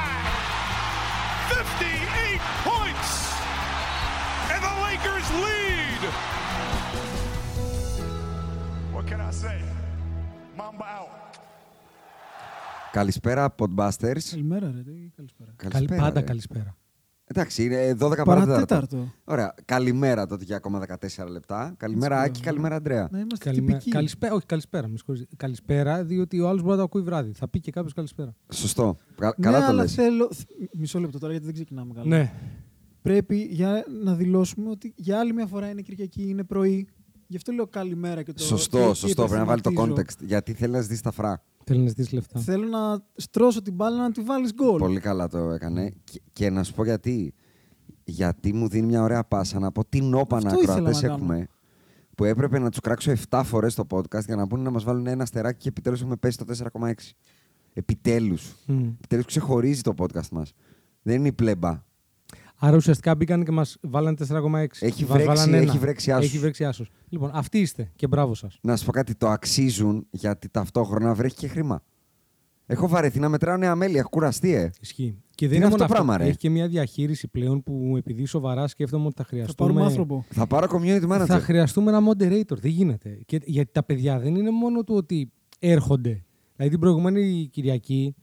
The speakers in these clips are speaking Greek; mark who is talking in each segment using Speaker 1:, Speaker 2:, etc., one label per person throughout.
Speaker 1: 58 points! And the Lakers lead!
Speaker 2: What can I say? Mamba out.
Speaker 3: Καλησπέρα, Podbusters.
Speaker 4: Καλημέρα, ρε. τι Καλησπέρα.
Speaker 3: Καλησπέρα, ε.
Speaker 5: Καλη- πάντα
Speaker 3: ρε.
Speaker 5: καλησπέρα.
Speaker 3: Εντάξει, είναι ε, 12
Speaker 4: Παρατέταρτο.
Speaker 3: Ωραία. Καλημέρα τότε για ακόμα 14 λεπτά. Καλημέρα,
Speaker 4: Καλησπέρα. Ναι.
Speaker 3: Άκη. Καλημέρα, Αντρέα.
Speaker 4: Να είμαστε
Speaker 5: Καλημέρα.
Speaker 4: τυπικοί.
Speaker 5: Καλησπέρα, όχι καλησπέρα, με συγχωρείτε. Καλησπέρα, διότι ο άλλος μπορεί να το ακούει βράδυ. Θα πει και κάποιος καλησπέρα.
Speaker 3: Σωστό. Κα-
Speaker 4: Ναι,
Speaker 3: καλά το
Speaker 4: αλλά
Speaker 3: λες.
Speaker 4: θέλω. Μισό λεπτό τώρα γιατί δεν ξεκινάμε καλά.
Speaker 5: Ναι.
Speaker 4: Πρέπει για να δηλώσουμε ότι για άλλη μια φορά είναι Κυριακή, είναι πρωί. Γι' αυτό λέω καλημέρα και το. και-
Speaker 3: Σωστό,
Speaker 4: και
Speaker 3: σωστό. Πρέπει να βάλει το
Speaker 4: υπενθυματίζω.
Speaker 3: context. Γιατί θέλει να δει τα φρά.
Speaker 5: Θέλει να ζητήσει λεφτά.
Speaker 4: Θέλω να στρώσω την μπάλα να τη βάλεις γκολ.
Speaker 3: Πολύ καλά το έκανε. Και, και να σου πω γιατί. Γιατί μου δίνει μια ωραία πάσα να πω τι νόπανα
Speaker 4: Αυτό ήθελα
Speaker 3: ακροατέ
Speaker 4: να κάνω.
Speaker 3: έχουμε. Που έπρεπε να τους κράξω 7 φορέ το podcast για να μπουν να μας βάλουν ένα στεράκι και επιτέλους έχουμε πέσει το 4,6. Επιτέλους.
Speaker 5: Μμμ.
Speaker 3: Επιτέλους ξεχωρίζει το podcast μας. Δεν είναι η πλέμπα.
Speaker 5: Άρα ουσιαστικά μπήκαν και μας βάλανε 4,6.
Speaker 3: Έχει
Speaker 5: Μας
Speaker 3: βρέξει-
Speaker 5: βάλανε ένα.
Speaker 3: έχει βρέξει άσος.
Speaker 5: Έχει βρέξει άσος. Λοιπόν, αυτοί είστε και μπράβο σας.
Speaker 3: Να σου πω κάτι, το αξίζουν γιατί ταυτόχρονα βρέχει και χρήμα. Έχω βαρεθεί να μετράω αμέλεια, έχω κουραστεί, ε.
Speaker 5: Ισχύει. Και
Speaker 3: είναι
Speaker 5: δεν είναι
Speaker 3: αυτό
Speaker 5: μόνο
Speaker 3: το πράγμα, ρε?
Speaker 5: Έχει και μια διαχείριση πλέον που επειδή σοβαρά σκέφτομαι ότι θα
Speaker 4: Θα
Speaker 5: χρειαστούμε.
Speaker 4: πάρουμε άνθρωπο.
Speaker 3: Θα πάρω community manager.
Speaker 5: Θα χρειαστούμε ένα moderator. Δεν γίνεται. Και, γιατί τα παιδιά δεν είναι μόνο το ότι έρχονται. Δηλαδή την προηγούμενη Κυριακή.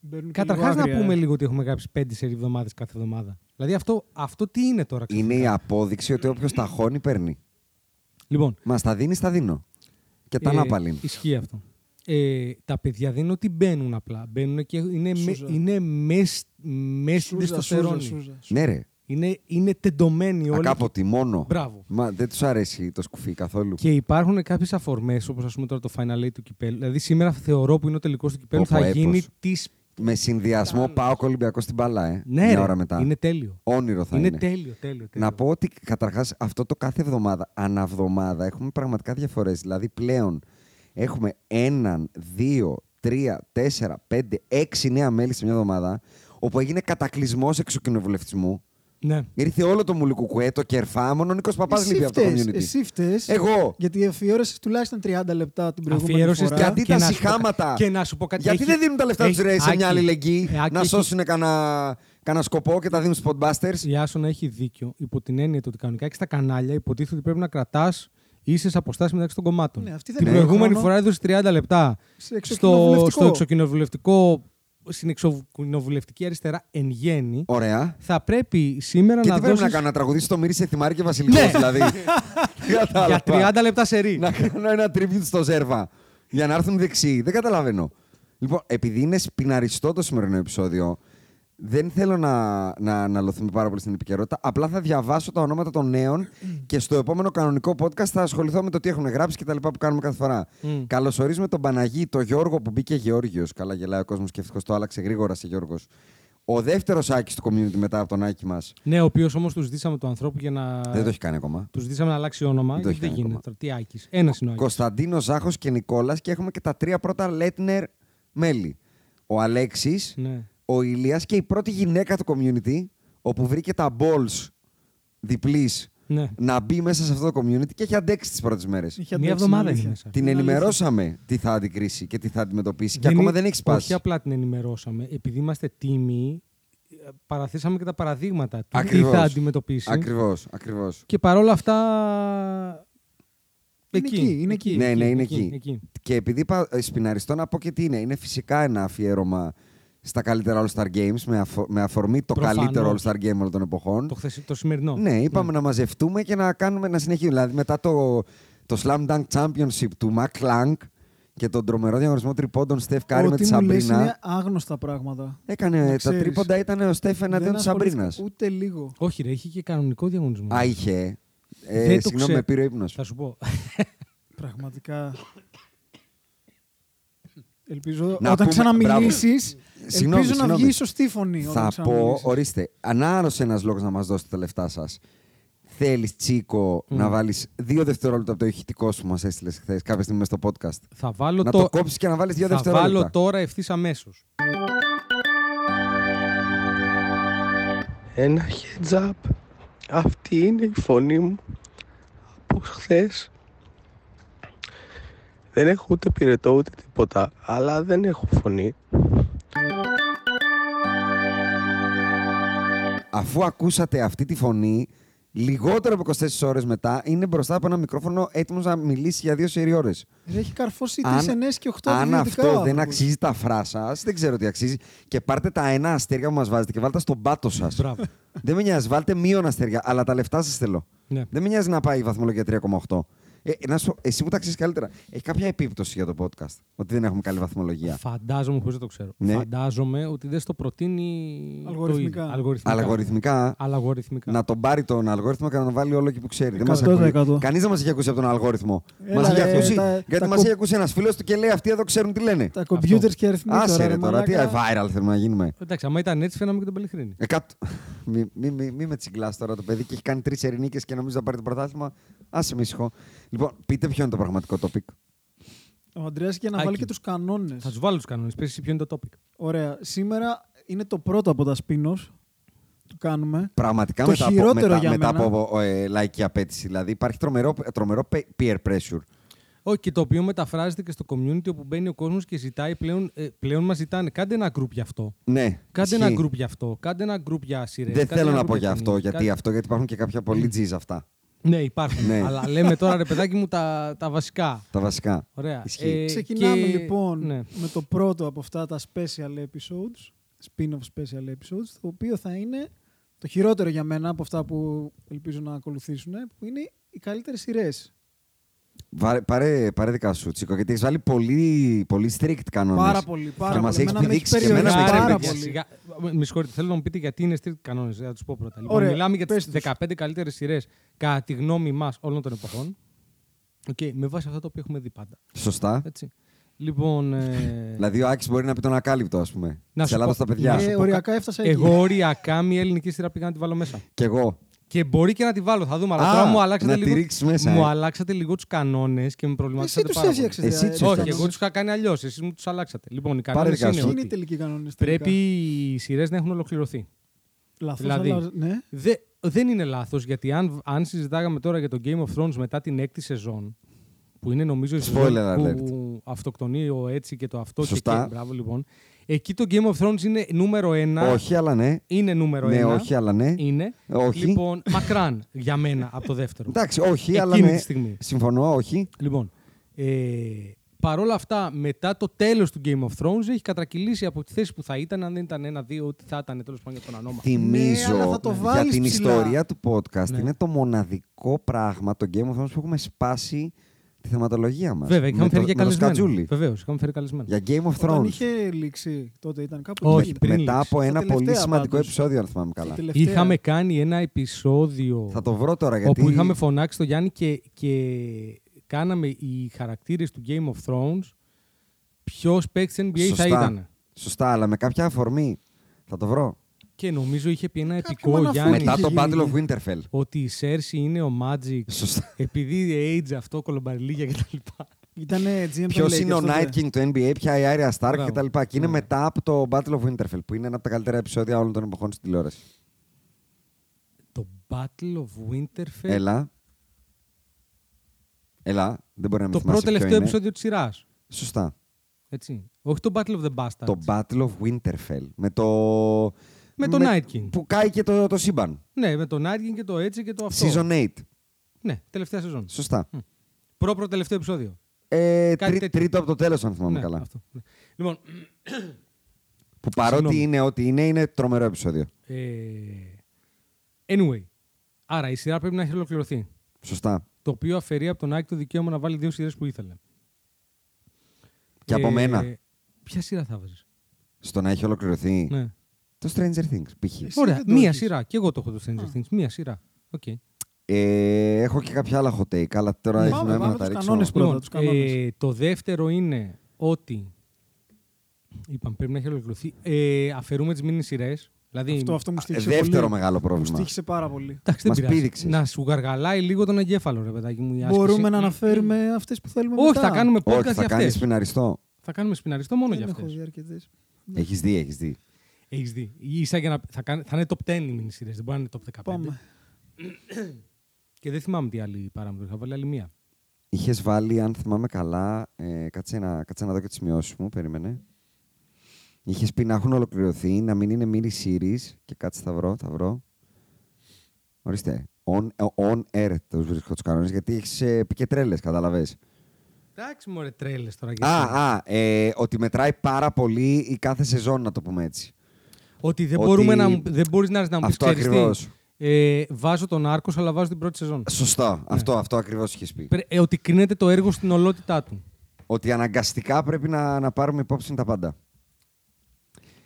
Speaker 4: Μπαίνουν και
Speaker 5: Καταρχάς
Speaker 4: λίγο
Speaker 5: να
Speaker 4: άγρια,
Speaker 5: πούμε
Speaker 4: ε.
Speaker 5: λίγο ότι έχουμε γράψει 5 σερι εβδομάδες κάθε εβδομάδα. Δηλαδή αυτό, αυτό τι είναι τώρα
Speaker 3: Είναι η απόδειξη ότι όποιος τα χώνει παίρνει.
Speaker 5: Λοιπόν,
Speaker 3: Μα τα δίνεις, τα δίνω. Και τα
Speaker 5: ε,
Speaker 3: νάπαλιν.
Speaker 5: Ισχύει αυτό. Ε, τα παιδιά δεν είναι ότι μπαίνουν απλά. Μπαίνουν και είναι, με,
Speaker 4: Σούζα.
Speaker 5: είναι μες, μες στην
Speaker 4: Σούζα, σούζα,
Speaker 5: τεστοστερόνη.
Speaker 4: σούζα.
Speaker 3: Ναι, ρε.
Speaker 5: Είναι, είναι τεντωμένοι όλοι.
Speaker 3: Ακάποτι, μόνο.
Speaker 5: Μπράβο.
Speaker 3: Μα δεν τους αρέσει το σκουφί καθόλου.
Speaker 5: Και υπάρχουν κάποιες αφορμές, όπως ας πούμε τώρα το final eight του κυπέλου. Δηλαδή σήμερα θεωρώ που είναι ο τελικός του κυπέλου.
Speaker 3: Πω, πω,
Speaker 5: θα
Speaker 3: έπος.
Speaker 5: γίνει της.
Speaker 3: Με συνδυασμό πάω Ολυμπιακό στην μπαλά, ε.
Speaker 5: Ναι,
Speaker 3: Μια
Speaker 5: ρε,
Speaker 3: ώρα μετά.
Speaker 5: είναι τέλειο.
Speaker 3: Όνειρο θα είναι.
Speaker 5: είναι, τέλειο, τέλειο. τέλειο.
Speaker 3: Να πω ότι καταρχάς αυτό το κάθε εβδομάδα, αναβδομάδα, έχουμε πραγματικά διαφορές. Δηλαδή πλέον έχουμε έναν, δύο, τρία, τέσσερα, πέντε, έξι νέα μέλη σε μια εβδομάδα, όπου έγινε κατακλυσμός εξοκοινοβουλευτισμού.
Speaker 5: Ναι.
Speaker 3: Ήρθε όλο το Μουλουκουκουέ, το κερφά, μόνο ο Νίκος Παπάς
Speaker 4: Εσύ
Speaker 3: λείπει από το
Speaker 4: φταίς,
Speaker 3: community.
Speaker 4: Εσύ φταίς,
Speaker 3: Εγώ.
Speaker 4: Γιατί αφιέρωσες τουλάχιστον 30 λεπτά την προηγούμενη
Speaker 5: Αφιέρωσες
Speaker 4: φορά.
Speaker 3: Και αντί
Speaker 5: Και
Speaker 3: τα
Speaker 5: να σου πω
Speaker 3: συχάματα.
Speaker 5: κάτι- και να σου πω κάτι,
Speaker 3: Γιατί
Speaker 5: έχει-
Speaker 3: δεν δίνουν τα λεφτά τους
Speaker 5: έχει-
Speaker 3: ρε σε μια
Speaker 5: Άκη,
Speaker 3: αλληλεγγύη,
Speaker 5: ε, Άκη,
Speaker 3: να
Speaker 5: έχει-
Speaker 3: σώσουν κανένα κανένα σκοπό και τα δίνουν στους podbusters.
Speaker 5: Η Άσονα έχει δίκιο υπό την έννοια του ότι κανονικά και στα κανάλια υποτίθεται ότι πρέπει να κρατάς ίσες αποστάσεις μεταξύ των κομμάτων.
Speaker 4: Ναι, αυτή δεν
Speaker 5: την
Speaker 4: έχει
Speaker 5: προηγούμενη
Speaker 4: χρόνο.
Speaker 5: φορά έδωσε 30 λεπτά
Speaker 4: Σε
Speaker 5: στο,
Speaker 4: εξοκοινοβουλευτικό.
Speaker 5: στο εξοκοινοβουλευτικό, στην εξοκοινοβουλευτική αριστερά εν γέννη.
Speaker 3: Ωραία.
Speaker 5: Θα πρέπει σήμερα
Speaker 3: Και
Speaker 5: να
Speaker 3: τι πρέπει να
Speaker 5: δώσεις Ναι.
Speaker 3: κάνω, να τραγουδήσω το μύρισε θυμάρι και βασιλικός, δηλαδή.
Speaker 5: για
Speaker 3: Κατάλαβα.
Speaker 5: 30 λεπτά σε ρί.
Speaker 3: να κάνω ένα tribute στο Ζέρβα για να έρθουν δεξιοί. Δεν καταλαβαίνω. Λοιπόν, επειδή είναι σπιναριστό το σημερινό επεισόδιο, δεν θέλω να, να αναλωθούμε πάρα πολύ στην επικαιρότητα. Απλά θα διαβάσω τα ονόματα των νέων και στο επόμενο κανονικό podcast θα ασχοληθώ με το τι έχουν γράψει και τα λοιπά που κάνουμε κάθε φορά. Καλωσορίζουμε τον Παναγί, τον Γιώργο που μπήκε Γεώργιος. Καλά, γελάει ο κόσμος και ευτυχώ το άλλαξε γρήγορα σε Γιώργος. Ο δεύτερος Άκης του community μετά από τον Άκη μας.
Speaker 5: Ναι, ο οποίος όμως τους ζητήσαμε του ανθρώπου για να.
Speaker 3: Δεν το έχει κάνει ακόμα.
Speaker 5: Τους ζητήσαμε να αλλάξει όνομα.
Speaker 3: Δεν το
Speaker 5: Δεν,
Speaker 3: έχει
Speaker 5: δεν
Speaker 3: κάνει
Speaker 5: γίνεται.
Speaker 3: ακόμα.
Speaker 5: Τώρα, Τι Άκης. Ένας είναι ο Άκης.
Speaker 3: Κωνσταντίνο Ζάχος και Νικόλας και έχουμε και τα τρία πρώτα Λέτνερ μέλη. ο Αλέξης,
Speaker 5: Ναι.
Speaker 3: ο Ηλίας και η πρώτη γυναίκα του community όπου βρήκε τα balls διπλής
Speaker 5: Ναι.
Speaker 3: να μπει μέσα σε αυτό το community και έχει αντέξει τις πρώτες μέρες.
Speaker 4: Είχε
Speaker 5: Μία
Speaker 4: αντέξει,
Speaker 5: εβδομάδα
Speaker 4: είναι αλήθεια.
Speaker 5: είναι μέσα.
Speaker 3: Την
Speaker 4: Είναι
Speaker 3: ενημερώσαμε τι θα αντικρίσει και τι θα αντιμετωπίσει και
Speaker 5: Δεν
Speaker 3: ακόμα
Speaker 5: είναι-
Speaker 3: δεν έχει
Speaker 5: Όχι
Speaker 3: σπάσει.
Speaker 5: απλά την ενημερώσαμε. Επειδή είμαστε τίμοι, ε, παραθέσαμε και τα παραδείγματα του
Speaker 3: Ακριβώς.
Speaker 5: τι θα αντιμετωπίσει.
Speaker 3: Ακριβώς, ακριβώς.
Speaker 5: Και παρόλα αυτά.
Speaker 4: Είναι εκεί, είναι εκεί.
Speaker 3: Ναι, ναι, είναι εκεί. Και επειδή είπα ε, σπιναριστό, να πω και τι είναι. Είναι φυσικά ένα αφιέρωμα στα καλύτερα All-Star Games με, αφο- με αφορμή το
Speaker 5: Προφανώς.
Speaker 3: καλύτερο All-Star Game όλων των εποχών.
Speaker 5: Το, χθες, το σημερινό.
Speaker 3: Ναι, είπαμε να μαζευτούμε και να κάνουμε να συνεχίσουμε. Δηλαδή μετά το, το Slam Dunk Championship του Mac Lang και τον τρομερό διαγωνισμό τριπώντων Στεφ Κάρη με τη
Speaker 4: Ό,τι μου λες
Speaker 3: Σαμπρίνα.
Speaker 4: είναι άγνωστα πράγματα.
Speaker 3: Έκανε
Speaker 4: Να
Speaker 3: τα
Speaker 4: ξέρεις.
Speaker 3: τρίποντα ήταν ο Στεφ εναντίον
Speaker 4: Δεν
Speaker 3: της
Speaker 4: ασχολήθηκα
Speaker 3: Σαμπρίνα.
Speaker 4: Ούτε λίγο.
Speaker 5: Όχι, ρε, είχε και κανονικό διαγωνισμό.
Speaker 3: Α, είχε. Ε,
Speaker 5: Δεν το
Speaker 3: συγγνώμη,
Speaker 5: ξέρω.
Speaker 3: με πήρε ύπνος.
Speaker 5: Θα σου πω.
Speaker 4: Πραγματικά. Ελπίζω
Speaker 3: Να
Speaker 4: όταν
Speaker 3: πούμε-
Speaker 4: ξαναμιλήσεις.
Speaker 3: Συγγνώμη,
Speaker 4: Ελπίζω να
Speaker 3: συγγνώμη.
Speaker 4: βγει σωστή φωνή. Όταν
Speaker 3: Θα πω,
Speaker 4: ξαναμιλήσεις.
Speaker 3: ορίστε, ανάρρωσε ένας λόγος να μας δώσετε τα λεφτά σας. Θέλεις, Τσίκο,
Speaker 4: Mm.
Speaker 3: να βάλεις δύο δευτερόλεπτα από το ηχητικό σου που μας έστειλες χθες, κάποια στιγμή μέσα στο podcast.
Speaker 5: Θα βάλω
Speaker 3: να το,
Speaker 5: το...
Speaker 3: κόψεις και να βάλεις δύο
Speaker 5: θα
Speaker 3: δευτερόλεπτα.
Speaker 5: βάλω τώρα ευθύς αμέσως.
Speaker 6: Ένα heads up. Αυτή είναι η φωνή μου από χθες. Δεν έχω ούτε πυρετό ούτε τίποτα, αλλά δεν έχω φωνή.
Speaker 3: Αφού ακούσατε αυτή τη φωνή, λιγότερο από 24 ώρες μετά είναι μπροστά από ένα μικρόφωνο έτοιμος να μιλήσει για δύο σερι ώρες.
Speaker 4: Ρε, Έχει καρφώσει τι ενές και 8
Speaker 3: αν αυτό δεν αξίζει τα φρά σας, δεν ξέρω τι αξίζει. Και πάρτε τα ένα αστέρια που μας βάζετε και βάλτε τα στον πάτο σας.
Speaker 5: Μπράβο.
Speaker 3: δεν με νοιάζει, βάλτε μείον αστέρια, αλλά τα λεφτά σας θέλω.
Speaker 5: Ναι.
Speaker 3: Δεν με νοιάζει να πάει η βαθμολογία 3,8. Ε, να σου, εσύ που τα ξέρεις καλύτερα, έχει κάποια επίπτωση για το podcast ότι δεν έχουμε καλή βαθμολογία.
Speaker 5: Φαντάζομαι, χωρίς να το ξέρω.
Speaker 3: Ναι.
Speaker 5: Φαντάζομαι ότι δεν στο προτείνει. το
Speaker 4: Αλγοριθμικά.
Speaker 5: ίδιο. Αλγοριθμικά.
Speaker 3: Αλγοριθμικά,
Speaker 5: Αλγοριθμικά.
Speaker 3: να τον πάρει τον αλγόριθμο και να τον βάλει όλο εκεί που ξέρει. Δεν μας
Speaker 4: 100%.
Speaker 3: ακούει. Κανείς δεν μας έχει ακούσει από τον αλγόριθμο.
Speaker 4: Έλα,
Speaker 3: Μας έχει
Speaker 4: ρε,
Speaker 3: ακούσει.
Speaker 4: τα-
Speaker 3: γιατί
Speaker 4: τα
Speaker 3: μας
Speaker 4: κο-
Speaker 3: έχει ακούσει ένας φίλος του και λέει Αυτοί εδώ ξέρουν τι λένε.
Speaker 4: Τα κομπιούτερ και αριθμοί
Speaker 3: Άσε ρε τώρα, τι
Speaker 4: μαλάκα.
Speaker 3: viral θέλουμε να γίνουμε.
Speaker 5: Εντάξει, άμα ήταν έτσι, φαίναμε και τον Πελιχρίνη.
Speaker 3: Ε, κάτω. Μη, μη, μη, μη με τσιγκλάς τώρα το παιδί και έχει κάνει τρεις ερνίκε και νομίζω θα πάρει το πρωτάθλημα. Άσε με ησυχό. Λοιπόν, πείτε ποιο είναι το πραγματικό topic.
Speaker 4: Ο Αντρέα για να
Speaker 5: Άκη.
Speaker 4: βάλει και τους κανόνες.
Speaker 5: Θα τους βάλω τους κανόνες. Πες εσύ ποιο είναι το topic.
Speaker 4: Ωραία. Σήμερα είναι το πρώτο από τα σπίνο που κάνουμε.
Speaker 3: Πραγματικά
Speaker 4: Το
Speaker 3: μετά, από,
Speaker 4: χειρότερο
Speaker 3: μετά,
Speaker 4: για
Speaker 3: μετά
Speaker 4: μένα.
Speaker 3: από ε, λαϊκή απέτηση. Δηλαδή υπάρχει τρομερό, τρομερό pe- peer pressure.
Speaker 5: Όχι, και το οποίο μεταφράζεται και στο community όπου μπαίνει ο κόσμος και ζητάει πλέον. Ε, πλέον μας ζητάνε, κάντε ένα group για αυτό.
Speaker 3: Ναι.
Speaker 5: Κάντε
Speaker 3: ισχύει.
Speaker 5: ένα group για αυτό. Κάντε ένα group για σειρές.
Speaker 3: Δεν θέλω να πω για αυτό, γιατί αυτό γιατί υπάρχουν και κάποια
Speaker 4: Mm.
Speaker 3: πολύ τζιζ αυτά.
Speaker 5: Ναι, υπάρχουν.
Speaker 3: Ναι.
Speaker 5: Αλλά λέμε τώρα, ρε παιδάκι μου, τα, τα βασικά.
Speaker 3: Τα βασικά.
Speaker 5: Ωραία.
Speaker 3: Ισχύει.
Speaker 5: Ε,
Speaker 4: Ξεκινάμε
Speaker 5: και-
Speaker 4: λοιπόν
Speaker 5: ναι.
Speaker 4: με το πρώτο από αυτά τα special episodes, spin-off special episodes, το οποίο θα είναι το χειρότερο για μένα από αυτά που ελπίζω να ακολουθήσουν, που είναι οι καλύτερες σειρές.
Speaker 3: Βάρε- Πάρε, πάρε δικά σου, Τσίκο, γιατί έχεις βάλει πολύ, πολύ strict κανόνες.
Speaker 4: Πάρα πολύ, πάρα
Speaker 3: Και μας
Speaker 4: πολύ.
Speaker 3: έχεις
Speaker 4: Εμένα με
Speaker 3: πηδήξει
Speaker 4: έχει
Speaker 3: και εμένα με
Speaker 4: περιορίσει
Speaker 3: έχεις
Speaker 4: πάρα
Speaker 3: πηδήξει.
Speaker 4: πολύ.
Speaker 5: Σιγά- Με συγχωρείτε, θέλω να μου πείτε γιατί είναι strict κανόνες. Θα τους πω πρώτα. Λοιπόν,
Speaker 4: Ωραία,
Speaker 5: μιλάμε για
Speaker 4: πες
Speaker 5: τι
Speaker 4: τους.
Speaker 5: 15 καλύτερες σειρές κατά τη γνώμη μας όλων των εποχών. Okay, με βάση αυτά τα οποία έχουμε δει πάντα.
Speaker 4: Ε,
Speaker 3: Σωστά.
Speaker 5: Έτσι. Λοιπόν. Ε...
Speaker 3: Δηλαδή ο Άκης μπορεί να πει τον ακάλυπτο, ας πούμε.
Speaker 5: Να
Speaker 3: σε
Speaker 5: σου
Speaker 3: Ελλάδα
Speaker 5: πω- Ναι,
Speaker 3: στα
Speaker 5: να
Speaker 3: παιδιά.
Speaker 5: σου
Speaker 4: Ε,
Speaker 5: πω
Speaker 4: οριακά
Speaker 5: κα-
Speaker 4: έφτασα εκεί.
Speaker 5: Εγώ οριακά μια ελληνική σειρά πήγα να τη βάλω μέσα.
Speaker 3: Κι εγώ.
Speaker 5: Και μπορεί και να τη βάλω, θα δούμε. Αλλά
Speaker 3: Α,
Speaker 5: τώρα μου αλλάξατε
Speaker 3: να τη
Speaker 5: λίγο.
Speaker 3: ρίξεις μέσα,
Speaker 5: μου
Speaker 3: ε.
Speaker 5: αλλάξατε λίγο τους κανόνες και με
Speaker 4: Εσύ
Speaker 5: προβληματίσατε
Speaker 4: τους
Speaker 5: πάρα πολύ.
Speaker 4: έφτιαξε.
Speaker 3: Εσύ τους
Speaker 5: Όχι,
Speaker 3: έφτιαξες.
Speaker 5: εγώ τους είχα κάνει αλλιώς. Εσείς μου τους αλλάξατε. Λοιπόν, οι
Speaker 3: Πάρε
Speaker 5: κανόνες
Speaker 3: δικά
Speaker 5: είναι
Speaker 3: σου.
Speaker 4: Ποιοι είναι οι
Speaker 5: ότι
Speaker 4: τελικοί κανόνες.
Speaker 5: πρέπει οι σειρές να έχουν ολοκληρωθεί.
Speaker 4: Λάθος,
Speaker 5: δηλαδή,
Speaker 4: αλλά. Ναι.
Speaker 5: Δε, δεν είναι λάθος, γιατί αν, αν συζητάγαμε τώρα για το Game of Thrones μετά την έκτη σεζόν, που είναι νομίζω η σεζόν
Speaker 3: Spoiler
Speaker 5: που αυτοκτονεί ο έτσι και το αυτό και,
Speaker 3: Σωστά.
Speaker 5: και μπράβο λοιπόν. Εκεί το Game of Thrones είναι νούμερο ένα.
Speaker 3: Όχι, αλλά ναι.
Speaker 5: Είναι νούμερο
Speaker 3: Ναι,
Speaker 5: ένα.
Speaker 3: όχι, αλλά ναι.
Speaker 5: Είναι.
Speaker 3: Όχι.
Speaker 5: Λοιπόν, μακράν για μένα από το δεύτερο.
Speaker 3: Εντάξει, όχι, αλλά
Speaker 5: Εκείνη
Speaker 3: ναι.
Speaker 5: τη στιγμή.
Speaker 3: Συμφωνώ, όχι.
Speaker 5: Λοιπόν, ε, παρόλα αυτά, μετά το τέλος του Game of Thrones έχει κατρακυλήσει από τη θέση που θα ήταν, αν δεν ήταν ένα-δύο, ότι θα ήταν τέλος πάντων για τον ανώμα.
Speaker 3: Θυμίζω
Speaker 4: αλλά θα το
Speaker 3: για
Speaker 4: βάλεις
Speaker 3: την
Speaker 4: ψηλά.
Speaker 3: ιστορία του podcast
Speaker 5: Ναι.
Speaker 3: είναι το μοναδικό πράγμα, το Game of Thrones, που έχουμε σπάσει τη θεματολογία μας.
Speaker 5: Βέβαια, είχαμε φέρει και καλεσμένο.
Speaker 3: Σκατζούλη.
Speaker 5: Βεβαίως, είχαμε φέρει καλεσμένο.
Speaker 3: Για Game of
Speaker 4: Όταν
Speaker 3: Thrones.
Speaker 4: είχε λήξει τότε ήταν κάπου.
Speaker 5: Όχι,
Speaker 4: εκεί.
Speaker 5: πριν
Speaker 3: Μετά
Speaker 5: λήξει.
Speaker 3: από
Speaker 4: Στα
Speaker 3: ένα πολύ
Speaker 4: τελευταία,
Speaker 3: σημαντικό
Speaker 4: πάντως.
Speaker 3: επεισόδιο, αν θυμάμαι καλά.
Speaker 4: Στα τελευταία.
Speaker 5: Είχαμε κάνει ένα επεισόδιο
Speaker 3: Θα το βρω τώρα γιατί.
Speaker 5: όπου είχαμε φωνάξει τον Γιάννη και, και κάναμε οι χαρακτήρες του Game of Thrones ποιος παίκτης NBA θα ήταν.
Speaker 3: Σωστά, αλλά με κάποια αφορμή. Θα το βρω.
Speaker 5: Και νομίζω είχε πει ένα
Speaker 4: Κάποιο
Speaker 5: επικό
Speaker 4: αναφορά.
Speaker 5: Γιάννη
Speaker 3: Μετά
Speaker 4: είχε
Speaker 3: το
Speaker 4: γίνει
Speaker 3: Battle of Winterfell.
Speaker 5: ότι η Σέρση είναι ο Magic
Speaker 3: Σωστά.
Speaker 5: επειδή age αυτό, κολομπαριλίγια κτλ.
Speaker 4: Ήταν GM
Speaker 3: Ποιο
Speaker 4: των
Speaker 3: είναι ο
Speaker 4: Lakers τότε.
Speaker 3: Night King του NBA, ποια η Arya Stark
Speaker 5: ναι. Μπράβο. Ναι.
Speaker 3: κτλ. Και είναι μετά από το Battle of Winterfell, που είναι ένα από τα καλύτερα επεισόδια όλων των εποχών στην τηλεόραση.
Speaker 5: Το Battle of Winterfell.
Speaker 3: Έλα. Έλα, δεν μπορεί να μην
Speaker 5: το
Speaker 3: θυμάσαι
Speaker 5: πρώτο
Speaker 3: ποιο
Speaker 5: τελευταίο
Speaker 3: είναι.
Speaker 5: επεισόδιο της σειράς.
Speaker 3: Σωστά.
Speaker 5: Έτσι. Όχι το Battle of the Bastards.
Speaker 3: Το Battle of Winterfell. Με το.
Speaker 5: Με το Night King.
Speaker 3: Που κάει και το, το σύμπαν.
Speaker 5: Ναι, με τον Night King και το έτσι και το αυτό.
Speaker 3: Season 8.
Speaker 5: Ναι, τελευταία σεζόν.
Speaker 3: Σωστά.
Speaker 5: Πρώτο τελευταίο επεισόδιο.
Speaker 3: Ε,
Speaker 5: Κάτι
Speaker 3: τρι-
Speaker 5: τέτοιο.
Speaker 3: τρίτο από το τέλος, αν θυμάμαι
Speaker 5: ναι,
Speaker 3: καλά.
Speaker 5: αυτό, ναι. Λοιπόν,
Speaker 3: Που παρότι
Speaker 5: Συγγνώμη.
Speaker 3: είναι ό,τι είναι, είναι τρομερό επεισόδιο.
Speaker 5: ε, anyway. Άρα η σειρά πρέπει να έχει ολοκληρωθεί.
Speaker 3: Σωστά.
Speaker 5: Το οποίο αφαιρεί από τον Άκη το δικαίωμα να βάλει δύο σειρές που ήθελε. Ε,
Speaker 3: Και από μένα.
Speaker 5: Ποια σειρά θα βάζεις.
Speaker 3: Στο να έχει ολοκληρωθεί.
Speaker 5: Ναι.
Speaker 3: Το Stranger Things, π.χ.
Speaker 4: Εσύ
Speaker 5: Ωραία,
Speaker 4: Ε, δεν το
Speaker 5: μία
Speaker 4: έχεις.
Speaker 5: σειρά. Και εγώ το έχω το Stranger Things. Μία σειρά. Οκ.
Speaker 3: Ε, έχω και κάποια άλλα hot take, αλλά τώρα
Speaker 4: Ναι,
Speaker 3: έχει
Speaker 4: πάμε,
Speaker 3: νόημα
Speaker 4: πάμε
Speaker 3: να τα
Speaker 4: τους
Speaker 3: ρίξω.
Speaker 4: κανόνες που- Πρώτα,
Speaker 5: Λοιπόν,
Speaker 4: τους κανόνες.
Speaker 5: ε, το δεύτερο είναι ότι. Είπαμε, πρέπει να έχει ολοκληρωθεί. Ε, αφαιρούμε τις μήνυ σειρές. Δηλαδή,
Speaker 4: Αυτό, αυτό μου
Speaker 3: Ε,
Speaker 4: στήχησε
Speaker 3: Δεύτερο
Speaker 4: πολύ.
Speaker 3: μεγάλο
Speaker 4: Μου
Speaker 3: πρόβλημα.
Speaker 4: στήχησε πάρα πολύ.
Speaker 5: εντάξει, δεν
Speaker 3: μας
Speaker 5: πειράζει.
Speaker 3: πήδηξες.
Speaker 5: Να σου γαργαλάει λίγο τον εγκέφαλο, ρε παιδάκι μου. η άσκηση. Ε,
Speaker 4: Μπορούμε να αναφέρουμε αυτές που θέλουμε
Speaker 5: Όχι,
Speaker 4: μετά.
Speaker 5: θα κάνουμε podcast
Speaker 3: Όχι, θα
Speaker 5: για
Speaker 3: κάνεις
Speaker 5: αυτές.
Speaker 3: πιναριστό.
Speaker 5: Θα κάνουμε σπιναριστό μόνο
Speaker 4: Δεν
Speaker 5: για
Speaker 4: έχω
Speaker 5: αυτές.
Speaker 4: δει αρκετές.
Speaker 3: Έχεις δει, έχεις δει.
Speaker 5: Έχεις δει. Ίσα για να... θα, κάνε... θα είναι top 10 οι μήνυ σειρέ. Δεν μπορεί να είναι top 15.
Speaker 4: Πάμε.
Speaker 5: Και δεν θυμάμαι τι άλλη παράμετρο. Είχα βάλει άλλη μία.
Speaker 3: Είχες βάλει, αν θυμάμαι καλά, ε, κάτσε, να, κάτσε να δω και τις σημειώσει μου, περίμενε. Είχες πει να έχουν ολοκληρωθεί, να μην είναι μύρι series και κάτσε θα βρω, θα βρω. Ορίστε. On, on air τους βρίσκω τους κανόνες γιατί έχεις πει και τρέλες, κατάλαβε.
Speaker 5: Εντάξει, μωρέ, τρέλες τώρα. και εσύ.
Speaker 3: Α, α ε, ότι μετράει πάρα πολύ η κάθε σεζόν, να το πούμε έτσι.
Speaker 5: Ότι δεν,
Speaker 3: Ότι-
Speaker 5: μπορούμε να, μου- δεν μπορείς να, να μου πεις,
Speaker 3: Αυτό
Speaker 5: «Ξέρεις τι,
Speaker 3: ακριβώς.
Speaker 5: Ε, βάζω τον Άρκος, αλλά βάζω την πρώτη σεζόν.
Speaker 3: Σωστό.
Speaker 4: Ναι.
Speaker 3: Αυτό, αυτό ακριβώς είχες πει.
Speaker 5: Πρέ- Ε, ότι κρίνεται το έργο στην ολότητά του.
Speaker 3: Ότι αναγκαστικά πρέπει να, να πάρουμε υπόψη τα πάντα.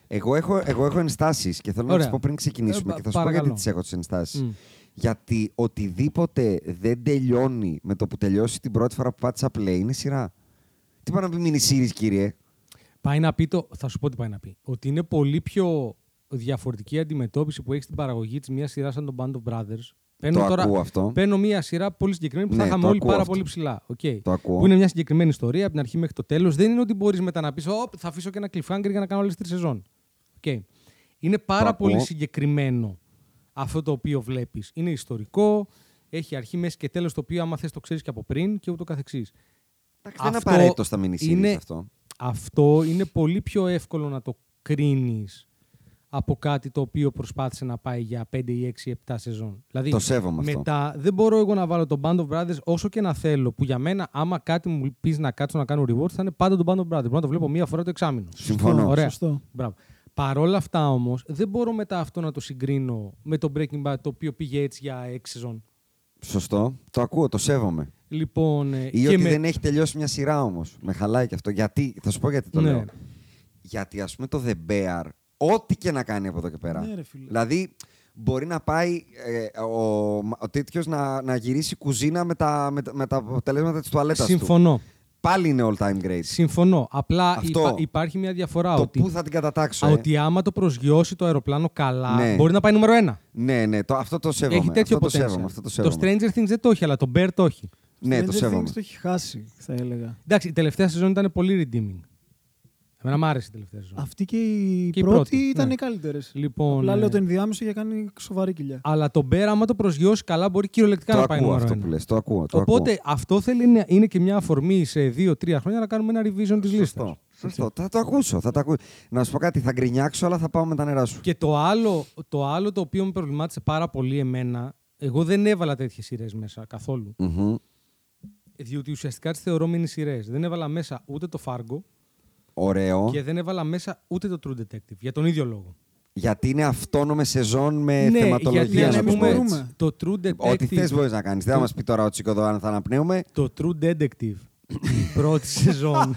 Speaker 3: Εγώ έχω, εγώ έχω ενστάσεις και θέλω να
Speaker 5: Ωραία.
Speaker 3: τι πω πριν ξεκινήσουμε
Speaker 5: Ε,
Speaker 3: και θα σου πω
Speaker 5: παρακαλώ.
Speaker 3: γιατί τις έχω τις ενστάσεις.
Speaker 5: Μμ.
Speaker 3: Γιατί οτιδήποτε δεν τελειώνει με το που τελειώσει την πρώτη φορά που πάτησα play είναι σειρά. Τι πάει να πει mini series, κύριε.
Speaker 5: Πάει να πει το. Θα σου πω τι πάει να πει. Ότι είναι πολύ πιο διαφορετική αντιμετώπιση που έχει στην παραγωγή της μιας σειράς σαν τον Band of Brothers. Παίρνω,
Speaker 3: το ακούω αυτό.
Speaker 5: παίρνω μια σειρά πολύ συγκεκριμένη που θα
Speaker 3: Ναι,
Speaker 5: είχαμε
Speaker 3: το
Speaker 5: όλοι
Speaker 3: ακούω
Speaker 5: πάρα
Speaker 3: αυτό.
Speaker 5: πολύ ψηλά. Okay.
Speaker 3: Το ακούω.
Speaker 5: Που είναι μια συγκεκριμένη ιστορία από την αρχή μέχρι το τέλος. Δεν είναι ότι μπορείς μετά να πεις: Ωπ, θα αφήσω και ένα cliffhanger για να κάνω άλλες τρεις σεζόν. Okay. Είναι πάρα
Speaker 3: ακούω.
Speaker 5: πολύ συγκεκριμένο αυτό το οποίο βλέπεις. Είναι ιστορικό, έχει αρχή, μέση και τέλος το οποίο άμα θες το ξέρεις και από πριν και ούτω καθεξής.
Speaker 3: Εντάξει, δεν είναι
Speaker 5: Αυτό
Speaker 3: απαραίτητο στα mini series
Speaker 5: είναι-
Speaker 3: αυτό.
Speaker 5: Αυτό είναι πολύ πιο εύκολο να το κρίνεις από κάτι το οποίο προσπάθησε να πάει για 5 ή 6 ή 7 σεζόν. Δηλαδή,
Speaker 3: Το σέβομαι αυτό.
Speaker 5: μετά δεν μπορώ εγώ να βάλω τον Band of Brothers όσο και να θέλω, που για μένα άμα κάτι μου πεις να κάτσω να κάνω reward θα είναι πάντα τον Band of Brothers. Μπορώ να το βλέπω μία φορά το εξάμεινο.
Speaker 3: Συμφωνώ.
Speaker 5: Ωραία.
Speaker 4: Σωστό.
Speaker 5: Μπράβο. Παρ' όλα αυτά όμως, δεν μπορώ μετά αυτό να το συγκρίνω με το Breaking Bad το οποίο πήγε έτσι για 6 σεζόν.
Speaker 3: Σωστό. Το ακούω, το σέβομαι.
Speaker 5: Λοιπόν, ε,
Speaker 3: Ή
Speaker 5: και
Speaker 3: ότι
Speaker 5: με-
Speaker 3: δεν έχει τελειώσει μια σειρά όμως. Με χαλάει και αυτό. Γιατί, θα σου πω γιατί το
Speaker 5: Ναι.
Speaker 3: λέω. Γιατί ας πούμε το The Bear, ό,τι και να κάνει από εδώ και πέρα.
Speaker 4: Ναι, ρε φίλε.
Speaker 3: Δηλαδή, μπορεί να πάει ε, ο, ο τέτοιος να, να γυρίσει κουζίνα με τα, με, τα- με τα αποτελέσματα της τουαλέτας του.
Speaker 5: Συμφωνώ.
Speaker 3: Πάλι είναι all time great.
Speaker 5: Συμφωνώ. Απλά
Speaker 3: Αυτό.
Speaker 5: υπα- υπάρχει μια διαφορά.
Speaker 3: Το
Speaker 5: ότι...
Speaker 3: πού θα την κατατάξω.
Speaker 5: Α,
Speaker 3: ε.
Speaker 5: Ότι άμα το προσγειώσει το αεροπλάνο καλά,
Speaker 3: Ναι.
Speaker 5: μπορεί να πάει νούμερο ένα.
Speaker 3: Ναι, ναι, το, αυτό το σέβομαι.
Speaker 5: Έχει τέτοιο
Speaker 3: αυτό το
Speaker 5: potential.
Speaker 3: σέβομαι. Αυτό το σέβομαι.
Speaker 5: Stranger Things δεν το έχει, αλλά το Bear το έχει.
Speaker 3: Ναι,
Speaker 4: Stranger
Speaker 3: το
Speaker 4: Things
Speaker 3: σέβομαι.
Speaker 4: Το έχει χάσει, θα έλεγα.
Speaker 5: Εντάξει, η τελευταία σεζόν ήταν πολύ redeeming. Εμένα μου άρεσε η τελευταία σεζόν.
Speaker 4: Αυτή και η
Speaker 5: Και η
Speaker 4: πρώτη,
Speaker 5: πρώτη,
Speaker 4: ήταν
Speaker 5: ναι.
Speaker 4: οι καλύτερες.
Speaker 5: Λοιπόν,
Speaker 4: Απλά λέω
Speaker 5: ε,
Speaker 4: το ενδιάμεσο για να κάνει σοβαρή κοιλιά.
Speaker 5: Αλλά το Bear, άμα το προσγειώσει καλά, μπορεί κυριολεκτικά
Speaker 3: Το
Speaker 5: να πάει
Speaker 3: ακούω
Speaker 5: νούμερο
Speaker 3: αυτό
Speaker 5: ένα.
Speaker 3: που λες. Το ακούω. Το
Speaker 5: Οπότε
Speaker 3: ακούω.
Speaker 5: αυτό θέλει να είναι και μια αφορμή σε 2-3 χρόνια να κάνουμε ένα revision της λίστας.
Speaker 3: Σωστό. Σωστό. Θα το ακούσω. Θα το ακούσω. Να σου πω κάτι, θα γκρινιάξω, αλλά θα πάω με τα νερά σου.
Speaker 5: Και το άλλο, το άλλο το οποίο με προβλημάτισε πάρα πολύ εμένα, εγώ δεν έβαλα τέτοιες σειρές μέσα καθόλου.
Speaker 3: Μμμ.
Speaker 5: Διότι ουσιαστικά τις θεωρώ μίνι σειρές. Δεν έβαλα μέσα ούτε το Fargo
Speaker 3: Ωραίο.
Speaker 5: και δεν έβαλα μέσα ούτε το True Detective. Για τον ίδιο λόγο. Ναι,
Speaker 3: Γιατί είναι αυτόνομε σεζόν με Ε, θεματολογία.
Speaker 4: γιατί
Speaker 3: να
Speaker 4: ας
Speaker 3: το
Speaker 5: ας
Speaker 3: πω
Speaker 4: πούμε,
Speaker 3: έτσι.
Speaker 4: μπορούμε.
Speaker 5: το True Detective.
Speaker 3: Ό,τι θες μπορείς να κάνεις. Δεν θα μας πει τώρα ο Τσίκο εδώ αν θα αναπνέουμε.
Speaker 5: Το True Detective. η πρώτη σεζόν.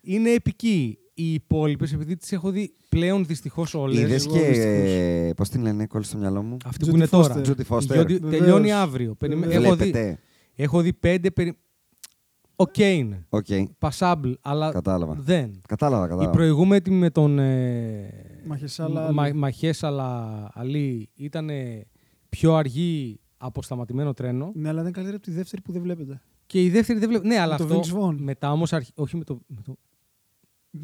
Speaker 5: είναι επική. Οι υπόλοιπες, επειδή τις έχω δει πλέον δυστυχώς όλες.
Speaker 3: Είδες και. Πώς την λένε, κόλλησε στο μυαλό μου.
Speaker 5: Αυτή
Speaker 4: Judy
Speaker 5: που είναι τώρα.
Speaker 4: Foster.
Speaker 3: Judy Foster.
Speaker 5: Διότι
Speaker 4: Βεβαίως.
Speaker 5: τελειώνει αύριο. Περιμε-
Speaker 4: Βεβαίως.
Speaker 5: Έχω δει,
Speaker 3: Βλέπετε.
Speaker 5: έχω δει πέντε. περι- Οκ είναι.
Speaker 3: Οκ.
Speaker 5: Passable, αλλά
Speaker 3: Κατάλαβα.
Speaker 5: δεν.
Speaker 3: Κατάλαβα,
Speaker 5: Η
Speaker 3: κατάλαβα.
Speaker 5: προηγούμενη με τον. Ε...
Speaker 4: Μαχεσάλα
Speaker 5: Μα-
Speaker 4: άλλη.
Speaker 5: Μαχέσαλα Αλή ήταν πιο αργή από σταματημένο τρένο
Speaker 4: Ναι, αλλά δεν είναι καλύτερη από τη δεύτερη που δεν βλέπετε.
Speaker 5: Και η δεύτερη δεν βλέπω. Ναι, αλλά
Speaker 4: το
Speaker 5: αυτό.
Speaker 4: Vince Vaughn.
Speaker 5: Μετά όμως. Αρχι... Όχι με το. Με το...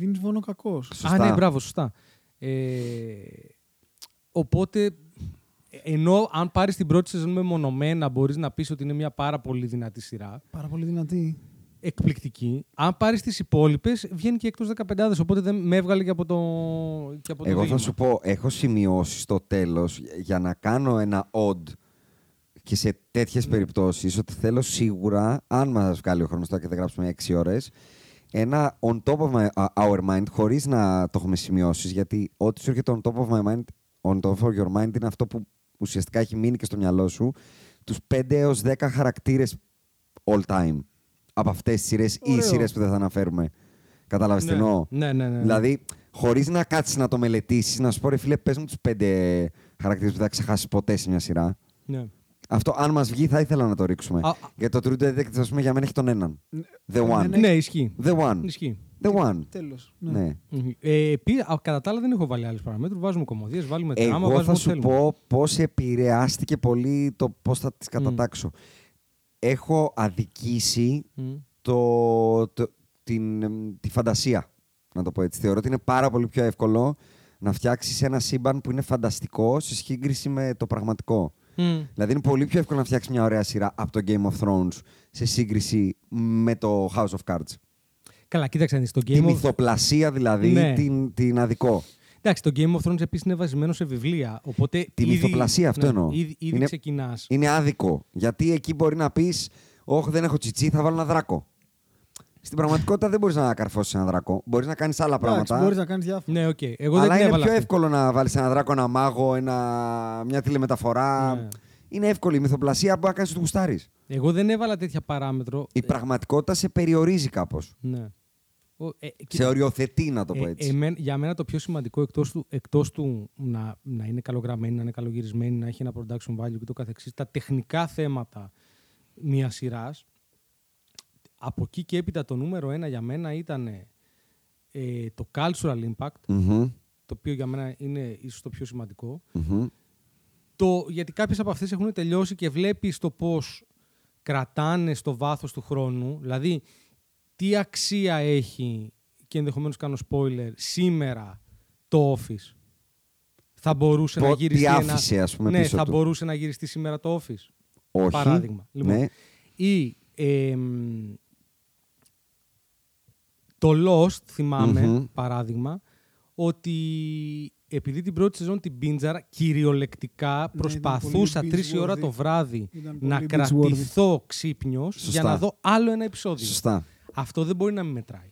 Speaker 4: Vince Vaughn ο κακός.
Speaker 5: Α, ναι, μπράβο, σωστά. Ε, οπότε, ενώ αν πάρεις την πρώτη σεζόν μεμονωμένα, μπορείς να πεις ότι είναι μια πάρα πολύ δυνατή σειρά.
Speaker 4: Πάρα πολύ δυνατή.
Speaker 5: Εκπληκτική. Αν πάρεις τις υπόλοιπες, βγαίνει και εκτός 15. Οπότε δεν με έβγαλε και από το. Και από το
Speaker 3: Εγώ θα
Speaker 5: δείγμα.
Speaker 3: σου πω, έχω σημειώσει στο τέλος για να κάνω ένα odd και σε τέτοιες περιπτώσεις ότι θέλω σίγουρα, αν μας βγάλει ο χρόνος τώρα και δεν γράψουμε 6 ώρες, ένα on top of my, our mind, χωρίς να το έχουμε σημειώσεις, γιατί ό,τι σου έρχεται on top of my mind, on top of your mind είναι αυτό που ουσιαστικά έχει μείνει και στο μυαλό σου, τους 5 έω 10 χαρακτήρες all time από αυτές τις σειρές ή οι
Speaker 4: Ωραίο.
Speaker 3: σειρές που δεν θα αναφέρουμε. Κατάλαβες τι
Speaker 5: Ναι.
Speaker 3: εννοώ.
Speaker 5: Ναι, ναι, ναι, ναι.
Speaker 3: Δηλαδή, χωρίς να κάτσεις να το μελετήσεις, να σου πω ρε φίλε, πες μου τους πέντε χαρακτήρες που θα ξεχάσεις ποτέ σε μια σειρά.
Speaker 5: Ναι.
Speaker 3: Αυτό, αν μας βγει, θα ήθελα να το ρίξουμε.
Speaker 5: Α, α.
Speaker 3: Για το True Detective, ας πούμε, για μένα έχει τον έναν. The one.
Speaker 5: Ναι, ισχύει.
Speaker 3: The one.
Speaker 5: Ισχύει.
Speaker 3: The one.
Speaker 4: Τέλος.
Speaker 3: Ναι.
Speaker 5: Μμμ. Ε, επί- α, κατά τα άλλα δεν έχω βάλει άλλους παραμέτρους. Βάζουμε κομμωδίες, βάλουμε δράμα,
Speaker 3: Εγώ
Speaker 5: βάζουμε
Speaker 3: θα
Speaker 5: ό,τι
Speaker 3: σου
Speaker 5: θέλουμε.
Speaker 3: πω πώς επηρεάστηκε πολύ το πώς θα τις κατατάξω. Έχω αδικήσει
Speaker 5: Μμ.
Speaker 3: το, το- την, εμ, τη φαντασία. Να το πω έτσι. Θεωρώ ότι είναι πάρα πολύ πιο εύκολο να φτιάξεις ένα σύμπαν που είναι φανταστικό σε σύγκριση με το πραγματικό.
Speaker 5: Μμ.
Speaker 3: Δηλαδή, είναι πολύ πιο εύκολο να φτιάξεις μια ωραία σειρά από το Game of Thrones σε σύγκριση με το House of Cards.
Speaker 5: Καλά, κοίταξε να δεις, το
Speaker 3: Τη
Speaker 5: Game of
Speaker 3: μυθοπλασία δηλαδή,
Speaker 5: Ναι.
Speaker 3: την, την αδικό.
Speaker 5: Εντάξει, το Game of Thrones επίσης είναι βασισμένο σε βιβλία. Οπότε
Speaker 3: Τη
Speaker 5: ήδη-
Speaker 3: μυθοπλασία, αυτό
Speaker 5: ναι,
Speaker 3: εννοώ.
Speaker 5: Ήδη, ήδη
Speaker 3: Είναι-
Speaker 5: ξεκινάς.
Speaker 3: Είναι άδικο. Γιατί εκεί μπορεί να πεις, Όχι, δεν έχω τσιτσί, θα βάλω ένα δράκο. Στην πραγματικότητα δεν μπορείς να καρφώσει ένα δράκο. Μπορείς να κάνεις άλλα πράγματα.
Speaker 4: Μπορείς να κάνεις διάφορα.
Speaker 5: Ναι, οκ. Εγώ δεν
Speaker 3: αλλά
Speaker 5: την
Speaker 3: είναι
Speaker 5: έβαλα.
Speaker 3: πιο
Speaker 5: αυτή.
Speaker 3: εύκολο να βάλεις ένα δράκο, ένα μάγο, ένα... μια τηλεμεταφορά.
Speaker 5: Ναι.
Speaker 3: Είναι εύκολη η μυθοπλασία που να κάνεις του γουστάρεις.
Speaker 5: Εγώ δεν έβαλα τέτοια παράμετρο.
Speaker 3: Η πραγματικότητα σε περιορίζει κάπως.
Speaker 5: Ναι. Ο- ε,
Speaker 3: Σε οριοθετεί, να το πω
Speaker 5: ε,
Speaker 3: έτσι.
Speaker 5: εμέ- για μένα το πιο σημαντικό εκτός του, εκτός του να, να είναι καλογραμμένη, να είναι καλογυρισμένη, να έχει ένα production value και το καθεξής, τα τεχνικά θέματα μιας σειράς. Από εκεί και έπειτα το νούμερο ένα για μένα ήταν ε, το cultural impact,
Speaker 3: Μμμ,
Speaker 5: το οποίο για μένα είναι ίσως το πιο σημαντικό.
Speaker 3: μμμ.
Speaker 5: Το, γιατί κάποιες από αυτές έχουν τελειώσει και βλέπεις το πώς κρατάνε στο βάθος του χρόνου. Δηλαδή, τι αξία έχει, και ενδεχομένως κάνω spoiler, σήμερα το Office. Θα μπορούσε
Speaker 3: Πο-
Speaker 5: να
Speaker 3: τι
Speaker 5: γυριστεί
Speaker 3: άφησε,
Speaker 5: ένα...
Speaker 3: ας πούμε,
Speaker 5: ναι,
Speaker 3: πίσω
Speaker 5: θα
Speaker 3: του.
Speaker 5: μπορούσε να γυριστεί σήμερα το Office.
Speaker 3: Όχι.
Speaker 5: Παράδειγμα. Λοιπόν,
Speaker 3: Ναι.
Speaker 5: Ή ε, μ, το Lost, θυμάμαι,
Speaker 3: Μμμ.
Speaker 5: παράδειγμα, ότι επειδή την πρώτη σεζόν την πίντζαρα, κυριολεκτικά
Speaker 4: Ναι,
Speaker 5: προσπαθούσα
Speaker 4: ήταν πολύ
Speaker 5: τρεις η ώρα
Speaker 4: binge-worthy.
Speaker 5: το βράδυ
Speaker 4: Ήταν
Speaker 5: να
Speaker 4: πολύ binge-worthy.
Speaker 5: κρατηθώ ξύπνιος για
Speaker 3: Σωστά.
Speaker 5: να δω άλλο ένα επεισόδιο.
Speaker 3: Σωστά.
Speaker 5: Αυτό δεν μπορεί να μην μετράει.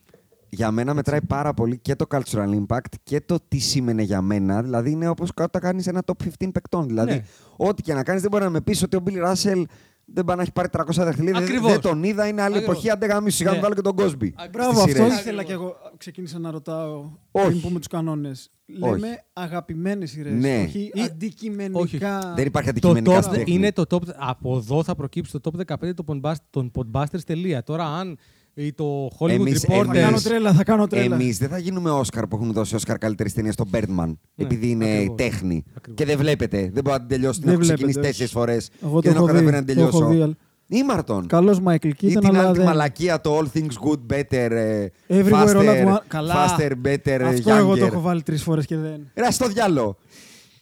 Speaker 3: Για μένα μετράει πάρα πολύ και το cultural impact και το τι σήμαινε για μένα. Δηλαδή, είναι όπως όταν κάνεις ένα top 15 παικτών. Δηλαδή,
Speaker 5: Ναι.
Speaker 3: ό,τι και να κάνεις, δεν μπορεί να με πεις ότι ο Bill Russell δεν πάει να έχει πάρει 300 δαχτυλίδια. Δεν,
Speaker 5: Ακριβώς.
Speaker 3: δεν τον είδα, είναι άλλη
Speaker 5: Ακριβώς.
Speaker 3: εποχή. Αν δεν γαμίσω, σιγά μην
Speaker 5: Ναι.
Speaker 3: βάλω και τον Cosby.
Speaker 4: Μπράβο,
Speaker 3: στις
Speaker 4: αυτό
Speaker 3: σειρές.
Speaker 4: ήθελα κι εγώ. Ξεκίνησα να ρωτάω
Speaker 3: Όχι.
Speaker 4: πριν πούμε τους κανόνες. Λέμε αγαπημένες σειρές.
Speaker 3: Ναι.
Speaker 4: Όχι
Speaker 5: Ή-
Speaker 4: αντικειμενικά.
Speaker 3: Δεν υπάρχει
Speaker 5: Το
Speaker 3: αντικειμενικά στην
Speaker 5: top,
Speaker 3: τέχνη.
Speaker 5: είναι το top, από εδώ θα προκύψει το top 15 των Podbusters- των Podbusters. τελεία. Τώρα αν ή το Hollywood
Speaker 3: Εμείς-
Speaker 5: Reporter...
Speaker 4: Θα κάνω τρέλα, θα κάνω τρέλα. Ναι,
Speaker 3: Εμείς δεν θα γίνουμε Όσκαρ που έχουν δώσει Όσκαρ καλύτερη ταινία στον Birdman. επειδή είναι
Speaker 5: ακριβώς.
Speaker 3: τέχνη.
Speaker 5: Ακριβώς.
Speaker 3: Και δεν βλέπετε. Δεν μπορώ να την τελειώσω. Την
Speaker 4: Δεν
Speaker 3: έχω ξεκινήσει
Speaker 4: βλέπετε,
Speaker 3: τέσσερι
Speaker 4: όχι.
Speaker 3: φορές.
Speaker 4: Εγώ
Speaker 3: Και δεν
Speaker 4: το
Speaker 3: έχω
Speaker 4: έχω δει,
Speaker 3: καταφέρει να την
Speaker 4: το έχω δει,
Speaker 3: τελειώσω.
Speaker 4: αλλά-
Speaker 3: Ήμαρτον.
Speaker 4: Καλός Μάικλ
Speaker 3: Ή
Speaker 4: Κίτον,
Speaker 3: την
Speaker 4: αλλά
Speaker 3: άλλη τη
Speaker 4: δεν.
Speaker 3: μαλακία, το All Things Good Better. ε,
Speaker 4: Everywhere all at
Speaker 3: faster,
Speaker 4: once. Καλά.
Speaker 3: faster, better,
Speaker 4: Αυτό
Speaker 3: younger.
Speaker 4: εγώ το έχω βάλει τρεις φορές και δεν.
Speaker 3: Ρε, στο διάλογο.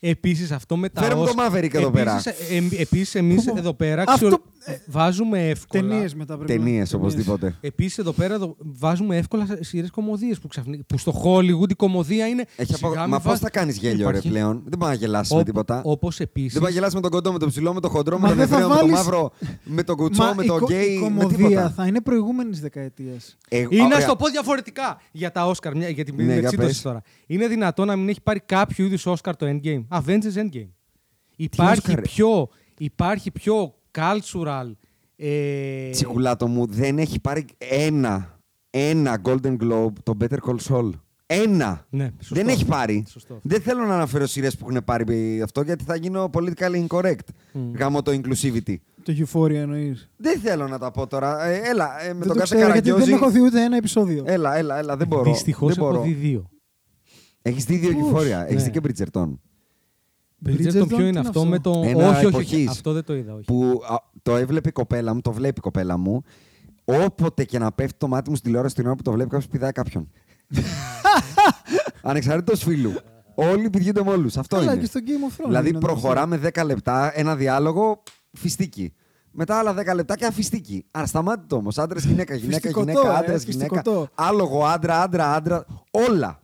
Speaker 5: Επίσης αυτό με τα
Speaker 3: Φέρε μου το
Speaker 5: Oscar-
Speaker 3: Maverick εδώ πέρα.
Speaker 5: Επίσης, ε, εμ- επίσης εμείς
Speaker 4: Πω, πω.
Speaker 5: εδώ πέρα
Speaker 4: Αυτό- ε,
Speaker 5: ξιο- βάζουμε εύκολα.
Speaker 4: Ταινίες μετά πρέπει. να-
Speaker 3: Ταινίες
Speaker 4: ταινίες.
Speaker 3: οπωσδήποτε.
Speaker 5: Επίσης εδώ πέρα εδώ βάζουμε εύκολα σε- σειρές κομμωδίες που, ξαφνικά, που στο Hollywood η κομμωδία είναι...
Speaker 3: Έχει απο-
Speaker 5: σιγά μη
Speaker 3: Μα πώς
Speaker 5: βάζ-
Speaker 3: θα κάνεις γέλιο, ρε
Speaker 5: Υπάρχει.
Speaker 3: πλέον. Δεν μπορείς να γελάσεις με
Speaker 5: Όπο-
Speaker 3: τίποτα.
Speaker 5: Όπως επίσης...
Speaker 3: Δεν μπορείς να γελάσεις με τον κοντό, με τον ψηλό, με τον χοντρό, με
Speaker 4: Μα
Speaker 3: τον
Speaker 4: δεν θα
Speaker 3: ευθρέο, με τον
Speaker 4: βάλεις-
Speaker 3: μαύρο, με τον κουτσό,
Speaker 4: Μα
Speaker 3: με
Speaker 4: η
Speaker 3: τον
Speaker 4: κο-
Speaker 3: γκέι.
Speaker 4: Η
Speaker 3: με
Speaker 4: κομμωδία
Speaker 3: τίποτα.
Speaker 4: θα είναι προηγούμενης δεκαετίας.
Speaker 3: Ε,
Speaker 5: Ή να
Speaker 3: ωραία.
Speaker 5: στο πω διαφορετικά για τα Oscar, μια, γιατί
Speaker 3: Ναι,
Speaker 5: ναι,
Speaker 3: για
Speaker 5: είναι
Speaker 3: πες.
Speaker 5: εξήτωση τώρα. Είναι δυνατό να μην έχει πάρει κάποιο είδους Oscar το Endgame. Avengers Endgame. Υπάρχει
Speaker 3: Oscar, ρε?
Speaker 5: πιο, υπάρχει πιο cultural. Ε,
Speaker 3: Τσικουλάτο μου, δεν έχει πάρει ένα, ένα Golden Globe το Better Call Saul. Ένα.
Speaker 5: Ναι, σωστό.
Speaker 3: Δεν έχει πάρει.
Speaker 5: Σωστό.
Speaker 3: Δεν θέλω να αναφέρω σειρές που έχουν πάρει αυτό γιατί θα γίνω politically incorrect. Γάμω το inclusivity.
Speaker 4: Το Euphoria εννοείς.
Speaker 3: Δεν θέλω να τα πω τώρα. Ε, έλα, ε, με
Speaker 4: Δεν
Speaker 3: τον
Speaker 4: το
Speaker 3: κάθε Ε,
Speaker 4: ξέρω γιατί
Speaker 3: καραγκιόζη.
Speaker 4: δεν έχω δει ούτε ένα επεισόδιο.
Speaker 3: Έλα, έλα, έλα, δεν μπορώ.
Speaker 5: Δυστυχώς
Speaker 3: δεν
Speaker 5: έχω
Speaker 3: μπορώ.
Speaker 5: δει δύο.
Speaker 3: Έχεις δει δύο
Speaker 4: Πώς?
Speaker 3: κυφόρια. Έχεις
Speaker 5: Ναι.
Speaker 3: δει και Bridgerton.
Speaker 5: Bridgerton,
Speaker 4: Bridgerton, τι
Speaker 5: ποιο είναι
Speaker 4: είναι
Speaker 5: αυτό
Speaker 4: αυτό?
Speaker 5: με το.
Speaker 3: Ένα
Speaker 5: όχι, όχι, όχι,
Speaker 3: εποχής.
Speaker 5: Αυτό δεν το είδα. Όχι.
Speaker 3: Που α, το έβλεπε η κοπέλα μου, το βλέπει η κοπέλα μου. Όποτε και να πέφτει το μάτι μου στην τηλεόραση την ώρα που το βλέπει, κάποιος πηδάει κάποιον. Ανεξαρτήτω φίλου. Όλοι πηδιούνται με όλους. Αυτό
Speaker 4: Καλά,
Speaker 3: είναι.
Speaker 4: και στο Game of Thrones
Speaker 3: Δηλαδή
Speaker 4: είναι,
Speaker 3: προχωράμε 10 λεπτά ένα διάλογο φιστίκι. Μετά άλλα 10 λεπτά και αφιστίκι. Αρισταμάτητο όμως. Άντρες, γυναίκα, γυναίκα,
Speaker 4: Φιστικωτό,
Speaker 3: γυναίκα,
Speaker 4: ε,
Speaker 3: άντρα, γυναίκα.
Speaker 4: φιστικωτό.
Speaker 3: Άλογο, άντρα, άντρα, άντρα. Όλα.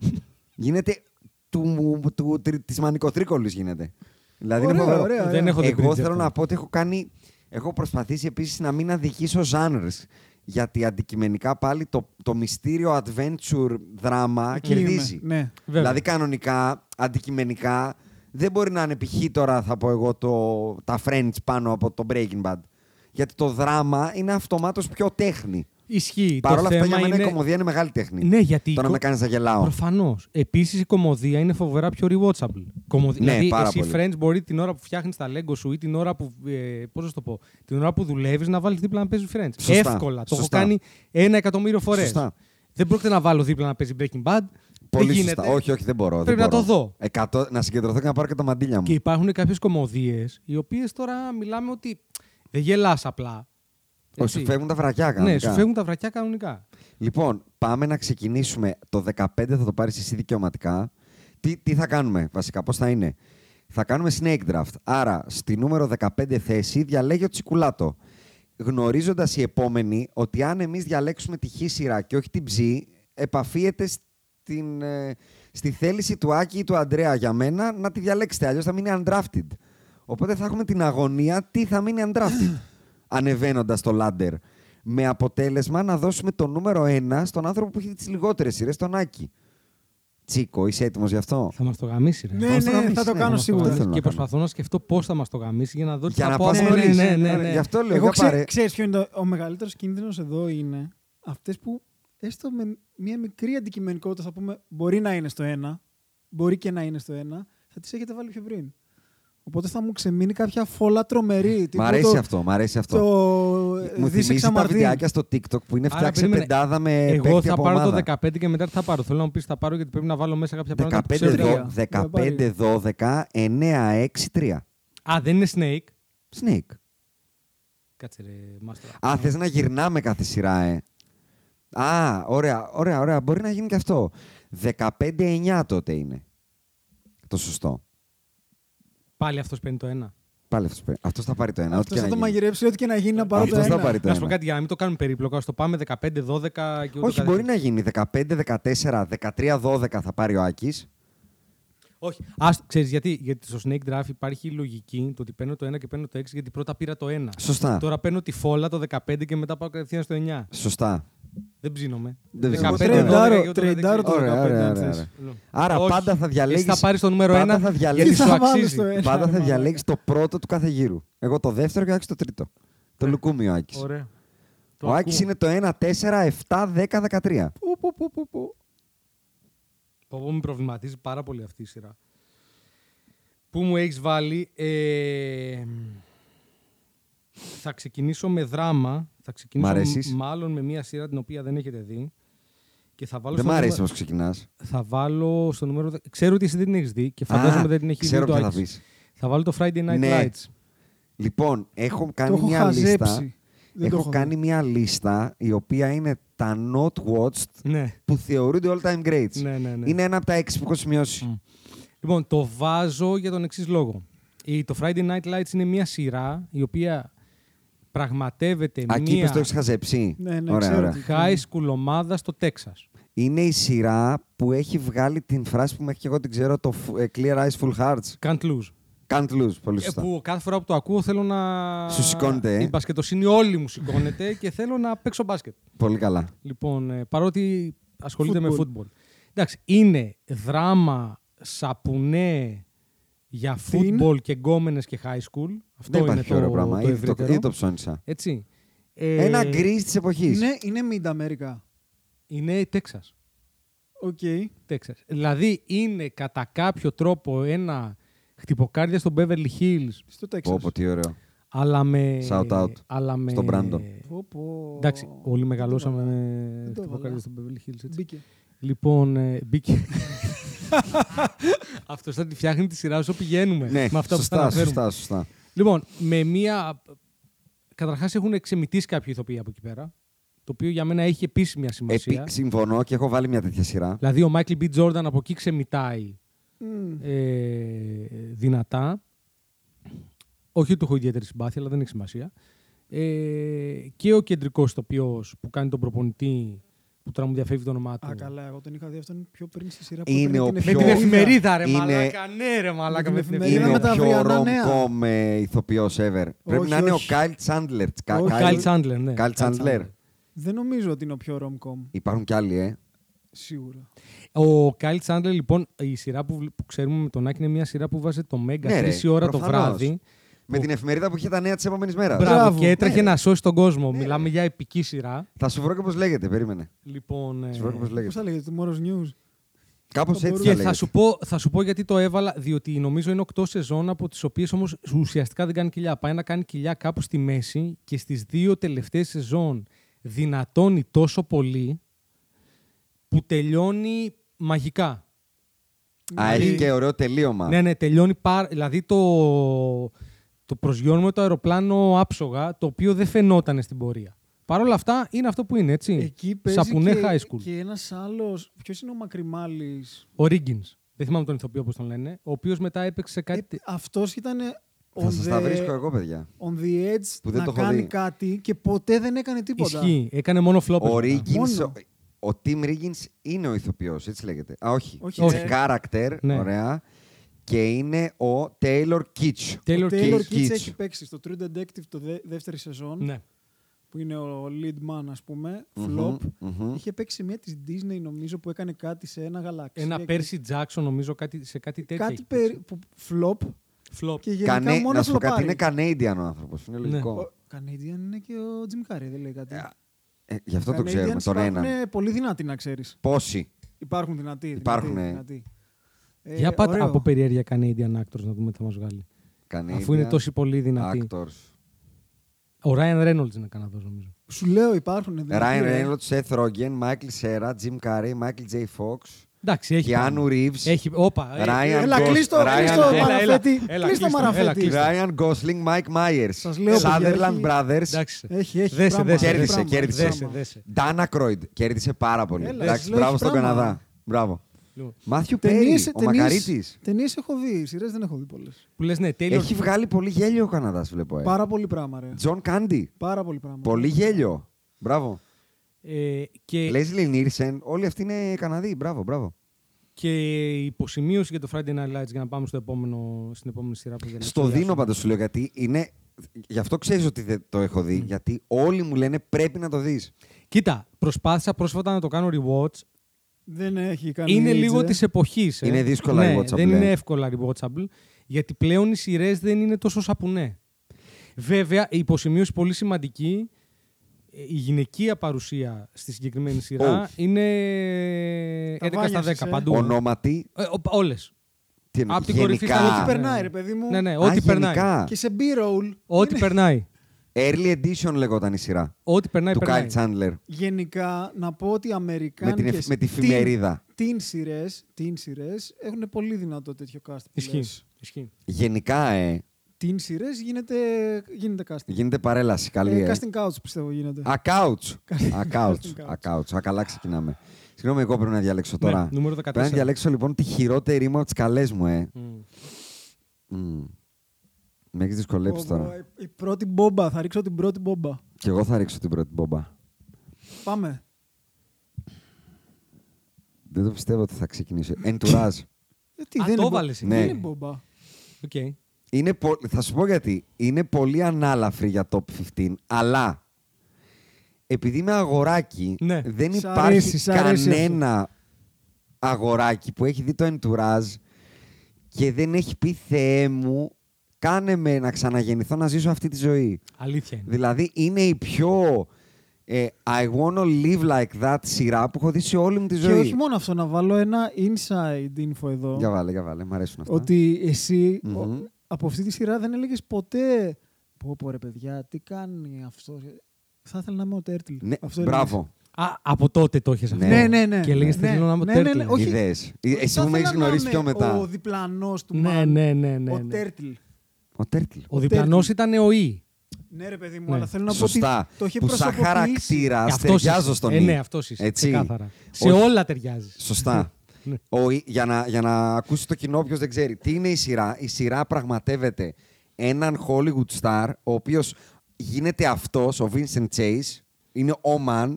Speaker 3: γίνεται. Του, του, τρι- της μανικοτρίκολης γίνεται. Δηλαδή είναι
Speaker 4: Ωραίο,
Speaker 3: φοβερό.
Speaker 4: ωραίο, ωραίο.
Speaker 5: Δεν έχω την
Speaker 3: Εγώ
Speaker 5: cringe
Speaker 3: θέλω
Speaker 5: αυτό.
Speaker 3: να πω ότι έχω κάνει. Έχω προσπαθήσει επίσης να μην αδικήσω genres. Γιατί αντικειμενικά πάλι το, το μυστήριο adventure δράμα κερδίζει.
Speaker 4: ναι.
Speaker 5: Βέβαια.
Speaker 3: Δηλαδή κανονικά, αντικειμενικά, δεν μπορεί να είναι π.χ. τώρα θα πω εγώ το, τα Friends πάνω από το Breaking Bad. Γιατί το δράμα είναι αυτομάτως πιο τέχνη.
Speaker 5: Ισχύει.
Speaker 3: Παρ'
Speaker 5: Το
Speaker 3: όλα αυτά
Speaker 5: θέμα
Speaker 3: για μένα η
Speaker 5: είναι...
Speaker 3: κομμωδία είναι μεγάλη τέχνη.
Speaker 5: Ναι, γιατί.
Speaker 3: Το να με κάνεις να γελάω.
Speaker 5: Προφανώς. Επίσης η κομμωδία είναι φοβερά πιο rewatchable. Κομμωδία.
Speaker 3: Ναι,
Speaker 5: δηλαδή,
Speaker 3: πάρα
Speaker 5: εσύ
Speaker 3: πολύ.
Speaker 5: friends μπορεί την ώρα που φτιάχνεις τα Lego σου ή την ώρα που. Ε, πώς να σου το πω. Την ώρα που δουλεύεις να βάλεις δίπλα να παίζει friends.
Speaker 3: Σωστά.
Speaker 5: Εύκολα. Το έχω
Speaker 3: Σωστά.
Speaker 5: κάνει ένα εκατομμύριο φορές.
Speaker 3: Σωστά.
Speaker 5: Δεν πρόκειται να βάλω δίπλα να παίζει Breaking Bad.
Speaker 3: Πολύ σωστά.
Speaker 5: δεν γίνεται.
Speaker 3: Όχι, όχι, δεν μπορώ. δεν
Speaker 5: Πρέπει να
Speaker 3: μπορώ.
Speaker 5: το δω.
Speaker 3: Εκατό- να συγκεντρωθώ και να πάρω και τα μαντίλια μου.
Speaker 5: Και υπάρχουν κάποιες κομμωδίες οι οποίες τώρα μιλάμε ότι δεν γελάς απλά.
Speaker 3: Όχι,
Speaker 5: Έτσι.
Speaker 3: σου φεύγουν τα βρακιά
Speaker 5: Ναι,
Speaker 3: κανονικά.
Speaker 5: σου φεύγουν τα βρακιά κανονικά.
Speaker 3: Λοιπόν, πάμε να ξεκινήσουμε. Το 15 θα το πάρεις εσύ δικαιωματικά. Τι, τι θα κάνουμε βασικά, πώς θα είναι. Θα κάνουμε snake draft. Άρα, στη νούμερο 15 θέση διαλέγει ο Τσικουλάτο. Γνωρίζοντας οι επόμενοι ότι αν εμείς διαλέξουμε τη χ σειρά και όχι την ψή, επαφίεται στην, ε, στη θέληση του Άκη ή του Αντρέα για μένα να τη διαλέξετε. Αλλιώς θα μείνει undrafted. Οπότε θα έχουμε την αγωνία τι θα μείνει undrafted. Ανεβαίνοντας το ladder. Με αποτέλεσμα να δώσουμε το νούμερο 1 στον άνθρωπο που έχει τις λιγότερες σειρές, τον Άκη. Τσίκο, είσαι έτοιμος γι' αυτό.
Speaker 5: Θα μας το γαμίσει, ρε.
Speaker 4: Ναι,
Speaker 5: Θα μας
Speaker 4: ναι,
Speaker 5: το γαμίσει,
Speaker 4: θα το
Speaker 5: ναι,
Speaker 4: κάνω
Speaker 5: μας
Speaker 4: σίγουρα.
Speaker 5: γαμίσει.
Speaker 3: Δεν θέλω να
Speaker 5: Και προσπαθώ να σκεφτώ πώς θα μας το γαμίσει για να δω τι
Speaker 3: Για
Speaker 5: θα
Speaker 3: να
Speaker 5: πω.
Speaker 3: πας
Speaker 5: Ναι,
Speaker 3: νωρίς.
Speaker 5: ναι, ναι, ναι.
Speaker 3: Γι' αυτό λέω,
Speaker 4: Εγώ
Speaker 3: για
Speaker 4: ξέ,
Speaker 3: πάρε.
Speaker 4: ξέρεις ποιο είναι το- ο μεγαλύτερος κίνδυνος εδώ είναι αυτές που έστω με μια μικρή αντικειμενικότητα θα πούμε μπορεί να είναι στο ένα, μπορεί και να είναι στο ένα, θα τις έχετε βάλει πιο πριν. Οπότε θα μου ξεμείνει κάποια φόλα τρομερή.
Speaker 3: Μ'
Speaker 4: τύπου
Speaker 3: αρέσει
Speaker 4: το-
Speaker 3: αυτό, μ' αρέσει αυτό.
Speaker 4: Το
Speaker 3: Μου
Speaker 4: δεις
Speaker 3: θυμίζει τα
Speaker 4: εξαμαρτύρι.
Speaker 3: βιντεάκια στο TikTok που είναι
Speaker 5: Άρα,
Speaker 3: φτιάξε
Speaker 5: περίμενε.
Speaker 3: πεντάδα με
Speaker 5: Εγώ
Speaker 3: παίκτη
Speaker 5: θα
Speaker 3: από
Speaker 5: πάρω
Speaker 3: ομάδα.
Speaker 5: το 15 και μετά τι θα πάρω. Θέλω να μου πεις θα πάρω γιατί πρέπει να βάλω μέσα κάποια πράγματα. που ξέρω.
Speaker 3: 15,
Speaker 4: Δεν
Speaker 3: δο-
Speaker 4: πάρει.
Speaker 3: 15, 12, 9, 6, 3.
Speaker 5: Α, δεν είναι Snake.
Speaker 3: Snake.
Speaker 5: Κάτσε ρε, μάστορα.
Speaker 3: Α, θες να γυρνάμε κάθε σειρά, ε. Α, ωραία, ωραία, ωραία. Μπορεί να γίνει και αυτό. 15-9 τότε είναι. Το σωστό.
Speaker 5: Πάλι αυτός παίρνει το ένα.
Speaker 3: Πάλι αυτός πρέπει. Αυτός θα πάρει το ένα.
Speaker 4: Αυτός
Speaker 3: ό,τι
Speaker 4: θα
Speaker 3: και
Speaker 4: το
Speaker 3: να γίνει.
Speaker 4: μαγειρέψει ό,τι και να γίνει να πάρω
Speaker 3: Αυτός
Speaker 4: το
Speaker 3: θα
Speaker 4: ένα.
Speaker 3: πάρει το
Speaker 5: Να σου πω
Speaker 3: ένα.
Speaker 5: κάτι για να μην το κάνουμε περίπλοκο. Ας το πάμε 15, 12 και ούτω
Speaker 3: ναι. Όχι, μπορεί να γίνει. 15-14, 13-12 θα πάρει ο Άκης.
Speaker 5: Όχι. Ας, ξέρεις γιατί. Γιατί στο Snake Draft υπάρχει η λογική το ότι παίρνω το 1 και παίρνω το 6 γιατί πρώτα πήρα το 1.
Speaker 3: Σωστά.
Speaker 5: Τώρα παίρνω τη φόλα το 15 και μετά πάω κατευθείαν στο 9.
Speaker 3: Σωστά.
Speaker 5: Δεν ψήνομαι.
Speaker 3: Δεν
Speaker 4: Εγώ
Speaker 5: 15,
Speaker 3: ψήνομαι.
Speaker 5: 12
Speaker 4: τρεντάρω-
Speaker 5: και ούτω
Speaker 4: τρεντάρω το
Speaker 5: καθεξής.
Speaker 3: Ωραία,
Speaker 4: 15
Speaker 3: ωραία,
Speaker 4: αν
Speaker 3: ωραία,
Speaker 4: θες.
Speaker 3: ωραία. Άρα
Speaker 5: Όχι.
Speaker 3: πάντα θα διαλέγει.
Speaker 5: Εσύ θα πάρεις το νούμερο ένα,
Speaker 3: θα
Speaker 5: γιατί
Speaker 3: διαλέγεις-
Speaker 5: σου
Speaker 4: θα βάλω
Speaker 5: αξίζει.
Speaker 4: στο ένα,
Speaker 3: Πάντα
Speaker 4: ρε
Speaker 3: θα
Speaker 4: μαλάκα.
Speaker 3: διαλέγεις το πρώτο του κάθε γύρου. Εγώ το δεύτερο και ο Άκης το τρίτο. Το λουκούμι ο Άκης.
Speaker 5: Ωραία.
Speaker 3: Ο Άκης είναι το 1, 4, 7, 10, 13.
Speaker 4: Πού, πού, πού, πού, πού.
Speaker 5: Που με προβληματίζει πάρα πολύ αυτή η σειρά. Πού μου έχεις βάλει. ε, θα ξεκινήσω με δράμα. Θα
Speaker 3: Μ'
Speaker 5: ξεκινήσω
Speaker 3: αρέσεις.
Speaker 5: μ- μάλλον με μια σειρά την οποία δεν έχετε δει. Και θα βάλω
Speaker 3: Δεν μ'
Speaker 5: στο
Speaker 3: αρέσει
Speaker 5: νούμερο-
Speaker 3: όμως ξεκινάς.
Speaker 5: Θα βάλω στο νούμερο. δε- Ξέρω ότι εσύ δεν την έχεις δει και φαντάζομαι δεν την έχεις δει.
Speaker 3: ξέρω
Speaker 5: το
Speaker 3: ποια θα
Speaker 5: Άκης.
Speaker 3: πεις.
Speaker 5: Θα βάλω το Friday Night
Speaker 3: Ναι.
Speaker 5: Lights.
Speaker 3: Λοιπόν, έχω
Speaker 4: Το
Speaker 3: κάνει
Speaker 4: έχω
Speaker 3: μια λίστα.
Speaker 4: χαζέψει. Δεν το
Speaker 3: Έχω
Speaker 4: δει.
Speaker 3: κάνει μια λίστα η οποία είναι τα not watched
Speaker 5: Ναι.
Speaker 3: που θεωρούνται all time greats.
Speaker 5: Ναι, ναι, ναι.
Speaker 3: Είναι ένα από τα έξι που έχω σημειώσει.
Speaker 5: Λοιπόν, το βάζω για τον εξής λόγο. Η, το Friday Night Lights είναι μια σειρά η οποία πραγματεύεται
Speaker 3: Ακεί
Speaker 5: μια
Speaker 3: είπες, το έχεις χαζέψει.
Speaker 4: Ναι, ναι,
Speaker 3: ωραία,
Speaker 4: ξέρω
Speaker 3: ωραία.
Speaker 4: τι.
Speaker 5: high school ομάδα στο Τέξας.
Speaker 3: Είναι η σειρά που έχει βγάλει την φράση που μέχρι και εγώ την ξέρω, το φ- ε, Clear Eyes Full Hearts.
Speaker 5: Can't lose.
Speaker 3: Can't lose, πολύ
Speaker 5: Ε,
Speaker 3: σωστά.
Speaker 5: που κάθε φορά που το ακούω θέλω να.
Speaker 3: Σου σηκώνεται, ε.
Speaker 5: Η μπασκετοσύνη όλη μου σηκώνεται και θέλω να παίξω μπάσκετ.
Speaker 3: Πολύ καλά.
Speaker 5: Λοιπόν, ε, παρότι ασχολείται με
Speaker 4: Football.
Speaker 5: φούτμπολ. Εντάξει, είναι δράμα σαπουνέ για φούτμπολ και γκόμενες και high school. Αυτό
Speaker 3: Δεν
Speaker 5: είναι
Speaker 3: υπάρχει ωραίο
Speaker 5: το,
Speaker 3: πράγμα.
Speaker 5: το
Speaker 3: Ήδη το,
Speaker 5: ευρύτερο.
Speaker 3: ήδη το ψώνισα.
Speaker 5: Έτσι. Ε, ναι,
Speaker 3: Ένα γκρι της εποχής.
Speaker 4: Είναι, Ναι, είναι mid Αμερικά.
Speaker 5: Είναι Τέξας.
Speaker 4: Οκ.
Speaker 5: Τέξας. Δηλαδή είναι κατά κάποιο τρόπο ένα χτυποκάρδια στο Beverly Hills,
Speaker 4: Στο Τέξας.
Speaker 3: Πω, πω, τι ωραίο.
Speaker 5: αλλά με...
Speaker 3: Shout out
Speaker 5: αλλά με...
Speaker 3: στον Brandon.
Speaker 4: Πω, πω.
Speaker 5: Εντάξει, όλοι μεγαλώσαμε με
Speaker 4: Δεν το
Speaker 5: χτυποκάρδια
Speaker 4: έβαλα.
Speaker 5: στο Beverly Hills, έτσι.
Speaker 4: Μπήκε.
Speaker 5: Λοιπόν, ε, μπήκε. Αυτός θα τη φτιάχνει τη σειρά όσο πηγαίνουμε.
Speaker 3: Ναι,
Speaker 5: Ε, με αυτά που θα
Speaker 3: σωστά,
Speaker 5: αναφέρουμε.
Speaker 3: σωστά, σωστά.
Speaker 5: Λοιπόν, με μία. Καταρχάς έχουν εξεμητήσει κάποιοι ηθοποιοί από εκεί πέρα. το οποίο για μένα έχει επίση μια σημασία.
Speaker 3: Επί- συμφωνώ και έχω βάλει μια τέτοια σειρά.
Speaker 5: Δηλαδή, ο Michael B. Jordan από εκεί ξεμητάει
Speaker 4: Μμμ.
Speaker 5: ε, δυνατά. Όχι ότι του έχω ιδιαίτερη συμπάθεια, αλλά δεν έχει σημασία. Ε, και ο κεντρικός τοπίο που κάνει τον προπονητή που τώρα μου διαφεύγει το όνομά του.
Speaker 4: Α, καλά, εγώ τον είχα δει αυτόν πιο πριν στη σειρά
Speaker 3: Είναι
Speaker 4: έπαιρνε
Speaker 3: ο
Speaker 4: την
Speaker 3: πιο-
Speaker 5: Ναι. Με την
Speaker 4: εφημερίδα.
Speaker 5: εφημερίδα, ρε
Speaker 3: Είναι-
Speaker 5: μαλάκα. Ναι, ρε μαλάκα.
Speaker 4: την
Speaker 5: Με την
Speaker 4: εφημερίδα.
Speaker 5: εφημερίδα.
Speaker 3: Είναι
Speaker 4: με
Speaker 3: ο
Speaker 4: τα
Speaker 3: πιο
Speaker 4: αυριανά νέα.
Speaker 3: ρομκόμ ε, ηθοποιός ever. Πρέπει να είναι ο
Speaker 4: όχι.
Speaker 3: Κάιλ Τσάντλερ.
Speaker 4: Όχι.
Speaker 5: Κάιλ Τσάντλερ, ναι.
Speaker 3: Κάιλ Τσάντλερ.
Speaker 4: Δεν νομίζω ότι είναι ο πιο rom-com,
Speaker 3: Υπάρχουν κι άλλοι, ε.
Speaker 4: σίγουρα.
Speaker 5: Ο Κάιλ Τσάντλερ, λοιπόν, η σειρά που, βλέ- που ξέρουμε με τον Άκη είναι μια σειρά που βάζει το Μέγκα
Speaker 3: Ναι, ρε,
Speaker 5: 3 ώρα το
Speaker 3: προφανώς.
Speaker 5: βράδυ.
Speaker 3: Με την εφημερίδα που είχε τα νέα της επόμενης μέρας.
Speaker 5: Μπράβο,
Speaker 4: Μπράβο,
Speaker 5: και έτρεχε
Speaker 3: ναι, ρε.
Speaker 5: να σώσει τον κόσμο. Μιλάμε για επική σειρά.
Speaker 3: Θα σου βρω και πώς λέγεται, περίμενε.
Speaker 5: Λοιπόν, ε,
Speaker 3: Θα σου βρω και πώς
Speaker 4: Πώς θα
Speaker 3: λέγεται.
Speaker 4: λέγεται, Tomorrow's News.
Speaker 3: Κάπως
Speaker 4: θα
Speaker 3: έτσι θα
Speaker 5: και
Speaker 3: λέγεται.
Speaker 5: θα σου, πω, θα σου πω γιατί το έβαλα, διότι νομίζω είναι 8 σεζόν, από τις οποίες όμως ουσιαστικά δεν κάνει κοιλιά. Πάει να κάνει κοιλιά κάπου στη μέση και στις δύο τελευταίες σεζόν δυνατώνει τόσο πολύ που τελειώνει μαγικά.
Speaker 3: Α,
Speaker 5: Δηλαδή-
Speaker 3: έχει και ωραίο τελείωμα.
Speaker 5: Ναι, ναι, τελειώνει πάρα. Δηλαδή το, το προσγειώνουμε το αεροπλάνο άψογα, το οποίο δεν φαινόταν στην πορεία. Παρ' όλα αυτά είναι αυτό που είναι, έτσι.
Speaker 4: Εκεί παίζει
Speaker 5: Σαπουνέ
Speaker 4: και,
Speaker 5: High School.
Speaker 4: και ένας άλλος, ποιος είναι ο Μακριμάλης.
Speaker 5: Ο Ρίγκινς. Δεν θυμάμαι τον ηθοποιό πώς τον λένε. Ο οποίος μετά έπαιξε κάτι.
Speaker 4: Ε, αυτός ήταν on,
Speaker 3: Θα σας
Speaker 5: Ε,
Speaker 3: τα
Speaker 4: the,
Speaker 3: βρίσκω εγώ, παιδιά.
Speaker 4: on the edge
Speaker 3: Που δεν
Speaker 4: να
Speaker 3: το έχω
Speaker 4: κάνει
Speaker 3: δει.
Speaker 4: κάτι και ποτέ δεν έκανε τίποτα.
Speaker 5: Ισχύει. Έκανε μόνο φλόπες.
Speaker 3: Ο
Speaker 5: μετά.
Speaker 3: Riggins,
Speaker 4: Μόνο.
Speaker 3: ο- ο Tim Riggins είναι ο ηθοποιός, έτσι λέγεται. Α, όχι.
Speaker 4: Όχι,
Speaker 3: It's
Speaker 5: ε.
Speaker 3: a character,
Speaker 5: Ναι.
Speaker 3: ωραία. Και είναι ο Taylor Kitsch.
Speaker 5: Taylor
Speaker 4: Ο
Speaker 5: Kitsch.
Speaker 4: Taylor Kitsch
Speaker 3: Kitsch.
Speaker 4: έχει παίξει στο True Detective το δε- δεύτερη σεζόν,
Speaker 5: Ναι.
Speaker 4: που είναι ο lead man, ας πούμε,
Speaker 3: Μμμ,
Speaker 4: flop.
Speaker 3: μμμ.
Speaker 4: Είχε παίξει σε μια της Disney, νομίζω, που έκανε κάτι σε ένα γαλαξία.
Speaker 5: Ένα
Speaker 4: και-
Speaker 5: Percy Jackson, νομίζω, κάτι, σε κάτι τέτοιο.
Speaker 4: Κάτι
Speaker 5: έχει παίξει.
Speaker 4: περί- που flop
Speaker 5: Φλόπ.
Speaker 4: και γενικά
Speaker 3: Κανέ...
Speaker 4: μόνο
Speaker 3: Να σου πω κάτι,
Speaker 4: φλοπάρει.
Speaker 3: είναι Canadian ο άνθρωπος. Είναι
Speaker 5: Ναι.
Speaker 3: λογικό.
Speaker 4: Ο Canadian είναι και ο Jim Carrey, δεν λέει κάτι.
Speaker 3: Ε, Ε, γι' αυτό το
Speaker 4: Canadians
Speaker 3: ξέρουμε, τον
Speaker 4: υπάρχουν,
Speaker 3: έναν.
Speaker 4: ε, πολύ δυνατοί, να ξέρεις.
Speaker 3: Πόσοι.
Speaker 4: Υπάρχουν δυνατοί. δυνατοί,
Speaker 3: Υπάρχουν, ε.
Speaker 4: δυνατοί. Ε,
Speaker 5: Για πάτε
Speaker 4: ωραίο.
Speaker 5: από περιέργεια Canadian actors να δούμε τι θα μας βγάλει.
Speaker 3: Canadian
Speaker 5: Αφού είναι τόσοι πολύ δυνατοί.
Speaker 3: Actors.
Speaker 5: Ο Ryan Reynolds είναι Καναδός, νομίζω.
Speaker 4: Σου λέω υπάρχουν. ε.
Speaker 3: Ryan Reynolds, Seth Rogen, Michael Cera, Jim Carrey, Michael J. Fox,
Speaker 5: Εντάξει, έχει.
Speaker 3: Keanu Reeves,
Speaker 5: Έχει. Όπα. ε,
Speaker 3: Ryan
Speaker 4: Έλα,
Speaker 3: Ghost,
Speaker 4: κλείστο,
Speaker 3: Ryan
Speaker 4: κλείστο,
Speaker 3: Ghost.
Speaker 5: Έλα, έλα,
Speaker 4: μαραφέτη. Κλείστο,
Speaker 5: έλα, κλείστο, έλα,
Speaker 4: μαραφέτη.
Speaker 5: κλείστο.
Speaker 3: Ryan Gosling, Mike Myers,
Speaker 4: Σας λέω, παιδιά,
Speaker 3: Sutherland
Speaker 4: έχει-
Speaker 3: Brothers,
Speaker 5: Εντάξει.
Speaker 4: Έχει, έχει.
Speaker 5: Δέσε,
Speaker 4: πράγμα,
Speaker 5: δέσε,
Speaker 4: έχει
Speaker 3: Κέρδισε,
Speaker 4: πράγμα,
Speaker 3: κέρδισε.
Speaker 4: έχει πράγμα.
Speaker 5: Δέσε,
Speaker 3: Dana Croyd. Κέρδισε πάρα πολύ.
Speaker 4: Έλα,
Speaker 3: Εντάξει,
Speaker 4: λέω,
Speaker 3: μπράβο
Speaker 4: έχει
Speaker 3: στον
Speaker 4: πράγμα.
Speaker 3: Καναδά. Μπράβο.
Speaker 5: Λοιπόν,
Speaker 3: Μάθιου Πέρι,
Speaker 4: Ταινίες-
Speaker 3: ο
Speaker 4: ταινίες-
Speaker 3: Μακαρίτης.
Speaker 4: ταινίες έχω δει, σειρές δεν έχω δει πολλές.
Speaker 5: Που λες ναι, Taylor
Speaker 3: Έχει βγάλει πολύ γέλιο ο Καναδάς, βλέπω. ε.
Speaker 4: λοιπόν. Πάρα πολύ πράγμα, ρε.
Speaker 3: John Candy.
Speaker 4: Πάρα πολύ πράγμα.
Speaker 3: Πολύ γέλιο. Μπράβο.
Speaker 5: Ε, και,
Speaker 3: Leslie Nielsen, όλοι αυτοί είναι Καναδοί. Μπράβο, μπράβο.
Speaker 5: και η υποσημείωση για το Friday Night Lights για να πάμε στο επόμενο, στην επόμενη σειρά που δεν
Speaker 3: Στο δίνω πάντως σου λέω γιατί είναι. Γι' αυτό ξέρεις ότι δεν το έχω δει. Γιατί όλοι μου λένε πρέπει να το δεις.
Speaker 5: Κοίτα, προσπάθησα πρόσφατα να το κάνω rewatch.
Speaker 4: Δεν έχει κάνει.
Speaker 5: Είναι
Speaker 4: έτσι,
Speaker 5: λίγο
Speaker 4: ε.
Speaker 5: της εποχής. Ε.
Speaker 3: Είναι δύσκολα
Speaker 5: ναι,
Speaker 3: rewatchable,
Speaker 5: Δεν
Speaker 3: ε.
Speaker 5: είναι εύκολα rewatchable. Γιατί πλέον οι σειρές δεν είναι τόσο σαπουνέ. Βέβαια, η υποσημείωση πολύ σημαντική. ε, Η γυναικεία παρουσία στη συγκεκριμένη σειρά
Speaker 3: Oh.
Speaker 5: είναι
Speaker 4: Τα
Speaker 5: 11 στα 10
Speaker 4: βάνιασες, ε.
Speaker 5: παντού.
Speaker 3: Ονόματι.
Speaker 5: Ε, ο- όλες.
Speaker 3: Τι εννοεί,
Speaker 5: Απ' την κορυφή στα
Speaker 3: γενικά.
Speaker 4: Ό,τι
Speaker 5: Α,
Speaker 4: περνάει,
Speaker 5: ναι.
Speaker 4: ρε παιδί μου.
Speaker 5: Ναι, ναι,
Speaker 3: Α,
Speaker 5: ό,τι περνάει.
Speaker 3: γενικά.
Speaker 4: Και σε B-roll.
Speaker 5: Ό,τι
Speaker 4: είναι-
Speaker 5: περνάει.
Speaker 3: Early edition λεγόταν η σειρά.
Speaker 5: Ό,τι περνάει,
Speaker 3: Του
Speaker 5: Ε, περνάει.
Speaker 3: Κάιλ Τσάντλερ.
Speaker 4: Γενικά, να πω ότι οι
Speaker 3: Με, την,
Speaker 4: Αμερικάνικες
Speaker 3: εφ- με τη φημερίδα.
Speaker 4: Την σειρές, teen σειρές έχουν πολύ δυνατό τέτοιο cast. που
Speaker 5: Ισχύει.
Speaker 4: λες.
Speaker 5: Ισχύει.
Speaker 3: Γενικά, ε,
Speaker 4: Teen σειρές γίνεται, γίνεται casting.
Speaker 3: γίνεται παρέλαση. Καλή.
Speaker 4: Ε,
Speaker 3: ε.
Speaker 4: casting couch πιστεύω γίνεται.
Speaker 3: Ακάουτς. Ακάουτς.
Speaker 4: Casting couch.
Speaker 3: Ακάουτς. Α, καλά ξεκινάμε. Συγγνώμη, εγώ πρέπει να διαλέξω τώρα.
Speaker 5: Ναι, νούμερο Mm. 14.
Speaker 3: Πρέπει να διαλέξω λοιπόν τη χειρότερη μου από τις καλές μου, ε.
Speaker 5: Μμ.
Speaker 3: Μμμ. Με έχεις δυσκολέψει
Speaker 4: Ω,
Speaker 3: τώρα.
Speaker 4: ε, Η πρώτη μπόμπα, θα ρίξω την πρώτη μπόμπα.
Speaker 3: Και εγώ θα ρίξω την πρώτη μπόμπα.
Speaker 4: Πάμε.
Speaker 3: Δεν το πιστεύω ότι θα ξεκινήσω. Εντουράζ.
Speaker 4: Ε, τι,
Speaker 5: Α,
Speaker 4: δεν
Speaker 5: το
Speaker 4: είναι
Speaker 5: έβαλες
Speaker 4: μπο-
Speaker 3: εκεί.
Speaker 4: Δεν
Speaker 3: Ναι.
Speaker 4: είναι μπόμπα.
Speaker 5: Οκ.
Speaker 3: Είναι πο- Θα σου πω γιατί. Είναι πολύ ανάλαφρη για top 15, αλλά επειδή είμαι αγοράκι,
Speaker 5: Ναι.
Speaker 3: δεν
Speaker 4: Σ'
Speaker 3: υπάρχει
Speaker 4: αρέσει, σ' αρέσει
Speaker 3: κανένα αγοράκι που έχει δει το Entourage και δεν έχει πει «Θεέ μου, κάνε με να ξαναγεννηθώ να ζήσω αυτή τη ζωή».
Speaker 5: Αλήθεια είναι.
Speaker 3: Δηλαδή είναι η πιο ε, «I wanna live like that» σειρά που έχω δει σε όλη μου τη ζωή.
Speaker 4: Και όχι μόνο αυτό, να βάλω ένα inside info εδώ.
Speaker 3: Για βάλε, για βάλε, μ' αρέσουν αυτά.
Speaker 4: Ότι εσύ
Speaker 3: Μμμ.
Speaker 4: ο- από αυτή τη σειρά δεν έλεγες ποτέ. Πω, πω ρε παιδιά, τι κάνει αυτό. Θα ήθελα να είμαι ο Τέρτλ.
Speaker 3: Ναι,
Speaker 4: αυτό έλεγες.
Speaker 3: μπράβο.
Speaker 5: Α, από τότε το έχεις αυτό.
Speaker 3: Ναι.
Speaker 4: Ναι, ναι, ναι.
Speaker 5: Και έλεγες
Speaker 4: ναι,
Speaker 5: θέλω να είμαι ο
Speaker 4: ναι, ναι,
Speaker 5: Turtle.
Speaker 4: ναι, όχι.
Speaker 3: Ιδέες. Ε, Εσύ
Speaker 4: Θα
Speaker 3: μου με έχεις
Speaker 4: ήθελα να
Speaker 3: γνωρίσει πιο
Speaker 4: είμαι
Speaker 3: μετά.
Speaker 4: Ο διπλανός του
Speaker 5: Ναι,
Speaker 4: man,
Speaker 5: ναι, ναι, ναι,
Speaker 4: Ο
Speaker 5: ναι.
Speaker 4: Τέρτλ.
Speaker 3: Ο Τέρτλ.
Speaker 5: Ο διπλανός ήταν ο Ι.
Speaker 4: Ναι, ρε παιδί μου,
Speaker 5: Ναι.
Speaker 4: αλλά θέλω να πω ότι
Speaker 3: Σωστά.
Speaker 4: το έχει
Speaker 3: που σαν
Speaker 4: προσωποποιήσει.
Speaker 3: χαρακτήρα
Speaker 5: Και αυτός
Speaker 3: ταιριάζω
Speaker 5: είσαι.
Speaker 3: στον
Speaker 5: ε,
Speaker 3: Ή.
Speaker 5: Ναι, αυτός είσαι.
Speaker 3: Έτσι.
Speaker 5: Ξεκάθαρα. Σε
Speaker 3: Όχι.
Speaker 5: όλα ταιριάζει.
Speaker 3: Σωστά.
Speaker 5: Ναι.
Speaker 3: Ο, Ή- για, να, για να ακούσει το κοινό, όποιος δεν ξέρει, τι είναι η σειρά. Η σειρά πραγματεύεται έναν Hollywood star, ο οποίος γίνεται αυτός, ο Vincent Chase, είναι ο man,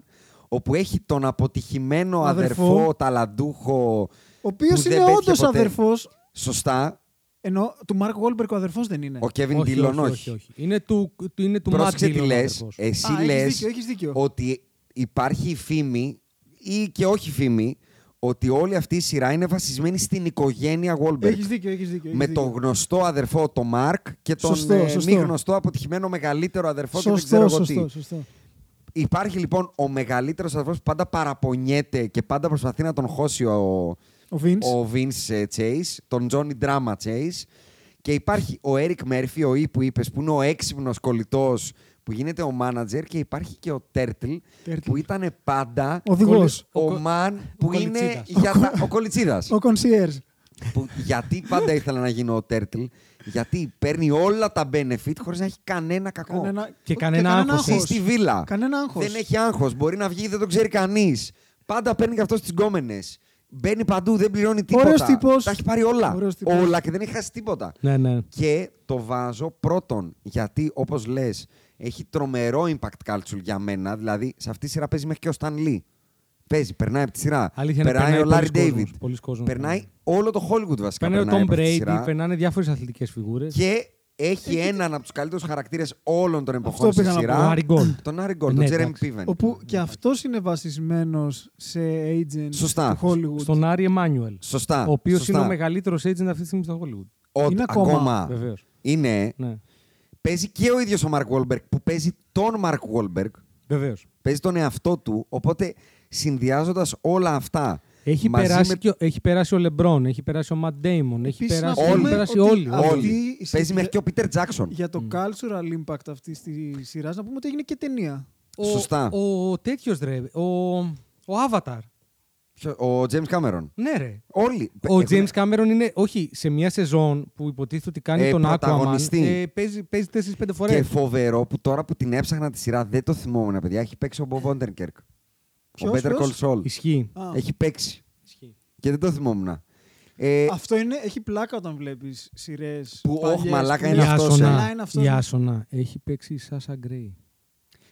Speaker 3: όπου έχει τον αποτυχημένο
Speaker 4: Αδερφό.
Speaker 3: αδερφό, ταλαντούχο.
Speaker 4: Ο οποίος
Speaker 3: που δεν
Speaker 4: είναι
Speaker 3: πέτυχε
Speaker 4: όντως
Speaker 3: ποτέ.
Speaker 4: αδερφός.
Speaker 3: Σωστά.
Speaker 4: Ενώ του Μαρκ Γόλμπερκ ο αδερφός δεν είναι.
Speaker 3: Ο Kevin
Speaker 5: Ναι. όχι,
Speaker 3: Dillon,
Speaker 5: όχι, όχι, όχι. Είναι του, του- είναι του Matt
Speaker 3: Πρόσεξε
Speaker 5: Dillon
Speaker 3: τι
Speaker 5: ο
Speaker 3: λες.
Speaker 5: αδερφός.
Speaker 3: Εσύ
Speaker 4: Α, έχεις
Speaker 3: λες
Speaker 4: δίκιο, έχεις δίκιο.
Speaker 3: ότι υπάρχει η φήμη ή και όχι φήμη ότι όλη αυτή η σειρά είναι βασισμένη στην οικογένεια Wahlberg.
Speaker 4: Έχεις δίκιο, έχεις δίκιο. έχεις
Speaker 3: με
Speaker 4: δίκιο.
Speaker 3: τον γνωστό αδερφό, τον Μάρκ, και τον
Speaker 4: Σωστό,
Speaker 3: ε,
Speaker 4: σωστό.
Speaker 3: μη γνωστό αποτυχημένο μεγαλύτερο αδερφό και δεν ξέρω
Speaker 4: Σωστό,
Speaker 3: εγώ
Speaker 4: σωστό,
Speaker 3: τι.
Speaker 4: σωστό.
Speaker 3: Υπάρχει λοιπόν ο μεγαλύτερος αδερφός που πάντα παραπονιέται και πάντα προσπαθεί να τον χώσει ο,
Speaker 4: Ο Βίντ.
Speaker 3: ο Vince ε, Chase, τον Johnny Drama Chase. Και υπάρχει ο Eric Murphy, ο Ή που είπες, που είναι ο έξυπνος κολλητός που γίνεται ο manager και υπάρχει και ο Turtle
Speaker 4: Turtle.
Speaker 3: που ήταν πάντα
Speaker 4: Οδηγός.
Speaker 3: ο,
Speaker 5: Ο κο-
Speaker 3: man που είναι
Speaker 5: κολιτσίδας.
Speaker 3: για τα, ο κολιτσίδας.
Speaker 4: Ο concierge.
Speaker 3: που, γιατί πάντα ήθελα να γίνω ο Turtle, γιατί παίρνει όλα τα benefit χωρίς να έχει κανένα κακό.
Speaker 4: Κανένα...
Speaker 5: Και κανένα άγχος.
Speaker 3: Ζει στη βίλα.
Speaker 4: Κανένα άγχος.
Speaker 3: Δεν έχει άγχος. Μπορεί να βγει, δεν το ξέρει κανείς. Πάντα παίρνει και αυτός τις γκόμενες. Μπαίνει παντού, δεν πληρώνει τίποτα.
Speaker 4: Ωραίος τύπος.
Speaker 3: Τα έχει πάρει όλα.
Speaker 4: Ωραίος τύπος.
Speaker 3: Όλα και δεν έχει χάσει τίποτα.
Speaker 5: Ναι, ναι.
Speaker 3: Και το βάζω πρώτον, γιατί όπως λες, έχει τρομερό impact culture για μένα. Δηλαδή, σε αυτή τη σειρά παίζει μέχρι και ο Stan Lee. Παίζει, περνάει από τη σειρά.
Speaker 5: Αλήθεια είναι,
Speaker 3: περνάει ο
Speaker 5: περνάει
Speaker 3: Larry
Speaker 5: πολλοί
Speaker 3: David.
Speaker 5: κόσμος, πολλοί κόσμος
Speaker 3: περνάει
Speaker 5: περνάει.
Speaker 3: όλο το Hollywood βασικά.
Speaker 5: Περνάει ο
Speaker 3: περνάει
Speaker 5: Tom
Speaker 3: από αυτή τη
Speaker 5: Brady,
Speaker 3: σειρά.
Speaker 5: περνάνε διάφορες αθλητικές φιγούρες.
Speaker 3: Και έχει έναν από τους καλύτερους χαρακτήρες όλων των εποχών στη
Speaker 4: Αυτό πήγα να
Speaker 3: σειρά.
Speaker 4: πω.
Speaker 5: Ο Harry Gold.
Speaker 3: Τον Άρη Γκόλ,
Speaker 5: Ναι,
Speaker 3: τον Τζέρεμι
Speaker 5: εντάξει.
Speaker 3: Πίβεν.
Speaker 4: Όπου και αυτός είναι βασισμένος σε agent
Speaker 3: Σωστά.
Speaker 4: του Hollywood.
Speaker 5: Στον Άρη Εμάνιουελ.
Speaker 3: Σωστά.
Speaker 5: Ο οποίος
Speaker 3: σωστά.
Speaker 5: είναι ο μεγαλύτερος agent αυτή τη στιγμή στο Hollywood.
Speaker 3: Ότι
Speaker 4: Είναι ακόμα,
Speaker 3: ακόμα.
Speaker 5: Βεβαίως.
Speaker 3: Είναι.
Speaker 5: Ναι.
Speaker 3: Παίζει και ο ίδιος ο Μαρκ Γουόλμπεργκ που παίζει τον Μαρκ Γουόλμπεργκ.
Speaker 5: Βεβαίως.
Speaker 3: Παίζει τον εαυτό του. Οπότε συνδυάζοντας όλα αυτά.
Speaker 5: Έχει,
Speaker 3: μαζί
Speaker 5: περάσει
Speaker 3: με-
Speaker 5: και ο- έχει περάσει ο Λεμπρόν, έχει περάσει ο Ματ Ντέιμον, έχει
Speaker 4: Επίσης, να
Speaker 5: περάσει,
Speaker 3: πούμε
Speaker 5: έχουν περάσει
Speaker 4: ότι
Speaker 5: όλοι.
Speaker 4: αυτή-
Speaker 3: Όλοι.
Speaker 4: η
Speaker 3: Παίζει
Speaker 4: συγκεκρι-
Speaker 3: μέχρι και ο Πίτερ Τζάξον.
Speaker 4: Για το cultural impact αυτή τη σειράς, να πούμε ότι έγινε και ταινία.
Speaker 5: Ο,
Speaker 3: Σωστά.
Speaker 5: Ο, ο τέτοιος ρε. Ο, ο Avatar.
Speaker 3: Ποιο- Ο Τζέιμ Κάμερον.
Speaker 5: Ναι, ρε.
Speaker 3: Όλοι.
Speaker 5: Ο
Speaker 3: Έχουν-
Speaker 5: James Cameron είναι, όχι, σε μια σεζόν που υποτίθεται ότι κάνει
Speaker 3: Ε,
Speaker 5: τον Aquaman,
Speaker 3: πρωταγωνιστή.
Speaker 5: ε, παίζει, παίζει 4-5 φορές.
Speaker 4: ε.
Speaker 3: Και φοβερό που τώρα που την έψαχνα τη σειρά δεν το θυμόμουν, παιδιά. Έχει παίξει ο Μπομπ Όντερκερκ. Ο
Speaker 4: Ποιος,
Speaker 3: Better Call
Speaker 4: ποιος?
Speaker 3: Saul.
Speaker 5: Ισχύει.
Speaker 4: Α,
Speaker 3: Έχει παίξει.
Speaker 5: Ισχύει.
Speaker 3: Και δεν το θυμόμουν. Ε,
Speaker 4: Αυτό είναι, έχει πλάκα όταν βλέπεις σειρές.
Speaker 3: Που, όχ, μαλάκα, είναι
Speaker 5: Η
Speaker 3: αυτός,
Speaker 5: Άσονα-
Speaker 3: ε.
Speaker 4: Α, είναι αυτός.
Speaker 5: Η Άσονα έχει παίξει η Σάσα Γκρέι.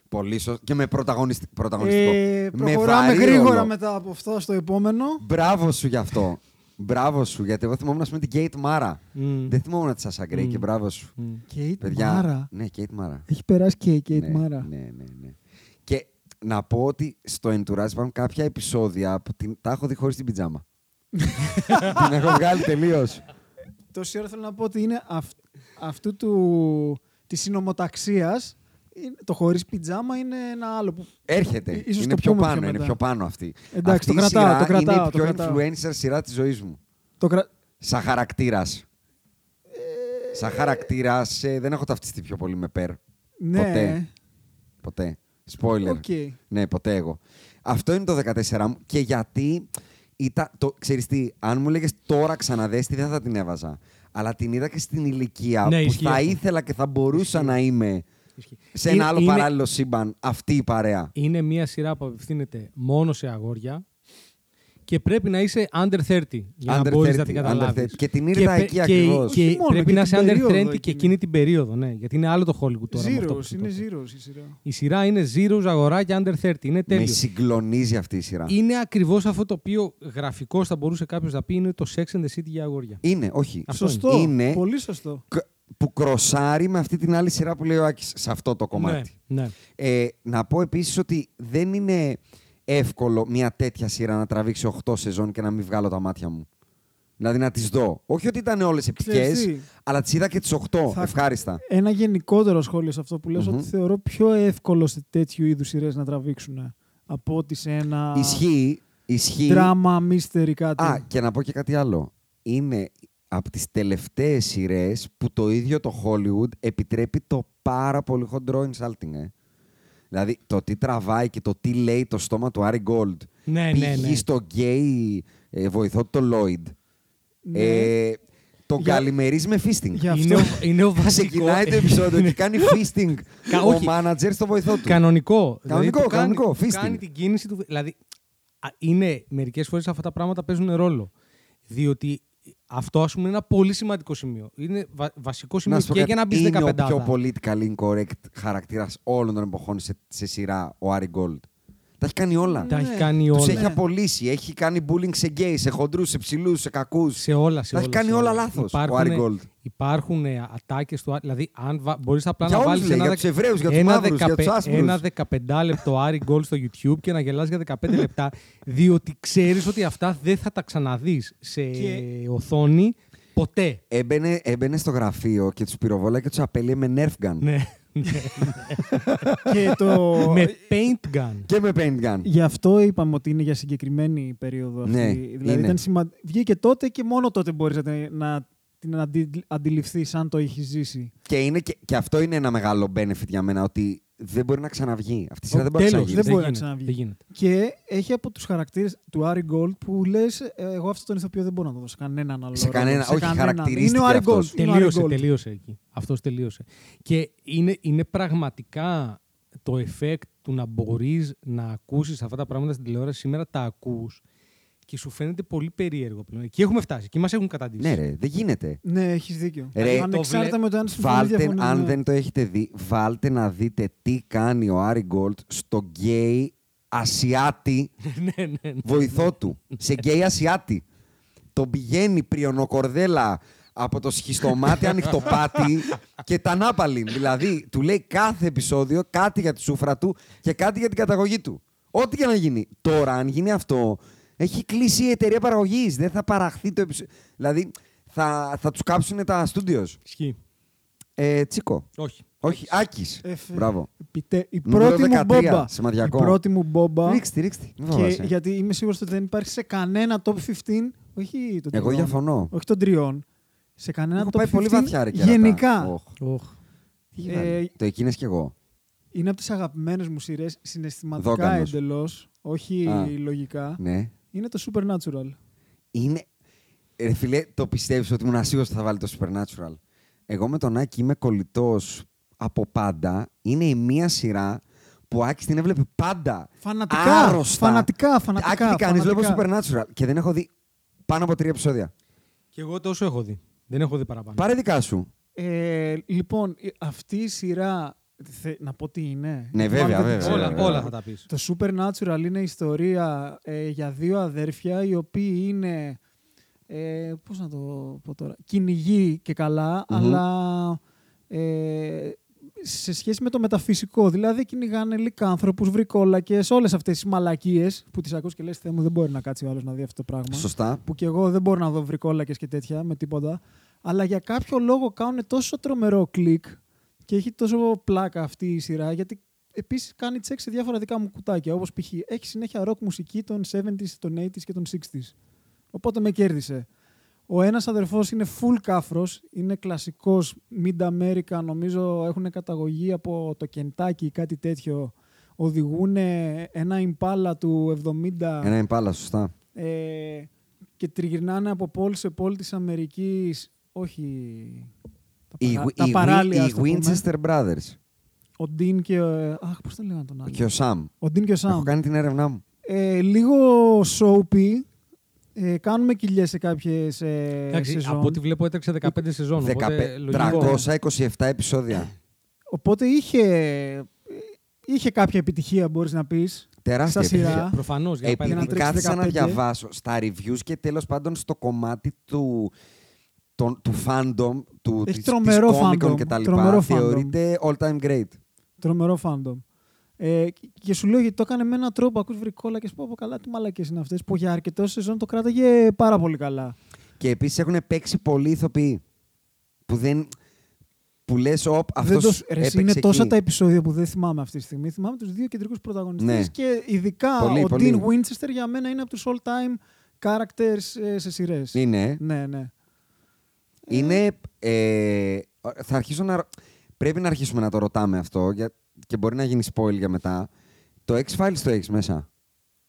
Speaker 3: Πολύ σωστό. Και με πρωταγωνιστη... πρωταγωνιστικό.
Speaker 4: Ε,
Speaker 3: Με
Speaker 4: προχωράμε
Speaker 3: βαρύ
Speaker 4: γρήγορα
Speaker 3: ρόλο.
Speaker 4: μετά από αυτό στο επόμενο.
Speaker 3: Μπράβο σου γι' αυτό. μπράβο σου, γιατί εγώ θυμόμουν, ας πούμε, την Κέιτ Μάρα.
Speaker 5: Μμμ.
Speaker 3: Δεν θυμόμουν τη Σάσα Γκρέι
Speaker 5: Μμμ.
Speaker 3: και μπράβο σου.
Speaker 5: Μμ.
Speaker 4: Κέιτ
Speaker 3: Παιδιά.
Speaker 4: Μάρα.
Speaker 3: Ναι, Κέιτ Μάρα.
Speaker 4: Έχει περάσει και η Κέιτ
Speaker 3: ναι,
Speaker 4: Μάρα.
Speaker 3: Ναι, ναι, ναι. Και να πω ότι στο Entourage υπάρχουν κάποια επεισόδια που την... τα έχω δει χωρίς την πιτζάμα. την έχω βγάλει τελείως.
Speaker 4: Τόση ώρα θέλω να πω ότι είναι αυ- αυτού του, της συνομοταξίας είναι- το χωρίς πιτζάμα είναι ένα άλλο που
Speaker 3: Έρχεται.
Speaker 4: Ί- Ε, ίσως
Speaker 3: είναι
Speaker 4: το
Speaker 3: πιο
Speaker 4: πούμε
Speaker 3: πάνω,
Speaker 4: πιο
Speaker 3: είναι
Speaker 4: μετά.
Speaker 3: πιο πάνω αυτή.
Speaker 4: Εντάξει,
Speaker 3: αυτή
Speaker 4: το
Speaker 3: η
Speaker 4: κρατάω,
Speaker 3: σειρά
Speaker 4: το κρατάω,
Speaker 3: Είναι η
Speaker 4: το
Speaker 3: πιο
Speaker 4: κρατάω.
Speaker 3: influencer σειρά της ζωής μου.
Speaker 4: το κρα...
Speaker 3: Σαν χαρακτήρας.
Speaker 4: Ε,
Speaker 3: Σαν χαρακτήρα, δεν έχω ταυτιστεί πιο πολύ με περ.
Speaker 4: Ναι,
Speaker 3: Ποτέ. Ποτέ. Spoiler.
Speaker 4: οκ.
Speaker 3: Ναι, ποτέ εγώ. Αυτό είναι το 14 μου και γιατί. Ήταν, το, ξέρεις τι, αν μου λέγες τώρα ξαναδες τι δεν θα την έβαζα. Αλλά την είδα και στην ηλικία
Speaker 5: Ναι,
Speaker 3: που
Speaker 5: ισχύει
Speaker 3: θα
Speaker 5: αυτό.
Speaker 3: ήθελα και θα μπορούσα να είμαι
Speaker 5: Ισχύει.
Speaker 3: σε ένα
Speaker 5: Είναι-
Speaker 3: άλλο
Speaker 5: είναι-
Speaker 3: παράλληλο σύμπαν αυτή η παρέα.
Speaker 5: Είναι μια σειρά που απευθύνεται μόνο σε αγόρια και πρέπει να είσαι under 30 για
Speaker 3: Under
Speaker 5: να μπορείς
Speaker 3: 30,
Speaker 5: να
Speaker 3: under
Speaker 5: την καταλάβεις.
Speaker 3: 30. Και την είδα
Speaker 5: πε-
Speaker 3: εκεί ακριβώς.
Speaker 5: Και,
Speaker 4: Όχι μόνο,
Speaker 5: πρέπει
Speaker 4: και την
Speaker 5: να είσαι under 30
Speaker 4: περίοδο
Speaker 5: και
Speaker 4: εκείνη.
Speaker 5: εκείνη την περίοδο, ναι. Γιατί είναι άλλο το Hollywood τώρα. με αυτό που
Speaker 4: Zeros,
Speaker 5: έχει
Speaker 4: είναι
Speaker 5: τότε.
Speaker 4: zeros η σειρά.
Speaker 5: Η σειρά είναι Zeros, αγοράκια, under 30. Είναι
Speaker 3: Με
Speaker 5: τέλειος.
Speaker 3: συγκλονίζει αυτή η σειρά.
Speaker 5: Είναι ακριβώς αυτό το οποίο γραφικώ θα μπορούσε κάποιος να πει είναι το Sex and the City για αγόρια.
Speaker 3: Είναι, όχι.
Speaker 5: Αυτό
Speaker 4: Σωστό,
Speaker 3: Είναι
Speaker 4: πολύ σωστό.
Speaker 3: κ- που κροσάρει με αυτή την άλλη σειρά που λέει ο Άκης σε αυτό το κομμάτι.
Speaker 5: Ναι, ναι.
Speaker 3: Ε, να πω επίσης ότι δεν είναι εύκολο μια τέτοια σειρά να τραβήξει 8 σεζόν και να μην βγάλω τα μάτια μου. Δηλαδή να τις δω. Όχι ότι ήταν όλες
Speaker 4: Ξέρεις
Speaker 3: επιτικές,
Speaker 4: τι?
Speaker 3: αλλά τις είδα και τις 8.
Speaker 4: Θα-
Speaker 3: Ευχάριστα.
Speaker 4: Ένα γενικότερο σχόλιο σε αυτό που λες
Speaker 3: Μμμ.
Speaker 4: ότι θεωρώ πιο εύκολο σε τέτοιου είδους σειρές να τραβήξουν από ότι σε ένα
Speaker 3: Ισχύει, ισχύει.
Speaker 4: δράμα, mystery κάτι.
Speaker 3: Α, και να πω και κάτι άλλο. Είναι από τις τελευταίες σειρές που το ίδιο το Hollywood επιτρέπει το πάρα πολύ χοντρό insulting. Ε. Δηλαδή το τι τραβάει και το τι λέει το στόμα του Άρη Γκόλντ.
Speaker 5: Ναι, ναι,
Speaker 3: Πηγή
Speaker 5: ναι.
Speaker 3: στο γκέι ε, βοηθό του το Λόιντ.
Speaker 4: Ναι.
Speaker 3: Ε, Τον
Speaker 4: Για-
Speaker 3: καλημερίζει με φίστινγκ.
Speaker 4: Για
Speaker 5: Είναι, ο,
Speaker 4: αυτό.
Speaker 5: είναι ο βασικό.
Speaker 3: Ξεκινάει το επεισόδιο και κάνει φίστινγκ
Speaker 5: Κα-
Speaker 3: ο
Speaker 5: όχι.
Speaker 3: manager στο βοηθό του.
Speaker 5: Κανονικό.
Speaker 3: Κανονικό,
Speaker 5: το
Speaker 3: κανονικό,
Speaker 5: Κάνει,
Speaker 3: fisting.
Speaker 5: κάνει την κίνηση του. Δηλαδή, α, είναι μερικές φορές αυτά τα πράγματα παίζουν ρόλο. Διότι αυτό, ας πούμε, είναι ένα πολύ σημαντικό σημείο. Είναι βα- βασικό σημείο
Speaker 3: σου πω
Speaker 5: και
Speaker 3: κάτι,
Speaker 5: για να μπεις 15.
Speaker 3: Είναι ο πιο political incorrect χαρακτήρας όλων των εποχών σε, σε σειρά ο Άρη Γκολτ. Τα έχει κάνει όλα.
Speaker 5: Τα έχει
Speaker 4: Ναι.
Speaker 5: κάνει
Speaker 3: Τους
Speaker 5: όλα.
Speaker 3: έχει απολύσει. Έχει κάνει bullying σε γκέι, σε χοντρούς, σε ψηλούς, σε κακούς.
Speaker 5: Σε όλα, σε
Speaker 3: Τα έχει
Speaker 5: όλα,
Speaker 3: κάνει
Speaker 5: σε
Speaker 3: όλα λάθος, ο
Speaker 5: Υπάρχουνε-
Speaker 3: Άρη Γκολτ.
Speaker 5: Υπάρχουν ε, ατάκες του Άρη. Δηλαδή, αν βα... μπορείς απλά
Speaker 3: Για
Speaker 5: να
Speaker 3: όλους,
Speaker 5: βάλεις
Speaker 3: λέει,
Speaker 5: ένα,
Speaker 3: για
Speaker 5: δεκα-
Speaker 3: τους Εβραίους, για τους
Speaker 5: ένα,
Speaker 3: μαύρους, για τους άσπρους.
Speaker 5: ένα 15 λεπτό Άρη Γκολτ στο YouTube και να γελάς για 15 λεπτά, διότι ξέρεις ότι αυτά δεν θα τα ξαναδείς σε
Speaker 4: Και-
Speaker 5: οθόνη ποτέ.
Speaker 3: Έμπαινε, έμπαινε στο γραφείο και τους πυροβόλα και τους απέλυε με Nerf Gun.
Speaker 5: Ναι.
Speaker 4: και το...
Speaker 5: με paint gun.
Speaker 3: Και με Paint Gun.
Speaker 4: Γι' αυτό είπαμε ότι είναι για συγκεκριμένη περίοδο αυτή.
Speaker 3: Ναι,
Speaker 4: δηλαδή
Speaker 3: είναι.
Speaker 4: ήταν σημα... βγήκε τότε και μόνο τότε μπορείς να, την- να την αντι... αντιληφθεί αν το έχει ζήσει.
Speaker 3: Και, είναι και, και αυτό είναι ένα μεγάλο benefit για μένα, ότι δεν μπορεί να ξαναβγεί. Αυτή η σειρά δεν μπορεί
Speaker 5: Τέλος,
Speaker 3: να ξαναβγεί.
Speaker 4: δεν μπορεί να
Speaker 5: γίνεται,
Speaker 4: ξαναβγεί.
Speaker 5: Δεν γίνεται.
Speaker 4: Και έχει από τους χαρακτήρες του Άρη Γκολτ που λες «Ε, εγώ αυτόν τον ηθοποιό δεν μπορώ να το δώσω κανέναν άλλο.
Speaker 3: Σε
Speaker 4: ρόλο,
Speaker 3: κανένα- όχι, χαρακτηρίστηκε
Speaker 4: Είναι ο Άρη
Speaker 3: αυτός.
Speaker 4: Γκολτ. είναι ο Άρη
Speaker 5: Τελείωσε,
Speaker 4: Γκολτ.
Speaker 5: τελείωσε εκεί. Αυτός τελείωσε. Και είναι, είναι πραγματικά το effect του να μπορείς να ακούσεις αυτά τα πράγματα στην τηλεόραση. Σήμερα τα ακούς και σου φαίνεται πολύ περίεργο πλέον. Εκεί έχουμε φτάσει. Εκεί μας έχουν καταντήσει.
Speaker 3: Ναι, ρε, δεν γίνεται.
Speaker 4: Ναι, έχεις δίκιο.
Speaker 3: Ε, Ρε, το
Speaker 4: Ανεξάρτητα
Speaker 5: βλέ-
Speaker 4: με το αν συμφωνείς
Speaker 3: Βάλτε,
Speaker 4: διαφωνείς,
Speaker 3: αν
Speaker 4: ναι.
Speaker 3: δεν το έχετε δει, βάλτε να δείτε τι κάνει ο Άρη Γκολτ στο γκέι Ασιάτη
Speaker 5: ναι, ναι, ναι.
Speaker 3: βοηθό του. Σε γκέι Ασιάτη. Τον πηγαίνει πριονοκορδέλα από το σχιστομάτι ανοιχτοπάτι και τα νάπαλιν. Δηλαδή, του λέει κάθε επεισόδιο κάτι για τη σούφρα του και κάτι για την καταγωγή του. Ό,τι και να γίνει. Τώρα, αν γίνει αυτό, έχει κλείσει η εταιρεία παραγωγής. Δεν θα παραχθεί το επεισόδιο. Δηλαδή, θα, θα τους κάψουν τα στούντιος.
Speaker 5: Ισχύει.
Speaker 3: Ε, τσίκο.
Speaker 5: Όχι.
Speaker 3: Όχι, Άκης.
Speaker 4: Ε, φε-
Speaker 3: Μπράβο.
Speaker 4: Επιτε- Η
Speaker 3: Νούμερο
Speaker 4: πρώτη μου
Speaker 3: 13,
Speaker 4: μπόμπα. Η
Speaker 3: σημαδιακό.
Speaker 4: πρώτη μου μπόμπα.
Speaker 3: Ρίξτε, ρίξτε. Μην ε.
Speaker 4: Και,
Speaker 3: φοβάσαι.
Speaker 4: γιατί είμαι σίγουρος ότι δεν υπάρχει σε κανένα top 15. Όχι των
Speaker 3: Εγώ
Speaker 4: τριών.
Speaker 3: διαφωνώ.
Speaker 4: Όχι των τριών. Σε κανένα
Speaker 3: Έχω
Speaker 4: top 15.
Speaker 3: πάει πολύ βαθιά, ρε κερατά.
Speaker 4: γενικά. Ε,
Speaker 3: Οχ.
Speaker 5: Οχ.
Speaker 3: Τι γυρνάει. Το εκείνες κι εγώ.
Speaker 4: Είναι από τις αγαπημένες μου σειρές συναισθηματικά
Speaker 3: Δόκανος.
Speaker 4: εντελώς. Όχι
Speaker 3: Α.
Speaker 4: λογικά.
Speaker 3: Ναι.
Speaker 4: Είναι το Supernatural.
Speaker 3: Είναι... Ρε φίλε, το πιστεύεις ότι ήμουν σίγουρος ότι θα βάλει το Supernatural. Εγώ με τον Άκη είμαι κολλητός από πάντα. Είναι η μία σειρά που ο Άκης την έβλεπε πάντα.
Speaker 4: Φανατικά.
Speaker 3: Άρρωστα.
Speaker 4: Φανατικά, φανατικά.
Speaker 3: Άκη τι κάνεις, βλέπω
Speaker 4: φανατικά.
Speaker 3: Supernatural. Και δεν έχω δει πάνω από τρία επεισόδια.
Speaker 5: Και εγώ τόσο έχω δει. Δεν έχω δει παραπάνω.
Speaker 3: Πάρε δικά σου.
Speaker 4: Ε, λοιπόν, ε, αυτή η σειρά. θε- να πω τι είναι.
Speaker 3: Ναι,
Speaker 4: Μάλλον
Speaker 3: βέβαια,
Speaker 4: δεν
Speaker 3: βέβαια.
Speaker 4: ξέρω.
Speaker 5: Όλα,
Speaker 3: Ωραία,
Speaker 5: όλα
Speaker 3: ωραία.
Speaker 5: θα τα πεις.
Speaker 4: Το Supernatural είναι ιστορία ε, για δύο αδέρφια οι οποίοι είναι. Ε, πώς να το πω τώρα. Κυνηγοί και καλά,
Speaker 3: Μμμ.
Speaker 4: αλλά ε, σε σχέση με το μεταφυσικό. Δηλαδή κυνηγάνε λικάνθρωπους, βρικόλακες, όλες αυτές τις μαλακίες που τις ακούς και λες «Θεέ μου δεν μπορεί να κάτσει ο άλλος να δει αυτό το πράγμα»
Speaker 3: Σωστά.
Speaker 4: που κι εγώ δεν μπορώ να δω βρικόλακες και τέτοια με τίποτα. Αλλά για κάποιο λόγο κάνουν τόσο τρομερό κλικ και έχει τόσο πλάκα αυτή η σειρά, γιατί επίσης κάνει τσεκ σε διάφορα δικά μου κουτάκια. Όπως π.χ. έχει συνέχεια ροκ μουσική των 70s, των 80s και των 60s. Οπότε με κέρδισε. Ο ένας αδερφός είναι full κάφρος, είναι κλασικός mid America, νομίζω έχουν καταγωγή από το Κεντάκι ή κάτι τέτοιο. Οδηγούν ένα Impala του 70
Speaker 3: Ένα Impala, σωστά.
Speaker 4: ε, και τριγυρνάνε από πόλη σε πόλη της Αμερικής, όχι τα,
Speaker 3: Οι,
Speaker 4: παρα-
Speaker 3: οι-
Speaker 4: τα
Speaker 3: οι-
Speaker 4: παράλια,
Speaker 3: οι
Speaker 4: ας το πούμε.
Speaker 3: Winchester Brothers
Speaker 4: Ο Ντίν και ο... ε, Αχ, πώς το λέγανε τον άλλο.
Speaker 3: και ο Sam.
Speaker 4: Ο Ντίν και ο ναι. Σαμ.
Speaker 3: Έχω κάνει την έρευνά μου.
Speaker 4: Ε, λίγο soapy. Ε, κάνουμε κοιλιές σε κάποιες ε,
Speaker 5: Εντάξει,
Speaker 4: σεζόν.
Speaker 5: από ό,τι βλέπω έτρεξε 15 σεζόν. Οπότε,
Speaker 3: 15
Speaker 5: λογικό.
Speaker 3: 327 επεισόδια.
Speaker 4: Οπότε είχε, είχε κάποια επιτυχία, μπορείς να πεις.
Speaker 3: Τεράστια
Speaker 4: Σαν σειρά.
Speaker 3: επιτυχία.
Speaker 5: Προφανώς.
Speaker 3: Επειδή
Speaker 4: τρέξεις
Speaker 3: κάθισα να
Speaker 4: 15.
Speaker 3: διαβάσω στα reviews και τέλος πάντων στο κομμάτι του, των- του fandom, του,
Speaker 4: Έχει
Speaker 3: της,
Speaker 4: τρομερό
Speaker 3: της Comic Con
Speaker 4: fandom,
Speaker 3: και τα
Speaker 4: τρομερό
Speaker 3: λοιπά,
Speaker 4: fandom.
Speaker 3: θεωρείται all time great.
Speaker 4: Τρομερό φάντομ. Ε, και σου λέω γιατί το έκανε με έναν τρόπο. Ακούς βρικόλακες και πω πω καλά, τι μαλακές είναι αυτές. Που για αρκετό σεζόν το κράταγε πάρα πολύ καλά.
Speaker 3: Και επίσης έχουν παίξει πολλοί ηθοποιοί που δεν... που λες, όπ,
Speaker 4: Δεν
Speaker 3: αυτός
Speaker 4: το σ- ρε,
Speaker 3: έπαιξε
Speaker 4: είναι τόσα
Speaker 3: εκεί.
Speaker 4: τα επεισόδια που δεν θυμάμαι αυτή τη στιγμή. Θυμάμαι τους δύο κεντρικούς πρωταγωνιστές
Speaker 3: Ναι.
Speaker 4: και ειδικά
Speaker 3: Πολύ,
Speaker 4: ο
Speaker 3: πολύ.
Speaker 4: Dean Winchester για μένα είναι από τους all time characters ε, σε σειρές.
Speaker 3: Είναι.
Speaker 4: Ναι, ναι.
Speaker 3: Είναι. Ε, θα αρχίσω να. Πρέπει να αρχίσουμε να το ρωτάμε αυτό για, και μπορεί να γίνει spoil για μετά. Το X-Files το έχεις μέσα.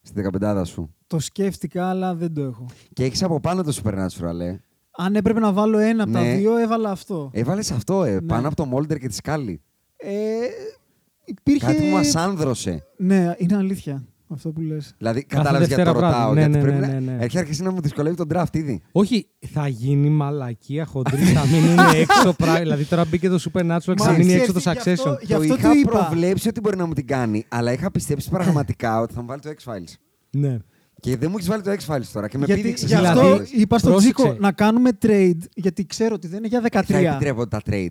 Speaker 3: Στην 15 σου.
Speaker 4: Το σκέφτηκα, αλλά δεν το έχω.
Speaker 3: Και έχεις από πάνω το Supernatural, ε.
Speaker 4: Αν έπρεπε να βάλω ένα από
Speaker 3: Ναι.
Speaker 4: τα δύο, έβαλα αυτό.
Speaker 3: Έβαλες αυτό, ε,
Speaker 4: Ναι.
Speaker 3: πάνω από το Μόλτερ και τη Σκάλι.
Speaker 4: Ε, υπήρχε.
Speaker 3: Κάτι που μας άνδρωσε.
Speaker 4: Ναι, είναι αλήθεια αυτό που λες.
Speaker 3: Δηλαδή,
Speaker 5: Κάθε
Speaker 3: κατάλαβες γιατί το
Speaker 5: Δευτέρα βράδυ.
Speaker 3: ρωτάω.
Speaker 5: Ναι,
Speaker 3: γιατί
Speaker 5: ναι,
Speaker 3: πρέπει
Speaker 5: ναι,
Speaker 3: να-
Speaker 5: ναι, ναι.
Speaker 3: Έχει αρχίσει να μου δυσκολεύει τον draft ήδη.
Speaker 5: Όχι, θα γίνει μαλακία χοντρή, θα μείνουν έξω. Πρά... δηλαδή τώρα μπήκε το Supernatural και
Speaker 4: Μα,
Speaker 5: θα μείνει
Speaker 4: ξέρεις
Speaker 5: έξω το
Speaker 4: τι, γι' αυτό-
Speaker 5: Succession.
Speaker 4: γι'
Speaker 3: το
Speaker 4: αυτό
Speaker 3: είχα
Speaker 4: του είπα.
Speaker 3: προβλέψει ότι μπορεί να μου την κάνει, αλλά είχα πιστέψει πραγματικά ότι θα μου βάλει το X-Files.
Speaker 5: Ναι.
Speaker 3: Και δεν μου έχεις βάλει το X-Files τώρα και με
Speaker 4: γιατί
Speaker 3: πήδηξες.
Speaker 4: γι' αυτό
Speaker 5: Δηλαδή,
Speaker 4: είπα στον
Speaker 5: πρόσεξε.
Speaker 4: Τζίκο να κάνουμε trade, γιατί ξέρω ότι δεν είναι για 13.
Speaker 3: Θα επιτρέπω τα trade.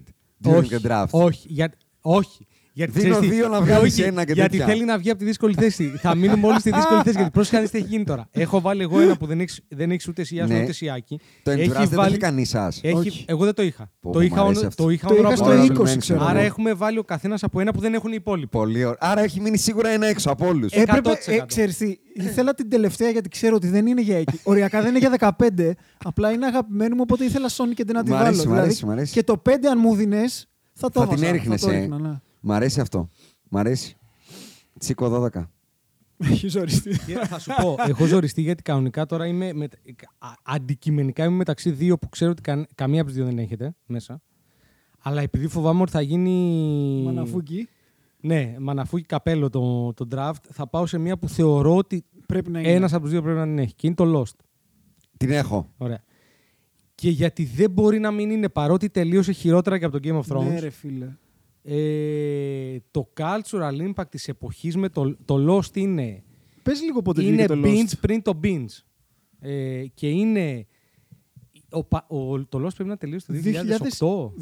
Speaker 3: During
Speaker 5: Όχι,
Speaker 3: the draft.
Speaker 5: όχι, για... όχι. Γιατί
Speaker 3: Δίνω
Speaker 5: ξέρεις τι-
Speaker 3: δύο να βγάλεις
Speaker 5: όχι,
Speaker 3: ένα και
Speaker 5: Γιατί
Speaker 3: τέτοια.
Speaker 5: θέλει να βγει από τη δύσκολη θέση. θα μείνουμε όλοι στη δύσκολη θέση. Γιατί πρόσεχε να δεις τι έχει γίνει τώρα. Έχω βάλει εγώ ένα που δεν έχεις, δεν έχεις ούτε εσύ Άσο,
Speaker 3: Ναι.
Speaker 5: ούτε Σιάκη.
Speaker 3: Το Endurance δεν το έχει κανεί σα.
Speaker 5: Έχει...
Speaker 4: Όχι.
Speaker 5: Εγώ δεν το είχα.
Speaker 3: Πω,
Speaker 5: το
Speaker 3: μ'
Speaker 5: είχα,
Speaker 3: αρέσει
Speaker 5: on-
Speaker 3: αυτό.
Speaker 5: το είχα
Speaker 4: Το
Speaker 5: on
Speaker 4: είχα
Speaker 5: Rob
Speaker 4: στο
Speaker 5: Rob.
Speaker 4: 20, ξέρω
Speaker 5: Άρα
Speaker 4: εγώ.
Speaker 5: έχουμε βάλει ο καθένας από ένα που δεν έχουν οι υπόλοιποι.
Speaker 3: Πολύ ωραία. Άρα έχει μείνει σίγουρα ένα έξω από όλους.
Speaker 5: Ε,
Speaker 4: Έπρεπε,
Speaker 5: 100%.
Speaker 4: ε, ξέρεις τι, ήθελα την τελευταία γιατί ξέρω ότι δεν είναι για εκεί. Οριακά δεν είναι για 15, απλά είναι αγαπημένη μου, οπότε ήθελα Sonic και να τη
Speaker 3: Μ'
Speaker 4: βάλω.
Speaker 3: αρέσει, μ'
Speaker 4: δηλαδή,
Speaker 3: αρέσει, μ' αρέσει.
Speaker 4: Και το 5 αν μου δίνες, θα το
Speaker 3: θα
Speaker 4: έβαζα,
Speaker 3: την ε. έριχνε.
Speaker 4: το έριχνα, ναι.
Speaker 3: Μ' αρέσει αυτό. Μ' αρέσει. Τσίκο 12.
Speaker 4: Έχεις οριστεί.
Speaker 5: Και θα σου πω, έχω ζοριστεί γιατί κανονικά τώρα είμαι. Με, α- αντικειμενικά είμαι μεταξύ δύο που ξέρω ότι καν- καμία από τις δύο δεν έχετε μέσα. Αλλά επειδή φοβάμαι ότι θα γίνει.
Speaker 4: Μαναφούκι,
Speaker 5: Ναι, μαναφούκι καπέλο το, το draft, θα πάω σε μία που θεωρώ ότι
Speaker 4: πρέπει να είναι.
Speaker 5: ένα από τους δύο πρέπει να την έχει. Και είναι το Lost.
Speaker 3: Την έχω.
Speaker 5: Ωραία. Και γιατί δεν μπορεί να μην είναι παρότι τελείωσε χειρότερα και από το Game of Thrones.
Speaker 4: Ναι ρε φίλε.
Speaker 5: ε, το cultural impact της εποχής με το, το Lost είναι
Speaker 4: Πες λίγο πότε
Speaker 5: είναι
Speaker 4: βγήκε το Lost.
Speaker 5: binge πριν το binge. Ε, και είναι. Ο, πα- ο, το Lost πρέπει να τελείωσε το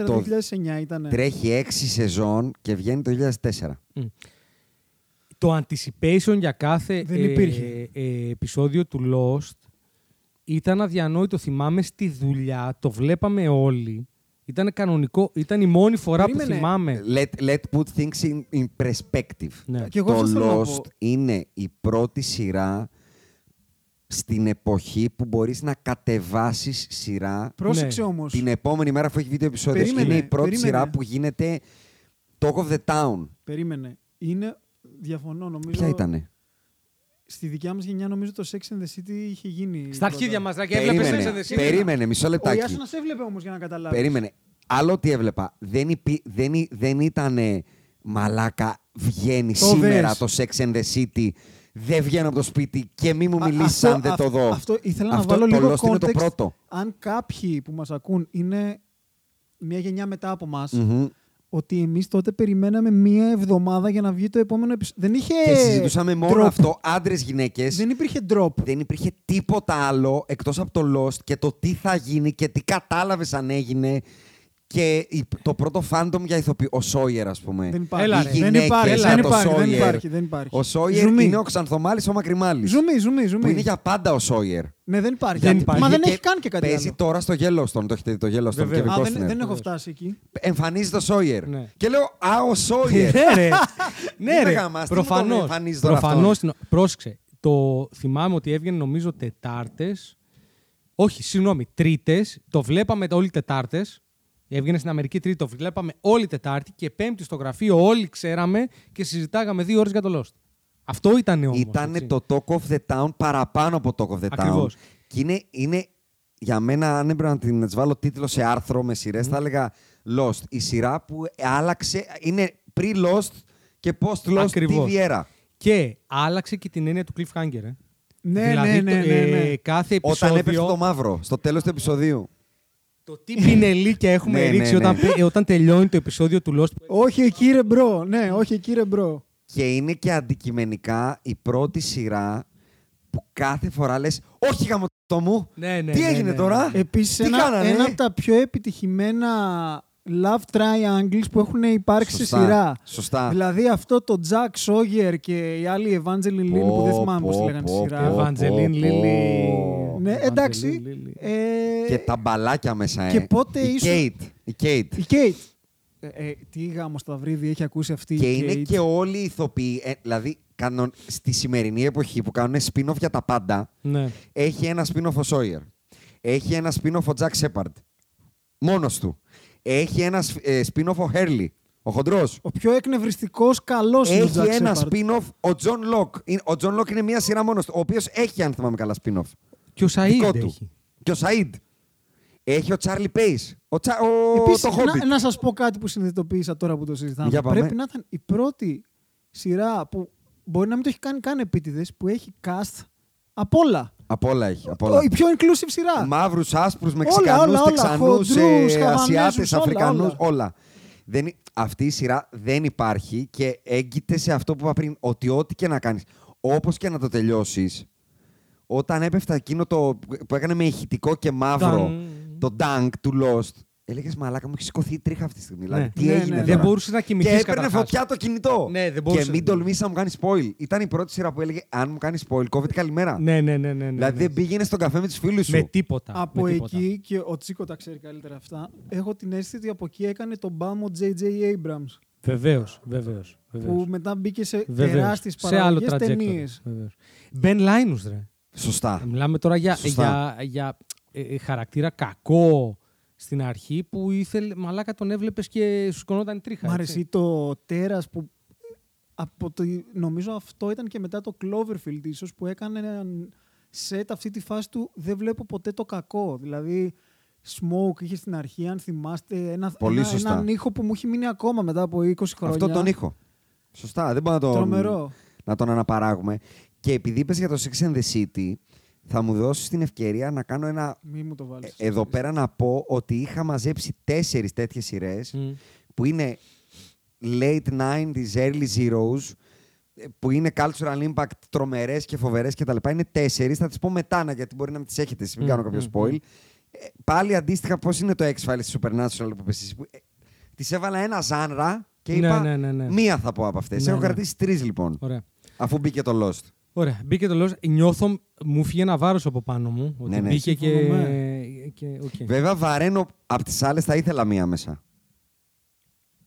Speaker 5: 2008.
Speaker 4: 2004-2009 ήταν.
Speaker 3: Τρέχει 6 σεζόν και βγαίνει το 2004.
Speaker 5: Το anticipation για κάθε
Speaker 4: Δεν υπήρχε.
Speaker 5: ε, ε, επεισόδιο του Lost ήταν αδιανόητο. Θυμάμαι στη δουλειά, το βλέπαμε όλοι. Ήταν κανονικό, ήταν η μόνη φορά που
Speaker 4: Περίμενε.
Speaker 5: θυμάμαι.
Speaker 3: Let, let put things in, in perspective.
Speaker 5: Ναι.
Speaker 4: Ναι. Και εγώ
Speaker 3: το
Speaker 4: αυτό θέλω να πω.
Speaker 3: Lost είναι η πρώτη σειρά στην εποχή που μπορείς να κατεβάσεις σειρά
Speaker 4: Πρόσεξε
Speaker 5: Ναι.
Speaker 4: όμως.
Speaker 3: την επόμενη μέρα αφού έχει βίντεο επεισόδιο.
Speaker 4: Περίμενε,
Speaker 3: είναι η πρώτη
Speaker 4: περίμενε.
Speaker 3: σειρά που γίνεται Talk of the Town.
Speaker 4: Περίμενε. Είναι, διαφωνώ νομίζω.
Speaker 3: Ποια ήτανε.
Speaker 4: Στη δικιά μας γενιά νομίζω το Sex and the City είχε γίνει.
Speaker 5: Στα αρχίδια
Speaker 4: πρώτα.
Speaker 5: μα, Δράκη, έβλεπες
Speaker 3: Περίμενε, περίμενε, μισό
Speaker 4: Ο
Speaker 3: λεπτάκι.
Speaker 4: Ιάσονας έβλεπε όμως για να καταλάβεις.
Speaker 3: Περίμενε. Άλλο τι έβλεπα. Δεν, υπή, δεν, ή- δεν ήταν μαλάκα. Βγαίνει
Speaker 4: Το
Speaker 3: σήμερα
Speaker 4: δες.
Speaker 3: το Sex and the City. Δεν βγαίνω από το σπίτι και μη μου
Speaker 4: Α,
Speaker 3: μιλήσεις
Speaker 4: αυτό-
Speaker 3: αν δεν το
Speaker 4: αυ-
Speaker 3: δω.
Speaker 4: Αυτό ήθελα
Speaker 3: Αυτό
Speaker 4: να βάλω
Speaker 3: το
Speaker 4: λίγο
Speaker 3: Lost είναι το
Speaker 4: context.
Speaker 3: πρώτο.
Speaker 4: Αν κάποιοι που μας ακούν είναι μια γενιά μετά από μας,
Speaker 3: Μμμ.
Speaker 4: ότι εμείς τότε περιμέναμε μία εβδομάδα για να βγει το επόμενο επεισόδιο. Δεν είχε
Speaker 3: Και συζητούσαμε μόνο
Speaker 4: drop.
Speaker 3: αυτό, άντρες, γυναίκες.
Speaker 4: Δεν υπήρχε drop.
Speaker 3: Δεν υπήρχε τίποτα άλλο εκτός από το Lost και το τι θα γίνει και τι κατάλαβες αν έγινε και η- το πρώτο φάντομ για ηθοποιό, ο Σόιερ ας πούμε.
Speaker 4: Δεν υπάρχει.
Speaker 5: Έλα,
Speaker 3: Οι
Speaker 5: ρε.
Speaker 3: γυναίκες
Speaker 4: Δεν υπάρχει,
Speaker 3: για
Speaker 4: δεν
Speaker 3: το
Speaker 4: υπάρχει, δεν
Speaker 3: Sawyer.
Speaker 4: υπάρχει, δεν υπάρχει.
Speaker 3: Ο Σόιερ
Speaker 4: Ζουμί.
Speaker 3: είναι ο Ξανθομάλης ο Μακριμάλης.
Speaker 4: Ζουμί, ζουμί,
Speaker 3: Που
Speaker 4: ζουμί.
Speaker 3: είναι για πάντα ο Σόιερ.
Speaker 4: Ναι, δεν υπάρχει.
Speaker 5: Δεν
Speaker 4: Γιατί-
Speaker 5: υπάρχει.
Speaker 4: Μα δεν
Speaker 3: Και
Speaker 4: έχει κάνει και κάτι
Speaker 3: Παίζει
Speaker 4: άλλο.
Speaker 3: τώρα στο Yellowstone, το έχετε δει το Yellowstone
Speaker 5: Βέβαια.
Speaker 3: Kevin
Speaker 4: Α, δεν,
Speaker 3: Costner.
Speaker 4: δεν έχω φτάσει εκεί.
Speaker 3: Εμφανίζει το Σόιερ.
Speaker 5: Ναι.
Speaker 3: Και λέω, α, ο Σόιερ.
Speaker 5: Ναι, ρε. ναι,
Speaker 3: Δεν
Speaker 5: ρε.
Speaker 3: τα γαμάς, τι μου τον
Speaker 5: Προφανώς.
Speaker 3: εμφανίζεις τώρα
Speaker 5: Προφανώς.
Speaker 3: αυτόν.
Speaker 5: Πρόσεξε. Το θυμάμαι ότι έβγαινε νομίζω Τετάρτες. Όχι, συγγνώμη, Τρίτες. Το βλέπαμε όλοι Τετάρτες. Έβγαινε στην Αμερική Τρίτη, το βλέπαμε όλη Τετάρτη και Πέμπτη στο γραφείο όλοι ξέραμε και συζητάγαμε δύο ώρες για το Lost. Αυτό ήταν όμως.
Speaker 3: Ήτανε το Talk of the Town παραπάνω από Talk of the Town.
Speaker 5: Ακριβώς.
Speaker 3: Και είναι, είναι για μένα, αν έπρεπε να την να της βάλω τίτλο σε άρθρο με σειρές, θα έλεγα Lost. Η σειρά που άλλαξε, είναι pre-Lost και post-Lost
Speaker 5: Ακριβώς.
Speaker 3: TV era.
Speaker 5: Και άλλαξε και την έννοια του cliffhanger. Ε.
Speaker 4: Ναι,
Speaker 5: δηλαδή,
Speaker 4: ναι, ναι,
Speaker 5: το-
Speaker 4: ναι,
Speaker 5: ε,
Speaker 4: ναι.
Speaker 5: κάθε επεισόδιο.
Speaker 3: Όταν έπεσε το μαύρο, στο τέλος του επεισοδίου.
Speaker 5: Το τι πινελίκια έχουμε
Speaker 3: Ναι, ναι,
Speaker 5: ρίξει
Speaker 3: ναι.
Speaker 5: Όταν, πε- ε, όταν τελειώνει το επεισόδιο του Lost.
Speaker 4: Όχι εκεί ρε μπρο. Ναι, όχι εκεί ρε μπρο.
Speaker 3: Και είναι και αντικειμενικά η πρώτη σειρά που κάθε φορά λες «Όχι γαμωτό μου,
Speaker 5: Ναι, ναι,
Speaker 3: τι
Speaker 5: ναι,
Speaker 3: έγινε
Speaker 5: ναι, ναι.
Speaker 3: τώρα,
Speaker 4: Επίσης
Speaker 3: τι
Speaker 4: ένα,
Speaker 3: κάνανε,
Speaker 4: ένα από τα πιο επιτυχημένα love triangles που έχουν υπάρξει
Speaker 3: Σωστά,
Speaker 4: σε σειρά.
Speaker 3: σωστά.
Speaker 4: Δηλαδή αυτό το Jack Sawyer και οι άλλοι Evangeline Lilly που δεν θυμάμαι πώς τη λέγανε στη σειρά.
Speaker 5: πω, Ευαντζελίν
Speaker 3: πω,
Speaker 5: Λίλι.
Speaker 3: πω.
Speaker 4: Ναι,
Speaker 5: Evangeline
Speaker 4: εντάξει.
Speaker 5: Lilly.
Speaker 4: Ε,
Speaker 3: Και τα μπαλάκια μέσα, ε.
Speaker 4: και πότε
Speaker 3: η
Speaker 4: ίσως-
Speaker 3: Kate, η Kate.
Speaker 4: Η Kate. Ε, ε, τι γάμος Σταυρίδη έχει ακούσει αυτή
Speaker 3: Και
Speaker 4: η Kate.
Speaker 3: είναι και όλοι οι ηθοποιοί, ε, δηλαδή κανον, στη σημερινή εποχή που κάνουν spin-off για τα πάντα,
Speaker 5: Ναι.
Speaker 3: έχει ένα spin-off ο Σόιερ. Έχει ένα spin-off ο Τζακ Σέπαρντ. Μόνος του. Έχει ένα σφ- ε, spin-off ο Χέρλι, ο χοντρός.
Speaker 4: Ο πιο εκνευριστικός καλός είναι ο
Speaker 3: Έχει
Speaker 4: Jack
Speaker 3: ένα
Speaker 4: Shepard.
Speaker 3: spin-off ο Τζον Λοκ. Ο Τζον Λοκ είναι μια σειρά μόνος του, ο οποίος έχει, αν θυμάμαι καλά, spin-off.
Speaker 5: Και ο Σαΐντ
Speaker 3: Δικό του.
Speaker 5: έχει.
Speaker 3: Και ο Σαΐντ. Έχει ο Τσάρλι Πέις. Ο Τσα... ο... το Hobbit.
Speaker 4: να, να σας πω κάτι που συνειδητοποίησα τώρα που το συζητάμε.
Speaker 3: Για πάμε.
Speaker 4: Πρέπει να ήταν η πρώτη σειρά που μπορεί να μην το έχει κάνει καν επίτηδες, που έχει cast απ' όλα.
Speaker 3: Απ' όλα έχει. Απ'
Speaker 4: Το-
Speaker 3: όλα.
Speaker 4: η πιο inclusive σειρά.
Speaker 3: Μαύρους, άσπρους, Μεξικανούς,
Speaker 4: όλα, όλα,
Speaker 3: Τεξανούς,
Speaker 4: χοντρούς,
Speaker 3: Ασιάτε,
Speaker 4: Χαβανέζους, όλα,
Speaker 3: Αφρικανούς,
Speaker 4: όλα.
Speaker 3: ε, όλα. Δεν, υ- αυτή η σειρά δεν υπάρχει και έγκυται σε αυτό που είπα πριν, ότι ό,τι και να κάνεις, όπως και να το τελειώσεις, όταν έπεφτα εκείνο το, που έκανε με ηχητικό και μαύρο,
Speaker 5: Ντανγκ.
Speaker 3: το dunk του Lost, έλεγες Μαλάκα μου έχει σηκωθεί η τρίχα αυτή τη στιγμή. Δηλαδή,
Speaker 5: Ναι.
Speaker 3: τι
Speaker 4: Ναι,
Speaker 3: έγινε.
Speaker 4: ναι,
Speaker 3: τώρα?
Speaker 5: Δεν μπορούσες να
Speaker 3: Και
Speaker 5: κοιμηθεί.
Speaker 3: έπαιρνε φωτιά το κινητό.
Speaker 5: Ναι, δεν μπορούσε.
Speaker 3: και μην τολμήσει να μου κάνει spoil. Ήταν η πρώτη σειρά που έλεγε Αν μου κάνει spoil, κόβεται καλημέρα.
Speaker 5: Ναι, ναι, ναι. ναι, ναι
Speaker 3: δηλαδή
Speaker 5: ναι.
Speaker 3: δεν πήγαινε στον καφέ με τους φίλους σου.
Speaker 5: Με τίποτα.
Speaker 4: Από
Speaker 5: με τίποτα.
Speaker 4: εκεί, και ο Τσίκο τα ξέρει καλύτερα αυτά, έχω την αίσθηση ότι από εκεί έκανε τον μπάμο J.J. Abrams.
Speaker 5: Βεβαίως, βεβαίως.
Speaker 4: Που μετά μπήκε σε
Speaker 5: Βεβαίως.
Speaker 4: τεράστιες
Speaker 5: Σε άλλο
Speaker 4: παραγωγές ταινίες.
Speaker 5: Μπεν Λάινου, ρε.
Speaker 3: Σωστά.
Speaker 5: Μιλάμε τώρα για,
Speaker 3: Σωστά.
Speaker 5: για, για ε, ε, χαρακτήρα κακό στην αρχή που ήθελε. Μαλάκα τον έβλεπες και σου σκονόταν η τρίχα.
Speaker 4: Μ'
Speaker 5: έτσι.
Speaker 4: αρέσει το τέρας που από το, νομίζω αυτό ήταν και μετά το Cloverfield ίσως που έκανε έναν σετ αυτή τη φάση του δεν βλέπω ποτέ το κακό. Δηλαδή Smoke είχε στην αρχή, αν θυμάστε, ένα,
Speaker 3: Πολύ
Speaker 4: ένα,
Speaker 3: σωστά.
Speaker 4: έναν ήχο που μου έχει μείνει ακόμα μετά από 20 χρόνια.
Speaker 3: Αυτό τον ήχο. Σωστά. Δεν μπορώ να τον,
Speaker 4: Τρομερό.
Speaker 3: να τον αναπαράγουμε. Και επειδή είπες για το Sex and the City, θα μου δώσεις την ευκαιρία να κάνω ένα.
Speaker 4: Μη μου το βάλεις.
Speaker 3: ε, Εδώ πέρα να πω ότι είχα μαζέψει τέσσερις τέτοιες σειρές
Speaker 5: Μμ.
Speaker 3: που είναι late 90s, early zeros, ε, που είναι cultural impact τρομερές και φοβερές κτλ. Είναι τέσσερις. Θα τις πω μετά, να- γιατί μπορεί να μην τις έχετε εσεί, μην
Speaker 5: Μμ,
Speaker 3: κάνω κάποιο
Speaker 5: μμ,
Speaker 3: spoil. Ε, Πάλι αντίστοιχα, πώς είναι το X-Files στη Supernatural που πέσει. Τη έβαλα ένα ζάνρα και
Speaker 5: Ναι,
Speaker 3: είπα
Speaker 5: ναι, ναι, ναι.
Speaker 3: μία θα πω από αυτές.
Speaker 5: Ναι,
Speaker 3: Έχω
Speaker 5: ναι.
Speaker 3: κρατήσει τρεις λοιπόν,
Speaker 5: Ωραία.
Speaker 3: αφού μπήκε το Lost.
Speaker 5: Ωραία. Μπήκε το λόγο. Νιώθω, μου φύγει ένα βάρος από πάνω μου. Ότι
Speaker 3: Ναι, ναι.
Speaker 5: μπήκε και.
Speaker 4: Συμφωνούμε.
Speaker 5: και οκ.
Speaker 3: Βέβαια, βαραίνω από τις άλλες, θα ήθελα μία μέσα.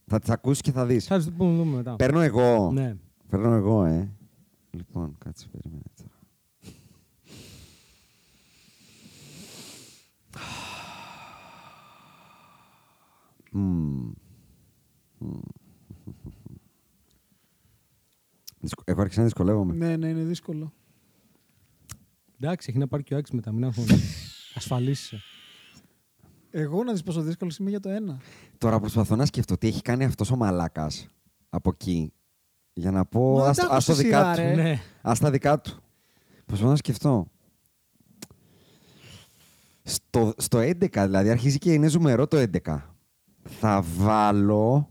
Speaker 3: Θα τις ακούσεις και θα δεις.
Speaker 5: Θα τις πούμε δούμε μετά.
Speaker 3: Παίρνω εγώ.
Speaker 5: Ναι.
Speaker 3: Παίρνω εγώ, ε. Λοιπόν, κάτσε, περίμενε τώρα. Μμμ. Μμμ. Δυσκο- Έχω αρχίσει να δυσκολεύομαι.
Speaker 4: Ναι, ναι, είναι δύσκολο.
Speaker 5: Εντάξει, έχει να πάρει και ο Άξι μετά. Μην αγχώνεσαι. Ασφαλίσαι.
Speaker 4: Εγώ να δεις πόσο δύσκολο είμαι για το ένα.
Speaker 3: Τώρα προσπαθώ να σκεφτώ τι έχει κάνει αυτός ο μαλάκας από εκεί. Για να πω,
Speaker 4: Μα
Speaker 3: ας,
Speaker 4: τα
Speaker 3: ας το
Speaker 4: άκουσες
Speaker 3: δικά
Speaker 4: σειρά,
Speaker 3: του.
Speaker 4: ρε.
Speaker 5: Ναι.
Speaker 3: Ας τα δικά του. Προσπαθώ να σκεφτώ. Στο, στο 11, δηλαδή, αρχίζει και είναι ζουμερό το 11. Θα βάλω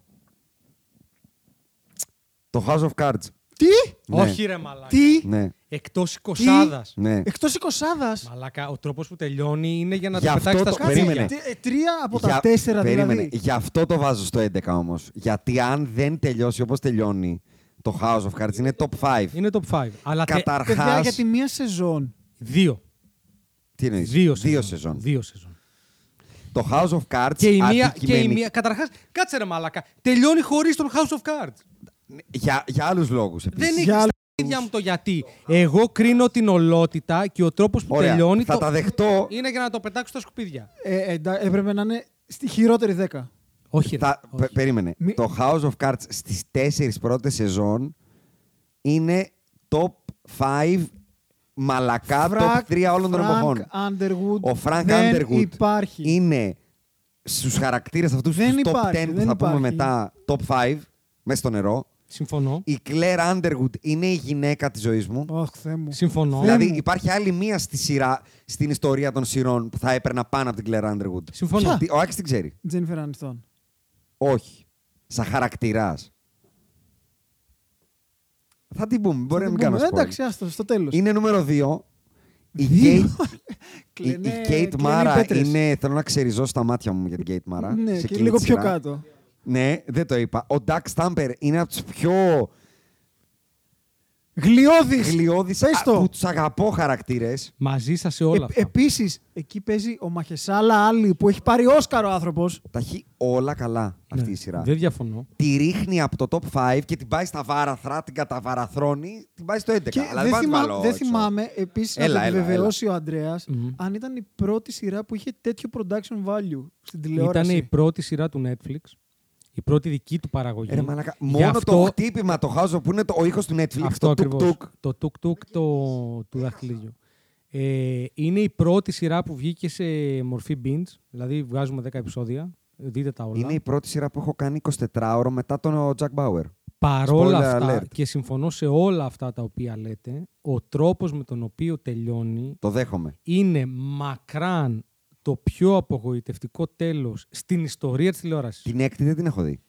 Speaker 3: το House of Cards.
Speaker 4: Τι!
Speaker 3: Ναι.
Speaker 5: Όχι, ρε Μαλάκα.
Speaker 4: Τι! Ναι.
Speaker 3: Ναι,
Speaker 5: Εκτό οικοσάδα.
Speaker 3: ναι.
Speaker 4: Εκτός εικοσάδας!
Speaker 5: Μαλάκα, ο τρόπος που τελειώνει είναι για να
Speaker 3: Γι'
Speaker 5: το
Speaker 3: αυτό
Speaker 5: πετάξεις τα
Speaker 3: το-
Speaker 5: σκουπίδια.
Speaker 3: περίμενε.
Speaker 4: Τι- ε, Τρία από τα
Speaker 3: Για-
Speaker 4: τέσσερα
Speaker 3: περίμενε.
Speaker 4: δηλαδή.
Speaker 3: Γι' αυτό το βάζω στο 11 όμως. Γιατί αν δεν τελειώσει όπως τελειώνει το House of Cards είναι top 5.
Speaker 5: Είναι top 5. Αλλά τε-
Speaker 4: Παιδιά,
Speaker 3: Καταρχάς...
Speaker 4: για τη μία σεζόν.
Speaker 5: δύο.
Speaker 3: Τι εννοείς?
Speaker 5: Δύο σεζόν.
Speaker 3: δύο σεζόν.
Speaker 5: Δύο σεζόν.
Speaker 3: Το House of Cards
Speaker 5: Και η μία. Και η
Speaker 3: αντικειμενικ-
Speaker 5: μία καταρχάς, κάτσε ρε Μαλάκα. Τελειώνει χωρίς τον House of Cards.
Speaker 3: Για, για άλλους λόγους επίσης.
Speaker 5: Δεν έχει
Speaker 4: Για
Speaker 5: στα
Speaker 4: άλλους.
Speaker 5: ίδια μου το γιατί. Εγώ κρίνω την ολότητα και ο τρόπος που
Speaker 3: Ωραία.
Speaker 5: τελειώνει.
Speaker 3: Θα
Speaker 5: το-
Speaker 3: τα δεχτώ.
Speaker 5: Είναι για να το πετάξω στα σκουπίδια.
Speaker 4: Ε, εντά- έπρεπε να είναι στη χειρότερη δέκα.
Speaker 5: Όχι.
Speaker 3: Θα...
Speaker 5: ρε, όχι.
Speaker 3: πε- Περίμενε.
Speaker 4: Μη-
Speaker 3: Το House of Cards στις τέσσερις πρώτες σεζόν είναι top 5 μαλακά top 3 όλων των
Speaker 4: Frank
Speaker 3: εποχών.
Speaker 4: Underwood
Speaker 3: Ο Φρανκ
Speaker 4: δεν
Speaker 3: Underwood
Speaker 4: υπάρχει.
Speaker 3: είναι στους χαρακτήρες αυτούς
Speaker 4: Δεν
Speaker 3: τους top
Speaker 4: υπάρχει,
Speaker 3: 10 που θα
Speaker 4: δεν
Speaker 3: πούμε
Speaker 4: υπάρχει.
Speaker 3: μετά top 5 μέσα στο νερό.
Speaker 5: Συμφωνώ.
Speaker 3: Η Claire Underwood είναι η γυναίκα της ζωής μου.
Speaker 4: Ωχ, Θεέ μου.
Speaker 5: Συμφωνώ.
Speaker 4: Θε-
Speaker 3: Δηλαδή
Speaker 4: μου.
Speaker 3: υπάρχει άλλη μία στη σειρά στην ιστορία των σειρών που θα έπαιρνα πάνω από την Claire Underwood.
Speaker 5: Συμφωνώ.
Speaker 3: Τι- Ο Άκης την ξέρει.
Speaker 4: Τζένιφερ Ανιστόν.
Speaker 3: Όχι. Σαν χαρακτηράς. Θα την πούμε. Μπορεί να μην κάνω spoil.
Speaker 4: Εντάξει, άστο, στο τέλος.
Speaker 3: Είναι νούμερο 2. Η
Speaker 4: Δύο.
Speaker 3: Kate, η, η
Speaker 4: Κλαινέ-
Speaker 3: Kate
Speaker 4: κλαινή
Speaker 3: Mara
Speaker 4: πέτρες.
Speaker 3: είναι. Θέλω να ξεριζώσω τα μάτια μου για την Kate Mara.
Speaker 4: Ναι,
Speaker 3: σε
Speaker 4: και
Speaker 3: εκείνη
Speaker 4: λίγο
Speaker 3: τη
Speaker 4: πιο
Speaker 3: σειρά.
Speaker 4: κάτω.
Speaker 3: Ναι, δεν το είπα. Ο Doug Stamper είναι από τους πιο
Speaker 4: Γλιώδης.
Speaker 3: γλιώδει
Speaker 4: Πες το.
Speaker 3: που τους αγαπώ χαρακτήρες.
Speaker 5: Μαζί σας σε όλα.
Speaker 4: Ε-
Speaker 5: αυτά.
Speaker 4: Επίσης, εκεί παίζει ο Μαχεσάλα Άλλη που έχει πάρει Όσκαρ ο άνθρωπος.
Speaker 3: Τα έχει όλα καλά αυτή
Speaker 5: Ναι.
Speaker 3: η σειρά.
Speaker 5: Δεν διαφωνώ.
Speaker 3: τη ρίχνει από το top 5 και την πάει στα βάραθρα, την καταβαραθρώνει, την πάει στο 11.
Speaker 4: Και
Speaker 3: Αλλά πάω
Speaker 4: δεν,
Speaker 3: να την
Speaker 4: θυμά-
Speaker 3: βάλω
Speaker 4: δεν
Speaker 3: έξω.
Speaker 4: θυμάμαι επίσης να το
Speaker 3: Έλα, έλα,
Speaker 4: επιβεβαιώσει ο Αντρέας
Speaker 5: Μμμ.
Speaker 4: αν ήταν η πρώτη σειρά που είχε τέτοιο production value στην τηλεόραση. Ναι,
Speaker 5: Ήταν η πρώτη σειρά του Netflix. Η πρώτη δική του παραγωγή.
Speaker 3: Ρε, μαλάκα,
Speaker 5: Γι'
Speaker 3: μόνο
Speaker 5: αυτό-
Speaker 3: το χτύπημα το χάζω που είναι το, ο ήχος του Netflix,
Speaker 5: Αυτό
Speaker 3: το
Speaker 5: ακριβώς.
Speaker 3: τουκ
Speaker 5: Το τουκ-τουκ το, του δαχτυλιδιού. Ε, είναι η πρώτη σειρά που βγήκε σε μορφή binge, δηλαδή βγάζουμε 10 επεισόδια, δείτε τα όλα.
Speaker 3: Είναι η πρώτη σειρά που έχω κάνει 24ωρο μετά τον Jack Bauer.
Speaker 5: Παρόλα
Speaker 3: Spoiler
Speaker 5: αυτά,
Speaker 3: alert.
Speaker 5: και συμφωνώ σε όλα αυτά τα οποία λέτε, ο τρόπος με τον οποίο τελειώνει
Speaker 3: Το δέχομαι.
Speaker 5: είναι μακράν το πιο απογοητευτικό τέλος στην ιστορία της τηλεόρασης.
Speaker 3: Την έκτη δεν την έχω δει.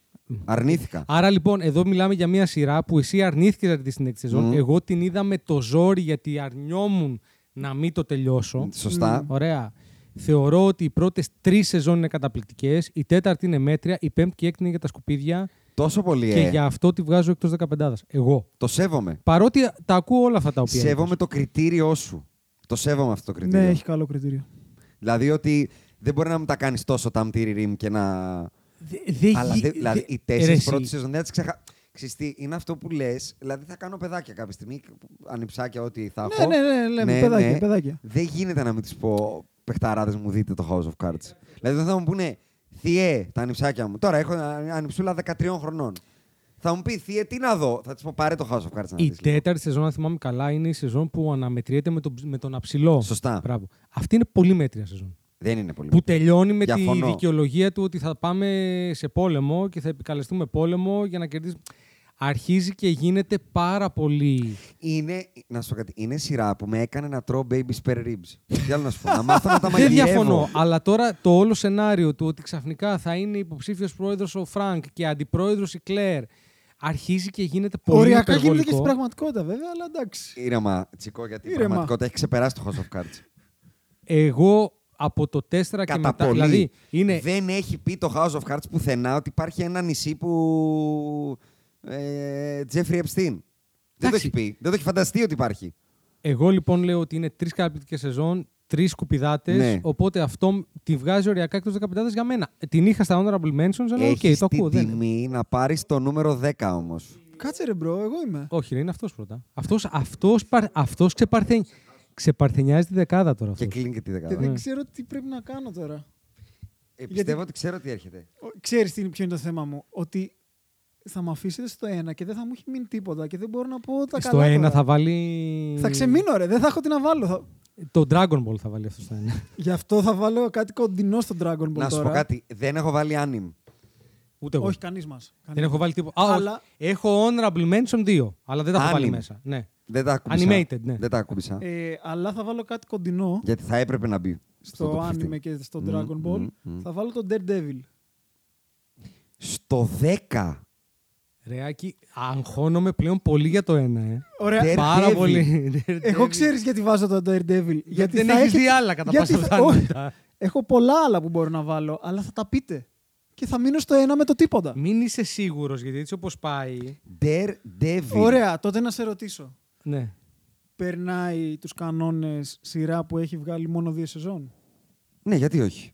Speaker 3: Αρνήθηκα.
Speaker 5: Άρα λοιπόν, εδώ μιλάμε για μια σειρά που εσύ αρνήθηκες να τη δεις στην έκτη σεζόν.
Speaker 3: Μμμ.
Speaker 5: Εγώ την είδα με το ζόρι γιατί αρνιόμουν να μην το τελειώσω.
Speaker 3: Σωστά.
Speaker 5: Ωραία. Θεωρώ ότι οι πρώτες τρεις σεζόν είναι καταπληκτικές. Η τέταρτη είναι μέτρια. Η πέμπτη και η έκτη είναι για τα σκουπίδια.
Speaker 3: Τόσο πολύ,
Speaker 5: Και
Speaker 3: ε.
Speaker 5: γι' αυτό τη βγάζω εκτός 15. Εγώ.
Speaker 3: Το σέβομαι.
Speaker 5: Παρότι τα ακούω όλα αυτά τα οποία.
Speaker 3: Σέβομαι το κριτήριό σου. Το σέβομαι αυτό το κριτήριο.
Speaker 4: Ναι, έχει καλό κριτήριο.
Speaker 3: Δηλαδή ότι δεν μπορεί να μου τα κάνεις τόσο τα ριμ και να.
Speaker 5: είπες. Δε- δε
Speaker 3: Αλλά
Speaker 5: γι-
Speaker 3: δε- δηλαδή,
Speaker 5: δε-
Speaker 3: οι
Speaker 5: ε, ρε
Speaker 3: τέσσερι
Speaker 5: εσύ,
Speaker 3: πρώτες σεζόν δεν τις ξεχα... Ξέρεις τι, είναι αυτό που λες. Δηλαδή θα κάνω παιδάκια κάποια στιγμή. Ανυψάκια, ό,τι θα
Speaker 4: Ναι,
Speaker 3: έχω.
Speaker 4: ναι, ναι, λέμε, παιδάκια,
Speaker 3: ναι.
Speaker 4: παιδάκια.
Speaker 3: Δεν γίνεται να μην του πω παιχταράδες μου, δείτε το House of Cards. Δηλαδή θα μου πούνε Θιέ τα ανυψάκια μου. Τώρα έχω α- ανυψούλα 13 χρονών. Θα μου πεις Θιέ, τι να δω. Θα της πω πάρε το House of Cards να δεις λοιπόν.
Speaker 5: Η
Speaker 3: λίγο».
Speaker 5: τέταρτη σεζόν, αν θυμάμαι καλά, είναι η σεζόν που αναμετριέται με τον, με τον αψηλό.
Speaker 3: Σωστά.
Speaker 5: Μπράβο. Αυτή είναι πολύ μέτρια σεζόν.
Speaker 3: Δεν είναι πολύ.
Speaker 5: Που τελειώνει με τη
Speaker 3: Διαφωνώ.
Speaker 5: δικαιολογία του ότι θα πάμε σε πόλεμο και θα επικαλεστούμε πόλεμο για να κερδίσουμε. Αρχίζει και γίνεται πάρα πολύ.
Speaker 3: Είναι, να σου πω κάτι, είναι σειρά που με έκανε να τρώω baby spare ribs. Τι άλλο να σου πω, να μάθω να τα
Speaker 5: Δεν
Speaker 3: μαγειρεύω.
Speaker 5: διαφωνώ, αλλά τώρα το όλο σενάριο του ότι ξαφνικά θα είναι υποψήφιος πρόεδρος ο Φρανκ και αντιπρόεδρος η Κλέρ. Αρχίζει και γίνεται πολύ
Speaker 4: Οριακά γίνεται και
Speaker 5: υπερβολικό.
Speaker 4: στην πραγματικότητα βέβαια, αλλά εντάξει.
Speaker 3: Ήρεμα, τσικό, γιατί η
Speaker 4: Ήρεμα.
Speaker 3: πραγματικότητα έχει ξεπεράσει το House of Cards.
Speaker 5: Εγώ από το 4 Ε, και
Speaker 3: Κατά
Speaker 5: μετά.
Speaker 3: πολύ.
Speaker 5: Δηλαδή είναι
Speaker 3: Δεν έχει πει το House of Cards πουθενά ότι υπάρχει ένα νησί που. Ε, Jeffrey Epstein. Δεν το
Speaker 5: Εντάξει.
Speaker 3: έχει πει. Δεν το έχει φανταστεί ότι υπάρχει.
Speaker 5: Εγώ λοιπόν λέω ότι είναι τρεις καταπληκτικές σεζόν, τρεις σκουπιδάτες.
Speaker 3: Ναι.
Speaker 5: Οπότε αυτό τη βγάζει οριακά εκτός 15 για μένα. Ε, Την είχα στα honorable mentions, αλλά Ε, ναι, οκ,
Speaker 3: Έχεις
Speaker 5: το ακούω.
Speaker 3: την
Speaker 5: Δεν είναι.
Speaker 3: τιμή να πάρεις το νούμερο 10 όμως.
Speaker 4: Κάτσε ρε μπρο, εγώ είμαι.
Speaker 5: Όχι, ρε, είναι αυτός πρώτα. Αυτός αυτός, παρ- αυτός ξεπαρθεν... ξεπαρθενιάζει τη δεκάδα τώρα.
Speaker 3: Και
Speaker 5: Αυτός.
Speaker 3: κλείνει και τη
Speaker 4: Και δεν
Speaker 5: ναι.
Speaker 3: δεκάδα.
Speaker 4: ξέρω τι πρέπει να κάνω τώρα.
Speaker 3: Ε,
Speaker 4: γιατί-
Speaker 3: πιστεύω ότι ξέρω τι έρχεται.
Speaker 4: Ο- Ξέρεις τι είναι- ποιο είναι το θέμα μου. Ότι θα με αφήσετε στο ένα και δεν θα μου έχει μείνει τίποτα και δεν μπορώ να πω τα
Speaker 5: Στο
Speaker 4: καλά
Speaker 5: ένα
Speaker 4: τώρα.
Speaker 5: θα βάλει.
Speaker 4: Θα ξεμείνω ρε, δεν θα έχω τι να βάλω. Θα...
Speaker 5: Το Dragon Ball θα βάλει αυτό στο ένα.
Speaker 4: Γι' αυτό θα βάλω κάτι κοντινό στον Dragon
Speaker 5: Λοιπόν,
Speaker 4: Ball
Speaker 3: Να σου
Speaker 4: τώρα.
Speaker 3: πω κάτι. Δεν έχω βάλει anime.
Speaker 5: Ούτε εγώ.
Speaker 4: Όχι, κανείς μας.
Speaker 5: δεν έχω βάλει τίποτα. Α,
Speaker 4: Αλλά-
Speaker 5: όχι. Έχω honorable mention δύο, αλλά δεν τα έχω βάλει
Speaker 3: Anime.
Speaker 5: μέσα. Ναι.
Speaker 3: Δεν τα ακούμπησα.
Speaker 5: Animated, ναι.
Speaker 3: Δεν τα ακούμπησα.
Speaker 4: Ε, αλλά θα βάλω κάτι κοντινό
Speaker 3: Γιατί θα έπρεπε να μπει.
Speaker 4: στο
Speaker 3: top 15.
Speaker 4: anime και στο Dragon Ball. Θα βάλω τον Daredevil.
Speaker 3: Στο 10.
Speaker 5: Ρεάκι, αγχώνομαι πλέον πολύ για το ένα. Ε.
Speaker 4: Ωραία.
Speaker 3: Daredevil.
Speaker 5: Πάρα πολύ.
Speaker 4: Εγώ ξέρεις γιατί βάζω τον Daredevil. Γιατί
Speaker 5: δεν
Speaker 4: θα
Speaker 5: έχεις
Speaker 4: έχετε-
Speaker 5: δει άλλα κατά
Speaker 4: γιατί
Speaker 5: πάσα
Speaker 4: θα-
Speaker 5: πιθανότητα.
Speaker 4: Όχι. Έχω πολλά άλλα που μπορώ να βάλω, αλλά θα τα πείτε. Και θα μείνω στο ένα με το τίποτα.
Speaker 5: Μην είσαι σίγουρος, γιατί έτσι όπως πάει.
Speaker 3: Daredevil.
Speaker 4: Ωραία, τότε να σε ρωτήσω.
Speaker 5: Ναι.
Speaker 4: Περνάει τους κανόνες σειρά που έχει βγάλει μόνο δύο σεζόν.
Speaker 3: Ναι, γιατί όχι.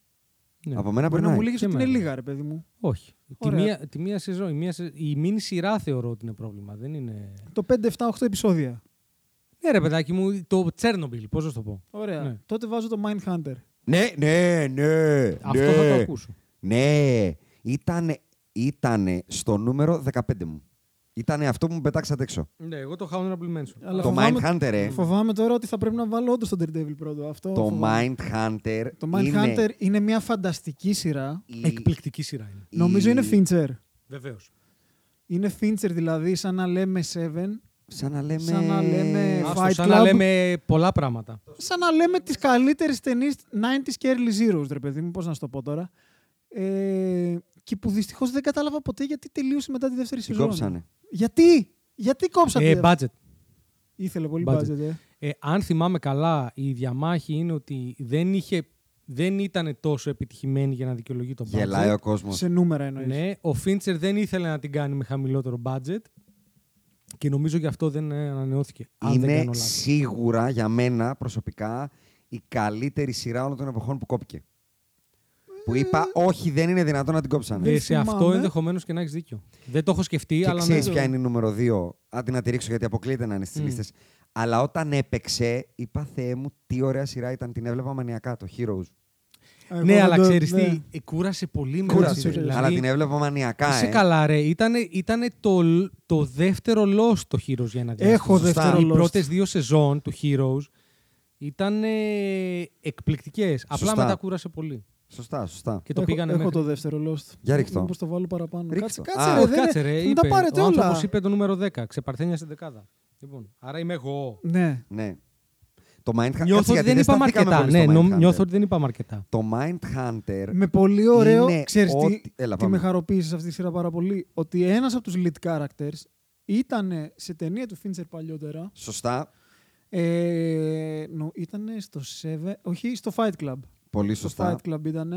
Speaker 5: ναι.
Speaker 3: Από μένα
Speaker 4: Μπορεί να
Speaker 3: περνάει.
Speaker 4: μου λέγε
Speaker 5: Και
Speaker 4: ότι είναι
Speaker 5: εμένα.
Speaker 4: λίγα, ρε παιδί μου.
Speaker 5: Όχι. Τη
Speaker 4: Ωραία.
Speaker 5: μία, τη μία σεζόν, η, μία σε- η μήνυ σειρά θεωρώ ότι είναι πρόβλημα. Δεν είναι.
Speaker 4: Το 5, 7, 8 επεισόδια.
Speaker 5: Ναι, ρε παιδάκι μου, το Τσέρνομπιλ, πώς να σου το πω.
Speaker 4: Ωραία.
Speaker 5: Ναι.
Speaker 4: Τότε βάζω το Mindhunter.
Speaker 3: Ναι, ναι, ναι.
Speaker 5: Αυτό
Speaker 3: ναι.
Speaker 5: θα το ακούσω.
Speaker 3: Ναι. Ήτανε, ήτανε στο νούμερο 15 μου. Ήτανε αυτό που μου πετάξατε έξω.
Speaker 5: Ναι, εγώ το honorable mention.
Speaker 4: Αλλά
Speaker 3: το
Speaker 4: φοβάμαι-
Speaker 3: Mindhunter, ε.
Speaker 4: Φοβάμαι τώρα ότι θα πρέπει να βάλω όντως τον Daredevil πρώτο. Αυτό
Speaker 3: Το
Speaker 4: φοβάμαι.
Speaker 3: Mindhunter.
Speaker 4: Το
Speaker 3: είναι
Speaker 4: Mindhunter είναι... μια φανταστική σειρά.
Speaker 3: η-
Speaker 5: Εκπληκτική σειρά είναι.
Speaker 3: η-
Speaker 4: Νομίζω είναι Fincher.
Speaker 5: Βεβαίως.
Speaker 4: Είναι Fincher δηλαδή, σαν να λέμε Seven,
Speaker 3: Σαν να λέμε.
Speaker 4: σαν να λέμε Fight
Speaker 5: Σαν να
Speaker 4: Club.
Speaker 5: λέμε πολλά πράγματα.
Speaker 4: σαν να λέμε τις καλύτερες ταινίες 90s και early zeros, ρε παιδί μου, πώς να σου το πω τώρα. Ε, και που δυστυχώς δεν κατάλαβα ποτέ γιατί τελείωσε μετά τη δεύτερη
Speaker 3: Την
Speaker 4: σεζόν.
Speaker 3: κόψανε.
Speaker 4: Γιατί, γιατί κόψατε.
Speaker 5: Ε, budget.
Speaker 4: Ήθελε πολύ
Speaker 5: budget.
Speaker 4: budget. ε.
Speaker 5: Ε, αν θυμάμαι καλά, η διαμάχη είναι ότι δεν, είχε, δεν ήταν τόσο επιτυχημένη για να δικαιολογεί το budget.
Speaker 3: Γελάει Ε, ο κόσμος.
Speaker 4: Σε νούμερα εννοείς.
Speaker 5: Ναι, ο Φίντσερ δεν ήθελε να την κάνει με χαμηλότερο budget και νομίζω γι' αυτό δεν ε, ανανεώθηκε. Αν δεν κάνω
Speaker 3: Είναι
Speaker 5: λάθος.
Speaker 3: σίγουρα για μένα προσωπικά η καλύτερη σειρά όλων των εποχών που κόπηκε. Που είπα, όχι, δεν είναι δυνατόν να την κόψανε.
Speaker 4: Ε. δεν
Speaker 5: Ε, σε αυτό
Speaker 4: θυμάμαι.
Speaker 5: ενδεχομένως και να έχεις δίκιο. Δεν το έχω σκεφτεί,
Speaker 3: Και
Speaker 5: αλλά.
Speaker 3: ξέρει
Speaker 5: ναι.
Speaker 3: ποια είναι η νούμερο 2. Άντε να τη ρίξω γιατί αποκλείεται να είναι στις
Speaker 5: Μμμ.
Speaker 3: λίστες. Αλλά όταν έπαιξε, είπα Θεέ μου τι ωραία σειρά ήταν. Την έβλεπα μανιακά το Heroes.
Speaker 4: Εγώ
Speaker 5: Ναι,
Speaker 4: δεν
Speaker 5: αλλά
Speaker 4: το-
Speaker 5: ξέρεις
Speaker 4: ναι.
Speaker 5: τι, ε, κούρασε πολύ με
Speaker 4: Κούρασε,
Speaker 5: αυτή,
Speaker 4: ρε.
Speaker 5: δηλαδή,
Speaker 3: Αλλά την έβλεπα μανιακά.
Speaker 5: Είσαι
Speaker 3: ε.
Speaker 5: καλά, ρε. Ήτανε, ήτανε το, το δεύτερο loss το Heroes για ένα διάστημα.
Speaker 4: Έχω
Speaker 3: Σωστά. δεύτερο
Speaker 5: Οι
Speaker 4: lost.
Speaker 5: πρώτες δύο σεζόν του Heroes ήταν ε, εκπληκτικές. Απλά μετά κούρασε πολύ.
Speaker 3: Σωστά, σωστά.
Speaker 5: Και το
Speaker 4: έχω,
Speaker 5: πήγανε
Speaker 4: έχω
Speaker 5: μέχρι.
Speaker 4: το δεύτερο Lost.
Speaker 3: Για ρίχτω.
Speaker 4: Μήπως το βάλω παραπάνω.
Speaker 3: Ρίξτε το.
Speaker 4: Κάτσε, κάτσε,
Speaker 3: Α,
Speaker 4: ρε,
Speaker 5: Όχι,
Speaker 4: δεν
Speaker 5: κάτσε ρε.
Speaker 4: θα τα
Speaker 5: είπε.
Speaker 4: πάρετε
Speaker 5: ο
Speaker 4: όλα.
Speaker 5: άνθρωπος είπε το νούμερο 10. Ξεπαρθένια στην δεκάδα. Λοιπόν, άρα είμαι εγώ.
Speaker 4: Ναι.
Speaker 3: Ναι. Το Mindhunter.
Speaker 5: Νιώθω
Speaker 3: έτσι,
Speaker 5: ότι
Speaker 3: γιατί
Speaker 5: δεν είπαμε
Speaker 3: σταθήκαμε
Speaker 5: αρκετά.
Speaker 3: πολύ
Speaker 5: Ναι,
Speaker 3: στο ε.
Speaker 5: νο-
Speaker 3: Mindhunter.
Speaker 5: νιώθω ότι δεν είπαμε αρκετά.
Speaker 3: Το Mindhunter.
Speaker 4: Με πολύ ωραίο,
Speaker 3: Είναι
Speaker 4: ξέρεις
Speaker 3: ό,τι-
Speaker 4: τι,
Speaker 3: Έλα,
Speaker 4: τι
Speaker 3: πάμε.
Speaker 4: με χαροποίησες σε αυτή τη σειρά πάρα πολύ, ότι ένας από τους lead characters ήταν σε ταινία του Fincher παλιότερα,
Speaker 3: Σωστά.
Speaker 4: ε, νο, ήταν στο Seven, όχι, στο Fight Club.
Speaker 3: Πολύ
Speaker 4: Στο
Speaker 3: σωστά.
Speaker 4: Fight Club ήταν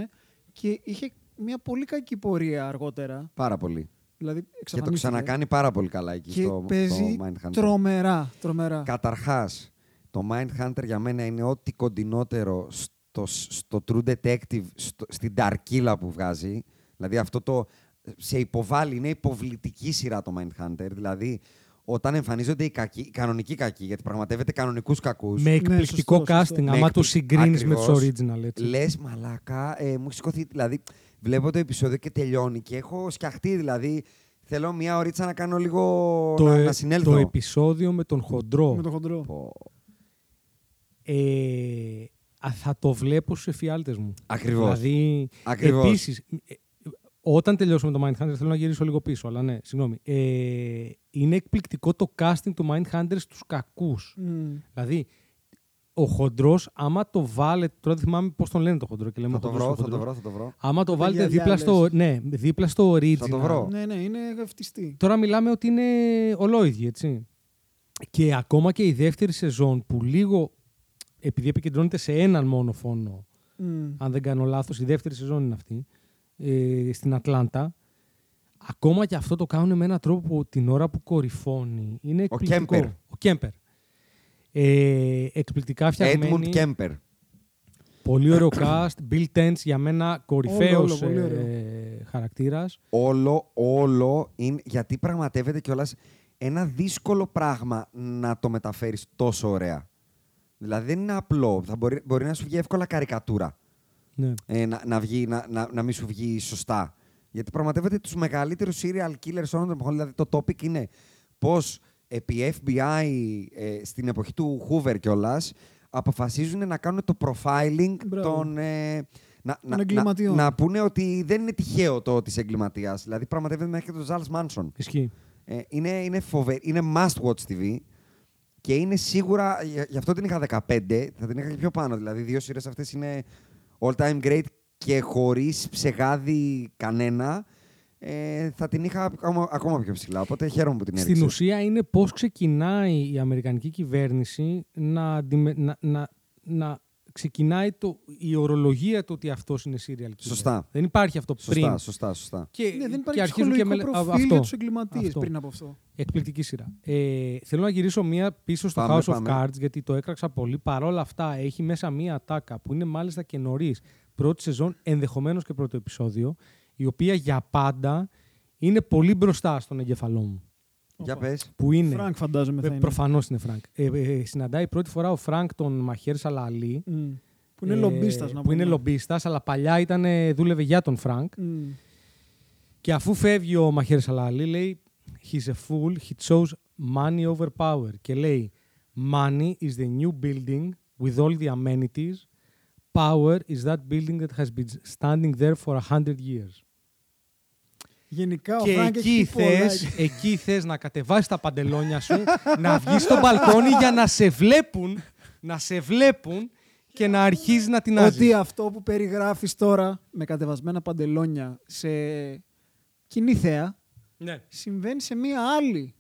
Speaker 4: και είχε μια πολύ κακή πορεία αργότερα.
Speaker 3: Πάρα πολύ.
Speaker 4: Δηλαδή,
Speaker 3: Και το
Speaker 4: εξαφανίστηκε.
Speaker 3: ξανακάνει πάρα πολύ καλά εκεί
Speaker 4: και
Speaker 3: στο,
Speaker 4: παίζει
Speaker 3: στο Mindhunter.
Speaker 4: τρομερά, τρομερά.
Speaker 3: Καταρχάς, το Mindhunter για μένα είναι ό,τι κοντινότερο στο, στο True Detective, στο- στην ταρκύλα που βγάζει. Δηλαδή αυτό το. Σε υποβάλλει, είναι υποβλητική σειρά το Mindhunter. Δηλαδή, όταν εμφανίζονται οι, κακοί, οι κανονικοί κακοί, γιατί πραγματεύεται κανονικούς κακούς.
Speaker 5: Με εκπληκτικό
Speaker 4: Ναι, σωστό, σωστό.
Speaker 5: casting, άμα το συγκρίνεις με τους
Speaker 3: του
Speaker 5: original. έτσι.
Speaker 3: Λες, μαλάκα, ε, μου έχει σηκωθεί. Δηλαδή, βλέπω το επεισόδιο και τελειώνει και έχω σκιαχτεί. Δηλαδή, θέλω μία ωρίτσα να κάνω λίγο.
Speaker 5: Το,
Speaker 3: να,
Speaker 5: ε,
Speaker 3: να συνέλθω.
Speaker 5: το επεισόδιο με τον χοντρό.
Speaker 4: Με το χοντρό.
Speaker 3: Πω.
Speaker 5: ε, α, θα το βλέπω στου εφιάλτε μου.
Speaker 3: Ακριβώς.
Speaker 5: Δηλαδή,
Speaker 3: Ακριβώς.
Speaker 5: επίσης, ε, ε, όταν τελειώσουμε το Mindhunter, θέλω να γυρίσω λίγο πίσω, αλλά ναι, συγγνώμη. Ε, είναι εκπληκτικό το casting του Mindhunter στους κακούς.
Speaker 4: Μμμ.
Speaker 5: Δηλαδή, ο χοντρός, άμα το βάλετε. Τώρα δεν θυμάμαι πώς τον λένε το χοντρό και λέμε
Speaker 3: Θα το
Speaker 5: χοντρός,
Speaker 3: βρω,
Speaker 5: ο
Speaker 3: θα το
Speaker 5: χοντρός.
Speaker 3: βρω, θα το βρω.
Speaker 5: Άμα το βάλετε
Speaker 4: γυαλιά,
Speaker 5: δίπλα στο,
Speaker 4: λες.
Speaker 5: ναι, δίπλα στο original.
Speaker 3: Θα το βρω.
Speaker 4: Ναι, ναι, είναι ευτιστή.
Speaker 5: Τώρα μιλάμε ότι είναι ολόιδιοι, έτσι. Και ακόμα και η δεύτερη σεζόν που λίγο, επειδή επικεντρώνεται σε έναν μόνο φόνο,
Speaker 4: Μμ.
Speaker 5: αν δεν κάνω λάθος, η δεύτερη σεζόν είναι αυτή, ε, στην Ατλάντα, ακόμα και αυτό το κάνουν με έναν τρόπο που την ώρα που κορυφώνει είναι εκπληκτικό.
Speaker 3: Κέμπερ.
Speaker 5: Ο Κέμπερ. Ε, εκπληκτικά
Speaker 3: Έντμουντ
Speaker 5: φτιαγμένη.
Speaker 3: Κέμπερ.
Speaker 5: Πολύ ωραίο cast. Bill Tents για μένα κορυφαίος
Speaker 4: Όλο, όλο, πολύ ωραίο.
Speaker 5: ε, χαρακτήρας.
Speaker 3: Όλο, όλο είναι. Γιατί πραγματεύεται κιόλας ένα δύσκολο πράγμα να το μεταφέρεις τόσο ωραία. Δηλαδή δεν είναι απλό. Θα μπορεί, μπορεί να σου βγει εύκολα καρικατούρα.
Speaker 5: Ναι.
Speaker 3: ε, να, να, βγει, να, να, να μην σου βγει σωστά. Γιατί πραγματεύεται τους μεγαλύτερους serial killers όλων των εποχών. Δηλαδή το topic είναι πώς επί FBI ε, στην εποχή του Hoover κιόλας αποφασίζουν να κάνουν το profiling
Speaker 4: Μπράβο.
Speaker 3: των... Ε, να,
Speaker 4: Των εγκληματιών.
Speaker 3: να, να πούνε ότι δεν είναι τυχαίο το ότι είσαι εγκληματίας. Δηλαδή πραγματεύεται μέχρι και τον Charles Manson.
Speaker 5: Ισχύει.
Speaker 3: Ε, είναι, είναι, φοβε... είναι must watch TV και είναι σίγουρα. για- Γι' αυτό την είχα 15, θα την είχα και πιο πάνω. Δηλαδή, δύο σειρές αυτές είναι all time great και χωρίς ψεγάδι κανένα. Ε, θα την είχα ακόμα, ακόμα πιο ψηλά. Οπότε χαίρομαι που την έριξα.
Speaker 5: Στην ουσία είναι πώς ξεκινάει η Αμερικανική κυβέρνηση να, αντιμε- να, να, να ξεκινάει το, η ορολογία του ότι αυτός είναι serial killer.
Speaker 3: Σωστά.
Speaker 5: Δεν υπάρχει αυτό
Speaker 3: Σωστά,
Speaker 5: πριν.
Speaker 3: σωστά, σωστά.
Speaker 5: Και,
Speaker 4: Ναι, δεν
Speaker 5: και
Speaker 4: υπάρχει
Speaker 5: αρχίζουν
Speaker 4: ψυχολογικό
Speaker 5: και μελε- α,
Speaker 4: προφίλ για τους εγκληματίες
Speaker 5: Αυτό.
Speaker 4: πριν από αυτό.
Speaker 5: Εκπληκτική σειρά. Ε, θέλω να γυρίσω μία πίσω στο
Speaker 3: Πάμε,
Speaker 5: House
Speaker 3: πάμε.
Speaker 5: of Cards γιατί το έκραξα πολύ. Παρ' όλα αυτά έχει μέσα μία ατάκα που είναι μάλιστα και νωρίς. Πρώτη σεζόν, ενδεχομένως και πρώτο επεισόδιο, η οποία για πάντα είναι πολύ μπροστά στον εγκεφαλό μου.
Speaker 3: Για πες.
Speaker 5: Που είναι.
Speaker 4: Φρανκ φαντάζομαι θα είναι.
Speaker 5: Προφανώς είναι Φρανκ. Ε, ε, συναντάει πρώτη φορά ο Φρανκ τον Μαχέρ Σαλαλή.
Speaker 4: Μμ. Ναι. Που είναι
Speaker 5: ε,
Speaker 4: λομπίστας να
Speaker 5: Που
Speaker 4: πούμε. Ναι.
Speaker 5: είναι λομπίστας, αλλά παλιά ήταν, ε, δούλευε για τον Φρανκ.
Speaker 4: Μμ.
Speaker 5: Και αφού φεύγει ο Μαχέρ Σαλαλή, λέει He's a fool, he chose money over power. Και λέει Money is the new building with all the amenities. Power is that building that has been standing there for a hundred years.
Speaker 4: Γενικά ο
Speaker 5: Και
Speaker 4: Φρανκ
Speaker 5: εκεί
Speaker 4: έχει πολλά-
Speaker 5: θες, εκεί θες να κατεβάσεις τα παντελόνια σου, να βγεις στο μπαλκόνι για να σε βλέπουν, να σε βλέπουν και να αρχίζεις να τεινάζεις.
Speaker 4: ότι αυτό που περιγράφεις τώρα με κατεβασμένα παντελόνια σε κοινή θέα
Speaker 5: Ναι.
Speaker 4: συμβαίνει σε μία άλλη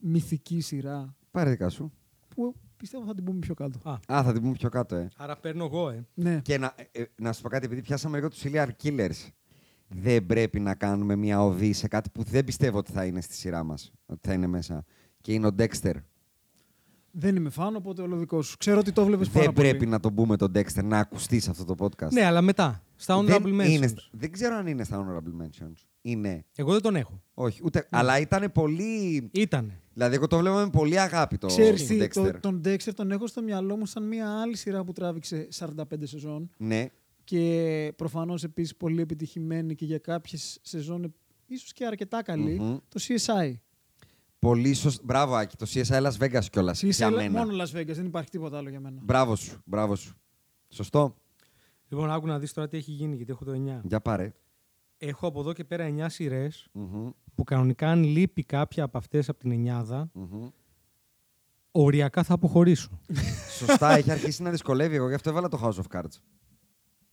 Speaker 4: μυθική σειρά
Speaker 3: Πάρε δικά σου.
Speaker 4: που πιστεύω θα την πούμε πιο κάτω.
Speaker 5: Α,
Speaker 3: Α, θα την πούμε πιο κάτω, ε.
Speaker 5: άρα παίρνω εγώ, ε.
Speaker 4: Ναι.
Speaker 3: Και να, ε, να σου πω κάτι, επειδή πιάσαμε λίγο τους serial killers. Δεν πρέπει να κάνουμε μια οδή σε κάτι που δεν πιστεύω ότι θα είναι στη σειρά μας. Ότι θα είναι μέσα. Και είναι ο Dexter.
Speaker 4: Δεν είμαι φαν, οπότε όλο δικό σου. Ξέρω ότι το βλέπεις πάρα
Speaker 3: Δεν
Speaker 4: πολύ.
Speaker 3: πρέπει να τον πούμε τον Dexter να ακουστεί σε αυτό το podcast.
Speaker 5: Ναι, αλλά μετά, στα
Speaker 3: δεν,
Speaker 5: honorable mentions.
Speaker 3: είναι στα- δεν ξέρω αν είναι στα honorable mentions. Είναι.
Speaker 5: Εγώ δεν τον έχω.
Speaker 3: Όχι, ούτε.
Speaker 4: Ναι.
Speaker 3: Αλλά ήταν πολύ.
Speaker 5: Ήτανε.
Speaker 3: Δηλαδή, εγώ το βλέπω με πολύ αγάπη το,
Speaker 4: Ξέρεις
Speaker 3: τον
Speaker 4: τι,
Speaker 3: Dexter.
Speaker 4: το- τον Dexter τον έχω στο μυαλό μου σαν μία άλλη σειρά που τράβηξε 45 σεζόν
Speaker 3: Ναι,
Speaker 4: και προφανώς επίσης πολύ επιτυχημένη και για κάποιες σεζόν ε, ίσως και αρκετά καλή,
Speaker 3: Μμμ.
Speaker 4: το CSI.
Speaker 3: Πολύ σωστά. Μπράβο, Άκη. Το CSI Las Vegas κιόλας. Για
Speaker 4: Είσαι
Speaker 3: μένα.
Speaker 4: μόνο Las Vegas, δεν υπάρχει τίποτα άλλο για μένα.
Speaker 3: Μπράβο σου. Μπράβο σου. Σωστό.
Speaker 5: Λοιπόν, άκου να δεις τώρα τι έχει γίνει, γιατί έχω το 9.
Speaker 3: Για πάρε.
Speaker 5: Έχω από εδώ και πέρα 9 σειρές
Speaker 3: Μμμ,
Speaker 5: που κανονικά αν λείπει κάποια από αυτές από την 9
Speaker 3: μμμ.
Speaker 5: οριακά θα αποχωρήσω.
Speaker 3: Σωστά, έχει αρχίσει να δυσκολεύει. Εγώ γι' αυτό έβαλα το House of Cards.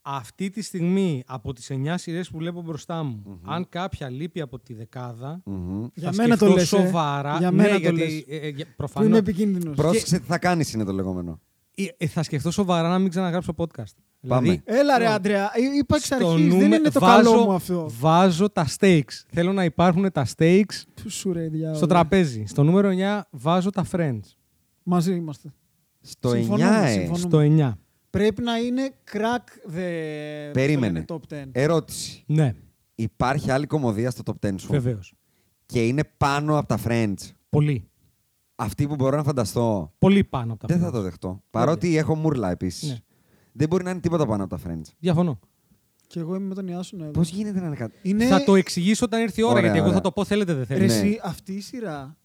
Speaker 5: Αυτή τη στιγμή από τις 9 σειρές που βλέπω μπροστά μου, αν κάποια λείπει από τη δεκάδα.
Speaker 3: Μμμ.
Speaker 4: Για
Speaker 5: θα
Speaker 4: μένα το
Speaker 5: σκεφτώ
Speaker 4: λες, ε.
Speaker 5: σοβαρά.
Speaker 4: Για
Speaker 5: Ναι,
Speaker 4: μένα το
Speaker 5: γιατί,
Speaker 4: λες.
Speaker 5: ε, ε, για-
Speaker 4: Που είναι
Speaker 5: προφανώς.
Speaker 4: επικίνδυνο.
Speaker 3: Πρόσεξε τι θα κάνεις είναι το λεγόμενο.
Speaker 5: Ε, ε, θα σκεφτώ σοβαρά να μην ξαναγράψω podcast.
Speaker 3: Πάμε.
Speaker 4: Έλα ρε,
Speaker 5: Ναι.
Speaker 4: Άντρεα, εί- είπα εξ
Speaker 5: στο
Speaker 4: αρχής, δεν
Speaker 5: νούμε-
Speaker 4: είναι το
Speaker 5: βάζω-
Speaker 4: καλό μου αυτό. Ε,
Speaker 5: Βάζω τα stakes. Θέλω να υπάρχουν τα stakes
Speaker 4: Του σου ρε, διάολο.
Speaker 5: στο τραπέζι. Στο νούμερο 9 βάζω τα friends.
Speaker 4: Μαζί είμαστε.
Speaker 3: Στο 9,
Speaker 4: Συμφωνούμε,
Speaker 3: ε.
Speaker 4: συμφωνούμε.
Speaker 5: Στο 9.
Speaker 4: Πρέπει να είναι crack the
Speaker 3: Περίμενε. Ε-
Speaker 4: το λένε, top 10.
Speaker 3: Ερώτηση.
Speaker 5: Ναι,
Speaker 3: Υπάρχει άλλη κομμωδία στο top 10 σου
Speaker 5: βεβαίως.
Speaker 3: και είναι πάνω από τα Friends.
Speaker 5: Πολύ.
Speaker 3: Αυτή που μπορώ να φανταστώ.
Speaker 5: Πολύ πάνω από τα
Speaker 3: Δεν θα
Speaker 5: friends.
Speaker 3: το δεχτώ. Παρότι έχω μουρλα επίσης.
Speaker 5: Ναι.
Speaker 3: Δεν μπορεί να είναι τίποτα πάνω από τα Friends.
Speaker 5: Διαφωνώ.
Speaker 4: Και εγώ είμαι με τον Ιάσονα εδώ.
Speaker 3: Πώς γίνεται να είναι κάτι.
Speaker 4: Είναι...
Speaker 5: Θα το εξηγήσω όταν έρθει η ώρα,
Speaker 3: Ωραία,
Speaker 5: γιατί εγώ
Speaker 3: ωραία.
Speaker 5: θα το πω θέλετε δεν
Speaker 4: Ναι. Ρε,
Speaker 5: θέλετε.
Speaker 3: Ναι.
Speaker 4: εσύ, αυτή η σειρά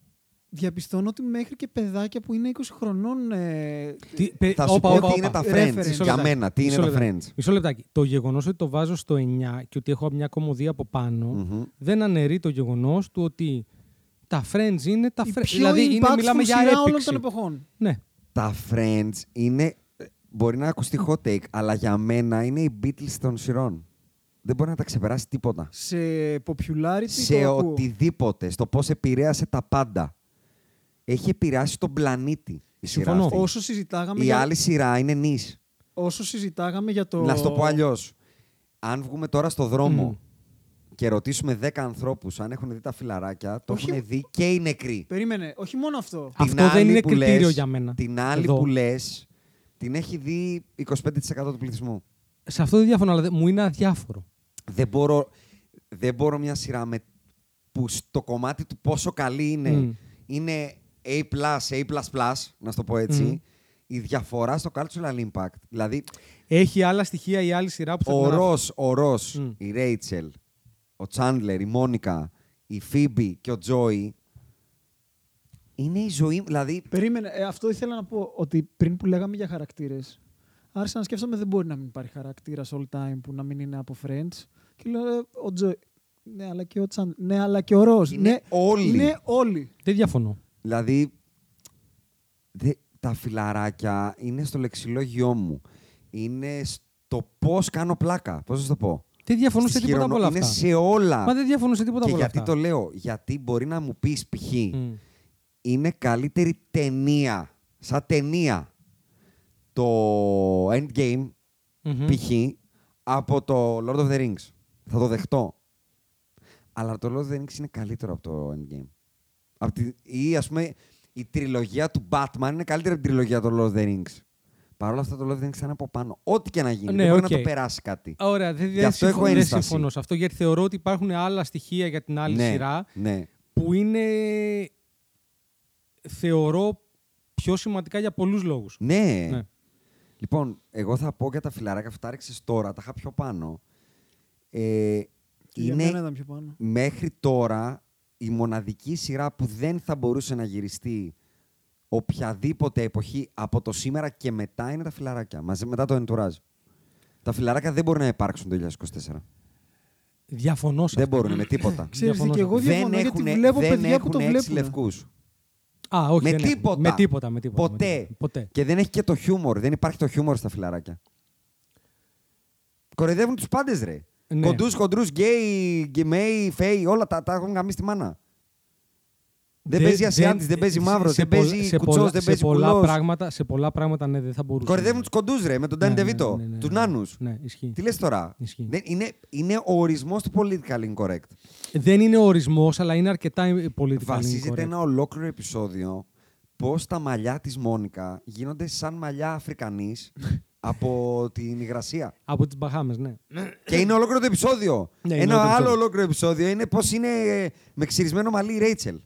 Speaker 4: διαπιστώνω ότι μέχρι και παιδάκια που είναι 20 χρονών. Ε...
Speaker 5: Τι- πε-
Speaker 3: Θα σου
Speaker 5: όπα,
Speaker 3: πω
Speaker 5: όπα,
Speaker 3: τι είναι
Speaker 5: όπα.
Speaker 3: τα
Speaker 4: Reference.
Speaker 3: Friends. Για
Speaker 4: Μισό
Speaker 5: λεπτάκι.
Speaker 3: μένα, τι είναι
Speaker 5: Μισό
Speaker 3: τα
Speaker 5: λεπτάκι.
Speaker 3: Friends.
Speaker 5: Μισό λεπτάκι. Το γεγονός ότι το βάζω στο 9 και ότι έχω μια κομμωδία από πάνω
Speaker 3: Μμμ.
Speaker 5: δεν αναιρεί το γεγονός του ότι τα friends είναι τα
Speaker 4: Η
Speaker 5: friends.
Speaker 4: πιο
Speaker 5: Δηλαδή είναι,
Speaker 4: impactful
Speaker 5: μιλάμε για
Speaker 4: σειρά όλων
Speaker 5: έπιξη.
Speaker 4: των εποχών.
Speaker 5: Ναι.
Speaker 3: Τα Friends είναι. Μπορεί να ακουστεί hot take, αλλά για μένα είναι οι Beatles των σειρών. Δεν μπορεί να τα ξεπεράσει τίποτα.
Speaker 4: Σε popularity.
Speaker 3: σε
Speaker 4: το ακούω.
Speaker 3: οτιδήποτε, στο πώς επηρέασε τα πάντα. Έχει επηρεάσει τον πλανήτη η σειρά
Speaker 5: Συμφωνώ.
Speaker 3: αυτή.
Speaker 4: Όσο συζητάγαμε,
Speaker 3: Η
Speaker 4: για...
Speaker 3: άλλη σειρά είναι νης.
Speaker 4: όσο συζητάγαμε για το.
Speaker 3: Να σου το πω αλλιώς. Αν βγούμε τώρα στο δρόμο και ρωτήσουμε 10 ανθρώπους αν έχουν δει τα φιλαράκια, το
Speaker 4: Όχι.
Speaker 3: έχουν δει και οι νεκροί.
Speaker 4: Περίμενε, όχι μόνο αυτό.
Speaker 5: Αυτό
Speaker 3: άλλη
Speaker 5: δεν είναι
Speaker 3: που
Speaker 5: κριτήριο
Speaker 3: λες-
Speaker 5: για μένα.
Speaker 3: Την άλλη
Speaker 5: Εδώ.
Speaker 3: που λες, την έχει δει 25% του πληθυσμού.
Speaker 5: Σε αυτό δεν διαφωνώ, αλλά δε- μου είναι αδιάφορο.
Speaker 3: Δεν μπορώ, δεν μπορώ μια σειρά με, που στο κομμάτι του πόσο καλή είναι,
Speaker 5: Μμ.
Speaker 3: είναι A+, A++, να σου το πω έτσι,
Speaker 5: Μμ.
Speaker 3: η διαφορά στο cultural impact. Δηλαδή,
Speaker 5: Έχει άλλα στοιχεία η άλλη σειρά που θα
Speaker 3: ο
Speaker 5: την αναφέρω.
Speaker 3: Ρος, ο Ρος,
Speaker 5: Μμ.
Speaker 3: η Ρέιτσελ, ο Τσάντλερ, η Μόνικα, η Φίμπη και ο Τζόι, είναι η ζωή, δηλαδή,
Speaker 4: Περίμενε, ε, αυτό ήθελα να πω ότι πριν που λέγαμε για χαρακτήρες, άρχισα να σκέφτομαι δεν μπορεί να μην υπάρχει χαρακτήρας all time που να μην είναι από Friends. Και λέω, ε, ο Τζο. Ναι, αλλά και ο Τσάν. Ναι, αλλά και ο Ρος.
Speaker 3: Είναι
Speaker 4: ναι,
Speaker 3: όλοι.
Speaker 4: Είναι όλοι.
Speaker 5: Δεν διαφωνώ.
Speaker 3: Δηλαδή, δε- τα φιλαράκια είναι στο λεξιλόγιό μου. Είναι στο πώς κάνω πλάκα. Πώς να σου το πω.
Speaker 5: Δεν διαφωνώ σε
Speaker 3: Στις
Speaker 5: τίποτα από όλα
Speaker 3: χειρονο-
Speaker 5: αυτά.
Speaker 3: Είναι σε όλα.
Speaker 5: Μα δεν διαφωνώ σε τίποτα
Speaker 3: και
Speaker 5: από όλα
Speaker 3: γιατί
Speaker 5: αυτά.
Speaker 3: το λέω. Γιατί μπορεί να μου πεις π.χ.
Speaker 5: Μμ.
Speaker 3: είναι καλύτερη ταινία. Σαν ταινία. Το Endgame
Speaker 5: Μμμ.
Speaker 3: π.χ. από το Lord of the Rings. Θα το δεχτώ. Αλλά το Lord of the Rings είναι καλύτερο από το Endgame. Απ' τη, ή ας πούμε η τριλογία του Batman είναι καλύτερη από την τριλογία του Lord of the Rings. Παρ' όλα αυτά το Lord of the Rings θα είναι από πάνω. Ό,τι και να γίνει.
Speaker 5: Ναι,
Speaker 3: δεν μπορεί
Speaker 5: οκ.
Speaker 3: να το περάσει κάτι.
Speaker 5: Ωραία, δεν,
Speaker 3: Γι'
Speaker 5: δεν
Speaker 3: αυτό έχω
Speaker 5: συμφωνώ, δεν
Speaker 3: ένσταση.
Speaker 5: συμφωνώ σε αυτό γιατί θεωρώ ότι υπάρχουν άλλα στοιχεία για την άλλη
Speaker 3: ναι,
Speaker 5: σειρά
Speaker 3: ναι.
Speaker 5: που είναι θεωρώ πιο σημαντικά για πολλούς λόγους.
Speaker 3: Ναι.
Speaker 5: Ναι.
Speaker 3: Λοιπόν, εγώ θα πω για τα φιλαράκια, αυτά τα ρίξες τώρα, τα είχα πιο πάνω. Ε,
Speaker 4: Για μένα
Speaker 3: είναι
Speaker 4: ήταν πιο πάνω.
Speaker 3: μέχρι τώρα η μοναδική σειρά που δεν θα μπορούσε να γυριστεί οποιαδήποτε εποχή από το σήμερα και μετά είναι τα φιλαράκια, μαζί μετά το εντουράζ. Τα φιλαράκια δεν μπορεί να υπάρξουν το 2024.
Speaker 5: Διαφωνώ σε
Speaker 3: Δεν
Speaker 5: αυτό.
Speaker 3: μπορούν με τίποτα.
Speaker 4: Ξέρεις,
Speaker 5: Διαφωνώ
Speaker 4: και
Speaker 5: σε
Speaker 4: εγώ
Speaker 5: αυτό.
Speaker 4: διαφωνώ γιατί
Speaker 3: έχουνε-
Speaker 4: βλέπω
Speaker 3: δεν
Speaker 4: παιδιά που το
Speaker 3: έχουνε έξι
Speaker 4: βλέπουν.
Speaker 3: λευκούς.
Speaker 5: Α, όχι,
Speaker 3: με
Speaker 5: δεν έχω.
Speaker 3: τίποτα.
Speaker 5: Με τίποτα, με τίποτα. με
Speaker 3: Ποτέ.
Speaker 5: τίποτα. Ποτέ.
Speaker 3: Και δεν έχει και το χιούμορ. Δεν υπάρχει το χιούμορ στα φιλαράκια. Κοροϊδεύουν τους πάντες, ρε.
Speaker 5: Ναι.
Speaker 3: Κοντούς, χοντρούς, γκέι, γκυμαίοι, φέοι, όλα τα, τα έχουν γαμίσει τη μάνα. Δεν παίζει Ασιάτης, δεν παίζει
Speaker 5: σε-
Speaker 3: μαύρος,
Speaker 5: σε
Speaker 3: δεν
Speaker 5: πολλά-
Speaker 3: παίζει
Speaker 5: σε
Speaker 3: κουτσός,
Speaker 5: πολλά-
Speaker 3: δεν
Speaker 5: σε
Speaker 3: παίζει
Speaker 5: πολλά
Speaker 3: κουλός.
Speaker 5: πράγματα- Σε πολλά πράγματα, ναι, δεν θα μπορούσα.
Speaker 3: Κοροϊδεύουν τους κοντούς, ρε, με τον Ντάνι Ντεβίτο. Του νάνους.
Speaker 5: Ναι, ισχύει.
Speaker 3: Τι λες τώρα.
Speaker 5: Ισχύει.
Speaker 3: Δεν- Είναι, είναι ο ορισμός του political incorrect.
Speaker 5: Δεν είναι ορισμός, αλλά είναι αρκετά ε, πολιτικά.
Speaker 3: Βασίζεται ένα ολόκληρο επεισόδιο πώς τα μαλλιά της Μόνικα γίνονται σαν μαλλιά Αφρικανής από την υγρασία.
Speaker 5: Από τις Μπαχάμες, ναι.
Speaker 3: Και είναι ολόκληρο το επεισόδιο.
Speaker 5: Ναι, είναι
Speaker 3: Ένα
Speaker 5: ολόκληρο το
Speaker 3: άλλο
Speaker 5: επεισόδιο.
Speaker 3: ολόκληρο επεισόδιο είναι πώς είναι ε, με ξυρισμένο μαλλί η Ρέιτσελ.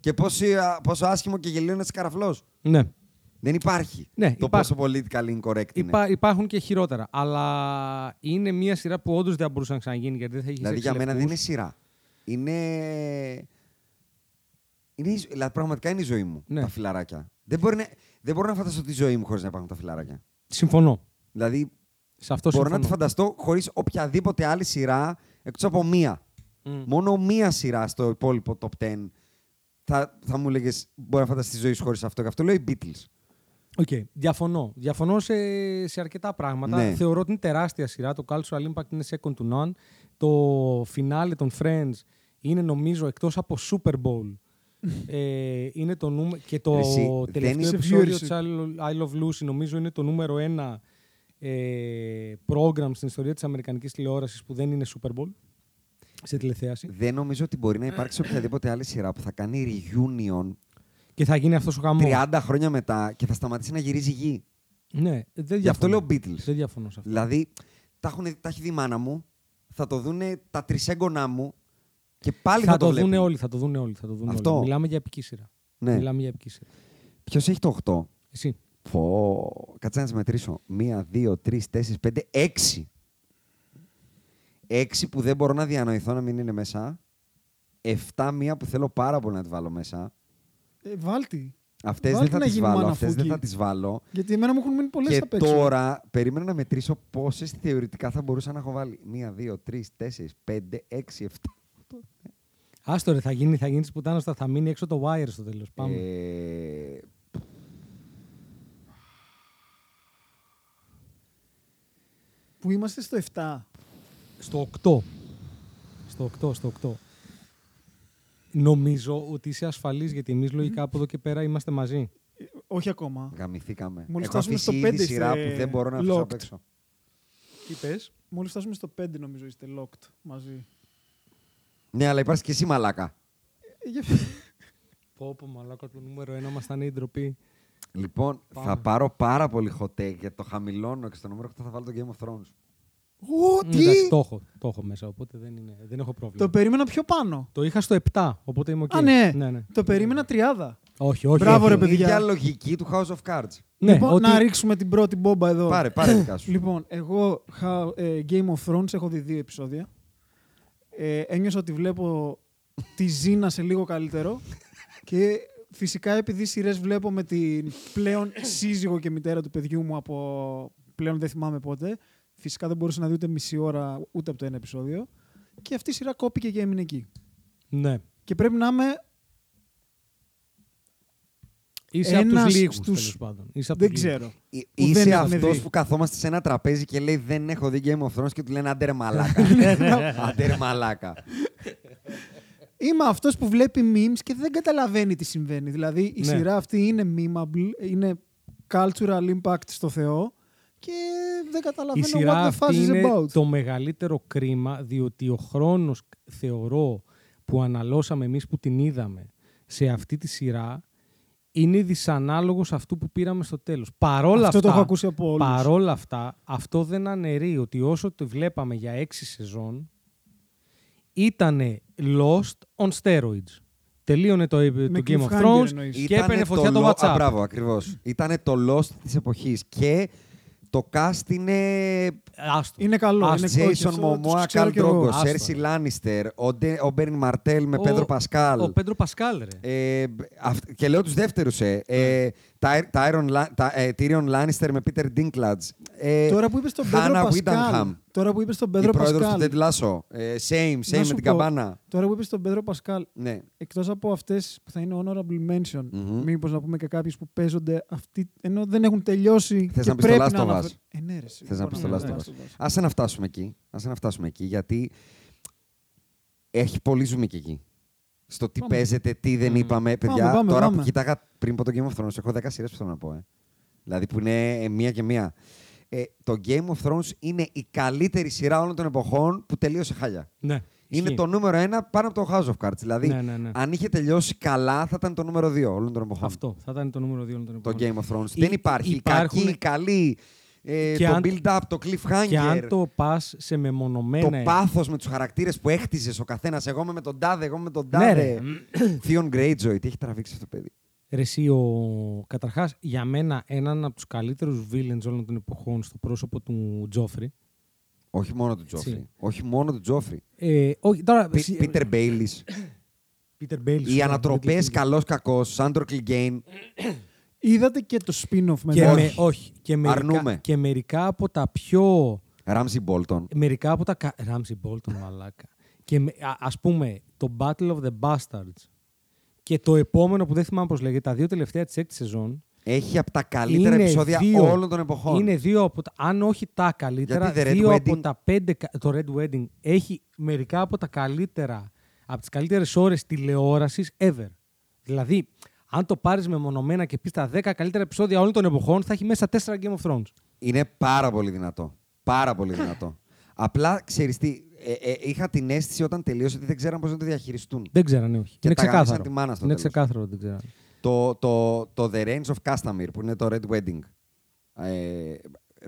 Speaker 3: Και πόσο, πόσο άσχημο και γελίο είναι καραφλό.
Speaker 5: ναι.
Speaker 3: Δεν υπάρχει
Speaker 5: Ναι,
Speaker 3: το
Speaker 5: υπάρχει.
Speaker 3: πόσο political incorrect είναι.
Speaker 5: Υπά, υπάρχουν και χειρότερα. Αλλά είναι μια σειρά που όντως δεν θα μπορούσε να ξαναγίνει γιατί δεν θα είχες
Speaker 3: Δηλαδή για μένα δεν είναι σειρά. Είναι. Είναι, η ζω- δηλαδή, πραγματικά είναι η ζωή μου
Speaker 5: Ναι.
Speaker 3: τα φιλαράκια. Δεν, μπορεί να, δεν μπορώ να φανταστώ τη ζωή μου χωρίς να υπάρχουν τα φιλαράκια.
Speaker 5: Συμφωνώ.
Speaker 3: Δηλαδή,
Speaker 5: Σε αυτό
Speaker 3: μπορώ
Speaker 5: συμφωνώ.
Speaker 3: να τη φανταστώ χωρίς οποιαδήποτε άλλη σειρά εκτός από μία.
Speaker 5: Μμ.
Speaker 3: Μόνο μία σειρά στο υπόλοιπο top 10 θα, θα μου έλεγες μπορεί να φανταστείς τη ζωή σου χωρίς αυτό. Και αυτό λέω οι Beatles.
Speaker 5: Οκ, διαφωνώ. Διαφωνώ σε, σε αρκετά πράγματα.
Speaker 3: Ναι.
Speaker 5: Θεωρώ ότι είναι τεράστια σειρά. Το Cultural Impact είναι second to none. Το φινάλε των Friends είναι νομίζω εκτός από Super Bowl. ε, είναι το νούμε... Και το
Speaker 3: Ρε εσύ, δεν
Speaker 5: τελευταίο
Speaker 3: είσαι
Speaker 5: επεισόδιο
Speaker 4: viewership.
Speaker 5: της I Lo- I Love Lucy νομίζω είναι το νούμερο ένα ε, program στην ιστορία της Αμερικανικής τηλεόρασης που δεν είναι Super Bowl σε τηλεθέαση.
Speaker 3: Δεν νομίζω ότι μπορεί να υπάρξει οποιαδήποτε άλλη σειρά που θα κάνει reunion
Speaker 5: Και θα γίνει αυτός ο γαμός.
Speaker 3: 30 χρόνια μετά και θα σταματήσει να γυρίζει γη.
Speaker 5: Ναι, δεν
Speaker 3: Γι' αυτό
Speaker 5: διαφωνώ.
Speaker 3: λέω Beatles.
Speaker 5: Δεν διαφωνώ σε αυτό.
Speaker 3: Δηλαδή, τα, έχουν, τα έχει δει η μάνα μου, θα το δούνε τα τρισέγγονά μου και πάλι θα,
Speaker 5: θα, το,
Speaker 3: βλέπουν.
Speaker 5: δούνε όλοι, θα το δούνε όλοι, θα το δούνε
Speaker 3: Αυτό.
Speaker 5: όλοι. Μιλάμε για επική σειρά.
Speaker 3: Ναι.
Speaker 5: Μιλάμε για επική σειρά.
Speaker 3: Ποιος έχει το 8.
Speaker 5: Εσύ.
Speaker 3: Πω. Κάτσε να τι μετρήσω. Μία, δύο, τρεις, τέσσερις, πέντε, έξι. Έξι που δεν μπορώ να διανοηθώ να μην είναι μέσα. Εφτά μία που θέλω πάρα πολύ να τη βάλω μέσα.
Speaker 4: Ε, βάλτη.
Speaker 3: Αυτέ
Speaker 4: Βάλτε
Speaker 3: δεν θα
Speaker 4: να
Speaker 3: τις
Speaker 4: γίνουμε
Speaker 3: βάλω. Αυτές δεν
Speaker 4: αναφούκοι.
Speaker 3: θα τις βάλω.
Speaker 4: Γιατί εμένα μου έχουν μείνει πολλές
Speaker 3: και
Speaker 4: απ' έξω.
Speaker 3: τώρα περίμενα να μετρήσω πόσες θεωρητικά θα μπορούσα να έχω βάλει. Μία, δύο, τρεις, τέσσερις, πέντε, έξι, εφτά.
Speaker 5: Άστο ρε, θα γίνει, θα γίνει πουτάνας, θα, θα μείνει έξω το wire στο τέλος. Πάμε.
Speaker 3: Ε,
Speaker 4: Που είμαστε στο 7.
Speaker 5: Στο 8. Στο 8, στο 8. Νομίζω ότι είσαι ασφαλής γιατί εμείς λογικά από εδώ και πέρα είμαστε μαζί.
Speaker 4: Όχι ακόμα.
Speaker 3: Γαμηθήκαμε.
Speaker 4: Μόλις
Speaker 3: Έχω
Speaker 4: φτάσουμε στο
Speaker 3: αφήσει ήδη
Speaker 4: πέντε
Speaker 3: σειρά
Speaker 4: είστε
Speaker 3: που δεν μπορώ να αφήσω απ'
Speaker 4: locked.
Speaker 3: έξω.
Speaker 5: Τι πες.
Speaker 4: Μόλις φτάσουμε στο 5, νομίζω είστε locked μαζί.
Speaker 3: Ναι, αλλά υπάρχει και εσύ μαλάκα.
Speaker 4: Ε, για-
Speaker 5: Πω, πω, μαλάκα, το νούμερο 1 μας ήταν η ντροπή.
Speaker 3: Λοιπόν,
Speaker 5: Πάμε.
Speaker 3: θα πάρω πάρα πολύ hot take γιατί το χαμηλώνω και στο νούμερο 8 θα βάλω το Game of Thrones.
Speaker 4: Ω,
Speaker 5: Μ,
Speaker 4: τι!
Speaker 5: Ε, Εντάξει, το έχω, το έχω μέσα, οπότε δεν, είναι, δεν έχω πρόβλημα.
Speaker 4: Το
Speaker 5: Το,
Speaker 4: περίμενα πιο πάνω.
Speaker 5: είχα στο 7, οπότε είμαι οκ.
Speaker 4: Α, ναι.
Speaker 5: ναι, ναι.
Speaker 4: Το περίμενα 30.
Speaker 5: Όχι, όχι.
Speaker 4: Μπράβο, ρε,
Speaker 5: όχι.
Speaker 3: Είναι
Speaker 4: παιδιά.
Speaker 3: Η ίδια λογική του House of Cards.
Speaker 5: Ναι,
Speaker 4: λοιπόν,
Speaker 5: ότι-
Speaker 4: να ρίξουμε την πρώτη μπόμπα εδώ.
Speaker 3: Πάρε, πάρε δικά σου.
Speaker 4: Λοιπόν, εγώ χα- ε, Game of Thrones έχω δει δύο επεισόδια. Ε, ένιωσα ότι βλέπω τη Ζήνα σε λίγο καλύτερο. και φυσικά επειδή σειρές βλέπω με την πλέον σύζυγο και μητέρα του παιδιού μου από πλέον δεν θυμάμαι πότε. Φυσικά δεν μπορούσε να δει ούτε μισή ώρα ούτε από το ένα επεισόδιο. Και αυτή η σειρά κόπηκε και έμεινε εκεί.
Speaker 5: Ναι.
Speaker 4: Και πρέπει να είμαι.
Speaker 5: Είσαι από τους
Speaker 4: Ένας
Speaker 5: λίγους.
Speaker 4: στους-
Speaker 5: Τέλος πάντων. Είσαι από
Speaker 4: Δεν
Speaker 5: τους λίγους.
Speaker 4: ξέρω.
Speaker 3: Ε,
Speaker 4: δεν
Speaker 3: Είσαι
Speaker 4: έχουμε
Speaker 3: αυτός
Speaker 4: δει.
Speaker 3: που καθόμαστε σε ένα τραπέζι και λέει Δεν έχω δει Game of Thrones και του λένε Αντέρ μαλάκα.
Speaker 4: Ναι,
Speaker 3: Αντέρ μαλάκα.
Speaker 4: Είμαι αυτός που βλέπει memes και δεν καταλαβαίνει τι συμβαίνει. Δηλαδή η
Speaker 5: Ναι.
Speaker 4: σειρά αυτή είναι memeable, είναι cultural impact στο Θεό και δεν
Speaker 5: Η
Speaker 4: καταλαβαίνω
Speaker 5: σειρά
Speaker 4: what the fuss
Speaker 5: αυτή
Speaker 4: is
Speaker 5: είναι
Speaker 4: about.
Speaker 5: το μεγαλύτερο κρίμα, διότι ο χρόνος, θεωρώ, που αναλώσαμε εμείς που την είδαμε σε αυτή τη σειρά, είναι δυσανάλογος αυτού που πήραμε στο τέλος. Παρόλα
Speaker 4: Αυτό
Speaker 5: αυτά,
Speaker 4: το έχω ακούσει από όλους.
Speaker 5: παρόλα αυτά, αυτό δεν αναιρεί ότι όσο το βλέπαμε για έξι σεζόν, ήτανε lost on steroids. Τελείωνε το, το Game of
Speaker 4: cliffhanger
Speaker 5: Thrones
Speaker 4: εννοείς.
Speaker 5: και έπαιρνε φωτιά το
Speaker 3: Lo- Α,
Speaker 5: WhatsApp.
Speaker 3: Μπράβο, ακριβώς. Ήταν το Lost της εποχής. Και το cast είναι
Speaker 5: Άστο.
Speaker 4: Είναι καλό.
Speaker 5: Ας,
Speaker 4: είναι όχι,
Speaker 3: Jason
Speaker 4: αυτό
Speaker 3: Momoa,
Speaker 4: τους ξέρω
Speaker 3: Καλ
Speaker 4: κι εγώ.
Speaker 3: Ντρόγκο,
Speaker 5: Άστο,
Speaker 3: Σέρσι
Speaker 5: ρε.
Speaker 3: Λάνιστερ, ο Ντε- ο Μπέρν Μαρτέλ με
Speaker 5: Ο-
Speaker 3: Πέντρο Πασκάλ.
Speaker 5: Ο Πέντρο Πασκάλ, ρε.
Speaker 3: Ε, μπ, αυτ- και λέω τους δεύτερους, ε. ε Ty- Tyron Lan- Ta- ε, Tyrion Lannister με Peter Dinklage. Ε,
Speaker 4: Τώρα που είπες τον Πέντρο
Speaker 3: Hannah
Speaker 4: Πασκάλ.
Speaker 3: Whittingham,
Speaker 4: Τώρα που είπες τον
Speaker 3: η
Speaker 4: Πέντρο
Speaker 3: πρόεδρος του
Speaker 4: Πασκάλ.
Speaker 3: Ted Lasso. Ε, same, same
Speaker 4: να
Speaker 3: με
Speaker 4: σου
Speaker 3: την
Speaker 4: πω,
Speaker 3: καμπάνα.
Speaker 4: Τώρα που είπες τον Πέντρο Πασκάλ,
Speaker 3: Ναι.
Speaker 4: εκτός από αυτές που θα είναι honorable mention,
Speaker 3: Μμμ.
Speaker 4: μήπως να πούμε και κάποιες που παίζονται αυτή, ενώ δεν έχουν τελειώσει.
Speaker 3: Θες
Speaker 4: και
Speaker 3: να πεις το
Speaker 4: πρέπει
Speaker 3: Last of Us.
Speaker 4: αναφέρ- Ε, ναι, ρε, εσύ,
Speaker 3: Θες να
Speaker 4: μπορώ
Speaker 3: πεις το
Speaker 4: πω
Speaker 3: Last of Us.
Speaker 4: Last of Us.
Speaker 3: Άσε να φτάσουμε εκεί. Άσε να φτάσουμε εκεί, γιατί έχει πολύ ζουμί και εκεί. Στο τι
Speaker 4: Πάμε.
Speaker 3: παίζεται, τι δεν
Speaker 5: Μμμ.
Speaker 3: είπαμε. Παιδιά,
Speaker 4: Πάμε, πάμε,
Speaker 3: τώρα που
Speaker 4: πάμε.
Speaker 3: κοιτάγα πριν από το Game of Thrones, έχω 10 σειρές που θέλω να πω. Ε. Δηλαδή που είναι ε, μία και μία. Ε, το Game of Thrones είναι η καλύτερη σειρά όλων των εποχών που τελείωσε χάλια.
Speaker 5: Ναι.
Speaker 3: Είναι
Speaker 5: ισχύει.
Speaker 3: το νούμερο ένα πάνω από το House of Cards. Δηλαδή,
Speaker 5: Ναι, ναι, ναι.
Speaker 3: αν είχε τελειώσει καλά, θα ήταν το νούμερο δύο όλων των εποχών.
Speaker 5: Αυτό. Θα ήταν το νούμερο 2 των
Speaker 3: Το
Speaker 5: επόμενων.
Speaker 3: Game of Thrones.
Speaker 5: Ή-
Speaker 3: Δεν υπάρχει. Η
Speaker 5: υπάρχουν-
Speaker 3: κακή, η καλή. Ε,
Speaker 5: Και
Speaker 3: το
Speaker 5: αν-
Speaker 3: build-up, το cliffhanger.
Speaker 5: Και αν το πας σε μεμονωμένα.
Speaker 3: Το πάθος με τους χαρακτήρες που έχτιζες ο καθένας. Εγώ είμαι με τον τάδε, εγώ είμαι με τον
Speaker 5: Ναι,
Speaker 3: τάδε.
Speaker 5: ρε.
Speaker 3: Θείον Greyjoy, τι έχει τραβήξει αυτό το παιδί.
Speaker 5: Ρε, εσύ, ο... Καταρχάς, για μένα, έναν από τους καλύτερους villains όλων των εποχών στο πρόσωπο του Τζόφρι.
Speaker 3: Όχι μόνο του Τζόφρι.
Speaker 5: Έτσι.
Speaker 3: Όχι μόνο του Τζόφρι.
Speaker 5: Ε, όχι, τώρα, συ-
Speaker 3: Πίτερ Μπέιλι.
Speaker 5: Peter Baelish.
Speaker 3: Οι ανατροπέ καλός κακός, Σάντρο Κλιγκέιν.
Speaker 4: Είδατε και το spin-off με
Speaker 5: Και
Speaker 4: το-
Speaker 5: με, όχι, και μερικά,
Speaker 3: Αρνούμε.
Speaker 5: και μερικά από τα πιο.
Speaker 3: Ράμζι Μπόλτον.
Speaker 5: Μερικά από τα. Ράμζι Μπόλτον, μαλάκα. Και με- α ας πούμε το Battle of the Bastards και το επόμενο που δεν θυμάμαι πώς λέγεται, τα δύο τελευταία της έκτη σεζόν.
Speaker 3: Έχει από τα καλύτερα
Speaker 5: είναι
Speaker 3: επεισόδια
Speaker 5: δύο-
Speaker 3: όλων των εποχών.
Speaker 5: Είναι δύο από τα, αν όχι τα καλύτερα,
Speaker 3: Γιατί The Red
Speaker 5: δύο από
Speaker 3: Wedding-
Speaker 5: τα πέντε. κα- Το Red Wedding έχει μερικά από τα καλύτερα, από τις καλύτερες ώρες τηλεόρασης ever. Δηλαδή, αν το πάρεις μεμονωμένα και πεις τα 10 καλύτερα επεισόδια όλων των εποχών, θα έχει μέσα 4 Game of Thrones.
Speaker 3: Είναι πάρα πολύ δυνατό. Πάρα πολύ δυνατό. Απλά ξέρεις τι, ε, ε, είχα την αίσθηση όταν τελείωσε ότι δεν ξέραν πώς να το διαχειριστούν.
Speaker 5: Δεν ξέρανε, όχι.
Speaker 3: Και
Speaker 5: είναι
Speaker 3: τα γάμισαν
Speaker 5: ξεκάθαρο.
Speaker 3: τη μάνα στο
Speaker 5: είναι
Speaker 3: τέλος.
Speaker 5: ξεκάθαρο, ότι δεν ξέρανε.
Speaker 3: Το, το, το The Reigns of Castamere που είναι το Red Wedding. Ε,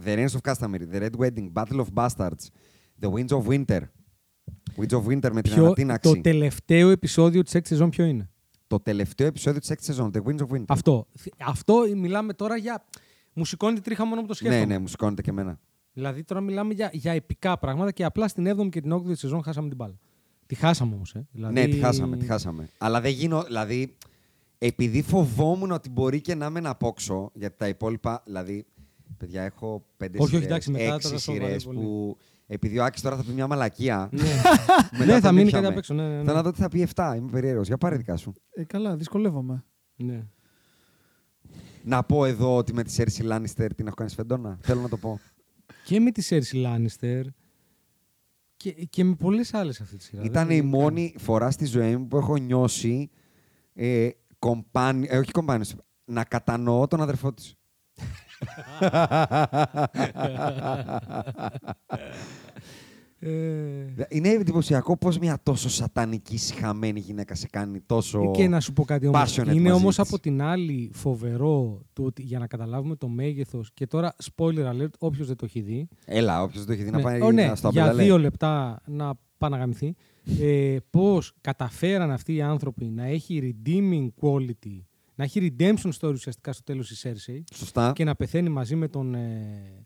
Speaker 3: the Reigns of Castamere, The Red Wedding, Battle of Bastards, The Winds of Winter. Winds of Winter με την
Speaker 5: Ποιο,
Speaker 3: ανατείναξη.
Speaker 5: το τελευταίο επεισόδιο της 6 σεζόν ποιο είναι.
Speaker 3: Το τελευταίο επεισόδιο της 6 σεζόν, The Winds of Winter.
Speaker 5: Αυτό. Αυτό μιλάμε τώρα για. Μου σηκώνει τη τρίχα μόνο από το σκέφτομαι.
Speaker 3: Ναι, ναι, μου σηκώνεται και εμένα.
Speaker 5: Δηλαδή τώρα μιλάμε για, για επικά πράγματα και απλά στην 7η και την 8η σεζόν χάσαμε την μπάλα. Τη χάσαμε όμως. Ε. Δηλαδή...
Speaker 3: Ναι, τη χάσαμε, τη χάσαμε. Αλλά δεν γίνω, δηλαδή, επειδή φοβόμουν ότι μπορεί και να με να απόξω, γιατί τα υπόλοιπα, δηλαδή, παιδιά, έχω πέντε
Speaker 5: Όχι, όχι,
Speaker 3: σειρές,
Speaker 5: εντάξει, μετά
Speaker 3: έξι
Speaker 5: τώρα σοβαρά
Speaker 3: σειρές
Speaker 5: πολύ.
Speaker 3: που, επειδή ο Άκης τώρα θα πει μια μαλακία, μετά
Speaker 5: ναι,
Speaker 3: τον
Speaker 5: θα μείνει
Speaker 3: ήπιαμε.
Speaker 5: κάτι απ' έξω. Ναι, ναι, ναι.
Speaker 3: Θέλω να δω τι θα πει 7. Είμαι περίεργος. Για πάρε δικά σου.
Speaker 4: Ε, καλά, δυσκολεύομαι.
Speaker 5: Ναι.
Speaker 3: Να πω εδώ ότι με τη Σέρση Λάνιστερ την έχω κάνει σφεντόνα. Θέλω να το πω.
Speaker 5: Και με τη Σέρση Λάνιστερ και, και με πολλές άλλες αυτή τη σειρά.
Speaker 3: Δηλαδή, Ήταν
Speaker 5: Δεν-
Speaker 3: η μόνη φορά στη ζωή μου που έχω νιώσει. Ε, κομπάνι, ε, όχι κομπάνι, να κατανοώ τον αδερφό της.
Speaker 5: Ε,
Speaker 3: Είναι εντυπωσιακό πώς μια τόσο σατανική, συχαμένη γυναίκα σε κάνει τόσο.
Speaker 5: Και να σου πω κάτι όμως.
Speaker 3: passionate
Speaker 5: Είναι
Speaker 3: μαζί
Speaker 5: όμως
Speaker 3: της.
Speaker 5: από την άλλη φοβερό το ότι για να καταλάβουμε το μέγεθος και τώρα spoiler alert όποιος δεν το έχει δει.
Speaker 3: Έλα, όποιος το έχει δει να
Speaker 5: Ναι.
Speaker 3: πάει
Speaker 5: Ω, ναι,
Speaker 3: να στο
Speaker 5: για
Speaker 3: απελαλέ.
Speaker 5: δύο λεπτά να πάει να γαμηθεί. ε, πώς καταφέραν αυτοί οι άνθρωποι να έχει redeeming quality, να έχει redemption story ουσιαστικά στο τέλος της Cersei
Speaker 3: Σωστά.
Speaker 5: και να πεθαίνει μαζί με τον ε,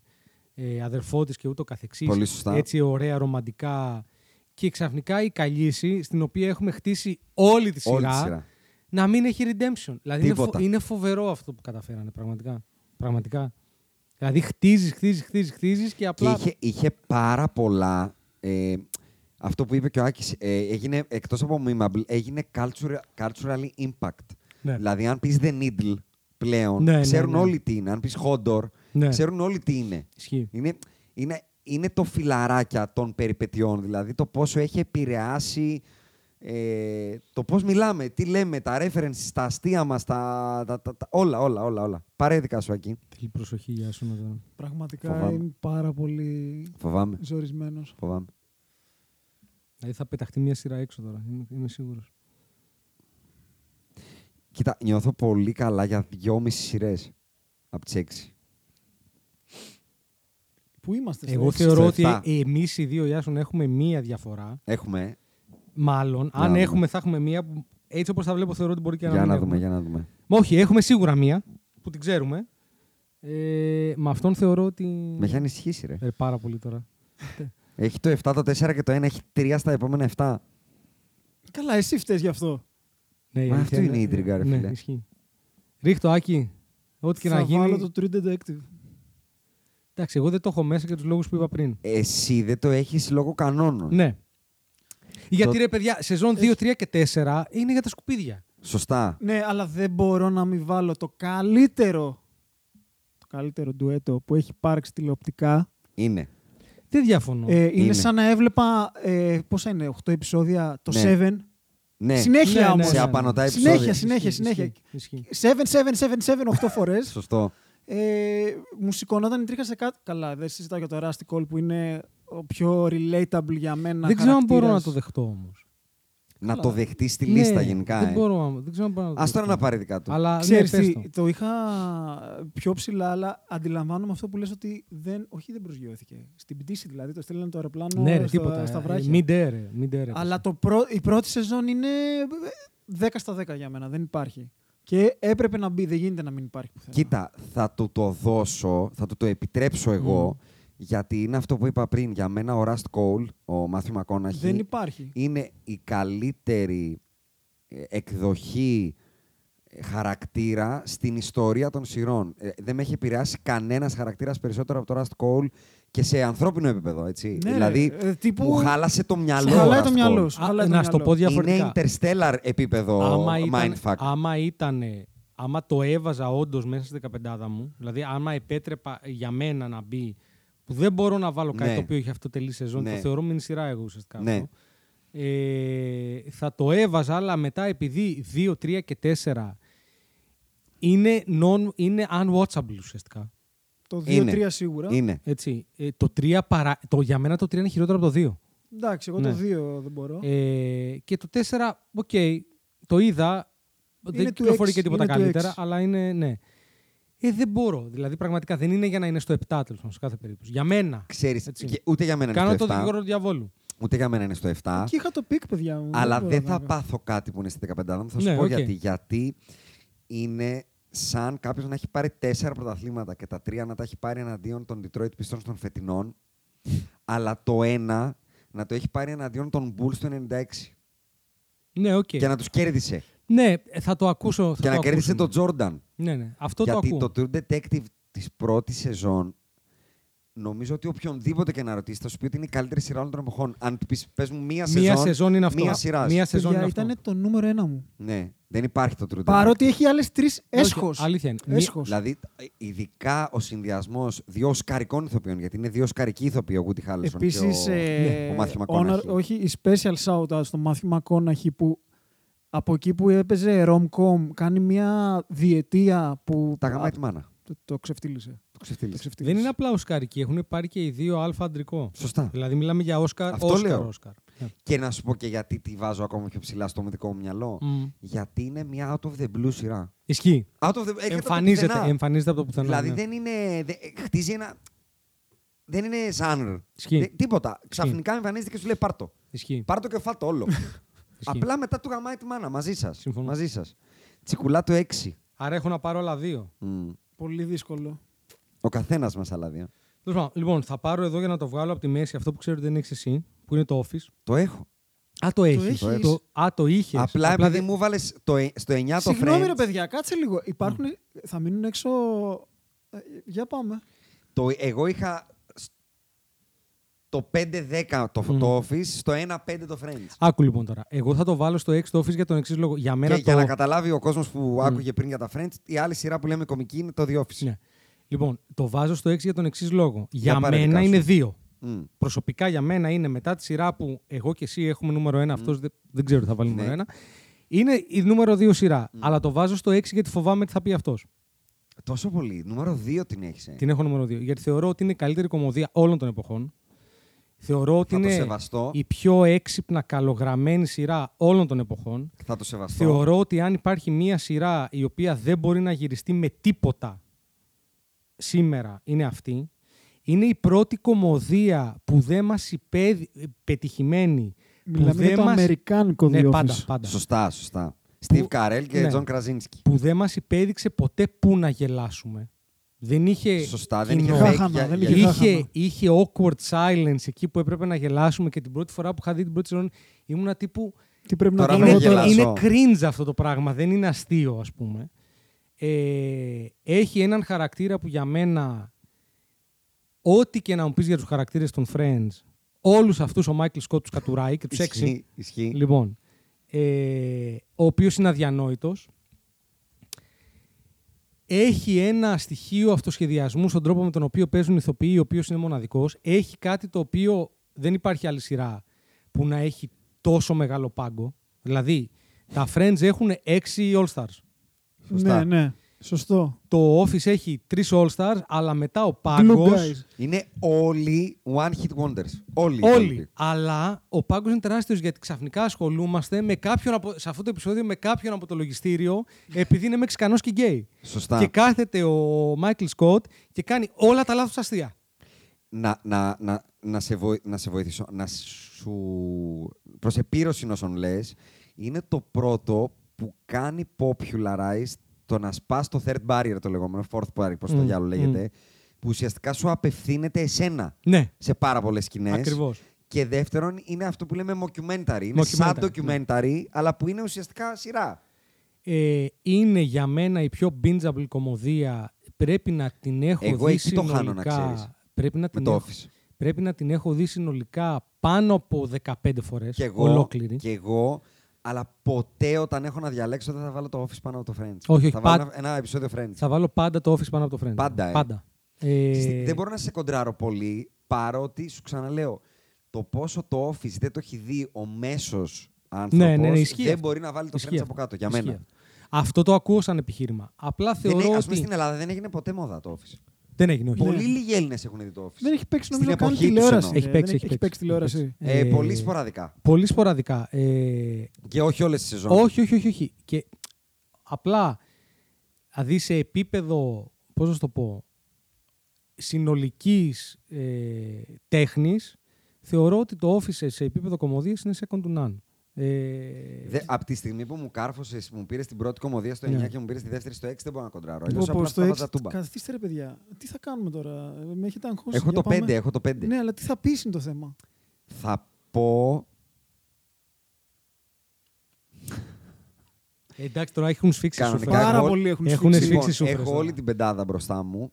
Speaker 5: ε, αδερφό της και ούτω καθεξής.
Speaker 3: Πολύ σωστά.
Speaker 5: Έτσι ωραία, ρομαντικά. Και ξαφνικά η καλύση, στην οποία έχουμε χτίσει όλη τη
Speaker 3: Όλη
Speaker 5: σειρά,
Speaker 3: τη σειρά.
Speaker 5: να μην έχει redemption. Δηλαδή είναι, φο-
Speaker 3: Τίποτα.
Speaker 5: είναι φοβερό αυτό που καταφέρανε πραγματικά. Πραγματικά. Δηλαδή χτίζεις, χτίζεις, χτίζεις, χτίζεις και
Speaker 3: Και
Speaker 5: απλά...
Speaker 3: είχε, είχε πάρα πολλά. Ε, αυτό που είπε και ο Άκης, ε, έγινε, εκτός από memeable, έγινε cultural, culturally impact.
Speaker 5: Ναι.
Speaker 3: Δηλαδή, αν πεις The Needle πλέον,
Speaker 5: Ναι, ναι,
Speaker 3: ξέρουν
Speaker 5: ναι.
Speaker 3: όλοι τι είναι. Αν πεις Hondor,
Speaker 5: Ναι.
Speaker 3: ξέρουν όλοι τι είναι.
Speaker 5: Ισχύει.
Speaker 3: Είναι, είναι, είναι το φιλαράκια των περιπετειών, δηλαδή το πόσο έχει επηρεάσει ε, το πώς μιλάμε, τι λέμε, τα references, τα αστεία μας, τα, τα, τα- τα- όλα, όλα, όλα, όλα. Πάρε δικά σου, Ακή.
Speaker 5: Θέλει προσοχή για σου να το...
Speaker 4: Πραγματικά
Speaker 3: Φοβάμαι.
Speaker 4: είμαι πάρα πολύ
Speaker 3: Φοβάμαι,
Speaker 4: ζορισμένος.
Speaker 3: φοβάμαι.
Speaker 5: Δηλαδή θα πεταχτεί μια σειρά έξω τώρα, είμαι, είμαι σίγουρος.
Speaker 3: Κοίτα, νιώθω πολύ καλά για δυόμιση σειρές από τις έξι.
Speaker 4: Πού είμαστε,
Speaker 5: Εγώ
Speaker 4: στα-
Speaker 5: θεωρώ ότι
Speaker 3: στο εφτά.
Speaker 5: εμείς οι δύο Ιάσον έχουμε μία διαφορά.
Speaker 3: Έχουμε. ε.
Speaker 5: Μάλλον,
Speaker 3: να
Speaker 5: αν
Speaker 3: δούμε.
Speaker 5: έχουμε θα έχουμε μία που έτσι όπως τα βλέπω θεωρώ ότι μπορεί και να
Speaker 3: για
Speaker 5: μην
Speaker 3: να
Speaker 5: έχουμε.
Speaker 3: δούμε, για να δούμε.
Speaker 5: Μα όχι, έχουμε σίγουρα μία που την ξέρουμε. Ε, με αυτόν θεωρώ ότι...
Speaker 3: Με έχει ανησυχήσει, ρε.
Speaker 5: Ε, πάρα πολύ τώρα.
Speaker 3: Έχει το 7, το 4 και το 1, έχει 3 στα επόμενα 7.
Speaker 4: Καλά, εσύ φταίεις γι' αυτό.
Speaker 5: Ναι, η
Speaker 3: Μα
Speaker 5: αλήθεια
Speaker 3: αυτό είναι η τρίγκα, ρε
Speaker 5: ναι,
Speaker 3: φίλε.
Speaker 5: ισχύει. Ρίχτω, Άκη. Ό,τι και
Speaker 4: Θα
Speaker 5: να γίνει.
Speaker 4: βάλω το True Detective.
Speaker 5: Εντάξει, εγώ δεν το έχω μέσα για τους λόγους που είπα πριν.
Speaker 3: Εσύ δεν το έχεις λόγω κανόνων.
Speaker 5: Ναι. Γιατί ρε παιδιά, σεζόν 2, 3 και 4 είναι για τα σκουπίδια.
Speaker 3: Σωστά.
Speaker 4: Ναι, αλλά δεν μπορώ να μην βάλω το καλύτερο το καλύτερο ντουέτο που έχει υπάρξει τηλεοπτικά.
Speaker 3: Είναι.
Speaker 5: Δεν διαφωνώ.
Speaker 4: Ε, είναι,
Speaker 3: Είναι.
Speaker 4: σαν να έβλεπα, ε, πόσα είναι, 8 επεισόδια, το
Speaker 3: Ναι.
Speaker 4: 7.
Speaker 3: Ναι.
Speaker 4: Συνέχεια
Speaker 5: Ναι, ναι,
Speaker 4: όμως.
Speaker 3: Σε απανωτά επεισόδια.
Speaker 4: Συνέχεια, συνέχεια,
Speaker 5: Ισχύει,
Speaker 4: συνέχεια.
Speaker 5: ισχύει, ισχύει.
Speaker 4: 7, 7, 7, 7, 8 φορές.
Speaker 3: Σωστό.
Speaker 4: ε, μου σηκωνόταν η τρίχα σε κάτι. Καλά, δεν συζητάω για το Rusty Call που είναι ο πιο relatable για μένα.
Speaker 5: Δεν ξέρω αν μπορώ να
Speaker 4: χαρακτήρας.
Speaker 5: το δεχτώ όμως.
Speaker 3: Να το δεχτεί στη λίστα γενικά.
Speaker 5: Ναι, Δεν
Speaker 3: ε.
Speaker 5: μπορώ να- δεν ξέρω αν μπορώ να το
Speaker 3: Ας τώρα
Speaker 5: δεχτώ.
Speaker 3: να πάρει δικά του.
Speaker 5: Αλλά
Speaker 4: Ξέρεις,
Speaker 5: ναι, πες
Speaker 4: τι,
Speaker 5: το.
Speaker 4: το είχα πιο ψηλά, αλλά αντιλαμβάνομαι αυτό που λες ότι δεν, όχι δεν προσγειώθηκε. Στην πτήση δηλαδή, το στέλνανε το αεροπλάνο
Speaker 5: Ναι, ρε,
Speaker 4: στα,
Speaker 5: τίποτα.
Speaker 4: στα
Speaker 5: ε,
Speaker 4: βράχια.
Speaker 5: Μην ντε, ρε, μην ντε, ρε.
Speaker 4: Αλλά το πρω- η πρώτη σεζόν είναι 10 στα 10 για μένα, δεν υπάρχει. Και έπρεπε να μπει, δεν γίνεται να μην υπάρχει πουθενά.
Speaker 3: Κοίτα, θα του το δώσω, θα του το επιτρέψω εγώ, γιατί είναι αυτό που είπα πριν. Για μένα ο Rust Cole, ο Μάθιου Μακόναχη,
Speaker 4: δεν υπάρχει.
Speaker 3: είναι η καλύτερη ε, εκδοχή ε, χαρακτήρα στην ιστορία των σειρών. Ε, δεν με έχει επηρεάσει κανένας χαρακτήρας περισσότερο από το Rust Cole και σε ανθρώπινο επίπεδο, έτσι.
Speaker 4: Ναι,
Speaker 3: δηλαδή,
Speaker 4: ε, τύπου-
Speaker 3: μου χάλασε το μυαλό.
Speaker 4: Σου χαλάει
Speaker 3: ο
Speaker 4: το
Speaker 3: Rust
Speaker 4: μυαλό
Speaker 3: Cole.
Speaker 4: σου. Αλλά το
Speaker 5: να στο
Speaker 4: μυαλό.
Speaker 5: πω διαφορετικά.
Speaker 3: Είναι interstellar επίπεδο
Speaker 5: άμα ήταν,
Speaker 3: mindfuck.
Speaker 5: άμα ήτανε- άμα το έβαζα όντως μέσα στη δεκαπεντάδα μου, δηλαδή άμα επέτρεπα για μένα να μπει, που δεν μπορώ να βάλω κάτι
Speaker 3: Ναι.
Speaker 5: το οποίο έχει αυτό τελεί σεζόν,
Speaker 3: Ναι.
Speaker 5: το θεωρώ μινι σειρά εγώ ουσιαστικά.
Speaker 3: Ναι.
Speaker 5: αυτό, Ε, θα το έβαζα, αλλά μετά επειδή 2, 3 και 4 είναι, non, είναι unwatchable ουσιαστικά.
Speaker 4: Το
Speaker 3: Είναι.
Speaker 4: 2-3 σίγουρα.
Speaker 3: Είναι.
Speaker 5: Έτσι, ε, το 3 παρα, το, για μένα το 3 είναι χειρότερο από το 2.
Speaker 4: Εντάξει, εγώ
Speaker 5: Ναι.
Speaker 4: το 2 δεν μπορώ.
Speaker 5: Ε, και το 4, οκ, το είδα.
Speaker 4: Είναι του
Speaker 5: δεν κυκλοφορεί
Speaker 4: X,
Speaker 5: και τίποτα
Speaker 4: είναι του
Speaker 5: καλύτερα,
Speaker 4: X.
Speaker 5: αλλά είναι. Ναι. Ε, δεν μπορώ. Δηλαδή, πραγματικά δεν είναι για να είναι στο 7 τέλος πάντων, σε κάθε περίπτωση. Για μένα.
Speaker 3: Ξέρεις,
Speaker 5: Έτσι.
Speaker 3: και ούτε για μένα είναι
Speaker 5: Κάνω το
Speaker 3: στο 7.
Speaker 5: δικηγόρο του διαβόλου.
Speaker 3: Ούτε για μένα είναι στο 7.
Speaker 4: Και είχα το πικ, παιδιά μου.
Speaker 3: Αλλά
Speaker 4: μπορώ
Speaker 3: δεν
Speaker 4: να
Speaker 3: θα
Speaker 4: κάνω.
Speaker 3: πάθω κάτι που είναι στη 15 μου. Θα σου
Speaker 5: Ναι,
Speaker 3: πω
Speaker 5: οκ.
Speaker 3: γιατί. Γιατί είναι σαν κάποιος να έχει πάρει τέσσερα πρωταθλήματα και τα τρία να τα έχει πάρει εναντίον των Detroit Pistons των φετινών, αλλά το ένα να το έχει πάρει εναντίον των Bulls του 96
Speaker 5: Ναι, οκ.
Speaker 3: και να τους κέρδισε.
Speaker 5: Ναι, ε, θα το ακούσω. Θα
Speaker 3: και
Speaker 5: το
Speaker 3: να κέρδισε τον
Speaker 5: ακούσουμε.
Speaker 3: Jordan.
Speaker 5: Ναι, ναι. Αυτό το
Speaker 3: γιατί
Speaker 5: ακούω.
Speaker 3: το True Detective της πρώτης σεζόν νομίζω ότι οποιονδήποτε και να ρωτήσεις θα σου πει ότι είναι η καλύτερη σειρά όλων των εποχών. Αν του πεις, πες μου μία σεζόν.
Speaker 5: Μία σεζόν είναι αυτό.
Speaker 3: Μία σειρά.
Speaker 5: Μία σεζόν είναι
Speaker 4: Παιδιά,
Speaker 5: αυτό.
Speaker 4: ήταν το νούμερο ένα μου.
Speaker 3: Ναι, δεν υπάρχει το True Detective.
Speaker 4: Παρότι έχει άλλες τρεις
Speaker 5: Όχι,
Speaker 4: έσχος.
Speaker 5: Αλήθεια είναι. Μία-
Speaker 4: Έσχος.
Speaker 3: Δηλαδή, ειδικά ο συνδυασμός δύο σκαρικών ηθοποιών, γιατί είναι δύο σκαρικοί ηθοποιοί, ο Woody Harrelson
Speaker 4: Επίση,
Speaker 3: και ο, Ναι,
Speaker 4: ε,
Speaker 3: ο Μάθιου
Speaker 4: honor- όχι, η special shout out στο Μάθιου Μακόναχη που από εκεί που έπαιζε rom-com κάνει μια διετία που.
Speaker 3: Τα γαμάει
Speaker 4: α,
Speaker 3: τη μάνα.
Speaker 4: το, το ξεφτύλισε.
Speaker 3: Το ξεφτύλισε.
Speaker 4: Το ξεφτύλισε.
Speaker 5: Δεν είναι απλά οσκαρική. Έχουν πάρει και οι δύο αλφα αντρικό.
Speaker 3: Σωστά.
Speaker 5: Δηλαδή, μιλάμε για Όσκαρ.
Speaker 3: Αυτό
Speaker 5: Όσκαρ,
Speaker 3: λέω.
Speaker 5: Όσκαρ. Ναι.
Speaker 3: Και να σου πω και γιατί τη βάζω ακόμα πιο ψηλά στο δικό μου μυαλο
Speaker 5: Μμ.
Speaker 3: Γιατί είναι μια out of the blue σειρά.
Speaker 5: Ισχύει.
Speaker 3: Out of the... έρχεται από
Speaker 5: Εμφανίζεται,
Speaker 3: πουθενά.
Speaker 5: εμφανίζεται από το πουθενά.
Speaker 3: Δηλαδή
Speaker 5: ναι.
Speaker 3: δεν είναι. δε- χτίζει ένα. Δεν είναι genre.
Speaker 5: Ισχύει.
Speaker 3: Δε- τίποτα. Ξαφνικά εμφανίζεται και σου λέει πάρτο.
Speaker 5: Ισχύει.
Speaker 3: Πάρτο και φάτο όλο. Απλά μετά του γαμάει τη μάνα μαζί σας.
Speaker 5: Συμφωνώ.
Speaker 3: Μαζί σας. Τσικουλά το 6.
Speaker 5: Άρα έχω να πάρω άλλα δύο.
Speaker 3: Μμ.
Speaker 4: Πολύ δύσκολο.
Speaker 3: Ο καθένας μας άλλα δύο.
Speaker 5: Τέλος πάντων, Λοιπόν, θα πάρω εδώ για να το βγάλω από τη μέση αυτό που ξέρω ότι δεν έχεις εσύ, που είναι το office.
Speaker 3: Το έχω.
Speaker 5: Α, το έχεις.
Speaker 3: έχεις.
Speaker 5: Α, το είχες.
Speaker 3: Απλά, επειδή μου βάλες στο 9 το
Speaker 4: Συγγνώμη,
Speaker 3: Friends, Mm.
Speaker 4: ρε παιδιά, κάτσε λίγο. Υπάρχουν. Θα μείνουν έξω. Ε, Για πάμε.
Speaker 3: το, εγώ είχα σ- το 5-10 το,
Speaker 5: Μμμ.
Speaker 3: το Office, στο 1-5 το Friends.
Speaker 5: Άκου λοιπόν τώρα. Εγώ θα το βάλω στο 6 το office για τον εξής λόγο. Για
Speaker 3: και
Speaker 5: μένα
Speaker 3: για
Speaker 5: το.
Speaker 3: να καταλάβει ο κόσμος που άκουγε πριν για τα Friends, η άλλη σειρά που λέμε κομική είναι το The Office.
Speaker 5: Ναι. Λοιπόν, το βάζω στο 6 για τον εξής λόγο.
Speaker 3: Για
Speaker 5: Για,
Speaker 3: πάρε δικά
Speaker 5: μένα
Speaker 3: σου.
Speaker 5: είναι δύο.
Speaker 3: Μμ.
Speaker 5: Προσωπικά για μένα είναι μετά τη σειρά που εγώ και εσύ έχουμε νούμερο 1. Αυτός δεν, δεν ξέρω τι θα βάλει
Speaker 3: Ναι.
Speaker 5: νούμερο 1. Είναι η νούμερο 2 σειρά. Αλλά το βάζω στο 6 γιατί φοβάμαι τι θα πει αυτός.
Speaker 3: Τόσο πολύ. Νούμερο 2 την ε. έχει.
Speaker 5: Την έχω νούμερο 2. Γιατί θεωρώ ότι είναι η καλύτερη κομμωδία όλων των εποχών. Θεωρώ ότι
Speaker 3: Θα το
Speaker 5: είναι
Speaker 3: σεβαστώ.
Speaker 5: η πιο έξυπνα καλογραμμένη σειρά όλων των εποχών.
Speaker 3: Θα το σεβαστώ.
Speaker 5: Θεωρώ ότι αν υπάρχει μία σειρά η οποία δεν μπορεί να γυριστεί με τίποτα σήμερα είναι αυτή. Είναι η πρώτη κομμωδία που δεν μας υπέδει, πετυχημένη.
Speaker 4: Μιλάμε
Speaker 5: που
Speaker 4: για
Speaker 5: δεν
Speaker 4: το
Speaker 5: μας...
Speaker 4: αμερικάνικο
Speaker 5: Ναι,
Speaker 4: The
Speaker 5: πάντα,
Speaker 4: Office.
Speaker 5: πάντα.
Speaker 3: Σωστά, σωστά. Steve Carell και
Speaker 5: ναι.
Speaker 3: John Krasinski.
Speaker 5: Που δεν μας υπέδειξε ποτέ πού να γελάσουμε. Δεν είχε
Speaker 3: Σωστά, δεν είχε
Speaker 5: Ε, κοινό.
Speaker 3: fake.
Speaker 4: Χάχαμα,
Speaker 3: για-
Speaker 4: δεν
Speaker 3: για-
Speaker 4: είχε χάχαμα.
Speaker 5: Είχε, είχε awkward silence εκεί που έπρεπε να γελάσουμε και την πρώτη φορά που είχα δει την πρώτη σεζόν ήμουνα τύπου.
Speaker 4: Τι πρέπει να
Speaker 3: Τώρα
Speaker 4: κάνω
Speaker 3: με
Speaker 4: εγώ
Speaker 3: γελάς.
Speaker 4: τώρα.
Speaker 5: είναι
Speaker 3: γελάσω.
Speaker 5: cringe αυτό το πράγμα, δεν είναι αστείο ας πούμε. Ε, έχει έναν χαρακτήρα που για μένα ό,τι και να μου πεις για τους χαρακτήρες των Friends όλους αυτούς ο Μάικλ Σκότ τους κατουράει και τους έξι.
Speaker 3: Ισχύει, ισχύει.
Speaker 5: Λοιπόν, ε, ο οποίος είναι αδιανόητος. Έχει ένα στοιχείο αυτοσχεδιασμού στον τρόπο με τον οποίο παίζουν οι ηθοποιοί, ο οποίος είναι μοναδικός. Έχει κάτι το οποίο δεν υπάρχει άλλη σειρά που να έχει τόσο μεγάλο πάγκο. Δηλαδή, τα Friends έχουν έξι All-Stars.
Speaker 3: Σωστά.
Speaker 4: Ναι, ναι. Σωστό.
Speaker 5: Το Office έχει τρεις All-Stars, αλλά μετά ο
Speaker 4: Blue
Speaker 5: πάγκος...
Speaker 4: guys.
Speaker 3: Είναι όλοι one hit wonders. Όλοι. οι
Speaker 5: Όλοι.
Speaker 3: υπόλοιποι.
Speaker 5: Αλλά ο πάγκο είναι τεράστιος γιατί ξαφνικά ασχολούμαστε με κάποιον από, σε αυτό το επεισόδιο με κάποιον από το λογιστήριο επειδή είναι Μεξικανό και γκέι.
Speaker 3: Σωστά.
Speaker 5: Και κάθεται ο Μάικλ Σκοτ και κάνει όλα τα λάθος αστεία.
Speaker 3: να, να, να, να, σε βοη- να σε βοηθήσω, να σου προς επίρρωση όσων λες, είναι το πρώτο που κάνει popularize το να σπάς το third barrier το λεγόμενο, fourth barrier, πώς το
Speaker 5: Μμμ,
Speaker 3: διάλογο λέγεται, που ουσιαστικά σου απευθύνεται εσένα
Speaker 5: Ναι.
Speaker 3: σε πάρα πολλές σκηνές.
Speaker 5: Ακριβώς.
Speaker 3: Και δεύτερον, είναι αυτό που λέμε mockumentary. Είναι σαν
Speaker 5: Mockumentary, ναι.
Speaker 3: documentary, αλλά που είναι ουσιαστικά σειρά.
Speaker 5: Ε, είναι για μένα η πιο bingeable κομμωδία. Πρέπει να την έχω
Speaker 3: Εγώ
Speaker 5: δει
Speaker 3: εκεί το
Speaker 5: συνολικά.
Speaker 3: χάνω, να ξέρεις.
Speaker 5: Πρέπει να,
Speaker 3: Με
Speaker 5: την
Speaker 3: το
Speaker 5: έχω,
Speaker 3: office.
Speaker 5: πρέπει να την έχω δει συνολικά πάνω από 15 φορές.
Speaker 3: Κι εγώ,
Speaker 5: ολόκληρη.
Speaker 3: Κι εγώ, αλλά ποτέ όταν έχω να διαλέξω δεν θα βάλω το office πάνω από το Friends.
Speaker 5: Όχι, όχι,
Speaker 3: θα βάλω
Speaker 5: πα-
Speaker 3: ένα, ένα επεισόδιο Friends.
Speaker 5: Θα βάλω πάντα το office πάνω από το friend.
Speaker 3: Πάντα, ε.
Speaker 5: πάντα. Ε,
Speaker 3: Ξέρεις τι, Δεν μπορώ να σε κοντράρω πολύ, παρότι σου ξαναλέω, το πόσο το office δεν το έχει δει ο μέσος άνθρωπος
Speaker 5: ναι, ναι, ναι, ισχύει
Speaker 3: δεν
Speaker 5: αυτό.
Speaker 3: μπορεί να βάλει το
Speaker 5: Ισχύει
Speaker 3: Friends
Speaker 5: αυτό.
Speaker 3: από κάτω. Για
Speaker 5: Ισχύει
Speaker 3: μένα.
Speaker 5: αυτό. Αυτό το ακούω σαν επιχείρημα. Απλά θεωρώ
Speaker 3: Δεν, έ- ας πούμε
Speaker 5: ότι. Ναι.
Speaker 3: στην Ελλάδα δεν έγινε ποτέ μόδα το office.
Speaker 5: Δεν έγινε, όχι.
Speaker 3: Πολύ λίγοι Έλληνες έχουν δει το office.
Speaker 4: Δεν έχει παίξει
Speaker 3: Στην
Speaker 4: νομίζω καν
Speaker 3: εποχή τους
Speaker 4: τηλεόραση.
Speaker 3: εννοώ.
Speaker 5: Έχει
Speaker 4: ε,
Speaker 5: παίξει,
Speaker 4: δεν
Speaker 5: έχει
Speaker 4: έχει παίξει
Speaker 5: παίξει.
Speaker 4: τηλεόραση.
Speaker 3: Ε,
Speaker 5: Ε,
Speaker 3: πολύ σποραδικά.
Speaker 5: Πολύ σποραδικά. Ε,
Speaker 3: Και όχι όλες τις σεζόν.
Speaker 5: όχι, όχι, όχι, όχι. Και απλά, δηλαδή σε επίπεδο, πώς να σου το πω, συνολικής ε, τέχνης, θεωρώ ότι το office σε επίπεδο κομμωδίας είναι second to none. Ε,
Speaker 3: Δε, από τη στιγμή που μου κάρφωσε, μου πήρε την πρώτη κομμωδία στο 9
Speaker 5: Ναι.
Speaker 3: και μου πήρε τη δεύτερη στο 6, δεν μπορώ να κοντράρω.
Speaker 4: Πω,
Speaker 3: Αλλιώς
Speaker 4: πω,
Speaker 3: απλά
Speaker 4: στο
Speaker 3: θα
Speaker 4: έξι-
Speaker 3: βάζα τούμπα.
Speaker 4: Καθίστε ρε παιδιά, τι θα κάνουμε τώρα. ε, Με έχετε αγχώσει.
Speaker 3: Έχω
Speaker 4: για
Speaker 3: το 5,
Speaker 4: πάμε.
Speaker 3: έχω το 5.
Speaker 4: Ναι, αλλά τι θα πεις είναι το θέμα.
Speaker 3: Θα πω.
Speaker 5: Ε, εντάξει, τώρα έχουν σφίξει
Speaker 3: Κανονικά
Speaker 5: σούφρες.
Speaker 3: Πάρα εγώ-
Speaker 4: πολλοί έχουν
Speaker 5: έχουν
Speaker 4: σφίξει.
Speaker 5: σφίξει ναι.
Speaker 3: Λοιπόν,
Speaker 5: σούφρες
Speaker 3: έχω
Speaker 5: τώρα.
Speaker 3: όλη την πεντάδα μπροστά μου.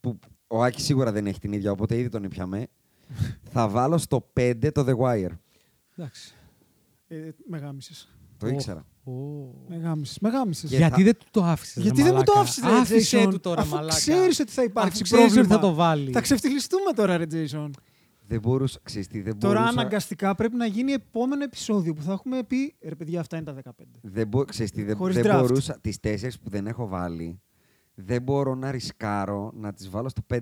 Speaker 3: Που ο Άκης σίγουρα δεν έχει την ίδια, οπότε ήδη τον ήπιαμε. θα βάλω στο 5 το The Wire.
Speaker 5: Εντάξει.
Speaker 4: Ε, με γάμισες.
Speaker 3: Το
Speaker 5: Ω.
Speaker 3: ήξερα.
Speaker 5: Ω.
Speaker 4: Με γάμισες, με γάμισες.
Speaker 3: Και
Speaker 5: Γιατί
Speaker 3: θα-
Speaker 5: δεν του το άφησες.
Speaker 4: Γιατί δεν μου το άφησες, ρε
Speaker 5: Άφησε
Speaker 4: Jason,
Speaker 5: του τώρα,
Speaker 4: αφού
Speaker 5: μαλάκα.
Speaker 4: ξέρεις ότι θα υπάρξει
Speaker 5: Αφού ξέρεις
Speaker 4: πρόβλημα.
Speaker 5: ότι θα το βάλει.
Speaker 4: Θα ξεφτυλιστούμε τώρα, ρε Jason.
Speaker 3: Δεν μπορούσα. Ξέρεις τι, δεν
Speaker 4: Τώρα
Speaker 3: μπορούσα.
Speaker 4: αναγκαστικά πρέπει να γίνει επόμενο επεισόδιο που θα έχουμε πει ρε παιδιά, αυτά είναι τα 15.
Speaker 3: Δεν, μπο... ξέρεις τι, δεν,
Speaker 4: Χωρίς
Speaker 3: δεν
Speaker 4: draft.
Speaker 3: μπορούσα. Τις 4 που δεν έχω βάλει, δεν μπορώ να ρισκάρω να τις βάλω στο 5.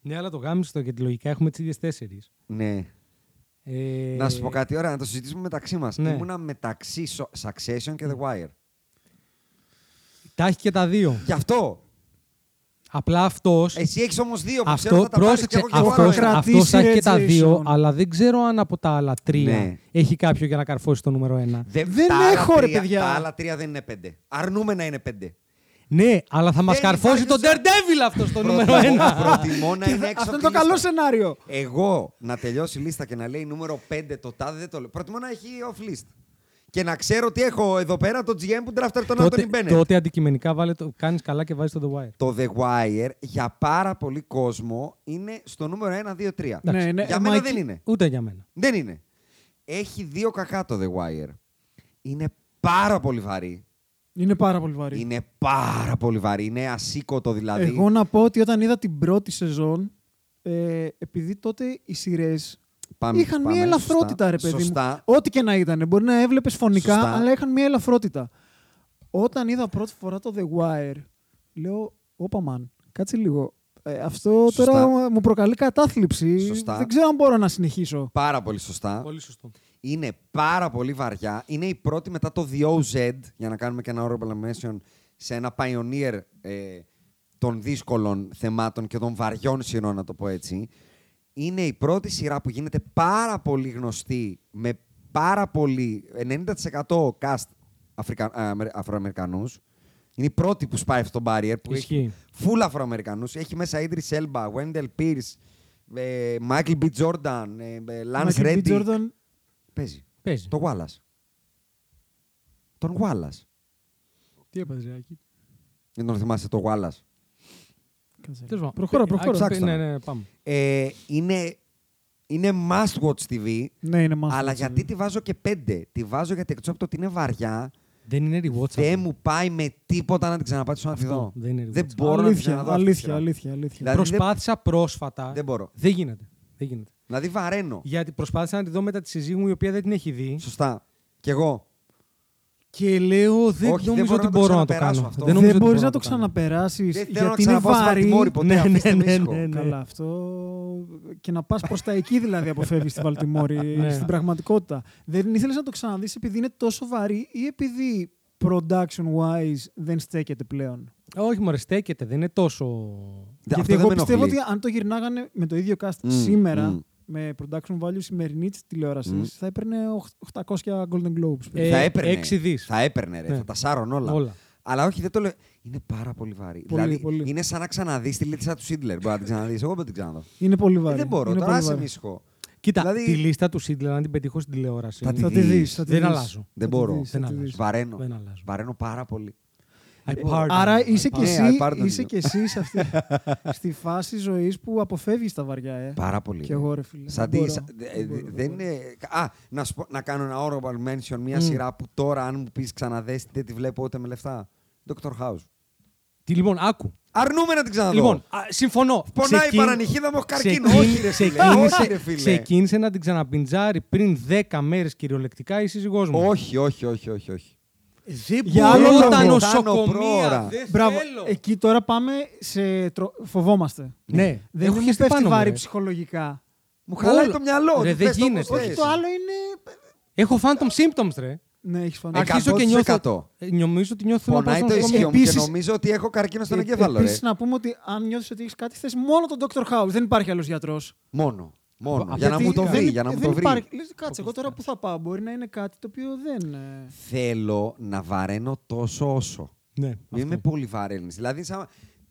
Speaker 5: Ναι, αλλά το γάμισε το γιατί λογικά έχουμε τις ίδιες τέσσερις.
Speaker 3: Ναι.
Speaker 5: Ε,
Speaker 3: Να σου πω κάτι, ωραία, να το συζητήσουμε μεταξύ μας.
Speaker 5: ναι.
Speaker 3: Ήμουνα μεταξύ Su- Succession και The Wire.
Speaker 5: Τα έχει και τα δύο.
Speaker 3: Γι' αυτό.
Speaker 5: Απλά αυτός.
Speaker 3: Εσύ έχεις όμως δύο που ξέρω θα
Speaker 5: Αυτό
Speaker 3: τα πάρεις και
Speaker 5: πρόσεξε.
Speaker 3: εγώ και εγώ
Speaker 5: Αυτός
Speaker 3: άλλο
Speaker 4: αυτός-
Speaker 3: ένα.
Speaker 4: κρατήσει,
Speaker 5: θα έχει
Speaker 4: ρε,
Speaker 5: και τα
Speaker 4: Jason.
Speaker 5: δύο, αλλά δεν ξέρω αν από τα άλλα τρία
Speaker 3: Ναι.
Speaker 5: έχει κάποιο για να καρφώσει το νούμερο ένα.
Speaker 4: Δεν
Speaker 3: τα άλλα
Speaker 4: έχω, ρε,
Speaker 3: τρία-
Speaker 4: παιδιά.
Speaker 3: Τα άλλα τρία δεν είναι πέντε. Αρνούμε να είναι πέντε.
Speaker 5: Ναι, αλλά θα μας
Speaker 3: Δεν
Speaker 5: καρφώσει τον
Speaker 3: υπάρχει σαν-
Speaker 5: Daredevil αυτό το νούμερο
Speaker 3: Προτιμώ-
Speaker 5: ένα.
Speaker 3: Προτιμώ να
Speaker 4: Και
Speaker 3: είναι
Speaker 4: θα-
Speaker 3: έξω
Speaker 4: Αυτό
Speaker 3: από
Speaker 4: είναι
Speaker 3: τη
Speaker 4: το καλό
Speaker 3: λίστα.
Speaker 4: σενάριο.
Speaker 3: Εγώ να τελειώσει η λίστα και να λέει νούμερο 5 το τάδε δεν το λέω. Προτιμώ να έχει off list. Και να ξέρω ότι έχω εδώ πέρα το GM που drafter τον Άντωνι
Speaker 5: τότε,
Speaker 3: Μπένετ. Ναι,
Speaker 5: τότε αντικειμενικά βάλε το, κάνεις καλά και βάζεις το The Wire.
Speaker 3: Το The Wire για πάρα πολύ κόσμο είναι στο νούμερο 1, 2, 3.
Speaker 4: Ναι, ναι,
Speaker 3: για
Speaker 4: ε,
Speaker 3: μένα
Speaker 4: μα
Speaker 3: δεν
Speaker 4: εκεί-
Speaker 3: είναι.
Speaker 5: Ούτε για μένα.
Speaker 3: Δεν είναι. Έχει δύο κακά το The Wire. Είναι πάρα πολύ βαρύ.
Speaker 4: Είναι πάρα πολύ βαρύ.
Speaker 3: Είναι πάρα πολύ βαρύ. Είναι ασήκωτο δηλαδή.
Speaker 4: Εγώ να πω ότι όταν είδα την πρώτη σεζόν, ε, επειδή τότε οι σειρές
Speaker 3: Πάμε,
Speaker 4: είχαν
Speaker 3: πάμε,
Speaker 4: μια
Speaker 3: σωστά,
Speaker 4: ελαφρότητα, ρε παιδί
Speaker 3: σωστά.
Speaker 4: μου. Ό,τι και να ήταν. Μπορεί να έβλεπες φωνικά,
Speaker 3: Σωστά.
Speaker 4: αλλά είχαν μια ελαφρότητα. Όταν είδα πρώτη φορά το The Wire, λέω, όπα μαν, κάτσε λίγο. Ε, αυτό
Speaker 3: Σωστά.
Speaker 4: τώρα μου προκαλεί κατάθλιψη.
Speaker 3: Σωστά.
Speaker 4: Δεν ξέρω αν μπορώ να συνεχίσω.
Speaker 3: Πάρα πολύ σωστά.
Speaker 5: Πολύ σωστό.
Speaker 3: Είναι πάρα πολύ βαριά. Είναι η πρώτη μετά το The OZ, για να κάνουμε και ένα honorable mention, σε ένα pioneer ε, των δύσκολων θεμάτων και των βαριών σειρών, να το πω έτσι. Είναι η πρώτη σειρά που γίνεται πάρα πολύ γνωστή με πάρα πολύ, 90% cast Αφρικα... α, Αμε- Αφροαμερικανούς. Είναι η πρώτη που σπάει αυτό το barrier που
Speaker 5: Ισχύει.
Speaker 3: έχει full Αφροαμερικανούς. Έχει μέσα Idris Elba, Wendell Pierce, ε, Michael B. Jordan, ε, ε, Lance
Speaker 4: Michael B.
Speaker 3: Reddick.
Speaker 4: Jordan,
Speaker 3: Παίζει.
Speaker 5: Παίζει.
Speaker 3: Το Wallace. Τον Wallace.
Speaker 5: Τι έπαζε, Άκη.
Speaker 3: Δεν τον θυμάσαι το Wallace.
Speaker 4: Κάτσε.
Speaker 5: Τέλος πάντων.
Speaker 4: Προχώρα,
Speaker 5: Ε,
Speaker 4: προχώρα.
Speaker 5: Άκη,
Speaker 3: ψάξτε
Speaker 5: Ναι,
Speaker 3: το.
Speaker 5: ναι, πάμε.
Speaker 3: Ε, είναι, είναι must watch TV.
Speaker 4: Ναι, είναι μάθημα.
Speaker 3: αλλά γιατί τη βάζω και πέντε. Τη βάζω γιατί εκτός από το ότι είναι βαριά,
Speaker 5: Δεν είναι rewatchable.
Speaker 3: δεν μου δηλαδή πάει με τίποτα να την ξαναπάτω στον
Speaker 5: Αυτό,
Speaker 3: αφιδό.
Speaker 5: δεν είναι rewatchable.
Speaker 3: μπορώ να την
Speaker 4: αλήθεια,
Speaker 3: ξαναδώ. αυτή τη
Speaker 4: αλήθεια,
Speaker 3: σειρά.
Speaker 4: αλήθεια, αλήθεια.
Speaker 3: Δηλαδή, δεν-
Speaker 5: Προσπάθησα πρόσφατα.
Speaker 3: δεν μπορώ.
Speaker 5: Δεν γίνεται. Δεν γίνεται.
Speaker 3: Δηλαδή βαραίνω.
Speaker 5: Γιατί προσπάθησα να τη δω μετά τη συζύγου μου η οποία δεν την έχει δει.
Speaker 3: Σωστά. Κι εγώ.
Speaker 5: Και λέω, δεν
Speaker 3: Όχι, δεν
Speaker 5: νομίζω
Speaker 3: μπορώ να
Speaker 5: ότι
Speaker 3: το
Speaker 5: μπορώ να το
Speaker 3: ξαναπεράσω
Speaker 5: κάνω.
Speaker 3: αυτό.
Speaker 5: νομίζω
Speaker 4: Δεν
Speaker 5: ότι
Speaker 4: μπορείς
Speaker 5: μπορώ
Speaker 4: να το
Speaker 5: κάνω.
Speaker 4: ξαναπεράσεις
Speaker 3: Δεν θέλω να
Speaker 4: γιατί είναι
Speaker 3: ξαναπάω στο
Speaker 4: βαρύ.
Speaker 3: Βαλτιμόρι ποτέ.
Speaker 5: Ναι,
Speaker 3: αφήστε
Speaker 5: ναι,
Speaker 3: με
Speaker 5: ναι,
Speaker 3: ήσυχο.
Speaker 5: ναι, ναι.
Speaker 4: Καλά, αυτό. και να πας προς τα εκεί δηλαδή αποφεύγεις τη Βαλτιμόρη
Speaker 5: Ναι.
Speaker 4: στην πραγματικότητα. Δεν ήθελες να το ξαναδείς επειδή είναι τόσο βαρύ ή επειδή production wise δεν στέκεται πλέον.
Speaker 5: Όχι, μωρέ, στέκεται. Δεν είναι τόσο.
Speaker 3: Δε-
Speaker 4: Γιατί
Speaker 3: αυτό
Speaker 4: εγώ
Speaker 3: δεν με
Speaker 4: πιστεύω ότι
Speaker 3: ενοχλεί.
Speaker 4: αν το γυρνάγανε με το ίδιο cast
Speaker 3: Μμμ,
Speaker 4: σήμερα,
Speaker 3: μμμ.
Speaker 4: με production value σημερινή της τηλεόρασης,
Speaker 3: Μμμ.
Speaker 4: θα έπαιρνε 800 Golden Globes.
Speaker 5: Ε,
Speaker 3: θα έπαιρνε.
Speaker 5: έξι δις.
Speaker 3: Θα έπαιρνε, ρε.
Speaker 5: Ναι.
Speaker 3: Θα τα σάρων όλα.
Speaker 5: Όλα.
Speaker 3: Αλλά όχι, δεν το λέω. Είναι πάρα πολύ βαρύ.
Speaker 4: Πολύ,
Speaker 3: δηλαδή,
Speaker 4: πολύ.
Speaker 3: είναι σαν να ξαναδείς τη λίτσα του Σίντλερ. Μπορεί να την ξαναδείς. Εγώ δεν την ξαναδώ. Ε,
Speaker 4: Είναι πολύ βαρύ.
Speaker 3: Δεν μπορώ.
Speaker 4: Είναι
Speaker 3: Τώρα
Speaker 4: πολύ
Speaker 3: άσε
Speaker 4: βαρύ.
Speaker 3: με ήσυχο.
Speaker 5: Κοίτα,
Speaker 3: Δηλαδή-
Speaker 5: τη λίστα του Σίτλερ, αν την πετύχω στην τηλεόραση.
Speaker 3: Θα τη
Speaker 4: Θα
Speaker 5: είναι-
Speaker 4: τη
Speaker 3: δεις.
Speaker 4: δεις, θα τη
Speaker 5: Δεν
Speaker 4: δεις.
Speaker 5: αλλάζω.
Speaker 4: Θα
Speaker 3: Δεν
Speaker 4: τη
Speaker 3: μπορώ.
Speaker 4: δεις, θα
Speaker 5: Δεν
Speaker 4: τη
Speaker 5: αλλάζω.
Speaker 4: δεις.
Speaker 3: Βαραίνω.
Speaker 5: Δεν αλλάζω.
Speaker 3: Βαραίνω πάρα πολύ.
Speaker 5: I pardon.
Speaker 4: Άρα
Speaker 5: I
Speaker 4: είσαι κι
Speaker 5: pardon.
Speaker 3: Ναι,
Speaker 4: εσύ,
Speaker 3: I pardon
Speaker 4: είσαι
Speaker 3: you.
Speaker 4: κι εσύ σε αυτή, στη φάση ζωής που αποφεύγεις τα βαριά, ε.
Speaker 3: Πάρα πολύ.
Speaker 4: Κι εγώ, ρε φίλε.
Speaker 3: Σαν
Speaker 4: Δεν
Speaker 3: τι-
Speaker 4: μπορώ.
Speaker 3: σαν-
Speaker 4: Δεν
Speaker 3: ε,
Speaker 4: μπορώ, δεν
Speaker 3: δεν
Speaker 4: μπορώ.
Speaker 3: είναι- Α, να, σου πω- να κάνω ένα honorable mention, μια
Speaker 5: Μμ.
Speaker 3: σειρά που τώρα, αν μου πεις ξαναδέστη, δεν τη βλέπω ούτε με λεφτά. Dr. House.
Speaker 5: Τι, λοιπόν, άκου.
Speaker 3: Αρνούμε να την ξαναδώ.
Speaker 5: Λοιπόν, α, συμφωνώ.
Speaker 3: Πονάει η
Speaker 5: Ξεκίν-
Speaker 3: παρανυχίδα μου, έχω καρκίνο.
Speaker 5: ξεκίν-
Speaker 3: Όχι, ρε φίλε.
Speaker 5: ξεκίνησε-
Speaker 3: Όχι, ρε φίλε.
Speaker 5: Ξεκίνησε να την ξαναπιντζάρει πριν 10 μέρες κυριολεκτικά η σύζυγός μου.
Speaker 3: Όχι, όχι, όχι, όχι. όχι.
Speaker 4: Ε, Για άλλο
Speaker 5: Όλα τα
Speaker 4: λόγο.
Speaker 5: νοσοκομεία.
Speaker 3: πρόωρα.
Speaker 5: Δεν
Speaker 4: Μπράβο. Ε,
Speaker 5: θέλω.
Speaker 4: Εκεί τώρα πάμε σε. τρο- Φοβόμαστε.
Speaker 5: Ναι,
Speaker 4: Δεν
Speaker 5: έχω
Speaker 4: είναι
Speaker 5: χεστεί
Speaker 4: πέφτει
Speaker 5: πάνω μου,
Speaker 4: βάρη
Speaker 5: ρε.
Speaker 4: ψυχολογικά.
Speaker 3: Μου χαλάει
Speaker 5: Όλα.
Speaker 3: το μυαλό.
Speaker 5: Ρε,
Speaker 3: του,
Speaker 5: δεν
Speaker 3: πες το όπως
Speaker 5: γίνεται.
Speaker 3: θες.
Speaker 4: Το άλλο είναι.
Speaker 5: Έχω phantom symptoms, ρε.
Speaker 4: Ναι, έχεις φανεί.
Speaker 3: Εκατό
Speaker 5: Αρχίζω και νιώθω.
Speaker 3: 100%.
Speaker 5: ε, Νομίζω ότι νιώθω θέμα
Speaker 3: Πονάει
Speaker 5: πάω
Speaker 3: το
Speaker 5: στο νοσοκομείο.
Speaker 3: ισχύο μου και
Speaker 4: Επίσης- Ε,
Speaker 3: νομίζω ότι έχω καρκίνο στον εγκέφαλο. ρε.
Speaker 4: Επίσης, να πούμε ότι αν νιώθεις ότι έχεις κάτι, θες μόνο τον Dr. House. Δεν υπάρχει άλλος γιατρός.
Speaker 3: Μόνο. Μόνο.
Speaker 5: Α,
Speaker 3: Για να
Speaker 5: γιατί
Speaker 3: μου το βρει.
Speaker 4: δεν,
Speaker 3: Για να μου
Speaker 4: δεν
Speaker 3: το βρει.
Speaker 4: υπάρχει- Λες, κάτσε, εγώ τώρα που θα πάω. Μπορεί να είναι κάτι το οποίο δεν. ε,
Speaker 3: Θέλω να βαραίνω τόσο όσο.
Speaker 5: Ναι,
Speaker 3: Μην
Speaker 5: αυτό.
Speaker 3: με πολύ βαραίνεις. Δηλαδή, σαν,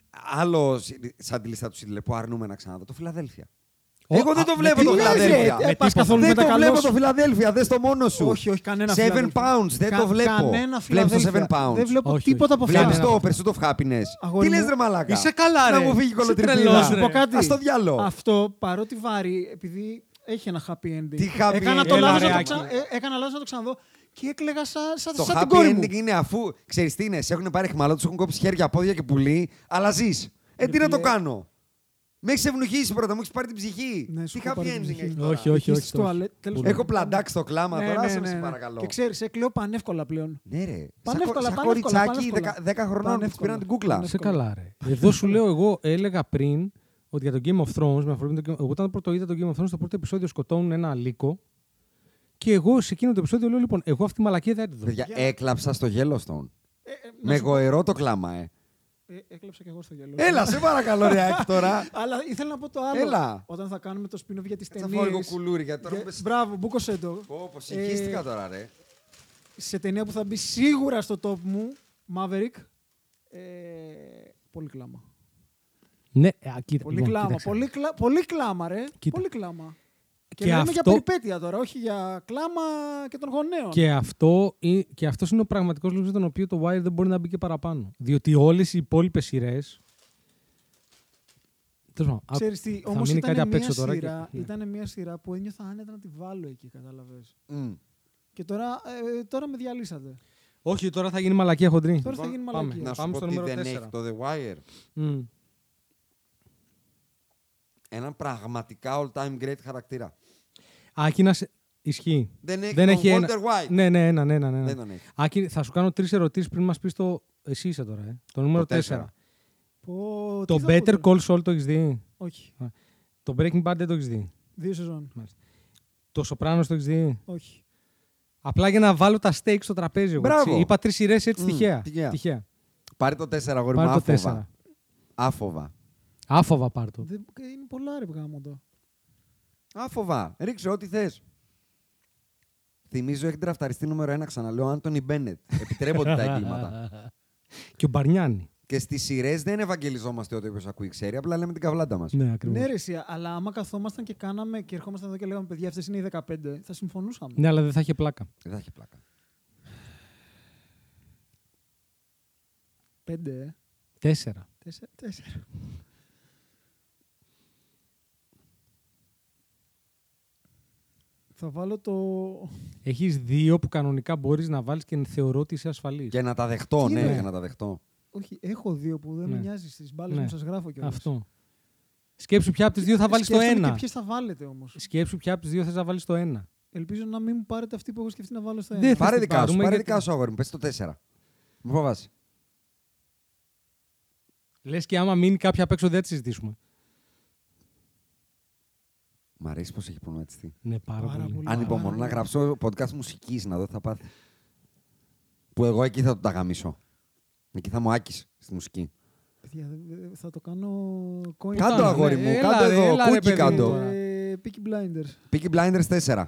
Speaker 3: άλλο σι- σαν τη λίστα του Σίτλερ που αρνούμε να ξαναδώ, το Φιλαδέλφια.
Speaker 5: Ω,
Speaker 3: Εγώ
Speaker 5: α,
Speaker 3: δεν το
Speaker 5: με
Speaker 3: βλέπω το
Speaker 5: τι λες, ρε,
Speaker 3: Φιλαδέλφια.
Speaker 5: τι,
Speaker 4: ε,
Speaker 5: Με
Speaker 4: πας
Speaker 5: τίποτα.
Speaker 4: καθόλου
Speaker 3: δεν
Speaker 4: με τα
Speaker 3: το
Speaker 4: καλά
Speaker 3: βλέπω
Speaker 4: σου.
Speaker 3: το Φιλαδέλφια, δες το μόνο σου.
Speaker 4: Όχι, όχι, κανένα
Speaker 3: Seven
Speaker 4: Philadelphia.
Speaker 3: pounds, δεν
Speaker 4: Κα-
Speaker 3: το βλέπω.
Speaker 4: Κανένα
Speaker 3: Βλέπεις το
Speaker 4: Philadelphia.
Speaker 3: 7 pounds.
Speaker 4: Δεν βλέπω
Speaker 5: Όχι,
Speaker 4: τίποτα από
Speaker 5: όχι.
Speaker 4: αυτά.
Speaker 3: Βλέπει
Speaker 5: Κανένα.
Speaker 3: το Pursuit of Happiness.
Speaker 4: Αγόρι
Speaker 3: Τι
Speaker 4: μου,
Speaker 3: λε, ρε Μαλάκα.
Speaker 5: είσαι καλά,
Speaker 3: Να
Speaker 5: ρε.
Speaker 3: μου φύγει η
Speaker 5: Είσαι
Speaker 3: κολοτριπίδα.
Speaker 5: τρελός,
Speaker 3: Να σου
Speaker 5: ρε.
Speaker 3: πω κάτι.
Speaker 4: Ας
Speaker 3: Ας το διάλο.
Speaker 4: Αυτό παρότι βάρει, επειδή έχει ένα happy ending.
Speaker 3: Τι happy
Speaker 4: έκανα
Speaker 3: ending,
Speaker 4: το
Speaker 5: έλα,
Speaker 4: λάθο
Speaker 5: ρε,
Speaker 4: να το,
Speaker 5: Άκη.
Speaker 4: ξα... ε, έκανα λάθος να το ξαναδώ και έκλαιγα σαν, σαν,
Speaker 3: Το
Speaker 4: σαν την κόρη
Speaker 3: happy
Speaker 4: μου.
Speaker 3: ending είναι αφού ξέρεις τι είναι, σε έχουν πάρει χμαλό, του έχουν κόψει χέρια, πόδια και πουλί, αλλά ζεις. Ε, τι να το κάνω. Με έχει ευνοχήσει πρώτα, μου έχεις πάρει την ψυχή.
Speaker 4: Ναι, σου
Speaker 3: τι
Speaker 4: έχω
Speaker 3: happy
Speaker 4: πάρει την
Speaker 3: ending
Speaker 4: ψυχή.
Speaker 3: έχεις τώρα.
Speaker 5: Όχι, όχι,
Speaker 4: Είσαι
Speaker 5: όχι.
Speaker 4: στο
Speaker 5: όχι.
Speaker 4: αλέ- τέλος
Speaker 5: Πολύ.
Speaker 3: Έχω
Speaker 4: πάντων.
Speaker 3: πλαντάξει το κλάμα
Speaker 4: Ναι,
Speaker 3: τώρα,
Speaker 4: ναι,
Speaker 3: άσε με
Speaker 4: ναι,
Speaker 3: σε
Speaker 4: ναι.
Speaker 3: παρακαλώ.
Speaker 4: Και ξέρεις, έκλαιω πανεύκολα πλέον.
Speaker 3: Ναι, ρε.
Speaker 4: Πανεύκολα,
Speaker 3: Σαν
Speaker 4: πανεύκολα,
Speaker 3: κοριτσάκι
Speaker 4: πανεύκολα.
Speaker 3: 10 χρονών που της
Speaker 4: Πανεύκολα.
Speaker 3: πήραν την κούκλα.
Speaker 5: Σε καλά, ρε. Εδώ σου λέω, εγώ έλεγα πριν ότι για το Game of Thrones, με αφορμή το Game... εγώ όταν πρώτο είδα το Game of Thrones, στο πρώτο επεισόδιο σκοτώνουν ένα λύκο. Και εγώ σε εκείνο το επεισόδιο λέω, λοιπόν, εγώ αυτή τη μαλακία δεν τη δω.
Speaker 3: Παιδιά, έκλαψα στο Yellowstone.
Speaker 4: Ε, ε, να
Speaker 3: Με
Speaker 4: σου πω,
Speaker 3: γοερό το κλάμα, ε.
Speaker 4: ε, Έκλαψα και εγώ στο γυαλό.
Speaker 3: Έλα, σε παρακαλώ, ρε Άκη, τώρα.
Speaker 4: Αλλά ήθελα να πω το άλλο.
Speaker 3: Έλα.
Speaker 4: Όταν θα κάνουμε το spin-off για τις
Speaker 3: Θα φάω λίγο
Speaker 4: ταινίε.
Speaker 3: κουλούρι, γιατί τώρα μου πες-
Speaker 4: Μπράβο, μπούκοσε το.
Speaker 3: Πω, πω,
Speaker 4: Ε,
Speaker 3: συγχύστηκα τώρα, ρε.
Speaker 4: σε ταινία που θα μπει σίγουρα στο top μου, Maverick. Ε, πολύ κλάμα.
Speaker 5: Ναι, ε, α, κοίτα,
Speaker 4: Πολύ
Speaker 5: λοιπόν,
Speaker 4: κλάμα.
Speaker 5: κοίταξε.
Speaker 4: Πολύ, κλα... πολύ κλάμα, ρε.
Speaker 5: Κοίτα.
Speaker 4: Πολύ κλάμα. Και,
Speaker 5: Και
Speaker 4: λέμε για
Speaker 5: αυτό-
Speaker 4: περιπέτεια τώρα, όχι για κλάμα και των γονέων.
Speaker 5: Και, αυτό, ε, και αυτός είναι ο πραγματικός λόγος για τον οποίο το Wire δεν μπορεί να μπει και παραπάνω. Διότι όλες οι υπόλοιπες σειρές... Τέλος πάντων, α-
Speaker 4: Ξέρεις τι,
Speaker 5: θα
Speaker 4: όμως
Speaker 5: μείνει
Speaker 4: ήταν
Speaker 5: κάτι απ'
Speaker 4: μια,
Speaker 5: έξω
Speaker 4: σειρά,
Speaker 5: τώρα και- ναι.
Speaker 4: ήταν μια σειρά που ένιωθα άνετα να τη βάλω εκεί, κατάλαβες.
Speaker 3: Μμ.
Speaker 4: Και τώρα, ε, τώρα με διαλύσατε.
Speaker 5: Όχι, τώρα θα γίνει μαλακία χοντρή.
Speaker 4: Τώρα θα γίνει
Speaker 5: Λοιπόν, πάμε.
Speaker 4: μαλακία.
Speaker 3: Να σου
Speaker 5: Πάμε
Speaker 3: πω
Speaker 5: στο
Speaker 3: τι
Speaker 5: νούμερο
Speaker 3: δεν
Speaker 5: τέσσερα.
Speaker 3: έχει το The Wire.
Speaker 5: Μμ.
Speaker 3: Έναν πραγματικά all-time great χαρακτήρα.
Speaker 5: Άκη, να σε... Ισχύει.
Speaker 3: Δεν έχει τον
Speaker 5: ένα.
Speaker 3: Walter White.
Speaker 5: Ναι, ναι, ένα, ναι, ένα, ναι,
Speaker 3: Δεν
Speaker 5: ένα.
Speaker 3: τον έχει.
Speaker 5: Άκη, θα σου κάνω τρεις ερωτήσεις πριν μας πεις το. Εσύ είσαι τώρα, ε. Το νούμερο 4.
Speaker 3: τέσσερα.
Speaker 4: Πω, τι
Speaker 5: Το
Speaker 4: θα πω τώρα.
Speaker 5: Better Call Saul το έχεις δει.
Speaker 4: Όχι.
Speaker 5: Το Breaking Bad δεν το έχεις δει.
Speaker 4: Δύο σεζόν.
Speaker 5: Το Sopranos το έχεις δει.
Speaker 4: Όχι.
Speaker 5: Απλά για να βάλω τα steak στο τραπέζι. εγώ,
Speaker 3: Μπράβο.
Speaker 5: έτσι. Είπα τρεις σειρές έτσι
Speaker 3: Μμ,
Speaker 5: τυχαία.
Speaker 3: τυχαία.
Speaker 5: τυχαία.
Speaker 3: Πάρε το 4, αγόρι μου,
Speaker 5: Πάρ το
Speaker 3: άφοβα.
Speaker 5: τέσσερα.
Speaker 3: Άφοβα.
Speaker 5: Άφοβα πάρ το.
Speaker 4: Δεν- Είναι πολλά ρε γάμο το.
Speaker 3: Άφοβα. Ρίξε ό,τι θες. Θυμίζω έχει τραφταριστεί νούμερο 1, ξαναλέω, Άντωνι Μπένετ. Επιτρέπονται τα εγκλήματα.
Speaker 5: Και ο Μπαρνιάνη.
Speaker 3: Και στις σειρές δεν ευαγγελιζόμαστε ότι όποιος ακούει ξέρει, απλά λέμε την καβλάντα μας.
Speaker 5: Ναι, ακριβώς.
Speaker 4: Ναι, ρε, εσύ, αλλά άμα καθόμασταν και κάναμε και ερχόμασταν εδώ και λέγαμε παιδιά, αυτές είναι οι 15, θα συμφωνούσαμε.
Speaker 5: ναι, αλλά δεν θα είχε πλάκα.
Speaker 3: Δεν θα έχει πλάκα.
Speaker 4: Πέντε, ε.
Speaker 5: Τέσσερα.
Speaker 4: Τέσσερα. τέσσερα. θα βάλω το.
Speaker 5: Έχεις δύο που κανονικά μπορείς να βάλεις και θεωρώ ότι είσαι ασφαλής.
Speaker 3: Και να τα δεχτώ,
Speaker 4: Τι
Speaker 3: ναι,
Speaker 4: είναι?
Speaker 3: για να τα δεχτώ.
Speaker 4: Όχι, έχω δύο που δεν με
Speaker 5: Ναι.
Speaker 4: νοιάζει στις μπάλες
Speaker 5: Ναι.
Speaker 4: μου, σας γράφω κιόλας.
Speaker 5: Αυτό. Σκέψου ποια από τις δύο θα βάλεις το ένα.
Speaker 4: Και ποιες θα βάλετε όμως.
Speaker 5: Σκέψου ποια από τις δύο θες να βάλεις το ένα.
Speaker 4: Ελπίζω να μην μου πάρετε αυτή που έχω σκεφτεί να βάλω στο ένα.
Speaker 5: Δεν θα
Speaker 3: Πάρε
Speaker 5: την
Speaker 3: δικά σου,
Speaker 5: πάρουμε,
Speaker 3: πάρε
Speaker 5: γιατί-
Speaker 3: δικά σου, αγόρι μου. Πες το 4. Μου φοβάσαι.
Speaker 5: Λες και άμα μείνει κάποια απ' έξω δεν τη συζητήσουμε.
Speaker 3: Μ' αρέσει πώ έχει προνοματιστεί.
Speaker 5: Ναι, πάρα,
Speaker 4: Πάρα
Speaker 5: πολύ.
Speaker 4: πολύ.
Speaker 3: Αν υπομονώ να γράψω podcast μουσικής, να δω τι θα πάθει. Που εγώ εκεί θα τον τα γαμίσω. Εκεί θα μου άκεις στη μουσική.
Speaker 4: Παιδιά, δε- δε- Θα το κάνω. coin
Speaker 3: Κάντο,
Speaker 4: toss.
Speaker 3: αγόρι
Speaker 5: ναι.
Speaker 3: μου,
Speaker 5: Έλα,
Speaker 3: κάτω
Speaker 5: ρε,
Speaker 3: εδώ,
Speaker 5: έλα, ρε,
Speaker 3: κούκι
Speaker 5: παιδί μου,
Speaker 3: κάτω.
Speaker 5: τώρα.
Speaker 4: Ε, Peaky Blinders.
Speaker 3: Peaky Blinders 4.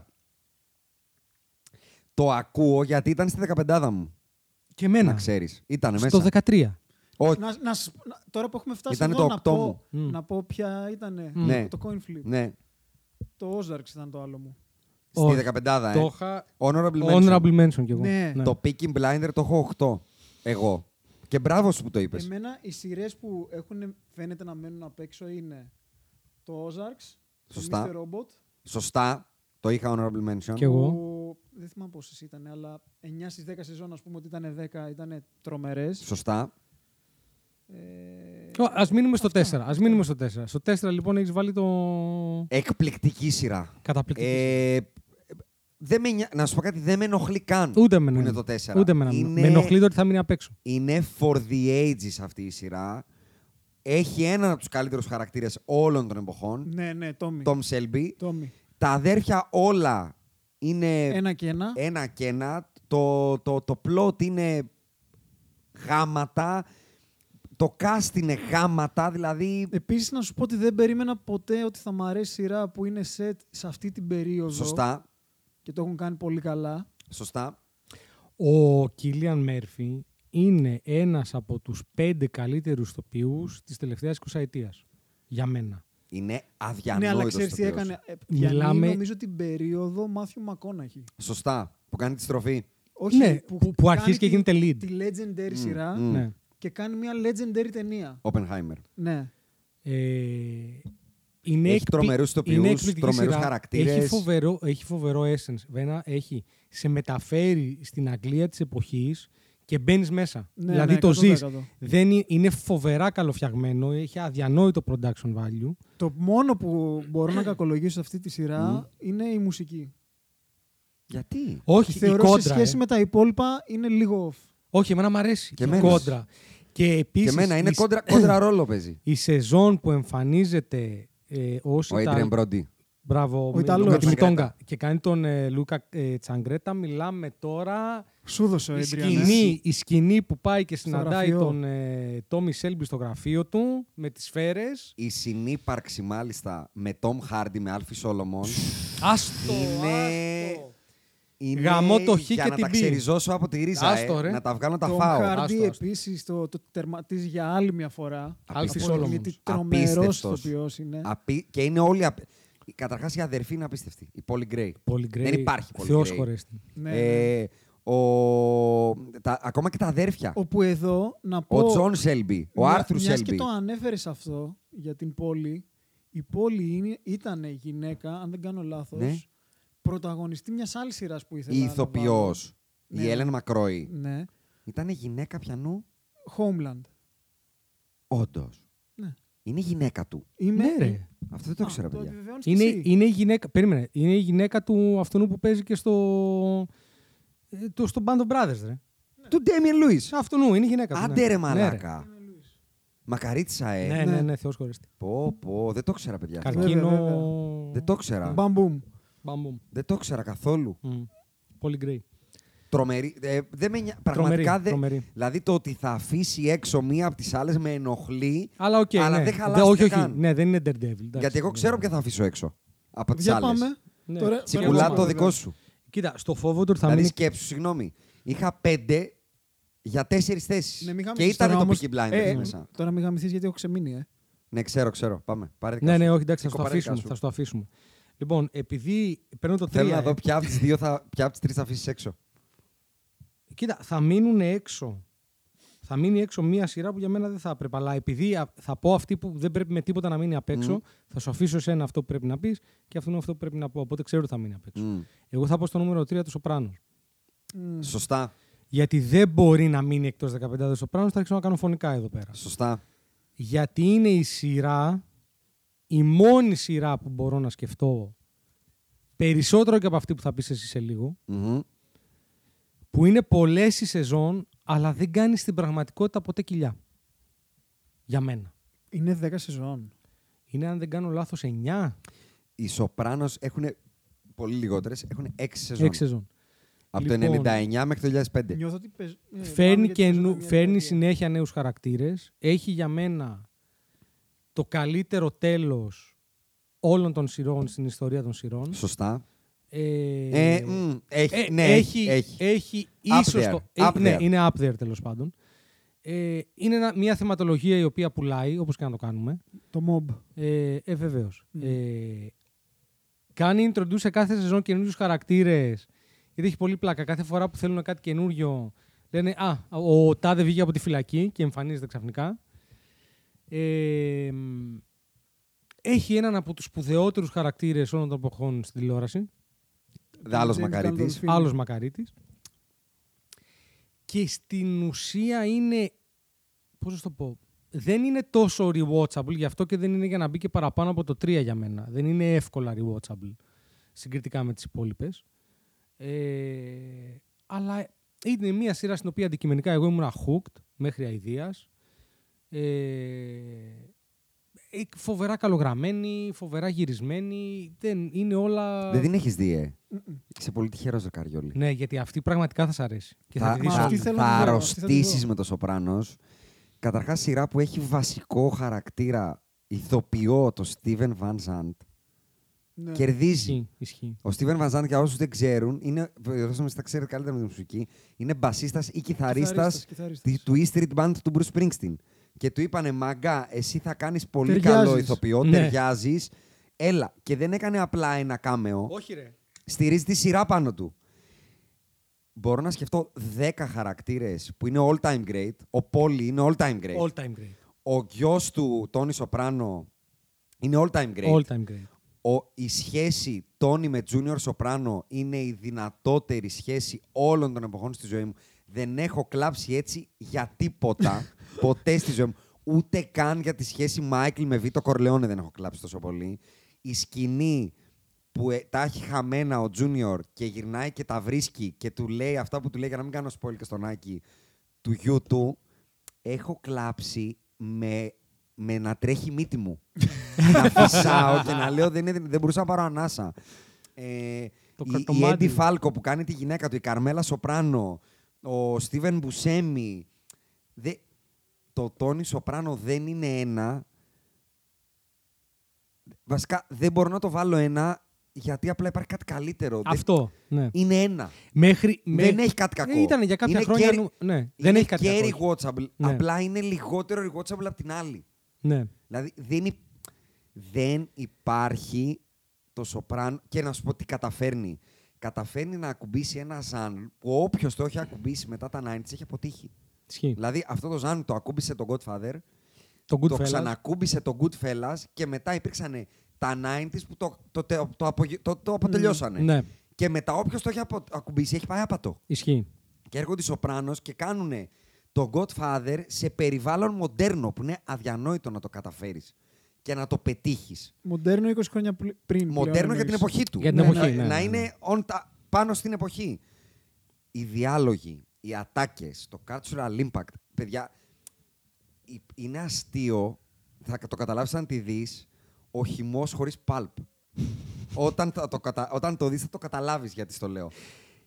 Speaker 3: Το ακούω γιατί ήταν στη 15 μου.
Speaker 5: Και εμένα.
Speaker 3: Να ξέρεις. Ήταν μέσα.
Speaker 5: Στο 13.
Speaker 3: Όχι.
Speaker 4: Να, να, σ- να- τώρα που έχουμε φτάσει
Speaker 3: Ήτανε
Speaker 4: εδώ,
Speaker 3: το
Speaker 4: να,
Speaker 3: οκτώ
Speaker 4: πω,
Speaker 3: μου.
Speaker 5: Μμμ.
Speaker 4: να πω ποια ήταν
Speaker 3: Ναι.
Speaker 4: το coin flip.
Speaker 3: Ναι.
Speaker 4: Το Ozarks ήταν το άλλο μου.
Speaker 5: Όχι.
Speaker 3: Στη 15
Speaker 5: Το
Speaker 3: ε.
Speaker 5: είχα.
Speaker 3: Honorable mention.
Speaker 5: Honorable mention κι εγώ.
Speaker 4: Ναι.
Speaker 3: Το Peaky Blinder το έχω 8. Εγώ. Και μπράβο σου που το είπες.
Speaker 4: Εμένα οι σειρές που έχουν, φαίνεται να μένουν απ' έξω είναι το Ozarks,
Speaker 3: Σωστά.
Speaker 4: το Mr. Robot,
Speaker 3: Σωστά. Το είχα honorable mention.
Speaker 5: Και εγώ.
Speaker 4: που δεν θυμάμαι πόσες ήταν, αλλά 9 στι 10 σεζόν, ας πούμε ότι ήταν 10, ήταν τρομερές.
Speaker 3: Σωστά.
Speaker 4: Ε,
Speaker 5: Ας μείνουμε στο 4. Ας μείνουμε στο 4. Στο 4 λοιπόν έχεις βάλει το.
Speaker 3: Ε, Εκπληκτική σειρά.
Speaker 5: Καταπληκτική.
Speaker 3: Ε, δεν με νοιάζει- Να σου πω κάτι, δεν με ενοχλεί καν.
Speaker 5: ούτε
Speaker 3: που
Speaker 5: εμένα.
Speaker 3: Είναι το 4.
Speaker 5: Ούτε εμένα.
Speaker 3: Είναι-
Speaker 5: Με ενοχλεί το ότι θα μείνει απ' έξω.
Speaker 3: Είναι for the ages αυτή η σειρά. Έχει έναν από τους καλύτερους χαρακτήρες όλων των εποχών.
Speaker 4: ναι, ναι, Tommy.
Speaker 3: Tom Shelby.
Speaker 4: Tommy.
Speaker 3: Τα αδέρφια όλα είναι
Speaker 4: Ένα και ένα.
Speaker 3: ένα και ένα. Το, το, το plot είναι γάματα. Το cast είναι γάματα.
Speaker 4: Ναι,
Speaker 3: Δηλαδή,
Speaker 4: Επίσης, να σου πω ότι δεν περίμενα ποτέ ότι θα μ' αρέσει σειρά που είναι set σε αυτή την περίοδο.
Speaker 3: σωστά.
Speaker 4: Και το έχουν κάνει πολύ καλά.
Speaker 3: Σωστά.
Speaker 5: Ο Κίλιαν Μέρφυ είναι ένας από τους πέντε καλύτερους τοπίους της τελευταίας 20 ετίας. Για μένα.
Speaker 3: Είναι αδιανόητο.
Speaker 4: ναι, αλλά ξέρεις τι έκανε. Ε, Μιλάμε...
Speaker 5: Μιλάμε-
Speaker 4: νομίζω την περίοδο Μάθιου Μακόναχη.
Speaker 3: Σωστά. Που κάνει τη στροφή.
Speaker 4: Όχι,
Speaker 5: Ναι, που- που αρχίζει
Speaker 4: κάνει
Speaker 5: και γίνεται
Speaker 4: τη-
Speaker 5: lead.
Speaker 4: Τη legendary σειρά
Speaker 3: μμ.
Speaker 5: Ναι.
Speaker 4: και κάνει μια legendary ταινία.
Speaker 3: Oppenheimer.
Speaker 4: Ναι.
Speaker 5: Ε, είναι
Speaker 3: Έχει
Speaker 5: εκπλη-
Speaker 3: τρομερούς ηθοποιούς,
Speaker 5: είναι εκπληκτική
Speaker 3: τρομερούς
Speaker 5: σειρά.
Speaker 3: χαρακτήρες.
Speaker 5: Έχει φοβερό, έχει φοβερό essence. Βένα, έχει, σε μεταφέρει στην Αγγλία της εποχής και μπαίνεις μέσα.
Speaker 4: Ναι,
Speaker 5: δηλαδή
Speaker 4: ναι,
Speaker 5: το ζεις.
Speaker 4: 100%.
Speaker 5: Δεν είναι, είναι φοβερά καλοφτιαγμένο, έχει αδιανόητο production value.
Speaker 4: Το μόνο που μπορώ να κακολογήσω σε αυτή τη σειρά είναι η μουσική.
Speaker 3: Γιατί.
Speaker 5: Όχι, η
Speaker 4: Θεωρώ
Speaker 5: κόντρα,
Speaker 4: σε σχέση
Speaker 5: ε.
Speaker 4: με τα υπόλοιπα είναι λίγο off.
Speaker 5: Όχι, εμένα μου αρέσει.
Speaker 3: Και
Speaker 5: η
Speaker 3: εμένα.
Speaker 5: κόντρα. Και
Speaker 3: Και
Speaker 5: επίσης
Speaker 3: εμένα είναι
Speaker 5: η,
Speaker 3: κόντρα, κόντρα ρόλο παίζει.
Speaker 5: η σεζόν που εμφανίζεται ε, ως
Speaker 3: Ο
Speaker 5: Ιταλ-
Speaker 3: Adrian Brody.
Speaker 5: Μπράβο, με-
Speaker 4: Ιταλός.
Speaker 5: με τη
Speaker 3: Τσαγκρέτα.
Speaker 5: Μιτόγκα. Και κάνει τον ε, Λούκα ε, Τσαγκρέτα. Μιλάμε τώρα...
Speaker 4: Σου δώσε ο
Speaker 5: Η
Speaker 4: Adrian, ε.
Speaker 5: σκηνή, η σκηνή που πάει και συναντάει
Speaker 4: γραφείο.
Speaker 5: τον ε, Τόμι Σέλμπι στο γραφείο του με τις σφαίρες.
Speaker 3: Η συνύπαρξη μάλιστα με Tom Hardy, με Άλφη Σόλομον.
Speaker 5: Άστο,
Speaker 3: Είναι-
Speaker 5: άστο.
Speaker 3: Είναι
Speaker 5: Γαμώ το χ
Speaker 3: για
Speaker 5: και
Speaker 3: να
Speaker 5: την
Speaker 3: τα
Speaker 5: π.
Speaker 3: ξεριζώσω από τη ρίζα, ε,
Speaker 5: Άστο, ρε.
Speaker 3: να τα βγάλω να τα
Speaker 4: Τον
Speaker 3: φάω.
Speaker 4: Χαρντί
Speaker 5: Άστο, άστο.
Speaker 4: επίσης το, το τερματίζει για άλλη μια φορά. Αποδεικνύει
Speaker 5: Άλφη Σόλομον.
Speaker 4: τι τρομερός
Speaker 3: Απίστευτος.
Speaker 4: ηθοποιός είναι.
Speaker 3: Απί- Και είναι όλοι... Απ... Καταρχάς η αδερφή είναι απίστευτη, η Polly Gray.
Speaker 5: Πολύ
Speaker 3: Δεν υπάρχει Polly
Speaker 5: Θεός
Speaker 3: Gray.
Speaker 5: χωρέστη.
Speaker 4: Ναι, ναι.
Speaker 3: Ε, ο... τα... Ακόμα και τα αδέρφια.
Speaker 4: Όπου εδώ να πω.
Speaker 3: Ο Τζον Σέλμπι, ο
Speaker 4: Μια-
Speaker 3: Άρθουρ
Speaker 4: Ναι, μιας και
Speaker 3: Σέλμπι.
Speaker 4: το ανέφερες αυτό για την πόλη, η πόλη είναι, ήταν γυναίκα, αν δεν κάνω λάθος,
Speaker 3: Ναι.
Speaker 4: πρωταγωνιστή μιας άλλης σειράς που ήθελα
Speaker 3: Η
Speaker 4: να
Speaker 3: ηθοποιός,
Speaker 4: Ναι,
Speaker 3: η
Speaker 4: ναι.
Speaker 3: Έλεν Μακρόη.
Speaker 4: βάλω. Ναι.
Speaker 3: Ήταν γυναίκα πιανού,
Speaker 4: Homeland.
Speaker 3: όντως.
Speaker 4: Ναι.
Speaker 3: Είναι γυναίκα του.
Speaker 4: Είμαι...
Speaker 5: Ναι, ρε.
Speaker 3: Αυτό δεν το ήξερα,
Speaker 4: το
Speaker 3: παιδιά.
Speaker 4: επιβεβαιώνεις και
Speaker 5: Είναι,
Speaker 4: εσύ.
Speaker 5: είναι, η γυναίκα, περίμενε, είναι η γυναίκα του αυτού που παίζει και στο, ε, το, στο Band of Brothers, ρε.
Speaker 3: Του Ντέμιεν Λούις.
Speaker 5: Αυτού είναι η γυναίκα του. ναι.
Speaker 3: Άντε ρε
Speaker 5: Ναι,
Speaker 3: μαλάκα. Μακαρίτσα, ε.
Speaker 5: Ναι, ναι, ναι, Θεός χωρέστη.
Speaker 3: Πω, πω, δεν το ξέρα, παιδιά.
Speaker 5: Καρκίνο...
Speaker 4: βέβαια.
Speaker 3: Δεν το ξέρα.
Speaker 4: Μπαμπούμ.
Speaker 5: Μπαμπούμ.
Speaker 3: Δεν το ξέρα καθόλου.
Speaker 5: Μμ. Πολύ γκρέι.
Speaker 3: Τρομερή. Ε, δεν με νοιάζει. Πραγματικά δεν.
Speaker 5: τρομερή.
Speaker 3: Δηλαδή το ότι θα αφήσει έξω μία από τις άλλες με ενοχλεί.
Speaker 5: Αλλά οκ,
Speaker 3: Αλλά
Speaker 5: ναι.
Speaker 3: δεν χαλάστηκε
Speaker 5: όχι, όχι.
Speaker 3: καν.
Speaker 5: Ναι, δεν είναι Daredevil. εντάξει.
Speaker 3: γιατί εγώ ξέρω ποια θα αφήσω έξω. Από τις
Speaker 4: Για
Speaker 3: άλλες.
Speaker 4: πάμε.
Speaker 5: Ναι.
Speaker 4: Τώρα-
Speaker 5: Κι
Speaker 3: Τσιπουλά το
Speaker 5: εγώ, βέβαια.
Speaker 3: δικό σου.
Speaker 5: Κοίτα, στο φόβο του ότι θα
Speaker 3: δηλαδή
Speaker 5: μείνει...
Speaker 3: σκέψου, συγγνώμη. Είχα πέντε για τέσσερις θέσεις.
Speaker 4: Ναι, μην
Speaker 3: και
Speaker 4: χαμηθείς
Speaker 3: ήταν
Speaker 4: τώρα,
Speaker 3: το
Speaker 4: όμως.
Speaker 3: Peaky Blinders
Speaker 4: Ε, ε,
Speaker 3: μέσα.
Speaker 4: Τώρα μην γαμηθείς γιατί έχω ξεμείνει. Ε.
Speaker 3: Ναι, ξέρω, ξέρω. Πάμε. Πάρε δικά
Speaker 5: Ναι,
Speaker 3: σου.
Speaker 5: ναι, όχι, εντάξει, θα
Speaker 3: Νίκο,
Speaker 5: στο
Speaker 3: πάρε δικά
Speaker 5: αφήσουμε.
Speaker 3: σου.
Speaker 5: Θα στο αφήσουμε. Λοιπόν, επειδή παίρνω το ε, 3.
Speaker 3: Θέλω να δω ποια από τις δύο θα, ποια από τις τρεις θα αφήσεις έξω.
Speaker 5: Κοίτα, θα μείνουν έξω. Θα μείνει έξω μία σειρά που για μένα δεν θα έπρεπε. Αλλά επειδή α- θα πω αυτή που δεν πρέπει με τίποτα να μείνει απ' έξω, θα σου αφήσω εσένα αυτό που πρέπει να πεις και αυτό είναι αυτό που πρέπει να πω. Οπότε ξέρω ότι θα μείνει απ' έξω.
Speaker 3: Μμ.
Speaker 5: Εγώ θα πω στο νούμερο 3 του Σοπράνο.
Speaker 3: Σωστά.
Speaker 5: Γιατί δεν μπορεί να μείνει εκτός 15 του Σοπράνο, θα αρχίσω να κάνω φωνικά εδώ πέρα.
Speaker 3: Σωστά.
Speaker 5: Γιατί είναι η σειρά, η μόνη σειρά που μπορώ να σκεφτώ περισσότερο και από αυτή που θα πεις εσύ σε λίγο,
Speaker 3: Μμμ.
Speaker 5: που είναι πολλές οι σεζόν, αλλά δεν κάνεις στην πραγματικότητα ποτέ κοιλιά. Για μένα.
Speaker 4: Είναι 10 σεζόν.
Speaker 5: Είναι, αν δεν κάνω λάθος 9
Speaker 3: Οι Σοπράνος έχουν πολύ λιγότερες. Έχουν έξι σεζόν.
Speaker 5: 6 σεζόν.
Speaker 3: Από το
Speaker 5: Λοιπόν,
Speaker 3: 99 μέχρι το 2005.
Speaker 4: Νιώθω ότι πες... ε, πάμε
Speaker 5: Φέρνει,
Speaker 4: γιατί
Speaker 5: και
Speaker 4: παίζουμε
Speaker 5: νου-
Speaker 4: μια
Speaker 5: φέρνει
Speaker 4: δεκαετία.
Speaker 5: συνέχεια νέους χαρακτήρες. Έχει για μένα το καλύτερο τέλος όλων των σειρών στην ιστορία των σειρών.
Speaker 3: Σωστά.
Speaker 5: Ε,
Speaker 3: Ε, μ, έχει,
Speaker 5: ε,
Speaker 3: ναι,
Speaker 5: έχει,
Speaker 3: έχει.
Speaker 5: έχει
Speaker 3: Up
Speaker 5: ίσως
Speaker 3: there,
Speaker 5: το-
Speaker 3: up
Speaker 5: ναι,
Speaker 3: there.
Speaker 5: είναι up there τέλος πάντων. Ε, είναι ένα- μια θεματολογία η οποία πουλάει, όπως και να το κάνουμε.
Speaker 4: Το mob.
Speaker 5: Ε, ε βεβαίως. Ε, κάνει introduce σε κάθε σεζόν καινούριους χαρακτήρες. Γιατί έχει πολύ πλάκα. Κάθε φορά που θέλουν κάτι καινούριο, λένε Α, ο Τάδε βγήκε από τη φυλακή και εμφανίζεται ξαφνικά. Ε, μ, έχει έναν από τους σπουδαιότερους χαρακτήρες όλων των εποχών στην τηλεόραση.
Speaker 3: Άλλος
Speaker 4: James
Speaker 3: μακαρίτης.
Speaker 4: Gandolfini.
Speaker 5: Άλλος μακαρίτης. Και στην ουσία είναι. Πώς να σου το πω. Δεν είναι τόσο rewatchable, γι' αυτό και δεν είναι για να μπει και παραπάνω από το 3 για μένα. Δεν είναι εύκολα rewatchable συγκριτικά με τις υπόλοιπες. Ε, αλλά είναι μια σειρά στην οποία αντικειμενικά εγώ ήμουν hooked μέχρι αηδίας. φοβερά καλογραμμένη, φοβερά γυρισμένη. Δεν είναι όλα.
Speaker 3: Δεν την έχεις δει, ε. Είσαι πολύ τυχερός, Ζακαριόλη.
Speaker 5: Ναι, γιατί αυτή πραγματικά θα σ' αρέσει. Και θα,
Speaker 3: θα
Speaker 5: τη
Speaker 4: μα
Speaker 5: δεις
Speaker 4: αυτή
Speaker 5: όλη.
Speaker 4: θέλω
Speaker 3: θα
Speaker 4: να τη δω, αυτή θα τη
Speaker 3: αρρωστήσεις
Speaker 4: δω.
Speaker 3: με το Σοπράνος. Καταρχάς σειρά που έχει βασικό χαρακτήρα ηθοποιό το Steven Van Zandt.
Speaker 4: Ναι.
Speaker 3: Κερδίζει.
Speaker 5: Ισχύει, ισχύει.
Speaker 3: Ο Steven Van Zandt, για όσους δεν ξέρουν, είναι, διορθώστε με, εσείς τα ξέρετε καλύτερα με τη μουσική, είναι μπασίστας ή κιθαρίστας,
Speaker 4: Κιθαρίστας, κιθαρίστας.
Speaker 3: τη- του E Street Band του Bruce Springsteen. Και του είπανε, μαγκά, εσύ θα κάνεις πολύ
Speaker 4: Ταιριάζεις.
Speaker 3: καλό ηθοποιό,
Speaker 5: Ναι.
Speaker 3: ταιριάζεις. Έλα. Και δεν έκανε απλά ένα κάμεο.
Speaker 5: Όχι ρε.
Speaker 3: στηρίζει τη σειρά πάνω του. Μπορώ να σκεφτώ 10 χαρακτήρες που είναι all time great. Ο Πόλι είναι all time great.
Speaker 5: All time great.
Speaker 3: Ο γιος του Τόνι Σοπράνο είναι all time great.
Speaker 5: All time great.
Speaker 3: Ο, η σχέση Τόνι με Junior Σοπράνο είναι η δυνατότερη σχέση όλων των εποχών στη ζωή μου. Δεν έχω κλάψει έτσι για τίποτα ποτέ στη ζωή μου. Ούτε καν για τη σχέση Μάικλ με Βίτο Κορλεόνε δεν έχω κλάψει τόσο πολύ. Η σκηνή που ε, τα έχει χαμένα ο Junior και γυρνάει και τα βρίσκει και του λέει αυτά που του λέει για να μην κάνω spoil και στον Άκη του γιού του, έχω κλάψει με, με να τρέχει η μύτη μου. να φυσάω και να λέω δεν, είναι, δεν μπορούσα να πάρω ανάσα. Ε,
Speaker 5: Το
Speaker 3: η, η
Speaker 5: κρατομάτι.
Speaker 3: Έντι Φάλκο που κάνει τη γυναίκα του, η Καρμέλα Σοπράνο, ο Στίβεν Μπουσέμι. Δε, το Τόνι Σοπράνο δεν είναι ένα. Βασικά δεν μπορώ να το βάλω ένα γιατί απλά υπάρχει κάτι καλύτερο. Δεν-
Speaker 5: Αυτό. Ναι.
Speaker 3: Είναι ένα.
Speaker 5: Μέχρι,
Speaker 3: Δεν έχει κάτι κακό.
Speaker 5: Ε, ήταν για κάποια
Speaker 3: Είναι
Speaker 5: χρόνια.
Speaker 3: Gary-
Speaker 5: νου- Ναι, δεν
Speaker 3: Είναι
Speaker 5: έχει κάτι
Speaker 3: και
Speaker 5: κακό.
Speaker 3: rewatchable.
Speaker 5: Ναι.
Speaker 3: Απλά είναι λιγότερο rewatchable από την άλλη.
Speaker 5: Ναι.
Speaker 3: Δηλαδή δεν, υ- δεν υπάρχει το σοπράν και να σου πω τι καταφέρνει. Καταφέρνει να ακουμπήσει ένα ζάν που όποιος το έχει ακουμπήσει μετά τα 90s έχει αποτύχει.
Speaker 5: Ισχύει.
Speaker 3: Δηλαδή αυτό το ζάν το ακούμπησε τον Godfather,
Speaker 5: Το
Speaker 3: το
Speaker 5: Goodfellas.
Speaker 3: ξανακούμπησε τον Goodfellas και μετά υπήρξαν τα 90s που το, το, τε- το, απογε- το- το αποτελειώσανε.
Speaker 5: Ναι.
Speaker 3: Και μετά όποιος το έχει απο- ακουμπήσει έχει πάει άπατο.
Speaker 5: Ισχύει.
Speaker 3: Και έρχονται οι Σοπράνος και κάνουν το Godfather σε περιβάλλον μοντέρνο που είναι αδιανόητο να το καταφέρεις και να το πετύχεις.
Speaker 4: Μοντέρνο 20 χρόνια πλη- πριν.
Speaker 3: Μοντέρνο για την εποχή του.
Speaker 5: Για την
Speaker 4: Ναι,
Speaker 5: εποχή.
Speaker 3: να,
Speaker 5: ναι, ναι, ναι.
Speaker 3: είναι on τα- πάνω στην εποχή. Οι διάλογοι, οι ατάκες, το cultural impact, παιδιά, η- είναι αστείο, θα το καταλάβεις αν τη δεις, ο χυμός χωρίς pulp. όταν, θα το κατα... όταν το δεις θα το καταλάβεις γιατί στο λέω.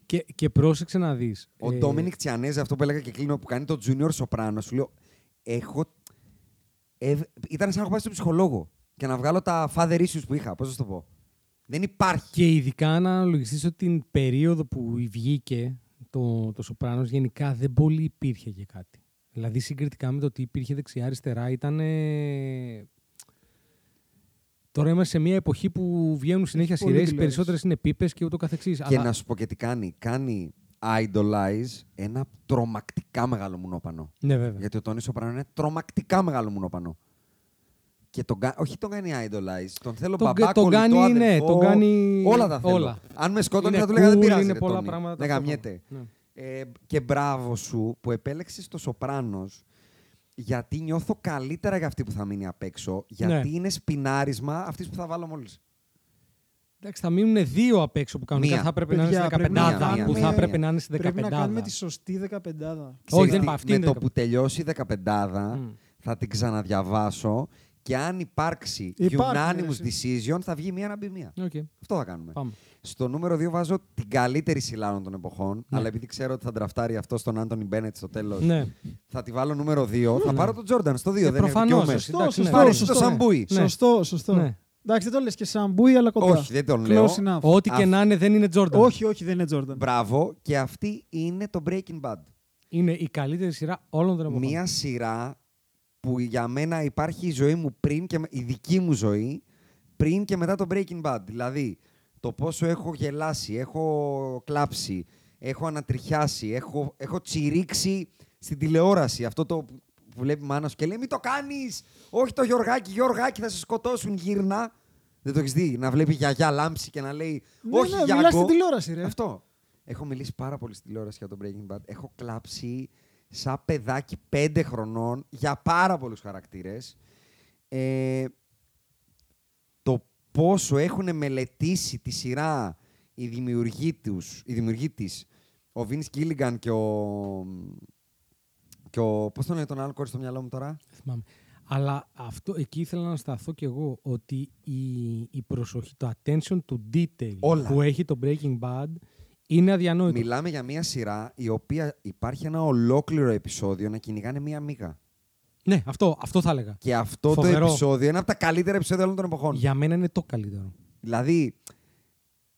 Speaker 5: Και, και πρόσεξε να ε, δεις.
Speaker 3: Ο Ντόμινικ Τσιανέζε, αυτό που έλεγα και κλείνω, που κάνει το junior σοπράνο, σου λέω. Έχω. Ε, ήταν σαν να έχω πάει στον ψυχολόγο και να βγάλω τα father issues που είχα. Πώς να σου το πω. Δεν υπάρχει.
Speaker 5: Και ειδικά να αναλογιστείς ότι την περίοδο που βγήκε το, το Σοπράνο, γενικά δεν πολύ υπήρχε για κάτι. Δηλαδή συγκριτικά με το ότι υπήρχε δεξιά-αριστερά ήταν. ε, Τώρα είμαστε σε μια εποχή που βγαίνουν συνέχεια
Speaker 4: πολύ
Speaker 5: σειρές, οι
Speaker 4: τηλεόραση.
Speaker 5: περισσότερες είναι πίπε και ούτω καθεξής.
Speaker 3: Και να σου πω και τι κάνει. Κάνει idolize ένα τρομακτικά μεγάλο μουνόπανο.
Speaker 5: Ναι, βέβαια.
Speaker 3: Γιατί ο Τόνι Σοπράνο είναι τρομακτικά μεγάλο μουνόπανο. Και τον, κα- όχι τον κάνει idolize, τον θέλω
Speaker 5: Τον κα-
Speaker 3: μπαμπά,
Speaker 5: τον
Speaker 3: κολλητό,
Speaker 5: κάνει, ναι,
Speaker 3: αδελφό,
Speaker 5: τον κάνει-
Speaker 3: Όλα τα θέλω.
Speaker 5: όλα.
Speaker 3: Αν με σκότωνε
Speaker 5: Είναι
Speaker 3: θα του λέγα δεν
Speaker 5: cool,
Speaker 3: πειράζει
Speaker 5: είναι
Speaker 3: ρε,
Speaker 5: πολλά
Speaker 3: Τόνι.
Speaker 5: πράγματα
Speaker 3: Δεν
Speaker 5: ταυτόχρονα.
Speaker 3: γαμιέται.
Speaker 5: Ναι.
Speaker 3: Ε, και μπράβο σου που επέλεξες το Σοπράνος γιατί νιώθω καλύτερα για αυτή που θα μείνει απ' έξω, γιατί
Speaker 5: Ναι.
Speaker 3: είναι σπινάρισμα αυτής που θα βάλω μόλις.
Speaker 5: Εντάξει, θα μείνουν δύο απ' έξω που κανονικά
Speaker 3: Μία.
Speaker 5: θα έπρεπε να είναι
Speaker 4: Παιδιά,
Speaker 5: στην
Speaker 4: πρέπει
Speaker 3: να
Speaker 5: 15 που θα
Speaker 3: κάνουμε-
Speaker 5: έπρεπε να είναι στην 15.
Speaker 4: Πρέπει να κάνουμε τη σωστή δεκαπεντάδα.
Speaker 5: Όχι,
Speaker 3: Ξέρεις
Speaker 5: δεν
Speaker 3: τι,
Speaker 5: είπα, αυτή
Speaker 3: με
Speaker 5: είναι Mm.
Speaker 3: το
Speaker 5: δεκα-
Speaker 3: που τελειώσει η δεκαπεντάδα
Speaker 5: Μμ.
Speaker 3: θα την ξαναδιαβάσω και αν υπάρξει
Speaker 4: Υπάρχουν,
Speaker 3: unanimous
Speaker 4: ρε,
Speaker 5: ναι,
Speaker 3: decision θα βγει μία να μπει μία.
Speaker 5: Οκ,
Speaker 3: Αυτό θα κάνουμε.
Speaker 5: πάμε.
Speaker 3: Στο νούμερο 2 βάζω την καλύτερη σιλάνων των εποχών.
Speaker 5: Ναι.
Speaker 3: Αλλά επειδή ξέρω ότι θα ντραφτάρει αυτό στον Άντωνι Μπένετ στο τέλος,
Speaker 5: Ναι.
Speaker 3: θα τη βάλω νούμερο 2. θα πάρω τον Τζόρνταν στο 2.
Speaker 5: Ε,
Speaker 3: δεν
Speaker 5: προφανώς,
Speaker 3: δικαιούμαι.
Speaker 5: εντάξει,
Speaker 4: Σωστό,
Speaker 5: ναι.
Speaker 3: Πάρε
Speaker 4: σωστό,
Speaker 3: εσύ το
Speaker 4: σωστό.
Speaker 3: σαμπούι.
Speaker 5: Ναι.
Speaker 4: Σωστό, σωστό.
Speaker 5: Ναι.
Speaker 4: Εντάξει, δεν το λες και Σαμπούι, αλλά κοντά.
Speaker 3: Όχι, δεν τον λέω.
Speaker 4: Close enough.
Speaker 5: Ό,τι και
Speaker 3: Αυ-
Speaker 5: να είναι, δεν είναι Jordan.
Speaker 4: Όχι, όχι, δεν είναι Jordan.
Speaker 3: Μπράβο, και αυτή είναι το Breaking Bad.
Speaker 5: Είναι η καλύτερη σειρά όλων των εποχών.
Speaker 3: Μία σειρά που για μένα υπάρχει η ζωή μου πριν και με- η δική μου ζωή πριν και μετά το Breaking Bad. Δηλαδή, το πόσο έχω γελάσει, έχω κλάψει, έχω ανατριχιάσει, έχω, έχω τσιρίξει στην τηλεόραση αυτό το που- που βλέπει μάνα σου και λέει «Μη το κάνεις! Όχι το Γιωργάκι, Γιωργάκι θα σε σκοτώσουν, γύρνα!» Δεν το έχεις δει, να βλέπει γιαγιά λάμψη και να λέει
Speaker 4: Ναι,
Speaker 3: «Όχι,
Speaker 4: ναι,
Speaker 3: Γιάγκο!»
Speaker 4: μιλάς στην τηλεόραση, ρε.
Speaker 3: Αυτό. Έχω μιλήσει πάρα πολύ στην τηλεόραση για τον Breaking Bad. Έχω κλάψει σαν παιδάκι πέντε χρονών για πάρα πολλούς χαρακτήρες. Ε, το πόσο έχουν μελετήσει τη σειρά οι δημιουργοί, τους, οι δημιουργοί της, ο Vince Gilligan και ο... Και ο πώς τον είναι τον άλλο κόρη στο μυαλό μου τώρα.
Speaker 5: Θυμάμαι. Αλλά αυτό, εκεί ήθελα να σταθώ κι εγώ ότι η, η προσοχή, το attention to detail
Speaker 3: Όλα.
Speaker 5: που έχει το Breaking Bad είναι αδιανόητο.
Speaker 3: Μιλάμε για μια σειρά η οποία υπάρχει ένα ολόκληρο επεισόδιο να κυνηγάνε μία μίγα.
Speaker 5: Ναι, αυτό, αυτό θα έλεγα.
Speaker 3: Και αυτό το
Speaker 5: Φοβερό.
Speaker 3: επεισόδιο είναι από τα καλύτερα επεισόδια όλων των εποχών.
Speaker 5: Για μένα είναι το καλύτερο.
Speaker 3: Δηλαδή,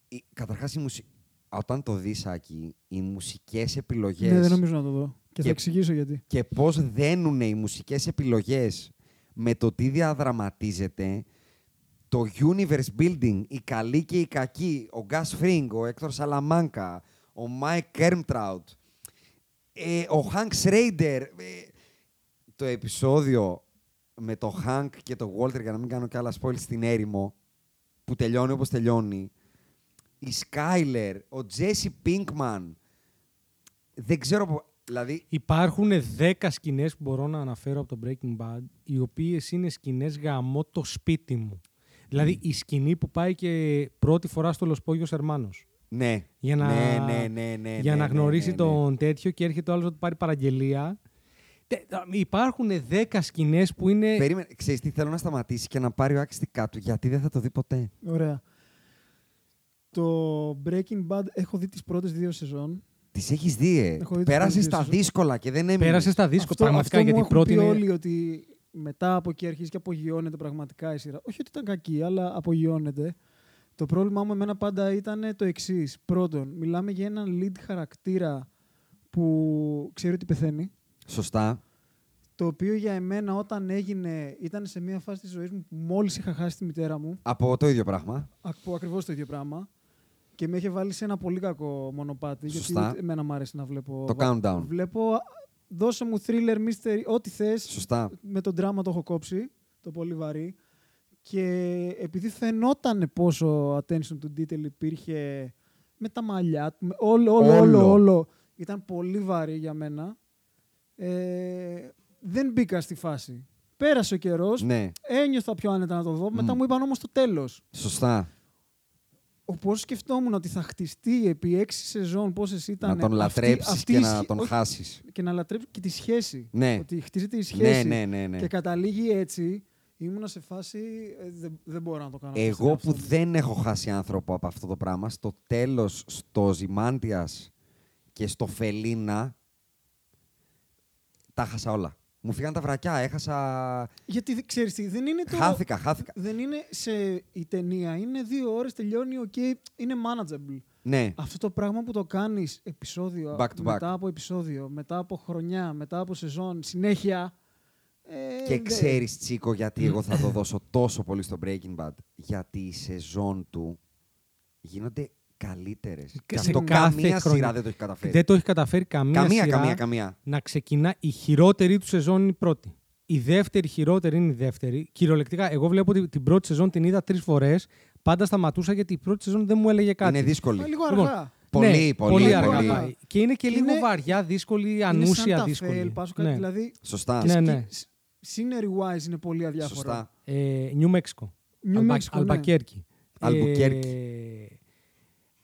Speaker 3: η- καταρχάς η μουσική... Όταν το δεις, Άκη, οι μουσικές επιλογές
Speaker 4: Ναι, δεν νομίζω να το δω. Και,
Speaker 3: Και-
Speaker 4: θα εξηγήσω γιατί.
Speaker 3: και πώς δένουν οι μουσικές επιλογές με το τι διαδραματίζεται, το universe building, οι καλοί και οι κακοί, ο Γκάς Φρίνγκ, ο Έκτορ Σαλαμάνκα, ο Μάικ Κέρμτραουτ, ε, ο Χάνκ Σρέιντερ, το επεισόδιο με το Χάνκ και το Walter, για να μην κάνω κι άλλα spoil, στην έρημο, που τελειώνει όπως τελειώνει, η Σκάιλερ, ο Τζέσι Πίνκμαν, δεν ξέρω... από- Δηλαδή,
Speaker 5: Υπάρχουν 10 σκηνές που μπορώ να αναφέρω από το Breaking Bad, οι οποίες είναι σκηνές γαμώ το σπίτι μου. Δηλαδή η σκηνή που πάει και πρώτη φορά στο Λοσπόγιο Σερμάνο.
Speaker 3: Ναι.
Speaker 5: Για να,
Speaker 3: ναι, ναι, ναι, ναι,
Speaker 5: για
Speaker 3: ναι,
Speaker 5: να
Speaker 3: ναι,
Speaker 5: γνωρίσει
Speaker 3: ναι, ναι.
Speaker 5: τον τέτοιο και έρχεται ο άλλος να του πάρει παραγγελία. Τε- α, Υπάρχουν 10 σκηνές που είναι.
Speaker 3: Περίμενε, ξέρεις τι θέλω να σταματήσει και να πάρει ο Άκης τη κάτω, γιατί δεν θα το δει ποτέ.
Speaker 4: Ωραία. Το Breaking Bad έχω δει τις πρώτες δύο σεζόν.
Speaker 3: Τις έχεις δει,
Speaker 4: Έχω
Speaker 3: ε.
Speaker 4: δει τις
Speaker 3: Πέρασες
Speaker 4: πρώτες
Speaker 3: τα
Speaker 4: δύο
Speaker 3: δύσκολα και δεν έμεινες.
Speaker 5: Πέρασες στα δίσκο
Speaker 4: αυτό,
Speaker 5: πραγματικά
Speaker 4: αυτό
Speaker 5: γιατί
Speaker 4: μου
Speaker 5: η
Speaker 4: έχουν
Speaker 5: πρώτη
Speaker 4: πει
Speaker 5: είναι-
Speaker 4: όλοι ότι μετά από εκεί αρχίζει και απογειώνεται πραγματικά η σειρά. Όχι ότι ήταν κακή, αλλά απογειώνεται. Το πρόβλημά μου εμένα πάντα ήταν το εξής. Πρώτον, μιλάμε για έναν lead χαρακτήρα που ξέρει ότι πεθαίνει.
Speaker 3: Σωστά.
Speaker 4: Το οποίο για εμένα όταν έγινε ήταν σε μια φάση της ζωής μου που μόλις είχα χάσει τη μητέρα μου.
Speaker 3: Από το ίδιο πράγμα.
Speaker 4: Ακούω ακριβώς το ίδιο πράγμα. Και με είχε βάλει σε ένα πολύ κακό μονοπάτι.
Speaker 3: Σωστά.
Speaker 4: Γιατί εμένα μου άρεσε να βλέπω.
Speaker 3: Το
Speaker 4: βα-
Speaker 3: countdown.
Speaker 4: Βλέπω. α, Δώσε μου thriller, mystery, ό,τι θες.
Speaker 3: Σωστά.
Speaker 4: Με τον τράμα το έχω κόψει. Το πολύ βαρύ. Και επειδή φαινόταν πόσο attention to detail υπήρχε με τα μαλλιά του, με όλο, όλο, όλο,
Speaker 3: Όλο.
Speaker 4: όλο, Ήταν πολύ βαρύ για μένα. Ε, δεν μπήκα στη φάση. Πέρασε ο καιρός.
Speaker 3: Ναι.
Speaker 4: Ένιωθα πιο άνετα να το δω. Μετά
Speaker 3: Μμ.
Speaker 4: μου είπαν όμως το τέλος.
Speaker 3: Σωστά.
Speaker 4: Οπότε σκεφτόμουν ότι θα χτιστεί επί έξι σεζόν πόσε ήταν.
Speaker 3: να
Speaker 5: ναι,
Speaker 3: τον λατρέψεις και να τον χάσεις.
Speaker 4: Και να λατρέψεις και τη σχέση.
Speaker 3: Ναι.
Speaker 4: Ότι χτίζεται η
Speaker 3: Ναι,
Speaker 4: σχέση.
Speaker 3: ναι, ναι. ναι.
Speaker 4: Και καταλήγει έτσι. Ήμουνα σε φάση. ε, δεν, δεν μπορώ να το κάνω.
Speaker 3: Εγώ
Speaker 4: αυτό.
Speaker 3: που δεν έχω χάσει άνθρωπο από αυτό το πράγμα, στο τέλος στο Ζημάντιας και στο Φελίνα, τα χάσα όλα. Μου φύγαν τα βρακιά, έχασα...
Speaker 4: Γιατί δεν- ξέρεις τι, δεν
Speaker 5: Ε,
Speaker 4: είναι το.
Speaker 3: Χάθηκα, χάθηκα.
Speaker 4: Δεν είναι σε η ταινία. Είναι δύο ώρες, τελειώνει, οκ, είναι manageable.
Speaker 3: Ναι.
Speaker 4: Αυτό το πράγμα που το κάνεις επεισόδιο
Speaker 3: Back to
Speaker 4: μετά
Speaker 3: back.
Speaker 4: από επεισόδιο, μετά από χρονιά, μετά από σεζόν, συνέχεια. ε,
Speaker 3: Και
Speaker 5: ναι.
Speaker 4: δεν-
Speaker 3: ξέρεις, Τσίκο, γιατί εγώ θα το δώσω τόσο πολύ στο Breaking Bad. Γιατί οι σεζόν του γίνονται καλύτερες. Και
Speaker 5: σε
Speaker 3: αυτό
Speaker 5: κάθε
Speaker 3: καμία
Speaker 5: χρονιά.
Speaker 3: σειρά δεν το έχει καταφέρει.
Speaker 5: Δεν το έχει καταφέρει καμία,
Speaker 3: Καμία,
Speaker 5: σειρά
Speaker 3: καμία, καμία.
Speaker 5: να ξεκινά. Η χειρότερη του σεζόν είναι η πρώτη. Η δεύτερη χειρότερη είναι η δεύτερη. Κυριολεκτικά, εγώ βλέπω ότι την πρώτη σεζόν την είδα τρεις φορές. Πάντα σταματούσα γιατί η πρώτη σεζόν δεν μου έλεγε κάτι.
Speaker 3: Είναι δύσκολη.
Speaker 4: Μα λίγο αργά.
Speaker 5: Λοιπόν,
Speaker 3: Πολύ,
Speaker 5: ναι,
Speaker 3: πολύ,
Speaker 4: πολύ.
Speaker 5: αργά πάει. Και είναι και
Speaker 4: Και
Speaker 5: λίγο
Speaker 4: είναι-
Speaker 5: βαριά, δύσκολη,
Speaker 4: Είναι
Speaker 5: ανούσια
Speaker 4: σαν τα
Speaker 5: δύσκολη.
Speaker 4: fail, πάσο κάτι,
Speaker 5: ναι.
Speaker 4: Δηλαδή,
Speaker 3: Σωστά.
Speaker 5: Ναι,
Speaker 4: σκι-
Speaker 5: ναι.
Speaker 4: σ- scenery wise είναι πολύ αδιάφορο.
Speaker 3: Σωστά.
Speaker 5: Ε, New Mexico.
Speaker 4: New
Speaker 5: Αλμπα-
Speaker 4: Mexico, ναι.
Speaker 5: Αλμπακέρκι.
Speaker 3: Αλμπουκέρκι.
Speaker 5: Ε,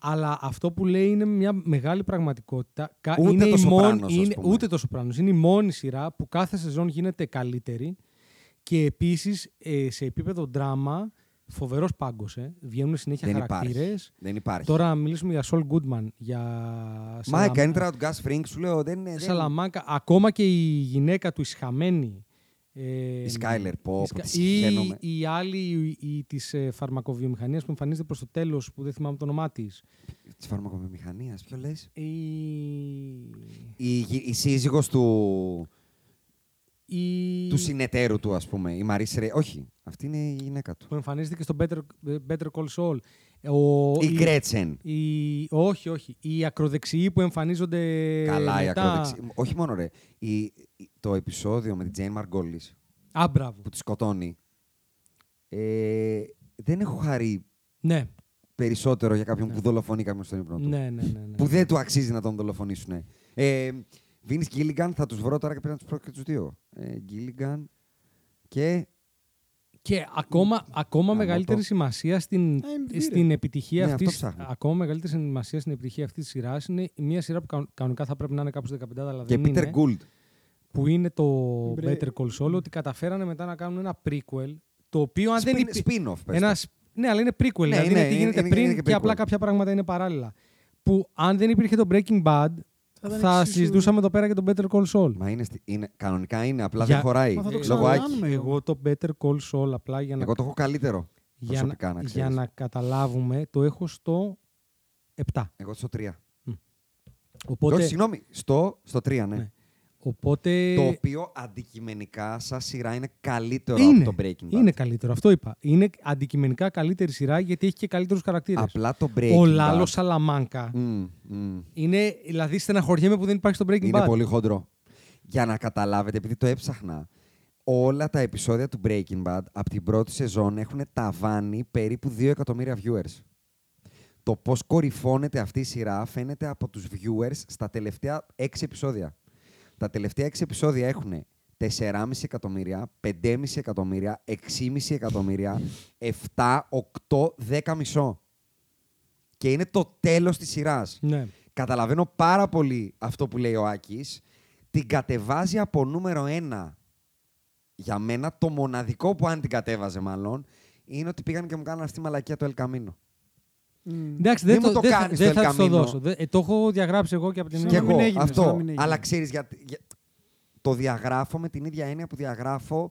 Speaker 5: αλλά αυτό που λέει είναι μια μεγάλη πραγματικότητα. Κα-
Speaker 3: Ούτε
Speaker 5: είναι
Speaker 3: το
Speaker 5: η μόνη-
Speaker 3: Σοπράνος, ας
Speaker 5: είναι,
Speaker 3: πούμε.
Speaker 5: ούτε το Σοπράνος. Είναι η μόνη σειρά που κάθε σεζόν γίνεται καλύτερη και επίσης ε, σε επίπεδο δράμα φοβερός πάγκος. Ε. Βγαίνουν συνέχεια
Speaker 3: Δεν
Speaker 5: χαρακτήρες.
Speaker 3: υπάρχει. Δεν υπάρχει.
Speaker 5: Τώρα να μιλήσουμε για Σολ Goodman, για
Speaker 3: Μάικ,
Speaker 5: Σαλαμα-
Speaker 3: Ε, Έντραουτ, Γκάς Φρίνκ, σου λέω δεν είναι. δεν-
Speaker 5: Σαλαμάκα. Ακόμα και η γυναίκα του, η σχαμένη, Ε,
Speaker 3: Η Skyler Pop,
Speaker 5: η Sky-
Speaker 3: τις
Speaker 5: Ή
Speaker 3: χαίρομαι.
Speaker 5: η άλλη τη φαρμακοβιομηχανίας που εμφανίζεται προς το τέλος που δεν θυμάμαι το όνομά της.
Speaker 3: Της φαρμακοβιομηχανίας, ποιο λες.
Speaker 5: Η...
Speaker 3: Η, γυ- η σύζυγος του,
Speaker 5: η-
Speaker 3: του συνεταίρου του, ας πούμε. Η Μαρή Ρέι. Όχι, αυτή είναι η γυναίκα του.
Speaker 5: που εμφανίζεται και στο Better, Better Call Saul. Ο,
Speaker 3: Η Γκρέτσεν.
Speaker 5: η- όχι, όχι. Οι ακροδεξιοί που εμφανίζονται.
Speaker 3: Καλά, η
Speaker 5: Ε, μετά.
Speaker 3: ακροδεξή. Όχι μόνο ρε. Η, η- το επεισόδιο με την Τζέιν Μαργκόλη
Speaker 5: Α, μπράβο.
Speaker 3: που τη σκοτώνει. Ε, δεν έχω χαρεί
Speaker 5: Ναι,
Speaker 3: περισσότερο για κάποιον που δολοφονεί κάποιον στον ύπνο του.
Speaker 5: ναι, ναι. ναι, ναι.
Speaker 3: Που δεν του αξίζει να τον δολοφονήσουν. Ε, Βίνι Γκίλιγκαν, θα τους βρω τώρα και πρέπει να του πω και τους δύο. Ε, Γκίλιγκαν και.
Speaker 5: Και ακόμα, ακόμα
Speaker 3: το.
Speaker 5: μεγαλύτερη σημασία στην,
Speaker 4: IMDb, ρε.
Speaker 5: στην επιτυχία
Speaker 3: Ναι,
Speaker 5: αυτής,
Speaker 3: αυτό ψάχνω.
Speaker 5: Ακόμα μεγαλύτερη σημασία στην επιτυχία αυτής της σειράς είναι μια σειρά που κανο- κανονικά θα πρέπει να είναι κάπου στου 15, αλλά
Speaker 3: Και
Speaker 5: δεν είναι.
Speaker 3: Πίτερ Γκούλτ.
Speaker 5: Που είναι το
Speaker 4: Μπρε-
Speaker 5: Better Call Saul, ότι καταφέρανε μετά να κάνουν ένα prequel. Το οποίο αν δεν
Speaker 3: Spin-
Speaker 5: υπή-
Speaker 3: spin-off, πες
Speaker 5: ένα
Speaker 3: το.
Speaker 5: σ- Ναι, αλλά είναι
Speaker 3: Ναι,
Speaker 5: prequel. δηλαδή
Speaker 3: είναι-
Speaker 5: είναι τι
Speaker 3: είναι-
Speaker 5: γίνεται
Speaker 3: είναι-
Speaker 5: πριν
Speaker 3: είναι και
Speaker 5: και,
Speaker 3: prequel.
Speaker 5: απλά κάποια πράγματα είναι παράλληλα. Που αν δεν υπήρχε το Breaking Bad,
Speaker 4: Θα
Speaker 5: θα,
Speaker 4: ήταν εξίσου-
Speaker 5: συζητούσαμε εδώ πέρα και το Better Call Saul.
Speaker 3: Μα είναι, στη- είναι, κανονικά είναι, απλά
Speaker 5: Για-
Speaker 3: δεν χωράει.
Speaker 4: Μα θα το
Speaker 3: Λόγω
Speaker 4: ξανακάνουμε.
Speaker 3: Άκη.
Speaker 4: Κάνουμε.
Speaker 5: Εγώ το Better Call Saul απλά για να
Speaker 3: Εγώ το έχω καλύτερο.
Speaker 5: για να,
Speaker 3: προσωπικά, να, ξέρεις.
Speaker 5: για να καταλάβουμε, το έχω στο 7.
Speaker 3: Εγώ στο 3. Όχι,
Speaker 5: Οπότε,
Speaker 3: συγγνώμη, στο, στο 3, ναι.
Speaker 5: Ναι. Ε- οπότε
Speaker 3: Το οποίο αντικειμενικά σαν σειρά είναι καλύτερο
Speaker 5: είναι,
Speaker 3: από το Breaking Bad.
Speaker 5: είναι καλύτερο. Αυτό είπα. Είναι αντικειμενικά καλύτερη σειρά γιατί έχει και καλύτερους χαρακτήρες.
Speaker 3: Απλά το Breaking
Speaker 5: Ο
Speaker 3: Bad. Ναι.
Speaker 5: Λάλο Σαλαμάνκα.
Speaker 3: Μμμ, μμμ.
Speaker 5: Είναι, δηλαδή, στεναχωριέμαι που δεν υπάρχει στο Breaking
Speaker 3: Είναι
Speaker 5: Bad.
Speaker 3: πολύ χοντρό. Για να καταλάβετε, επειδή το έψαχνα, όλα τα επεισόδια του Breaking Bad από την πρώτη σεζόν έχουν ταβάνει περίπου 2 εκατομμύρια viewers. Το πώς κορυφώνεται αυτή η σειρά φαίνεται από τους viewers στα τελευταία 6 επεισόδια. Τα τελευταία 6 επεισόδια έχουν 4,5 εκατομμύρια, 5,5 εκατομμύρια, 6,5 εκατομμύρια, 7, 8, 10 μισό. Και είναι το τέλος της σειράς.
Speaker 5: Ναι.
Speaker 3: Καταλαβαίνω πάρα πολύ αυτό που λέει ο Άκης. Την κατεβάζει από νούμερο ένα. Για μένα το μοναδικό που αν την κατέβαζε μάλλον είναι ότι πήγαν και μου κάνανε αυτή η μαλακία το Ελκαμίνο.
Speaker 4: Mm.
Speaker 5: Εντάξει,
Speaker 3: Μη
Speaker 5: δεν,
Speaker 3: μου το
Speaker 5: δεν,
Speaker 3: κάνεις
Speaker 5: δεν
Speaker 3: το El
Speaker 5: θα της το
Speaker 3: Camino.
Speaker 5: δώσω. Δεν- ε, το έχω διαγράψει εγώ και από την
Speaker 4: Σαν
Speaker 3: Και
Speaker 4: να
Speaker 5: άλλη.
Speaker 4: μην
Speaker 3: εγώ
Speaker 4: έγινε, σαν να
Speaker 3: αυτό.
Speaker 4: μην έγινε.
Speaker 3: Αλλά ξέρεις, για, για- το διαγράφω με την ίδια έννοια που διαγράφω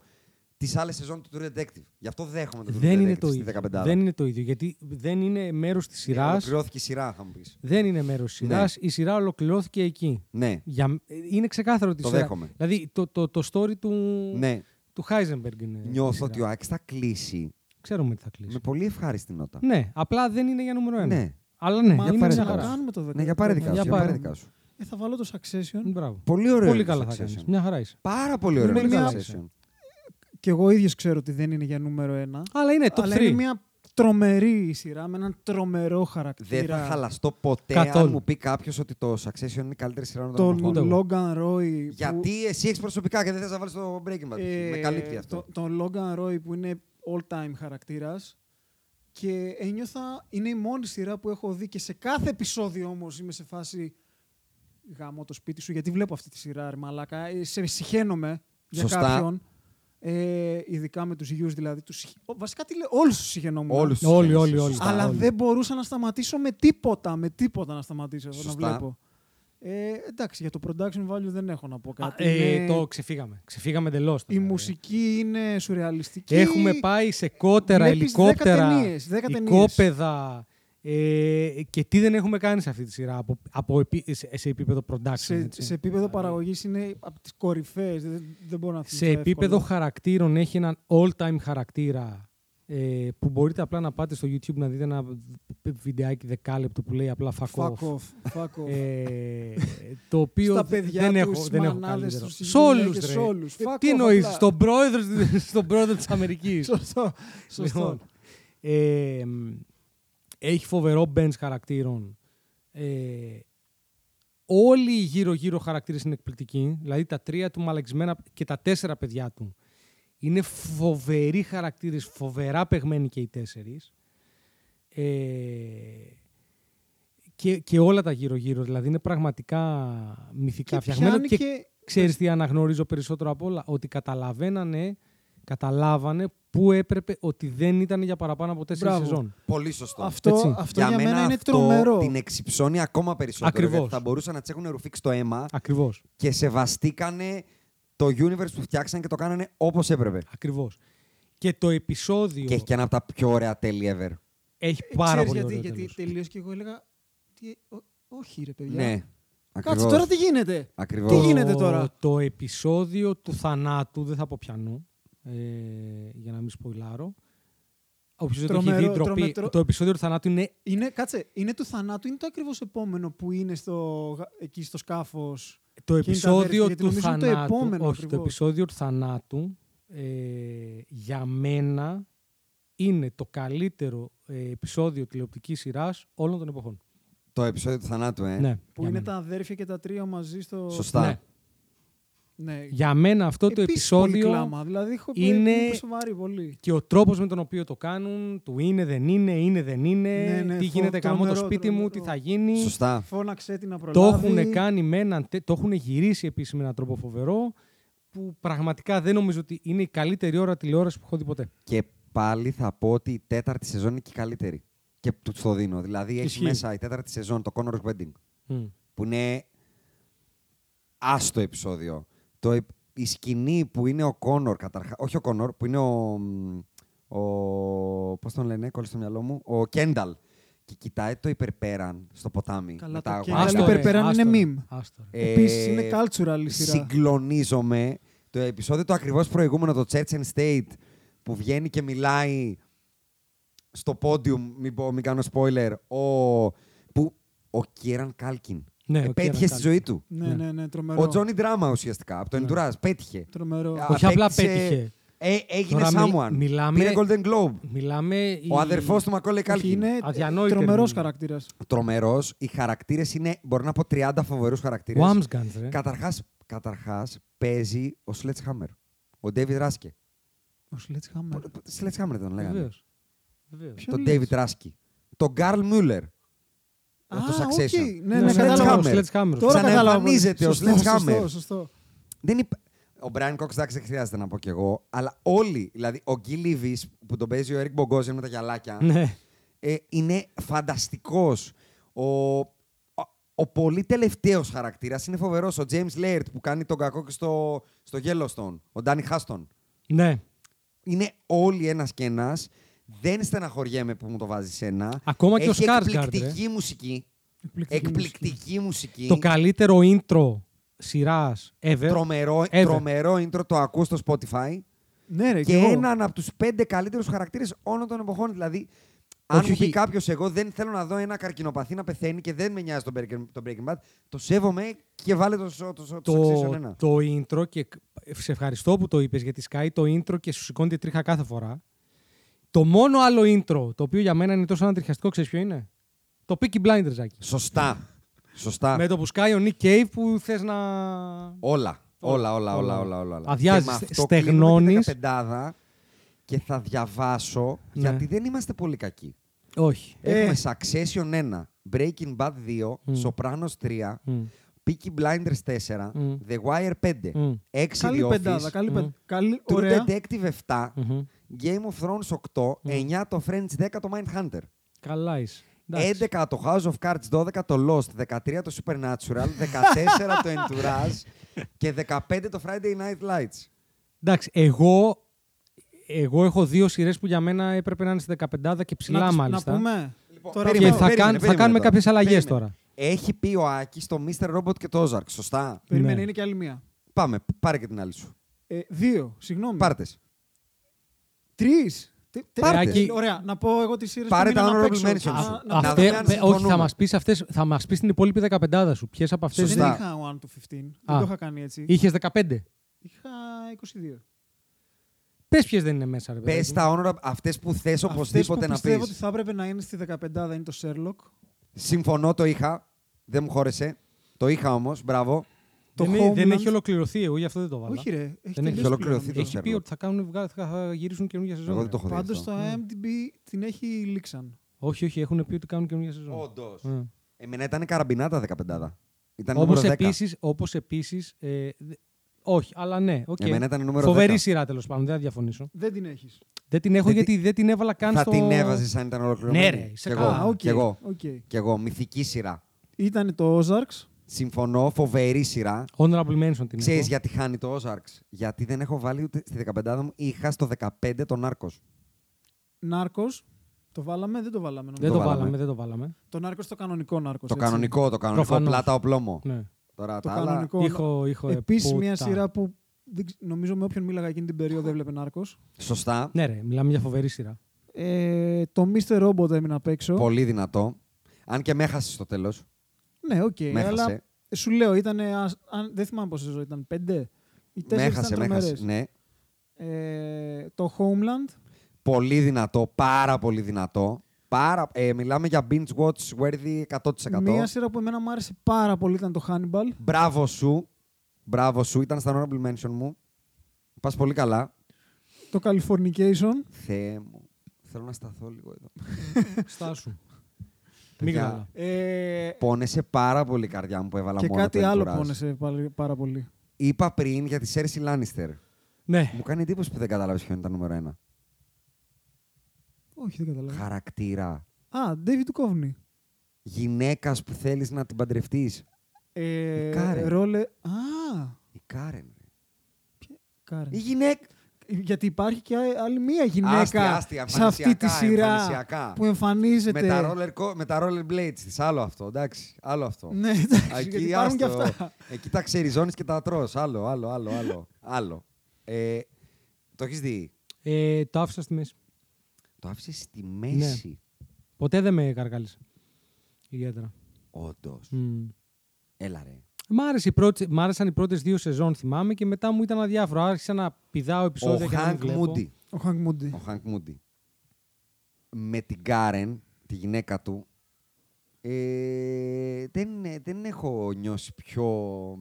Speaker 3: τις άλλες σεζόν του True Detective. Γι' αυτό δέχομαι το True
Speaker 5: Δεν
Speaker 3: Detective
Speaker 5: είναι το
Speaker 3: στη
Speaker 5: ίδιο.
Speaker 3: 15.
Speaker 5: Δεν είναι το ίδιο. Γιατί δεν είναι μέρος της
Speaker 3: Ε,
Speaker 5: σειράς.
Speaker 3: Ολοκληρώθηκε η σειρά, θα μου πεις.
Speaker 5: Δεν είναι μέρος της σειράς. Η σειρά ολοκληρώθηκε εκεί.
Speaker 3: Ναι,
Speaker 5: Για... ε, Είναι ξεκάθαρο ότι. η
Speaker 3: Το
Speaker 5: σειρά-
Speaker 3: δέχομαι.
Speaker 5: Δηλαδή το, το, το story του,
Speaker 3: ναι.
Speaker 5: του Heisenberg είναι. η
Speaker 3: Νιώθω
Speaker 5: σειρά.
Speaker 3: ότι ο Άκης θα κλείσει
Speaker 5: Ξέρουμε ότι θα ε, κλείσει.
Speaker 3: με πολύ ευχάριστη νότα.
Speaker 5: Ναι, απλά δεν είναι για νούμερο ένα.
Speaker 3: Ναι.
Speaker 5: Αλλά ναι,
Speaker 4: Μάλλον
Speaker 5: είναι μια
Speaker 3: πάρε
Speaker 4: να
Speaker 3: δικά
Speaker 5: χαρά.
Speaker 3: σου.
Speaker 4: κάνουμε το δεκα-
Speaker 3: Ναι, για πάρε
Speaker 4: το-
Speaker 3: δικά
Speaker 5: Για
Speaker 3: σου. Για
Speaker 5: πάρε.
Speaker 3: πάρε δικά σου.
Speaker 4: Ε, θα βάλω το Succession
Speaker 5: Μπράβο.
Speaker 3: Πολύ ωραίο
Speaker 5: Πολύ
Speaker 3: είναι το
Speaker 5: καλά θα
Speaker 3: Succession.
Speaker 5: κάνεις. Μια χαρά είσαι.
Speaker 3: Πάρα πολύ ωραίο
Speaker 4: Είναι
Speaker 3: είναι το
Speaker 4: μια-
Speaker 3: Succession.
Speaker 4: και εγώ ίδιος ξέρω ότι δεν είναι για νούμερο ένα.
Speaker 5: Αλλά είναι Ε, top
Speaker 4: αλλά
Speaker 5: 3.
Speaker 4: είναι μια τρομερή σειρά με έναν τρομερό χαρακτήρα.
Speaker 3: Δεν θα χαλαστώ ποτέ αν
Speaker 5: Καθόλου.
Speaker 3: μου πει κάποιος ότι το Succession είναι η καλύτερη σειρά όλων των
Speaker 4: Τον
Speaker 3: εποχών.
Speaker 5: Ούτε εγώ.
Speaker 4: Logan Roy. που-
Speaker 3: Γιατί εσύ έχεις προσωπικά και δεν θες να βάλεις το Breaking Bad.
Speaker 4: ε,
Speaker 3: με καλύπτει αυτό.
Speaker 4: το- Τον Logan Roy που είναι all time χαρακτήρας και ένιωθα, είναι η μόνη σειρά που έχω δει και σε κάθε επεισόδιο όμως είμαι σε φάση γάμο το σπίτι σου γιατί βλέπω αυτή τη σειρά ρε μαλάκα, Ε, σε συχαίνομαι για
Speaker 3: Σωστά.
Speaker 4: κάποιον. Ε, ειδικά με τους γιους δηλαδή. Τους, συχ- ο- βασικά τι λέω, όλους τους συχαινόμουν.
Speaker 3: Όλους τους
Speaker 5: Όλοι,
Speaker 3: θέλεις,
Speaker 5: όλοι, όλοι.
Speaker 3: σωστά.
Speaker 4: Αλλά
Speaker 5: όλοι.
Speaker 4: δεν μπορούσα να σταματήσω με τίποτα, με τίποτα να σταματήσω να
Speaker 3: Σωστά.
Speaker 4: βλέπω. Ε, εντάξει, για το production value δεν έχω να πω
Speaker 5: Α,
Speaker 4: κάτι.
Speaker 5: ε,
Speaker 4: Είναι-
Speaker 5: Το ξεφύγαμε. Ξεφύγαμε εντελώς.
Speaker 4: η μουσική είναι σουρεαλιστική.
Speaker 5: Έχουμε πάει σε κότερα,
Speaker 4: βλέπεις
Speaker 5: ελικόπτερα,
Speaker 4: δέκα ταινίες, δέκα ταινίες.
Speaker 5: οικόπεδα. Ε, και τι δεν έχουμε κάνει σε αυτή τη σειρά από, από επί- σε, σε επίπεδο production.
Speaker 4: Σε,
Speaker 5: έτσι.
Speaker 4: σε επίπεδο
Speaker 5: Δηλαδή,
Speaker 4: παραγωγής είναι από τις κορυφαίες. Δεν, δεν μπορώ να
Speaker 5: Σε
Speaker 4: θυμηθώ
Speaker 5: επίπεδο
Speaker 4: εύκολα.
Speaker 5: χαρακτήρων έχει έναν all-time χαρακτήρα ε, που μπορείτε απλά να πάτε στο YouTube να δείτε ένα βιντεάκι δεκάλεπτο που λέει απλά fuck,
Speaker 4: Fuck
Speaker 5: off.
Speaker 4: off. Fuck off.
Speaker 5: Ε, το οποίο
Speaker 4: Στα παιδιά
Speaker 5: δεν
Speaker 4: τους,
Speaker 5: έχω, δεν έχω
Speaker 4: μανάδες
Speaker 5: καλύτερο.
Speaker 4: τους,
Speaker 5: Σ' όλους,
Speaker 4: γυναίκες,
Speaker 5: ρε.
Speaker 4: σ' όλους.
Speaker 5: Ε,
Speaker 4: Fuck
Speaker 5: Τι
Speaker 4: off
Speaker 5: εννοείς,
Speaker 4: απλά.
Speaker 5: στον πρόεδρο, στον πρόεδρο της Αμερικής.
Speaker 4: σωστό. σωστό.
Speaker 5: Λοιπόν, ε, μ, έχει φοβερό bench χαρακτήρων. Ε, όλοι οι γύρω-γύρω χαρακτήρες είναι εκπληκτικοί. Δηλαδή τα τρία του μαλακισμένα και τα τέσσερα παιδιά του. Είναι φοβεροί χαρακτήρες, φοβερά παιγμένοι και οι τέσσερις. Ε, και, και όλα τα γύρω-γύρω. Δηλαδή είναι πραγματικά μυθικά
Speaker 4: Και
Speaker 5: φτιαγμένο.
Speaker 4: πιάνει και-
Speaker 5: ξέρεις τι αναγνωρίζω περισσότερο απ' όλα. Ότι καταλαβαίνανε, καταλάβανε που έπρεπε ότι δεν ήταν για παραπάνω από τέσσερις
Speaker 4: Μπράβο.
Speaker 5: σεζόν.
Speaker 3: Πολύ σωστό.
Speaker 4: Αυτό
Speaker 5: Έτσι.
Speaker 4: για, αυτό για, μένα, είναι
Speaker 3: αυτό
Speaker 4: τρομερό.
Speaker 3: την εξυψώνει ακόμα περισσότερο.
Speaker 5: Ακριβώς.
Speaker 3: γιατί Θα μπορούσαν να τις έχουν ρουφήξει το αίμα
Speaker 5: Ακριβώς.
Speaker 3: και σεβαστήκανε το universe που φτιάξαν και το κάνανε όπως έπρεπε.
Speaker 5: Ακριβώς. Και το επεισόδιο.
Speaker 3: Και έχει και ένα από τα πιο ωραία τέλη ever.
Speaker 5: Έχει
Speaker 4: Ε,
Speaker 5: πάρα
Speaker 4: ξέρεις
Speaker 5: πολύ
Speaker 4: γιατί,
Speaker 5: ωραίο
Speaker 4: γιατί
Speaker 5: τέλος.
Speaker 4: τελείως και εγώ έλεγα. Τι, ό, όχι, ρε παιδιά.
Speaker 3: Ναι.
Speaker 4: Κάτσε
Speaker 3: Ακριβώς.
Speaker 4: τώρα τι γίνεται.
Speaker 3: Ακριβώς.
Speaker 4: Τι γίνεται τώρα.
Speaker 5: Το επεισόδιο του θανάτου, δεν θα πω πιανού, ε, για να μην σποιλάρω. Όποιος δεν το έχει
Speaker 4: Τρομερό,
Speaker 5: δει, ντροπή.
Speaker 4: τρομετρο-
Speaker 5: Το επεισόδιο του θανάτου είναι
Speaker 4: Είναι, κάτσε, είναι του θανάτου, είναι το ακριβώς επόμενο που είναι στο, γα- εκεί στο σκάφος.
Speaker 5: το
Speaker 4: Και είναι τα αδέρφια,
Speaker 5: επεισόδιο
Speaker 4: γιατί
Speaker 5: του
Speaker 4: νομίζω είναι
Speaker 5: θανάτου.
Speaker 4: το επόμενο
Speaker 5: όχι, το
Speaker 4: ακριβώς.
Speaker 5: επεισόδιο του θανάτου ε, για μένα είναι το καλύτερο ε, επεισόδιο τηλεοπτικής σειράς όλων των εποχών.
Speaker 3: Το επεισόδιο του θανάτου, ε.
Speaker 5: ναι,
Speaker 4: Που
Speaker 5: για
Speaker 4: είναι
Speaker 5: μένα.
Speaker 4: τα αδέρφια και τα τρία μαζί στο.
Speaker 3: Σωστά.
Speaker 5: Ναι.
Speaker 4: Ναι.
Speaker 5: Για μένα αυτό το
Speaker 4: Επίσης πολύ
Speaker 5: επεισόδιο
Speaker 4: κλάμα. Δηλαδή, έχω
Speaker 5: είναι-
Speaker 4: είναι... σοβαρή πολύ.
Speaker 5: και ο τρόπος με τον οποίο το κάνουν, του είναι, δεν είναι, είναι, δεν είναι,
Speaker 4: Ναι, ναι,
Speaker 5: τι
Speaker 4: φο-
Speaker 5: γίνεται καμό το
Speaker 4: τρομερό,
Speaker 5: σπίτι μου, τι
Speaker 4: τρομερό.
Speaker 5: θα γίνει.
Speaker 3: Σωστά.
Speaker 4: Φώναξε την να
Speaker 5: Το
Speaker 4: προλάβει.
Speaker 5: έχουν κάνει με έναν, τε- το έχουν γυρίσει επίση με έναν τρόπο φοβερό που πραγματικά δεν νομίζω ότι είναι η καλύτερη ώρα τηλεόραση που έχω δει ποτέ.
Speaker 3: Και πάλι θα πω ότι η τέταρτη σεζόν είναι και η καλύτερη. Και του το δίνω. Δηλαδή έχει
Speaker 5: Ισχύει.
Speaker 3: μέσα η τέταρτη σεζόν το Connor's Wedding. Που είναι άστο επεισόδιο. Το, επ- η σκηνή που είναι ο Κόνορ καταρχά. Όχι ο Κόνορ, που είναι ο. μ, ο Πώς τον λένε, κόλλησε στο μυαλό μου. Ο Κένταλ. Και κοιτάει το υπερπέραν στο ποτάμι.
Speaker 4: Καλά,
Speaker 3: με
Speaker 4: το
Speaker 3: τα
Speaker 4: Kendall
Speaker 3: αγόρια.
Speaker 5: Άστο, ρε,
Speaker 4: υπερπέραν
Speaker 5: άστο,
Speaker 4: είναι
Speaker 5: ρε,
Speaker 4: meme.
Speaker 5: άστο, ρε.
Speaker 3: Ε,
Speaker 4: Επίσης είναι cultural η σειρά.
Speaker 3: Συγκλονίζομαι. Το επεισόδιο το ακριβώς προηγούμενο, το Church and State, που βγαίνει και μιλάει στο podium, μην, πω, μην κάνω spoiler, ο, που, ο Κίραν Κάλκιν.
Speaker 5: Ναι, ο
Speaker 3: επέτυχε
Speaker 5: Kieran
Speaker 3: στη ζωή του.
Speaker 4: Ναι, ναι, ναι, τρομερό.
Speaker 3: Ο Τζόνι Ντράμα ουσιαστικά, από το Endurance, πέτυχε.
Speaker 4: Τρομερό.
Speaker 3: Α,
Speaker 5: Ναι. Όχι απλά
Speaker 3: απέκτησε-
Speaker 5: πέτυχε.
Speaker 3: Ε, έγινε
Speaker 5: Τώρα μι-
Speaker 3: someone.
Speaker 5: μιλάμε-
Speaker 3: Πήρε Golden Globe.
Speaker 5: Μιλάμε.
Speaker 3: Ο αδερφός του Μακόλε
Speaker 4: Όχι,
Speaker 3: Κάλκιν.
Speaker 4: είναι
Speaker 5: Αδιανόητη
Speaker 4: τρομερό
Speaker 5: ερμηνεία.
Speaker 4: χαρακτήρας.
Speaker 3: τρομερός. Οι χαρακτήρες είναι, μπορώ να πω, 30 φοβερούς χαρακτήρες.
Speaker 5: Ο Άμσγκαντ,
Speaker 4: Ε.
Speaker 5: ρε.
Speaker 3: Καταρχάς, καταρχάς, παίζει ο Sledgehammer. Ο David Raske.
Speaker 4: Ναι. Ο Σλέτσχαμερ.
Speaker 3: Πο- πο- Sledgehammer τον λέγανε.
Speaker 5: Βεβαίως.
Speaker 3: Τον David Raske. Τον Carl Müller. από το Succession.
Speaker 4: Ναι,
Speaker 3: Ο
Speaker 4: ναι,
Speaker 5: Ο
Speaker 4: κατάλαβα.
Speaker 3: Sledgehammer.
Speaker 5: Sledgehammer.
Speaker 4: Τώρα κατάλαβα.
Speaker 3: Ξαναεμφανίζεται ο
Speaker 4: Σωστό, σωστό,
Speaker 3: Sledgehammer.
Speaker 4: Σωστό, σωστό.
Speaker 3: Δεν υπα- Ο Brian Cox, εντάξει, δεν χρειάζεται να πω κι εγώ, αλλά όλοι, δηλαδή ο Γκί Λίβις που τον παίζει ο Eric Bogosian με τα γυαλάκια,
Speaker 5: Ναι.
Speaker 3: ε, είναι φανταστικός. Ο, ο, ο πολύ τελευταίος χαρακτήρας είναι φοβερός. Ο James Laird που κάνει τον κακό και στο, στο Yellowstone. Ο Danny Huston.
Speaker 5: ναι.
Speaker 3: Είναι όλοι ένας και ένας. Δεν στεναχωριέμαι που μου το βάζει ένα.
Speaker 5: Ακόμα και ο
Speaker 3: Έχει
Speaker 5: Skarsgård, ε.
Speaker 3: εκπληκτική μουσική.
Speaker 4: Εκπληκτική
Speaker 3: Εκπληκτική μουσική.
Speaker 5: Το ε. καλύτερο intro σειράς ever.
Speaker 3: Τρομερό,
Speaker 5: Ever.
Speaker 3: τρομερό intro, το ακούς στο Spotify.
Speaker 4: Ναι,
Speaker 5: Ε,
Speaker 4: ρε,
Speaker 3: και
Speaker 4: εγώ.
Speaker 3: έναν από τους πέντε καλύτερους χαρακτήρες όλων των εποχών. Δηλαδή, αν
Speaker 5: Όχι,
Speaker 3: μου πει
Speaker 5: όχι.
Speaker 3: κάποιος, εγώ δεν θέλω να δω ένα καρκινοπαθή να πεθαίνει και δεν με νοιάζει τον Breaking, τον Breaking Bad, το σέβομαι και βάλε το, το, το, το, Succession
Speaker 5: το,
Speaker 3: ένα.
Speaker 5: το intro και σε ευχαριστώ που το είπες γιατί σκάει το intro και σου σηκώνει τη τρίχα κάθε φορά. Το μόνο άλλο intro το οποίο για μένα είναι τόσο ανατριχιαστικό ξέρεις ποιο είναι. Το Peaky Blinders, Ζάκη.
Speaker 3: Σωστά. Σωστά.
Speaker 5: Με το που σκάει ο Nick Cave που θες να...
Speaker 3: Όλα. Όλα, όλα,
Speaker 5: Όλα.
Speaker 3: όλα, όλα. όλα, όλα.
Speaker 5: Αδειάζεις,
Speaker 3: Και με αυτό
Speaker 5: στεγνώνεις.
Speaker 3: κλείνουμε την δεκαπεντάδα και θα διαβάσω,
Speaker 5: Ναι.
Speaker 3: γιατί δεν είμαστε πολύ κακοί.
Speaker 5: Όχι.
Speaker 4: Ε.
Speaker 3: Έχουμε Succession 1, Breaking Bad 2,
Speaker 5: Mm.
Speaker 3: Sopranos 3,
Speaker 5: Μμ.
Speaker 3: Peaky Blinders 4,
Speaker 5: Mm.
Speaker 3: The Wire 5,
Speaker 5: Mm.
Speaker 3: 6
Speaker 4: Καλή
Speaker 3: The
Speaker 4: πεντάδα.
Speaker 3: Office,
Speaker 4: Καλή πεν- καλή-
Speaker 3: True
Speaker 4: Ωραία.
Speaker 3: Detective 7,
Speaker 5: Μμμ.
Speaker 3: Game of Thrones 8,
Speaker 5: Mm.
Speaker 3: 9 το Friends 10 το Mindhunter.
Speaker 5: Καλά είσαι. Εντάξει.
Speaker 3: 11 το House of Cards, 12 το Lost, 13 το Supernatural, 14 το Entourage και 15 το Friday Night Lights.
Speaker 5: Εντάξει, εγώ, εγώ έχω δύο σειρές που για μένα έπρεπε να είναι στη 15 και
Speaker 4: Να
Speaker 5: ψηλά
Speaker 4: τους-
Speaker 5: μάλιστα.
Speaker 4: Να πούμε. Τώρα
Speaker 5: Λοιπόν, περίμενε,
Speaker 4: θα-
Speaker 5: θα περίμενε. κάν- θα κάνουμε
Speaker 3: τώρα.
Speaker 5: κάποιες αλλαγές
Speaker 3: Περίμενε.
Speaker 5: τώρα.
Speaker 3: Έχει πει ο Άκης το Mr. Robot και το Ozark, σωστά.
Speaker 4: Περίμενε,
Speaker 5: Ναι.
Speaker 4: είναι και άλλη μία.
Speaker 3: Πάμε, πάρε και την άλλη σου.
Speaker 4: Ε, Δύο, συγγνώμη.
Speaker 3: Πάρτες.
Speaker 5: Ε,
Speaker 4: Τρει.
Speaker 3: Πάρτε.
Speaker 4: Ε, Ωραία, να πω εγώ τις σειρέ
Speaker 3: Πάρε τα honorable mentions
Speaker 4: mentions.
Speaker 3: σου.
Speaker 5: Α,
Speaker 3: Να
Speaker 5: αυτέ-
Speaker 3: δούμε αν
Speaker 5: με- όχι,
Speaker 3: συμφωνούμε.
Speaker 5: θα μας πεις, αυτές, θα μας πεις την υπόλοιπη 15 σου. Ποιες από αυτές
Speaker 4: Δεν
Speaker 3: Σωστά.
Speaker 4: είχα one to 15.
Speaker 5: Α.
Speaker 4: Δεν το είχα κάνει έτσι.
Speaker 5: είχες 15.
Speaker 4: Είχα 22.
Speaker 5: Πες ποιες δεν είναι μέσα, ρε
Speaker 3: Πε
Speaker 5: παιδάκι μου.
Speaker 3: τα όνορα αυτές που θες
Speaker 4: Αυτές που
Speaker 3: οπωσδήποτε να πει.
Speaker 4: πιστεύω ότι θα έπρεπε να είναι στη 15 είναι το Sherlock.
Speaker 3: Συμφωνώ, το είχα. Δεν μου χώρεσε. Το είχα όμως, μπράβο.
Speaker 4: Το
Speaker 5: δεν, ε- δεν
Speaker 4: Homeland.
Speaker 5: έχει ολοκληρωθεί, εγώ γι' αυτό δεν το βάλα.
Speaker 4: Όχι, ρε. Έχει,
Speaker 5: έχει
Speaker 4: τελείως
Speaker 3: ολοκληρωθεί
Speaker 4: πλέον. Ε,
Speaker 3: το
Speaker 5: Έχει πει
Speaker 3: Sherlock.
Speaker 5: ότι θα, κάνουν, βγα- θα- θα γυρίσουν καινούργια σεζόν.
Speaker 3: Εγώ δεν το
Speaker 5: ρε.
Speaker 3: έχω δει.
Speaker 4: Πάντως
Speaker 3: αυτό.
Speaker 4: στο IMDb την έχει λήξαν.
Speaker 5: Όχι, όχι, έχουν πει ότι κάνουν καινούργια σεζόν.
Speaker 3: Όντως.
Speaker 5: Ε.
Speaker 3: Εμένα ήταν καραμπινά τα 15. Ήταν
Speaker 5: Όπως
Speaker 3: νούμερο 10.
Speaker 5: επίσης, όπως επίσης, ε, δε- όχι, αλλά ναι. οκ.
Speaker 3: Εμένα ήταν νούμερο
Speaker 5: Φοβερή
Speaker 3: 10.
Speaker 5: σειρά τέλος πάντων, δεν θα διαφωνήσω.
Speaker 4: Δεν την έχεις.
Speaker 5: Δεν την έχω
Speaker 3: Δεν τη-
Speaker 5: γιατί δεν την έβαλα καν
Speaker 3: θα
Speaker 5: στο...
Speaker 3: την έβαζες αν ήταν ολοκληρωμένη.
Speaker 5: Ναι, ρε, είσαι
Speaker 3: Κι εγώ.
Speaker 5: καλά.
Speaker 4: Α, οκ.
Speaker 3: Κι εγώ.
Speaker 4: οκ.
Speaker 3: Κι εγώ. Μυθική σειρά.
Speaker 4: Ήταν το Ozarks.
Speaker 3: Συμφωνώ, φοβερή σειρά.
Speaker 5: Honorable mention την
Speaker 3: Ξέρεις
Speaker 5: έχω.
Speaker 3: γιατί χάνει το Ozarks. Γιατί δεν έχω βάλει ούτε στη 15 μου. Είχα στο 15 τον Άρκο.
Speaker 4: Νάρκος. Το βάλαμε, δεν το βάλαμε.
Speaker 5: Δεν
Speaker 4: Νομίζω.
Speaker 5: το,
Speaker 3: το
Speaker 5: βάλαμε.
Speaker 3: βάλαμε.
Speaker 5: δεν το βάλαμε.
Speaker 4: Το Νάρκος το κανονικό Νάρκος.
Speaker 3: Το κανονικό, το κανονικό.
Speaker 5: Προφανώς.
Speaker 3: Πλάτα οπλόμο.
Speaker 5: Ναι.
Speaker 3: Τώρα
Speaker 4: Το
Speaker 3: τα άλλα.
Speaker 4: κανονικό.
Speaker 5: Ήχο, ήχο, ε,
Speaker 4: Επίσης μια
Speaker 5: πούτα.
Speaker 4: σειρά που δεν ξε- νομίζω με όποιον μίλαγα εκείνη την περίοδο έβλεπε Νάρκος.
Speaker 3: Σωστά.
Speaker 5: Ναι, ρε, μιλάμε για φοβερή σειρά.
Speaker 4: Ε, το Mr. Robot έμεινε απ' έξω.
Speaker 3: Πολύ δυνατό. Αν και με έχασες στο τέλος.
Speaker 4: Ναι, οκ.
Speaker 3: Με έχασε.
Speaker 4: αλλά σου λέω, ήταν. αν, δεν θυμάμαι πόσε ζωή ήταν. Πέντε. Οι
Speaker 3: Με
Speaker 4: τέσσερι ήταν
Speaker 3: έχασε, με έχασε.
Speaker 4: τρομερές.
Speaker 3: Ναι.
Speaker 4: Ε, το Homeland.
Speaker 3: Πολύ δυνατό, πάρα πολύ δυνατό. Πάρα, ε, μιλάμε για binge watch worthy 100%.
Speaker 4: Μία σειρά που εμένα μου άρεσε πάρα πολύ ήταν το Hannibal.
Speaker 3: Μπράβο σου. Μπράβο σου. Ήταν στα honorable mention μου. Πας πολύ καλά.
Speaker 4: Το Californication.
Speaker 3: Θεέ μου. Θέλω να σταθώ λίγο εδώ.
Speaker 5: Στάσου.
Speaker 3: Παιδιά,
Speaker 5: Μίγδαλα.
Speaker 4: Ε,
Speaker 3: Πόνεσε πάρα πολύ η καρδιά μου που έβαλα
Speaker 4: και
Speaker 3: μόνο
Speaker 4: κάτι
Speaker 3: το
Speaker 4: άλλο
Speaker 3: Entourage.
Speaker 4: πόνεσε πάλι- πάρα πολύ.
Speaker 3: Είπα πριν για τη Σέρση Λάνιστερ.
Speaker 5: Ναι.
Speaker 3: Μου κάνει εντύπωση που δεν κατάλαβες ποιο είναι το νούμερο ένα.
Speaker 4: Όχι, δεν καταλαβαίνω.
Speaker 3: Χαρακτήρα.
Speaker 4: Α, David Duchovny.
Speaker 3: Γυναίκας που θέλεις να την παντρευτείς. Η Karen.
Speaker 4: Ε, ρόλε... Α,
Speaker 3: Η Κάρεν. ρε.
Speaker 4: Karen.
Speaker 3: Η γυναίκα.
Speaker 4: Γιατί υπάρχει και άλλη μία γυναίκα
Speaker 3: Άστια, άστια,
Speaker 4: σε αυτή τη
Speaker 3: εμφανισιακά,
Speaker 4: σειρά
Speaker 3: εμφανισιακά.
Speaker 4: που εμφανίζεται.
Speaker 3: Με τα, roller, co- με τα roller blades της. Άλλο αυτό, εντάξει. Άλλο αυτό.
Speaker 4: Ναι, εντάξει,
Speaker 3: Α,
Speaker 4: γιατί υπάρχουν και
Speaker 3: άστο.
Speaker 4: αυτά.
Speaker 3: Εκεί τα ξεριζώνεις και τα τρως. Άλλο, άλλο, άλλο, άλλο. άλλο. Ε, το έχεις δει.
Speaker 5: Ε, το άφησα στη μέση.
Speaker 3: Το άφησες στη μέση.
Speaker 4: Ναι.
Speaker 5: Ποτέ δεν με καρκάλισε. Ιδιαίτερα.
Speaker 3: Όντως.
Speaker 4: Ναι.
Speaker 5: Μμ.
Speaker 3: Έλα ρε.
Speaker 5: Μ, άρεσε η πρώτη- μ' άρεσαν οι πρώτες δύο σεζόν, θυμάμαι, και μετά μου ήταν αδιάφορο. Άρχισα να πηδάω
Speaker 3: Ο
Speaker 5: επεισόδια και να μην
Speaker 3: Χάνκ
Speaker 5: βλέπω.
Speaker 3: Μούντι.
Speaker 4: Ο Χανκ Μούντι.
Speaker 3: Ο Χάνκ Μούντι. Με την Κάρεν, τη γυναίκα του, ε, δεν, δεν έχω νιώσει πιο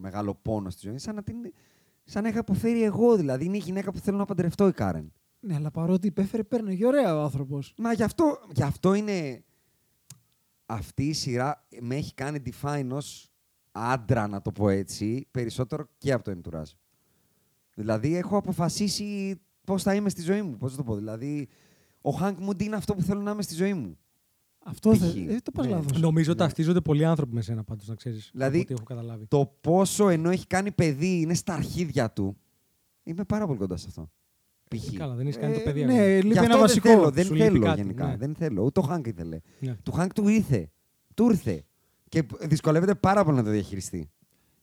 Speaker 3: μεγάλο πόνο στη ζωή. μου. Σαν να, την, σαν να είχα υποφέρει εγώ δηλαδή. Είναι η γυναίκα που θέλω να παντρευτώ η Κάρεν.
Speaker 4: Ναι, αλλά παρότι υπέφερε, παίρνει και ωραία ο άνθρωπος.
Speaker 3: Μα γι' αυτό, γι αυτό είναι. Αυτή η σειρά με έχει κάνει define ως άντρα, να το πω έτσι, περισσότερο και από το Entourage. Δηλαδή, έχω αποφασίσει πώς θα είμαι στη ζωή μου. Πώς θα το πω. Δηλαδή, ο Χάνκ Μουντ είναι αυτό που θέλω να είμαι στη ζωή μου.
Speaker 4: Αυτό
Speaker 3: Π.χ.
Speaker 4: θα. Ε, το πας
Speaker 3: Ναι.
Speaker 4: λάθος.
Speaker 5: Νομίζω ταυτίζονται πολλοί άνθρωποι με σένα πάντως, να ξέρεις.
Speaker 3: Δηλαδή-
Speaker 5: Ό,τι έχω καταλάβει.
Speaker 3: Το πόσο ενώ έχει κάνει παιδί, είναι στα αρχίδια του. Είμαι πάρα πολύ κοντά σε αυτό. Π.χ.
Speaker 5: Ε, Καλά, δεν έχει κάνει το παιδί ακόμα.
Speaker 4: ναι,
Speaker 3: Γι'
Speaker 4: λείπει
Speaker 3: αυτό
Speaker 4: ένα βασικό.
Speaker 3: Δεν θέλω, δεν
Speaker 5: Σου λείπει
Speaker 3: θέλω
Speaker 5: κάτι,
Speaker 3: γενικά.
Speaker 5: ναι.
Speaker 3: Δεν θέλω. Ούτε ο Χάνκ ήθελε.
Speaker 5: Ναι.
Speaker 3: Του Χάνκ του ήρθε. Του ήρθε. Και δυσκολεύεται πάρα πολύ να το διαχειριστεί.
Speaker 4: Ναι.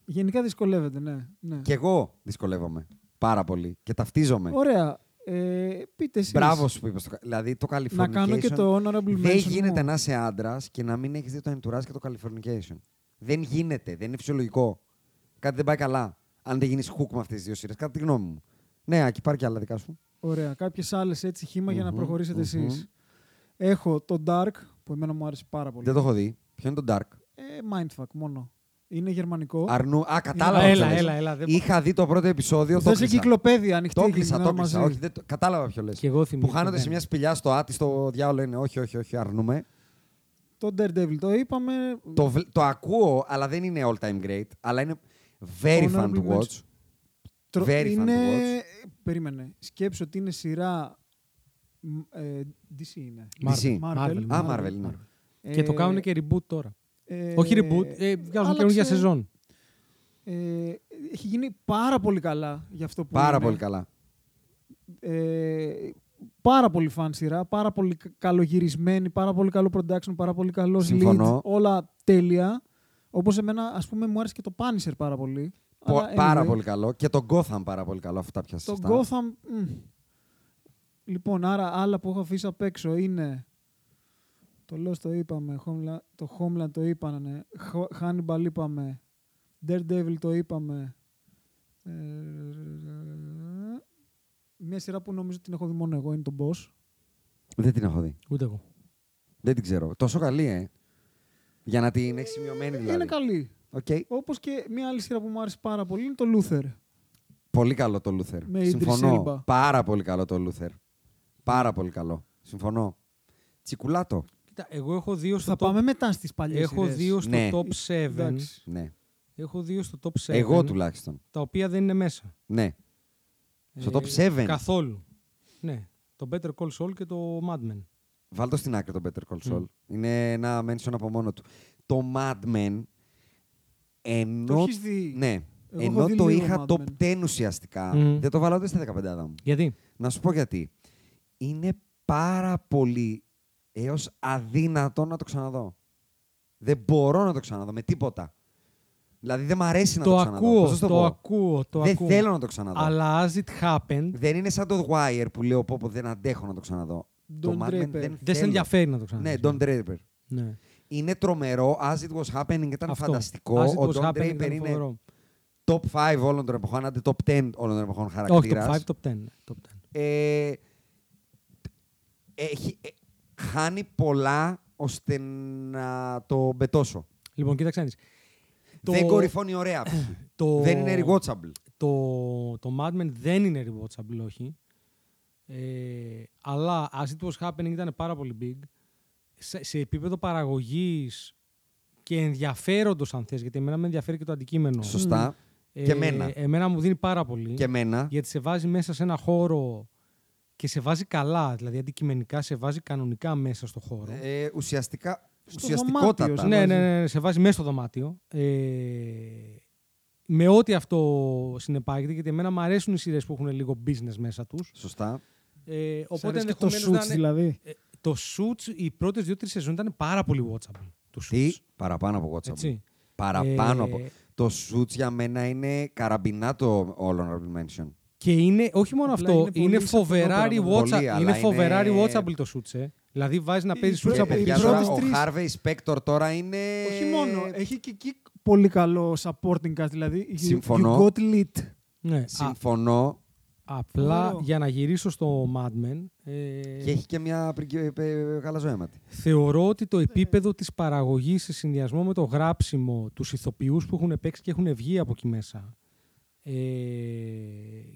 Speaker 4: Γενικά δυσκολεύεται, ναι. ναι.
Speaker 3: Κι εγώ δυσκολεύομαι πάρα πολύ και ταυτίζομαι.
Speaker 4: Ωραία. Ε, πείτε εσείς.
Speaker 3: Μπράβο σου που είπες. Το... Δηλαδή το Californication.
Speaker 4: Να κάνω και το honorable mention.
Speaker 3: Δεν
Speaker 4: μου.
Speaker 3: γίνεται να είσαι άντρας και να μην έχεις δει το Entourage και το Californication. Δεν γίνεται. Δεν είναι φυσιολογικό. Κάτι δεν πάει καλά. Αν δεν γίνεις hook με αυτές τις δύο σειρές, κατά τη γνώμη μου. Ναι, Άκη, πάρει και άλλα δικά σου.
Speaker 4: Ωραία. Κάποιες άλλες έτσι χήμα για να
Speaker 3: Μμμ,
Speaker 4: προχωρήσετε
Speaker 3: μμμ.
Speaker 4: εσείς. Έχω το Dark που εμένα μου άρεσε πάρα πολύ.
Speaker 3: Δεν το έχω δει. Ποιο είναι το Dark.
Speaker 4: Ε, mindfuck μόνο. Είναι γερμανικό.
Speaker 3: Αρνού. Α,
Speaker 5: Έλα,
Speaker 3: κατάλαβα.
Speaker 5: έλα,
Speaker 3: ποιο λες.
Speaker 5: έλα, έλα, δεν-
Speaker 3: Είχα δει το πρώτο επεισόδιο. Το
Speaker 4: Θες
Speaker 3: κλείσα.
Speaker 4: εγκυκλοπαίδεια ανοιχτή.
Speaker 3: Το κλείσα,
Speaker 4: γυμνά
Speaker 3: το κλείσα.
Speaker 4: μαζί.
Speaker 3: Όχι, δεν το... κατάλαβα ποιο λες.
Speaker 5: Κι εγώ
Speaker 3: Που
Speaker 5: θυμήθηκα,
Speaker 3: χάνονται
Speaker 5: ναι.
Speaker 3: σε μια σπηλιά στο άτι, στο διάολο είναι. Όχι, όχι, όχι, αρνούμε.
Speaker 4: Ε, Το Daredevil το είπαμε.
Speaker 3: Το, βλ- το ακούω, αλλά δεν είναι all time great. Αλλά είναι very
Speaker 4: Honorable
Speaker 3: fun to
Speaker 4: mention.
Speaker 3: watch. Very fun to
Speaker 4: είναι...
Speaker 3: watch.
Speaker 4: Περίμενε. Σκέψω ότι είναι σειρά... μ, Ε, DC είναι.
Speaker 3: DC.
Speaker 5: Marvel.
Speaker 3: Α, Marvel, ναι.
Speaker 5: Και το
Speaker 4: Ε,
Speaker 5: κάνουν και reboot τώρα.
Speaker 4: ε,
Speaker 5: Όχι reboot, ε, βγάζουν
Speaker 4: άλλαξε-
Speaker 5: καινούργια σεζόν.
Speaker 4: Ε, έχει γίνει πάρα πολύ καλά για αυτό που
Speaker 3: Πάρα
Speaker 4: είναι.
Speaker 3: πολύ καλά.
Speaker 4: Ε, πάρα πολύ φαν σειρά, πάρα πολύ κα- καλογυρισμένη, πάρα πολύ καλό production, πάρα πολύ καλό lead,
Speaker 3: Συμφωνώ.
Speaker 4: όλα τέλεια. Όπως εμένα, ας πούμε, μου άρεσε και το Punisher πάρα πολύ.
Speaker 3: Πο-
Speaker 4: Αλλά,
Speaker 3: πάρα
Speaker 4: anyway.
Speaker 3: πολύ καλό. Και το Gotham πάρα πολύ καλό. Αυτά πια
Speaker 4: Το
Speaker 3: σωστά.
Speaker 4: Gotham. μμ. Λοιπόν, άρα άλλα που έχω αφήσει απ' έξω είναι. Το Lost το είπαμε, Homeland, το Homeland το είπαμε, Hannibal είπαμε, Daredevil το είπαμε. Ε, μια σειρά που νομίζω την έχω δει μόνο εγώ είναι το Boss.
Speaker 3: Δεν την έχω δει.
Speaker 5: Ούτε εγώ.
Speaker 3: Δεν την ξέρω. Τόσο καλή, ε. Για να την έχεις σημειωμένη δηλαδή.
Speaker 4: Ε, Είναι καλή.
Speaker 3: Οκ.
Speaker 4: Όπως και μια άλλη σειρά που μου άρεσε πάρα πολύ είναι το Luther.
Speaker 3: Πολύ καλό το Λούθερ.
Speaker 4: Με Idris
Speaker 3: Συμφωνώ.
Speaker 4: Elba.
Speaker 3: Πάρα πολύ καλό το Λούθερ. Πάρα πολύ καλό. Συμφωνώ. Τσικουλάτο.
Speaker 5: Κοίτα, εγώ έχω δύο στο
Speaker 4: Θα
Speaker 5: top...
Speaker 4: πάμε μετά στις παλιές
Speaker 5: Έχω
Speaker 4: σειρές.
Speaker 5: δύο στο
Speaker 3: Ναι.
Speaker 5: top 7.
Speaker 4: Εντάξει.
Speaker 3: Ναι.
Speaker 5: Έχω δύο στο top 7.
Speaker 3: Εγώ τουλάχιστον.
Speaker 5: Τα οποία δεν είναι μέσα.
Speaker 3: Ναι. Στο
Speaker 5: Ε,
Speaker 3: top 7.
Speaker 5: Καθόλου. Ναι. Το Better Call Saul και το Mad Men.
Speaker 3: Βάλ το στην άκρη τον Better Call Saul. Είναι ένα mention από μόνο του. Το Mad Men Ενώ...
Speaker 4: Το έχεις δει.
Speaker 3: Ναι.
Speaker 4: Εγώ έχω δει
Speaker 3: Ενώ το
Speaker 4: λίγο
Speaker 3: είχα
Speaker 4: Mad
Speaker 3: top
Speaker 4: Men.
Speaker 3: 10 ουσιαστικά,
Speaker 5: Μμμ.
Speaker 3: δεν το βάλα ούτε στα 15 μου.
Speaker 5: Γιατί.
Speaker 3: Να σου πω γιατί. Είναι πάρα πολύ έως αδύνατο να το ξαναδώ. Δεν μπορώ να το ξαναδώ με τίποτα. Δηλαδή δεν μ' αρέσει να το,
Speaker 5: το,
Speaker 3: ξαναδώ. Πώς
Speaker 5: ακούω,
Speaker 3: να σου
Speaker 5: το,
Speaker 3: πω.
Speaker 5: ακούω, το
Speaker 3: δεν
Speaker 5: ακούω.
Speaker 3: θέλω να το ξαναδώ.
Speaker 5: Αλλά as it happened,
Speaker 3: Δεν είναι σαν το Wire που λέω πω, πω δεν αντέχω να το ξαναδώ. το
Speaker 4: Don
Speaker 3: Mad Men δεν
Speaker 4: Draper.
Speaker 5: δεν σε
Speaker 3: θέλω.
Speaker 5: ενδιαφέρει να το ξαναδείς.
Speaker 3: Ναι, Don Draper.
Speaker 5: Ναι.
Speaker 3: Είναι τρομερό. As it was happening ήταν
Speaker 5: Αυτό.
Speaker 3: φανταστικό.
Speaker 5: As it
Speaker 3: Ο
Speaker 5: was
Speaker 3: Don
Speaker 5: happening
Speaker 3: Draper
Speaker 5: ήταν
Speaker 3: είναι
Speaker 5: φοβερό.
Speaker 3: top 5 όλων των εποχών, αντί top 10 όλων των εποχών
Speaker 5: Όχι,
Speaker 3: χαρακτήρας.
Speaker 5: top 5, top 10. ναι, Top 10.
Speaker 3: ε, έχει, ε, χάνει πολλά ώστε να το μπετώσω.
Speaker 5: Λοιπόν, κοίταξε να δεις.
Speaker 3: Δεν κορυφώνει ωραία. π.χ.
Speaker 5: το-
Speaker 3: Δεν είναι rewatchable.
Speaker 5: Το, το Mad Men δεν είναι rewatchable, όχι. Ε, αλλά As It Was Happening ήταν πάρα πολύ big. Σε, σε επίπεδο παραγωγής και ενδιαφέροντος, αν θες, γιατί εμένα με ενδιαφέρει και το αντικείμενο.
Speaker 3: Σωστά.
Speaker 5: Ε,
Speaker 3: Και εμένα.
Speaker 5: Εμένα μου δίνει πάρα πολύ.
Speaker 3: Και εμένα.
Speaker 5: Γιατί σε βάζει μέσα σε ένα χώρο και σε βάζει καλά. Δηλαδή, αντικειμενικά σε βάζει κανονικά μέσα στο χώρο.
Speaker 3: Ε, ουσιαστικά,
Speaker 4: Στο δωμάτιο,
Speaker 3: ουσιαστικότατα.
Speaker 4: σε
Speaker 5: ναι,
Speaker 4: βάζεις.
Speaker 5: ναι, ναι, ναι, σε βάζει μέσα στο δωμάτιο. Ε, με ό,τι αυτό συνεπάγεται, γιατί εμένα μου αρέσουν οι σειρές που έχουν λίγο business μέσα τους.
Speaker 3: Σωστά.
Speaker 5: Ε,
Speaker 4: Σ'
Speaker 5: οπότε
Speaker 4: αρέσει και το
Speaker 5: ενδεχομένως
Speaker 4: σουτ,
Speaker 5: να είναι-
Speaker 4: δηλαδή.
Speaker 5: ε, το Suits, οι πρώτες δύο-τρει σεζόν ήταν πάρα πολύ watchable. Του
Speaker 3: Τι,
Speaker 5: Suits.
Speaker 3: παραπάνω από WhatsApp.
Speaker 5: Έτσι.
Speaker 3: Παραπάνω
Speaker 5: Ε,
Speaker 3: από. Το Suits για μένα είναι καραμπινά το All Honorable Mention.
Speaker 5: Και είναι, όχι μόνο
Speaker 4: Απλά
Speaker 5: αυτό,
Speaker 4: είναι πολύ
Speaker 5: είναι, φοβερά
Speaker 4: σαφτότερα,
Speaker 5: rewatcha-
Speaker 3: Πολύ, αλλά
Speaker 5: είναι φοβερά
Speaker 3: είναι-
Speaker 5: rewatchable το Suits. Ε. Δηλαδή βάζει να
Speaker 4: Η
Speaker 5: παίζει Suits
Speaker 4: πρώτη-
Speaker 3: Και
Speaker 5: από
Speaker 4: οι
Speaker 3: παιδιά
Speaker 5: πίσω.
Speaker 3: τώρα,
Speaker 4: πρώτες
Speaker 3: ο
Speaker 4: τρεις.
Speaker 3: Harvey Spector τώρα είναι.
Speaker 4: Όχι μόνο, έχει και εκεί πολύ καλό supporting cast, δηλαδή you-
Speaker 3: Συμφωνώ.
Speaker 4: you got lit.
Speaker 5: Ναι, α,
Speaker 3: Συμφωνώ.
Speaker 5: απλά
Speaker 4: Ωραίο.
Speaker 5: για να γυρίσω στο Mad Men. ε,
Speaker 3: Και έχει και μια πριγκ- ε, γαλαζοαίματη.
Speaker 5: Θεωρώ ότι το επίπεδο της παραγωγής σε συνδυασμό με το γράψιμο, τους ηθοποιούς που έχουν παίξει και έχουν βγει από εκεί μέσα ε,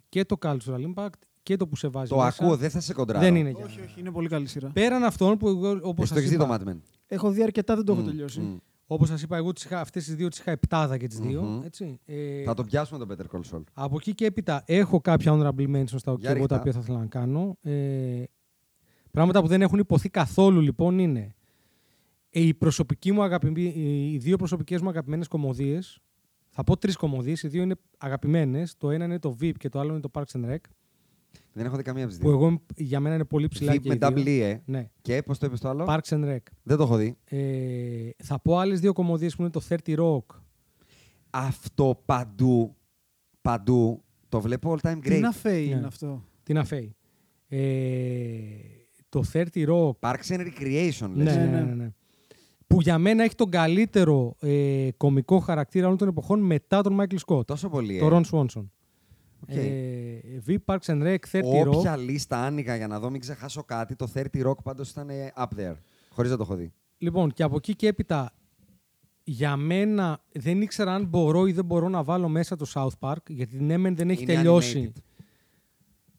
Speaker 5: και το cultural impact και το που σε βάζει
Speaker 3: Το
Speaker 5: μέσα,
Speaker 3: ακούω, δεν θα σε κοντράρω.
Speaker 5: δεν είναι για...
Speaker 4: Όχι, όχι, είναι πολύ καλή σειρά.
Speaker 5: Πέραν αυτών που εγώ, όπως
Speaker 3: Εσύ το
Speaker 5: σας,
Speaker 3: έχεις δει το
Speaker 5: είπα,
Speaker 3: Mad Men.
Speaker 4: Έχω δει αρκετά, δεν το έχω
Speaker 3: Μμ,
Speaker 4: τελειώσει.
Speaker 3: μμ.
Speaker 5: όπως σας είπα, εγώ τις είχα, αυτές τις δύο τις είχα επτάδα και τις δυο
Speaker 3: Μμμ.
Speaker 5: έτσι. Ε,
Speaker 3: Θα το πιάσουμε τον Better Call Saul.
Speaker 5: Από εκεί και έπειτα έχω κάποια honorable mentions τα
Speaker 3: Για
Speaker 5: οποία, εγώ, τα
Speaker 3: ρίχτα.
Speaker 5: οποία θα ήθελα να κάνω. Ε, πράγματα που δεν έχουν υποθεί καθόλου λοιπόν είναι ε, η προσωπική μου αγαπη- ε, οι δύο προσωπικές μου αγαπημένες κομμωδίες. Θα πω τρεις κομμωδίες, οι δύο είναι αγαπημένες. Το ένα είναι το VIP και το άλλο είναι το Parks and Rec.
Speaker 3: Δεν έχω δει καμία από τις
Speaker 5: Που
Speaker 3: δύο.
Speaker 5: εγώ, για μένα είναι πολύ ψηλά
Speaker 3: Flip
Speaker 5: και
Speaker 3: με
Speaker 5: οι
Speaker 3: double
Speaker 5: δύο.
Speaker 3: E, ε.
Speaker 5: Ναι,
Speaker 3: Και πώς το είπες το άλλο.
Speaker 5: Parks and Rec.
Speaker 3: Δεν το έχω δει.
Speaker 5: Ε, θα πω άλλες δύο κομμωδίες που είναι το 30 Rock.
Speaker 3: Αυτό παντού, παντού, το βλέπω all time
Speaker 4: Τι
Speaker 3: great.
Speaker 4: να φέει
Speaker 5: Ναι.
Speaker 4: είναι αυτό.
Speaker 5: Την αφαίει. Ε, το 30 Rock
Speaker 3: Parks and Recreation, λες.
Speaker 5: Ναι, ναι,
Speaker 4: Ναι,
Speaker 5: ναι,
Speaker 4: ναι.
Speaker 5: ναι. Που για μένα έχει τον καλύτερο ε, κομικό χαρακτήρα όλων των εποχών μετά τον Μάικλ Σκότ.
Speaker 3: Τόσο πολύ,
Speaker 5: Το
Speaker 3: ε.
Speaker 5: Ρον Σουόνσον.
Speaker 3: Οκ.
Speaker 5: Ε, V Parks and Rec, 30 Rock.
Speaker 3: Όποια λίστα άνοιγα για να δω μην ξεχάσω κάτι, το 30 Rock πάντως ήταν ε, up there. Χωρίς να το έχω δει.
Speaker 5: Λοιπόν, και από εκεί και έπειτα, για μένα δεν ήξερα αν μπορώ ή δεν μπορώ να βάλω μέσα το South Park, γιατί ναι, μεν δεν έχει
Speaker 3: Είναι
Speaker 5: τελειώσει.
Speaker 3: animated.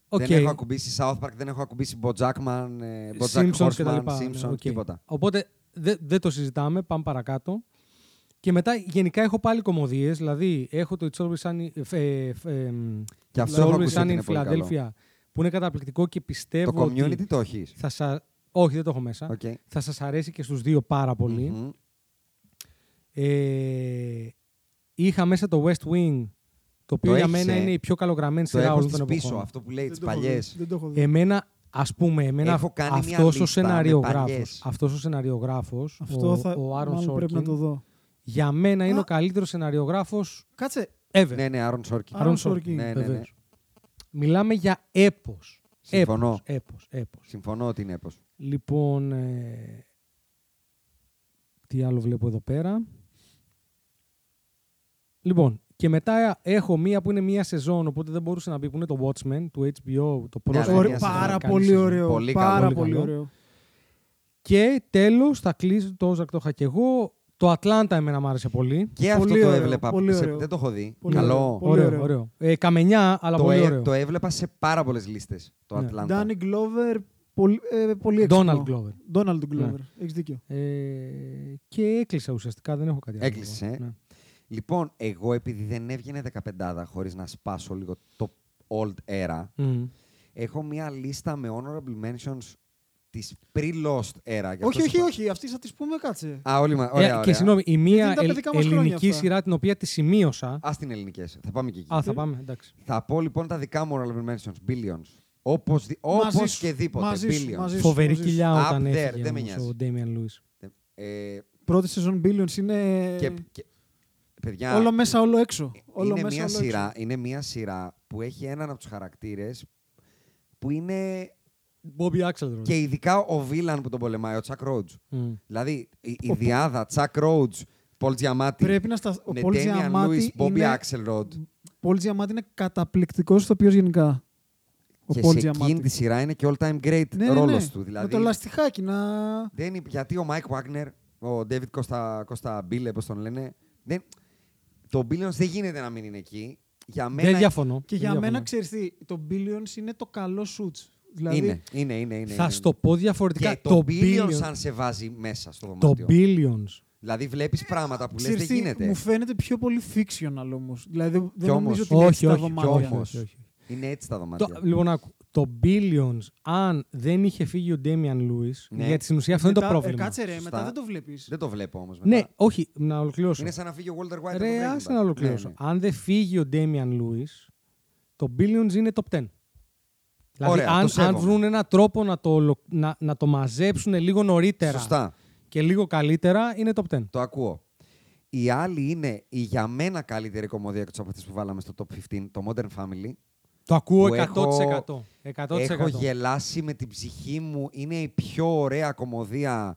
Speaker 5: Οκ.
Speaker 3: Δεν έχω ακουμπήσει South Park, δεν έχω ακουμπήσει Bojackman, ε, Bojack
Speaker 5: Simpsons και τα
Speaker 3: Horseman,
Speaker 5: λοιπά.
Speaker 3: Simpsons,
Speaker 5: ναι, οκ.
Speaker 3: τίποτα.
Speaker 5: Οπότε δε- δεν το συζητάμε, πάμε παρακάτω. Και μετά γενικά έχω πάλι κομμωδίες, δηλαδή έχω το It's Always Sunny, ε, ε, ε,
Speaker 3: Και
Speaker 5: It's
Speaker 3: αυτό έχω
Speaker 5: Always
Speaker 3: ακούσει ότι
Speaker 5: Sunny
Speaker 3: είναι
Speaker 5: in
Speaker 3: πολύ καλό.
Speaker 5: Philadelphia, που είναι καταπληκτικό και πιστεύω
Speaker 3: Το community
Speaker 5: ότι
Speaker 3: το έχεις.
Speaker 5: θα σα... Όχι, δεν το έχω μέσα.
Speaker 3: Οκ.
Speaker 5: Θα σας αρέσει και στους δύο πάρα πολύ.
Speaker 3: Μμμ.
Speaker 5: Ε, είχα μέσα το West Wing, το οποίο για
Speaker 3: έχεις,
Speaker 5: μένα
Speaker 3: ε.
Speaker 5: είναι η πιο καλογραμμένη
Speaker 3: Το
Speaker 5: σειρά
Speaker 3: έχω
Speaker 5: όλων
Speaker 3: στις
Speaker 5: των
Speaker 3: πίσω,
Speaker 5: εποχών.
Speaker 3: αυτό που λέει, τις
Speaker 4: Δεν το έχω δει,
Speaker 3: παλιές.
Speaker 4: Δεν το έχω δει.
Speaker 5: Εμένα, ας πούμε, εμένα
Speaker 3: Έχω κάνει μια
Speaker 5: αυτός ο
Speaker 3: λίστα με
Speaker 5: σεναριογράφος,
Speaker 3: παλιές.
Speaker 5: αυτός ο σεναριογράφος,
Speaker 4: Αυτό
Speaker 5: ο,
Speaker 4: θα,
Speaker 5: ο Άρον
Speaker 4: μάλλον πρέπει να
Speaker 5: Σόρκιν,
Speaker 4: το δω.
Speaker 5: για μένα είναι
Speaker 4: Α.
Speaker 5: ο καλύτερος σεναριογράφος
Speaker 4: Κάτσε,
Speaker 5: ever.
Speaker 3: Ναι, ναι, Άρον Σόρκι.
Speaker 4: Άρον Σόρκιν.
Speaker 3: Ναι, ναι, ναι.
Speaker 5: βεβαίως. Μιλάμε για έπος.
Speaker 3: Συμφωνώ.
Speaker 5: Έπος, έπος, έπος.
Speaker 3: Συμφωνώ ότι είναι έπος.
Speaker 5: Λοιπόν, ε, τι άλλο βλέπω εδώ πέρα. Λοιπόν, και μετά έχω μία που είναι μία σεζόν, οπότε δεν μπορούσε να μπει, που είναι το Watchmen του HBO, το
Speaker 3: Ναι,
Speaker 5: πρόσφατο.
Speaker 3: αλλά
Speaker 4: Ωραίο,
Speaker 3: μια σειρά
Speaker 4: πάρα
Speaker 5: κάνει
Speaker 4: πολύ
Speaker 5: σεζόν.
Speaker 4: ωραίο.
Speaker 3: Πολύ
Speaker 4: πάρα
Speaker 5: καλό,
Speaker 4: πολύ
Speaker 5: καλό.
Speaker 4: ωραίο.
Speaker 5: Και τέλος, θα κλείσω το Όζακ το είχα και εγώ. Το Ατλάντα εμένα μου άρεσε πολύ.
Speaker 3: Και
Speaker 4: Πολύ
Speaker 3: αυτό το
Speaker 4: ωραίο,
Speaker 3: έβλεπα.
Speaker 4: πολύ
Speaker 3: σε-
Speaker 4: ωραίο.
Speaker 3: Δεν το έχω δει.
Speaker 4: Πολύ
Speaker 3: Καλό.
Speaker 4: ωραίο. Πολύ
Speaker 5: ωραίο. ωραίο. Ε, καμενιά, αλλά
Speaker 3: Το,
Speaker 5: πολύ
Speaker 3: έ-
Speaker 5: ωραίο.
Speaker 3: το ε. έβλεπα σε πάρα πολλές λίστες. Το
Speaker 5: Ναι.
Speaker 3: Ατλάντα.
Speaker 4: Ντάνι Γκλόβερ, πολύ, ε, πολύ έξυπνο.
Speaker 5: Donald Glover.
Speaker 4: Ντόναλντ Γκλόβερ, έχεις δίκιο.
Speaker 5: Ε, και έκλεισα ουσιαστικά, δεν έχω κάτι άλλο.
Speaker 3: Έκλεισες, ε.
Speaker 5: Ναι.
Speaker 3: Λοιπόν, εγώ επειδή δεν έβγαινε 15 χωρίς να σπάσω λίγο το old era,
Speaker 5: Μμμ.
Speaker 3: έχω μία λίστα με honorable mentions της τη pre-lost era. Γι' αυτό
Speaker 4: Όχι,
Speaker 3: σου
Speaker 4: όχι,
Speaker 3: είπα.
Speaker 4: όχι. Αυτή θα τη πούμε, κάτσε.
Speaker 3: Α, όλοι μα.
Speaker 5: Ε,
Speaker 3: Ωραία,
Speaker 5: Και
Speaker 3: ωραία.
Speaker 5: συγγνώμη, η
Speaker 4: ήταν
Speaker 5: μία
Speaker 4: τα
Speaker 5: ελ-
Speaker 4: παιδικά μας χρόνια
Speaker 5: ελληνική
Speaker 4: αυτά.
Speaker 5: σειρά την οποία τη σημείωσα.
Speaker 3: Ας την ελληνικές. Θα πάμε και εκεί.
Speaker 5: Α, θα πάμε, εντάξει.
Speaker 3: Θα πω λοιπόν τα δικά μου honorable mentions. Billions. Όπως, δι- όπως
Speaker 4: σου,
Speaker 3: και δίποτε.
Speaker 4: μαζί σου,
Speaker 3: billions.
Speaker 4: μαζί σου.
Speaker 5: Φοβερή
Speaker 4: μαζί σου.
Speaker 5: κοιλιά
Speaker 3: Up
Speaker 5: όταν
Speaker 3: there,
Speaker 5: έφυγε
Speaker 3: δεν με
Speaker 5: όμως
Speaker 3: νοιάζει.
Speaker 5: ο Damian Lewis.
Speaker 3: Ε,
Speaker 4: Πρώτη σεζόν Billions είναι.
Speaker 3: και, και- παιδιά,
Speaker 4: Ε, Όλο μέσα, όλο έξω. Όλο
Speaker 3: είναι,
Speaker 4: μέσα,
Speaker 3: μια
Speaker 4: όλο
Speaker 3: σειρά, είναι μια σειρά που έχει έναν από τους χαρακτήρες που είναι
Speaker 5: Bobby Axelrod.
Speaker 3: και ειδικά ο Βίλαν που τον πολεμάει, ο Τσακ Ρότζ.
Speaker 5: Μμ.
Speaker 3: Δηλαδή η, η διάδα Τσακ Ρότζ, Πολ Τζιαμάτι,
Speaker 4: έξω. Πρέπει να σταθεί. Ο Πολ
Speaker 3: Ντέμιαν
Speaker 4: Τζιαμάτη.
Speaker 3: Λούις, Μπόμπι
Speaker 4: είναι-
Speaker 3: Άξελροντ.
Speaker 4: Πολ Τζιαμάτη είναι καταπληκτικός ηθοποιός γενικά. Ο
Speaker 3: Και
Speaker 4: Πολ
Speaker 3: σε
Speaker 4: Τζιαμάτη.
Speaker 3: εκείνη τη σειρά είναι και all time great
Speaker 4: Ναι, ναι, ναι.
Speaker 3: ρόλος του. Δηλαδή,
Speaker 4: Με το λαστιχάκι να.
Speaker 3: δεν είναι- γιατί ο Μάικ Wagner, ο David Κώστα, Κώστα Μπίλε, πώς τον λένε, δεν, το Billions δεν γίνεται να μην είναι εκεί. Για μένα
Speaker 5: Δεν διαφωνώ.
Speaker 4: Και
Speaker 5: δεν
Speaker 4: για μένα,
Speaker 5: διαφωνώ.
Speaker 4: ξέρεις τι, το Billions είναι το καλό shoots. Δηλαδή,
Speaker 3: είναι, είναι, είναι, είναι.
Speaker 5: Θα
Speaker 3: είναι.
Speaker 5: σου το πω διαφορετικά.
Speaker 3: και το
Speaker 5: Billions-
Speaker 3: Billions αν σε βάζει μέσα στο
Speaker 5: Το
Speaker 3: δωμάτιο.
Speaker 5: Billions.
Speaker 3: Δηλαδή βλέπεις πράγματα που λες
Speaker 4: ξέρεις
Speaker 3: δεν
Speaker 4: τι,
Speaker 3: γίνεται.
Speaker 4: μου φαίνεται πιο πολύ fictional όμως. Δηλαδή δεν
Speaker 3: όμως,
Speaker 4: νομίζω ότι είναι έτσι
Speaker 5: Όχι, όχι,
Speaker 4: τα
Speaker 5: όχι,
Speaker 4: δωμάτια.
Speaker 5: όχι,
Speaker 3: Όμως.
Speaker 5: όχι.
Speaker 3: Είναι έτσι τα
Speaker 5: Το,
Speaker 3: δωμάτια.
Speaker 5: λοιπόν, άκου. Το Billions, αν δεν είχε φύγει ο Damian Lewis,
Speaker 3: Ναι.
Speaker 5: γιατί στην ουσία αυτό είναι το
Speaker 4: Μετά- ε,
Speaker 5: πρόβλημα.
Speaker 4: κάτσε ρε,
Speaker 3: Σωστά.
Speaker 4: μετά δεν το βλέπεις.
Speaker 3: Δεν το βλέπω όμως μετά.
Speaker 5: Ναι, όχι, να ολοκληρώσω.
Speaker 3: Είναι σαν να φύγει ο Walter White από το
Speaker 5: Ρε,
Speaker 3: Breaking
Speaker 5: άσε
Speaker 3: Bad.
Speaker 5: να ολοκληρώσω.
Speaker 3: Ναι, ναι.
Speaker 5: Αν δεν φύγει ο Damian Lewis, το Billions είναι top 10. Δηλαδή,
Speaker 3: Ωραία,
Speaker 5: αν,
Speaker 3: το
Speaker 5: αν
Speaker 3: σέβομαι.
Speaker 5: βρουν έναν τρόπο να το, ολο- να, να το μαζέψουν λίγο νωρίτερα
Speaker 3: Σωστά.
Speaker 5: και λίγο καλύτερα, είναι top 10.
Speaker 3: Το ακούω. Η άλλη είναι η για μένα καλύτερη κομμωδία εκτός από αυτές που βάλαμε στο top 15, το Modern Family.
Speaker 5: Το ακούω
Speaker 3: Που
Speaker 5: 100%.
Speaker 3: έχω-
Speaker 5: 100%.
Speaker 3: Έχω γελάσει με την ψυχή μου. Είναι η πιο ωραία κομμωδία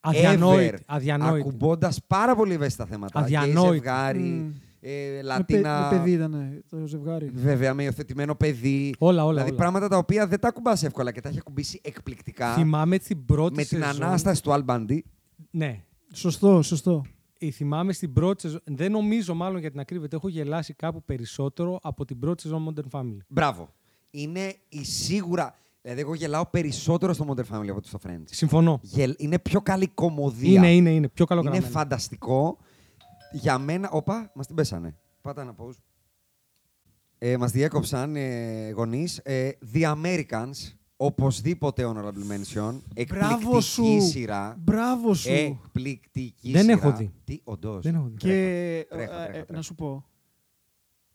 Speaker 5: αδιανόητη.
Speaker 3: ever.
Speaker 5: αδιανόητη.
Speaker 3: Ακουμπώντας πάρα πολύ ευαίσθητα θέματα.
Speaker 5: Αδιανόητη.
Speaker 3: Γκέι ζευγάρι,
Speaker 4: Μμμ.
Speaker 3: ε,
Speaker 4: Με, παι-
Speaker 3: Λατίνα...
Speaker 4: με παιδί ήταν ε, το ζευγάρι.
Speaker 3: Βέβαια, με υιοθετημένο παιδί.
Speaker 5: Όλα, όλα,
Speaker 3: δηλαδή,
Speaker 5: όλα.
Speaker 3: πράγματα τα οποία δεν τα ακουμπάς εύκολα και τα έχει ακουμπήσει εκπληκτικά.
Speaker 5: Θυμάμαι την πρώτη
Speaker 3: με την
Speaker 5: σεζόν-
Speaker 3: ανάσταση του Αλμπαντή.
Speaker 5: Ναι.
Speaker 4: Σωστό, σωστό.
Speaker 5: Ε, Θυμάμαι στην πρώτη σεζόν. Δεν νομίζω μάλλον για την ακρίβεια. ότι Έχω γελάσει κάπου περισσότερο από την πρώτη σεζόν Modern Family.
Speaker 3: Μπράβο. Είναι η σίγουρα. Δηλαδή, εγώ γελάω περισσότερο στο Modern Family από ότι στο Friends.
Speaker 5: Συμφωνώ.
Speaker 3: Γελ- Είναι πιο καλή κομμωδία.
Speaker 5: Είναι, είναι, είναι. Πιο καλό
Speaker 3: Είναι
Speaker 5: γραμμένο.
Speaker 3: φανταστικό. Για μένα. Όπα, μας την πέσανε. Πάτα να πω. Ε, μας διέκοψαν ε, γονείς. Ε, The Americans. Οπωσδήποτε honorable mention.
Speaker 4: Μπράβο
Speaker 3: Εκπληκτική
Speaker 4: σου.
Speaker 3: σειρά. Ε,
Speaker 4: Μπράβο σου.
Speaker 3: Εκπληκτική
Speaker 5: Δεν
Speaker 3: σειρά.
Speaker 5: έχω δει.
Speaker 3: Τι, όντως.
Speaker 5: Δεν έχω δει.
Speaker 4: και
Speaker 3: τρέχα,
Speaker 4: ε, ε,
Speaker 3: τρέχα,
Speaker 4: να
Speaker 3: τρέχα.
Speaker 4: σου πω.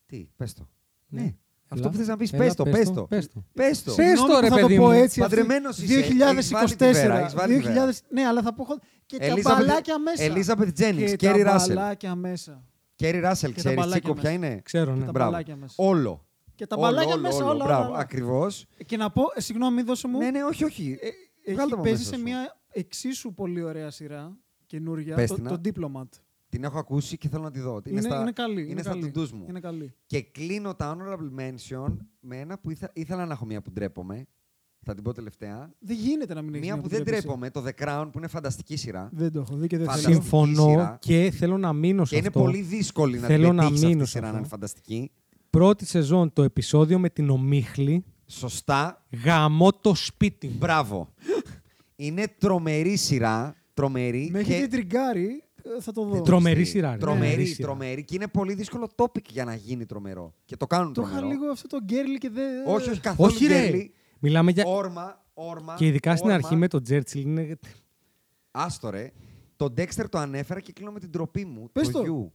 Speaker 3: Τι, πες το.
Speaker 5: Ναι.
Speaker 3: Ναι.
Speaker 5: Έλα.
Speaker 3: Αυτό που θες να πεις,
Speaker 5: Έλα,
Speaker 3: πες το, πες το.
Speaker 5: πες το.
Speaker 3: Πες το.
Speaker 5: Πες
Speaker 4: Συγγνώμη
Speaker 5: το,
Speaker 4: που
Speaker 5: ρε
Speaker 4: θα
Speaker 5: παιδί
Speaker 4: το πω
Speaker 5: μου.
Speaker 4: έτσι. αυτή-
Speaker 3: Παντρεμένος είσαι. Έχεις βάλει τη
Speaker 4: 2024.
Speaker 3: βέρα, έχεις βάλει τη βέρα.
Speaker 4: 2000 ναι, αλλά θα πω. Και
Speaker 3: Elizabeth-
Speaker 4: τα μπαλάκια μέσα.
Speaker 3: Elizabeth Jennings,
Speaker 4: και
Speaker 3: Kerry
Speaker 4: τα
Speaker 3: Russell.
Speaker 4: μπαλάκια μέσα.
Speaker 3: Κέρι Ράσελ,
Speaker 4: Και τα
Speaker 3: ξέρεις
Speaker 4: μπαλάκια
Speaker 3: Τσίκο ποια
Speaker 4: μέσα.
Speaker 3: είναι.
Speaker 5: Ξέρω, ναι.
Speaker 4: Τα
Speaker 3: Μπράβο.
Speaker 4: μπαλάκια μέσα.
Speaker 3: Όλο.
Speaker 4: Και τα
Speaker 3: Όλο,
Speaker 4: μπαλάκια
Speaker 3: όλο,
Speaker 4: μέσα
Speaker 3: όλο.
Speaker 4: όλα.
Speaker 3: Μπράβο,
Speaker 4: όλα, όλα.
Speaker 3: ακριβώς.
Speaker 4: Και να πω, ε, συγγνώμη, δώσε μου.
Speaker 3: Ναι, ναι, όχι, όχι.
Speaker 4: Ε,
Speaker 3: Ε,
Speaker 4: έχει
Speaker 3: βγάλ' το από
Speaker 4: παίζει
Speaker 3: μέσα
Speaker 4: σε
Speaker 3: σου.
Speaker 4: μια εξίσου πολύ ωραία σειρά καινούρια,
Speaker 3: Πες
Speaker 4: το,
Speaker 3: την, α.
Speaker 4: το Diplomat.
Speaker 3: Την έχω ακούσει και θέλω να τη δω. Είναι,
Speaker 4: Είναι,
Speaker 3: στα,
Speaker 4: είναι καλή. Είναι,
Speaker 3: είναι στα
Speaker 4: καλή.
Speaker 3: to-dos μου.
Speaker 4: Είναι καλή.
Speaker 3: Και κλείνω τα honorable mention με ένα που ήθε- ήθελα να έχω μία που ντρέπομαι. Θα την πω τελευταία.
Speaker 4: Δεν γίνεται να μην έχεις
Speaker 3: Μία που δεν
Speaker 4: τρέπεσαι.
Speaker 3: ντρέπομαι, το The Crown, που είναι φανταστική σειρά.
Speaker 4: Δεν το έχω δει και δεν
Speaker 3: Φανταστική
Speaker 4: θέλω.
Speaker 5: Συμφωνώ
Speaker 3: σειρά.
Speaker 5: και θέλω να μείνω σε
Speaker 3: Και είναι
Speaker 5: αυτό.
Speaker 3: πολύ δύσκολη να την
Speaker 5: Θέλω να
Speaker 3: πετύχεις αυτή
Speaker 5: μείνω
Speaker 3: τη
Speaker 5: σε
Speaker 3: σειρά να
Speaker 5: αυτό.
Speaker 3: είναι φανταστική.
Speaker 5: Πρώτη σεζόν το επεισόδιο με την ομίχλη.
Speaker 3: Σωστά,
Speaker 5: Γαμώ το σπίτι μου.
Speaker 3: Μπράβο. είναι τρομερή σειρά. Τρομερή.
Speaker 4: Με έχει
Speaker 3: και...
Speaker 4: και τριγκάρι, ε, θα το δω.
Speaker 5: Τρο- Τρομερή σειρά, ρε.
Speaker 3: Τρομερή,
Speaker 5: Τρομερή σειρά.
Speaker 3: τρομερή. Και είναι πολύ δύσκολο topic για να γίνει τρομερό. Και το κάνουν
Speaker 4: Το είχα
Speaker 3: τρομερό.
Speaker 4: λίγο ε. αυτό το γκέρλι και δεν...
Speaker 3: Όχι, όχι, καθόλου.
Speaker 5: Όχι ρε.
Speaker 3: γκέλι.
Speaker 5: Μιλάμε για...
Speaker 3: Όρμα, όρμα.
Speaker 5: Και ειδικά στην
Speaker 3: όρμα.
Speaker 5: αρχή με τον Τζέρτσιλ είναι...
Speaker 3: Άστο ρε. Το Dexter το ανέφερα και κλείνω με την τροπή μου.
Speaker 4: Πες
Speaker 3: το.
Speaker 4: το.
Speaker 3: γιου.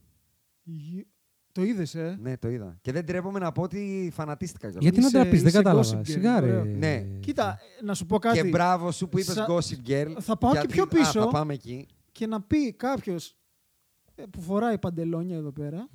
Speaker 4: Γι- Το είδες, ε.
Speaker 3: Ναι, το είδα. Και δεν τρέπομαι να πω ότι φανατίστηκα κιόλας.
Speaker 5: Γιατί να
Speaker 4: Είσαι-
Speaker 5: τραπείς, δεν
Speaker 4: είσαι
Speaker 5: κατάλαβα.
Speaker 4: gossip girl,
Speaker 5: Σιγά ρε.
Speaker 4: ωραία.
Speaker 3: Ναι.
Speaker 4: Κοίτα, ε, να σου πω κάτι.
Speaker 3: Και μπράβο σου που είπες
Speaker 4: Σα-
Speaker 3: Gossip Girl.
Speaker 4: Θα πάω και
Speaker 3: γιατί-
Speaker 4: πιο
Speaker 3: Α,
Speaker 4: πίσω.
Speaker 3: θα πάμε εκεί.
Speaker 4: και να πει κάποιος που φοράει παντελόνια εδώ πέρα,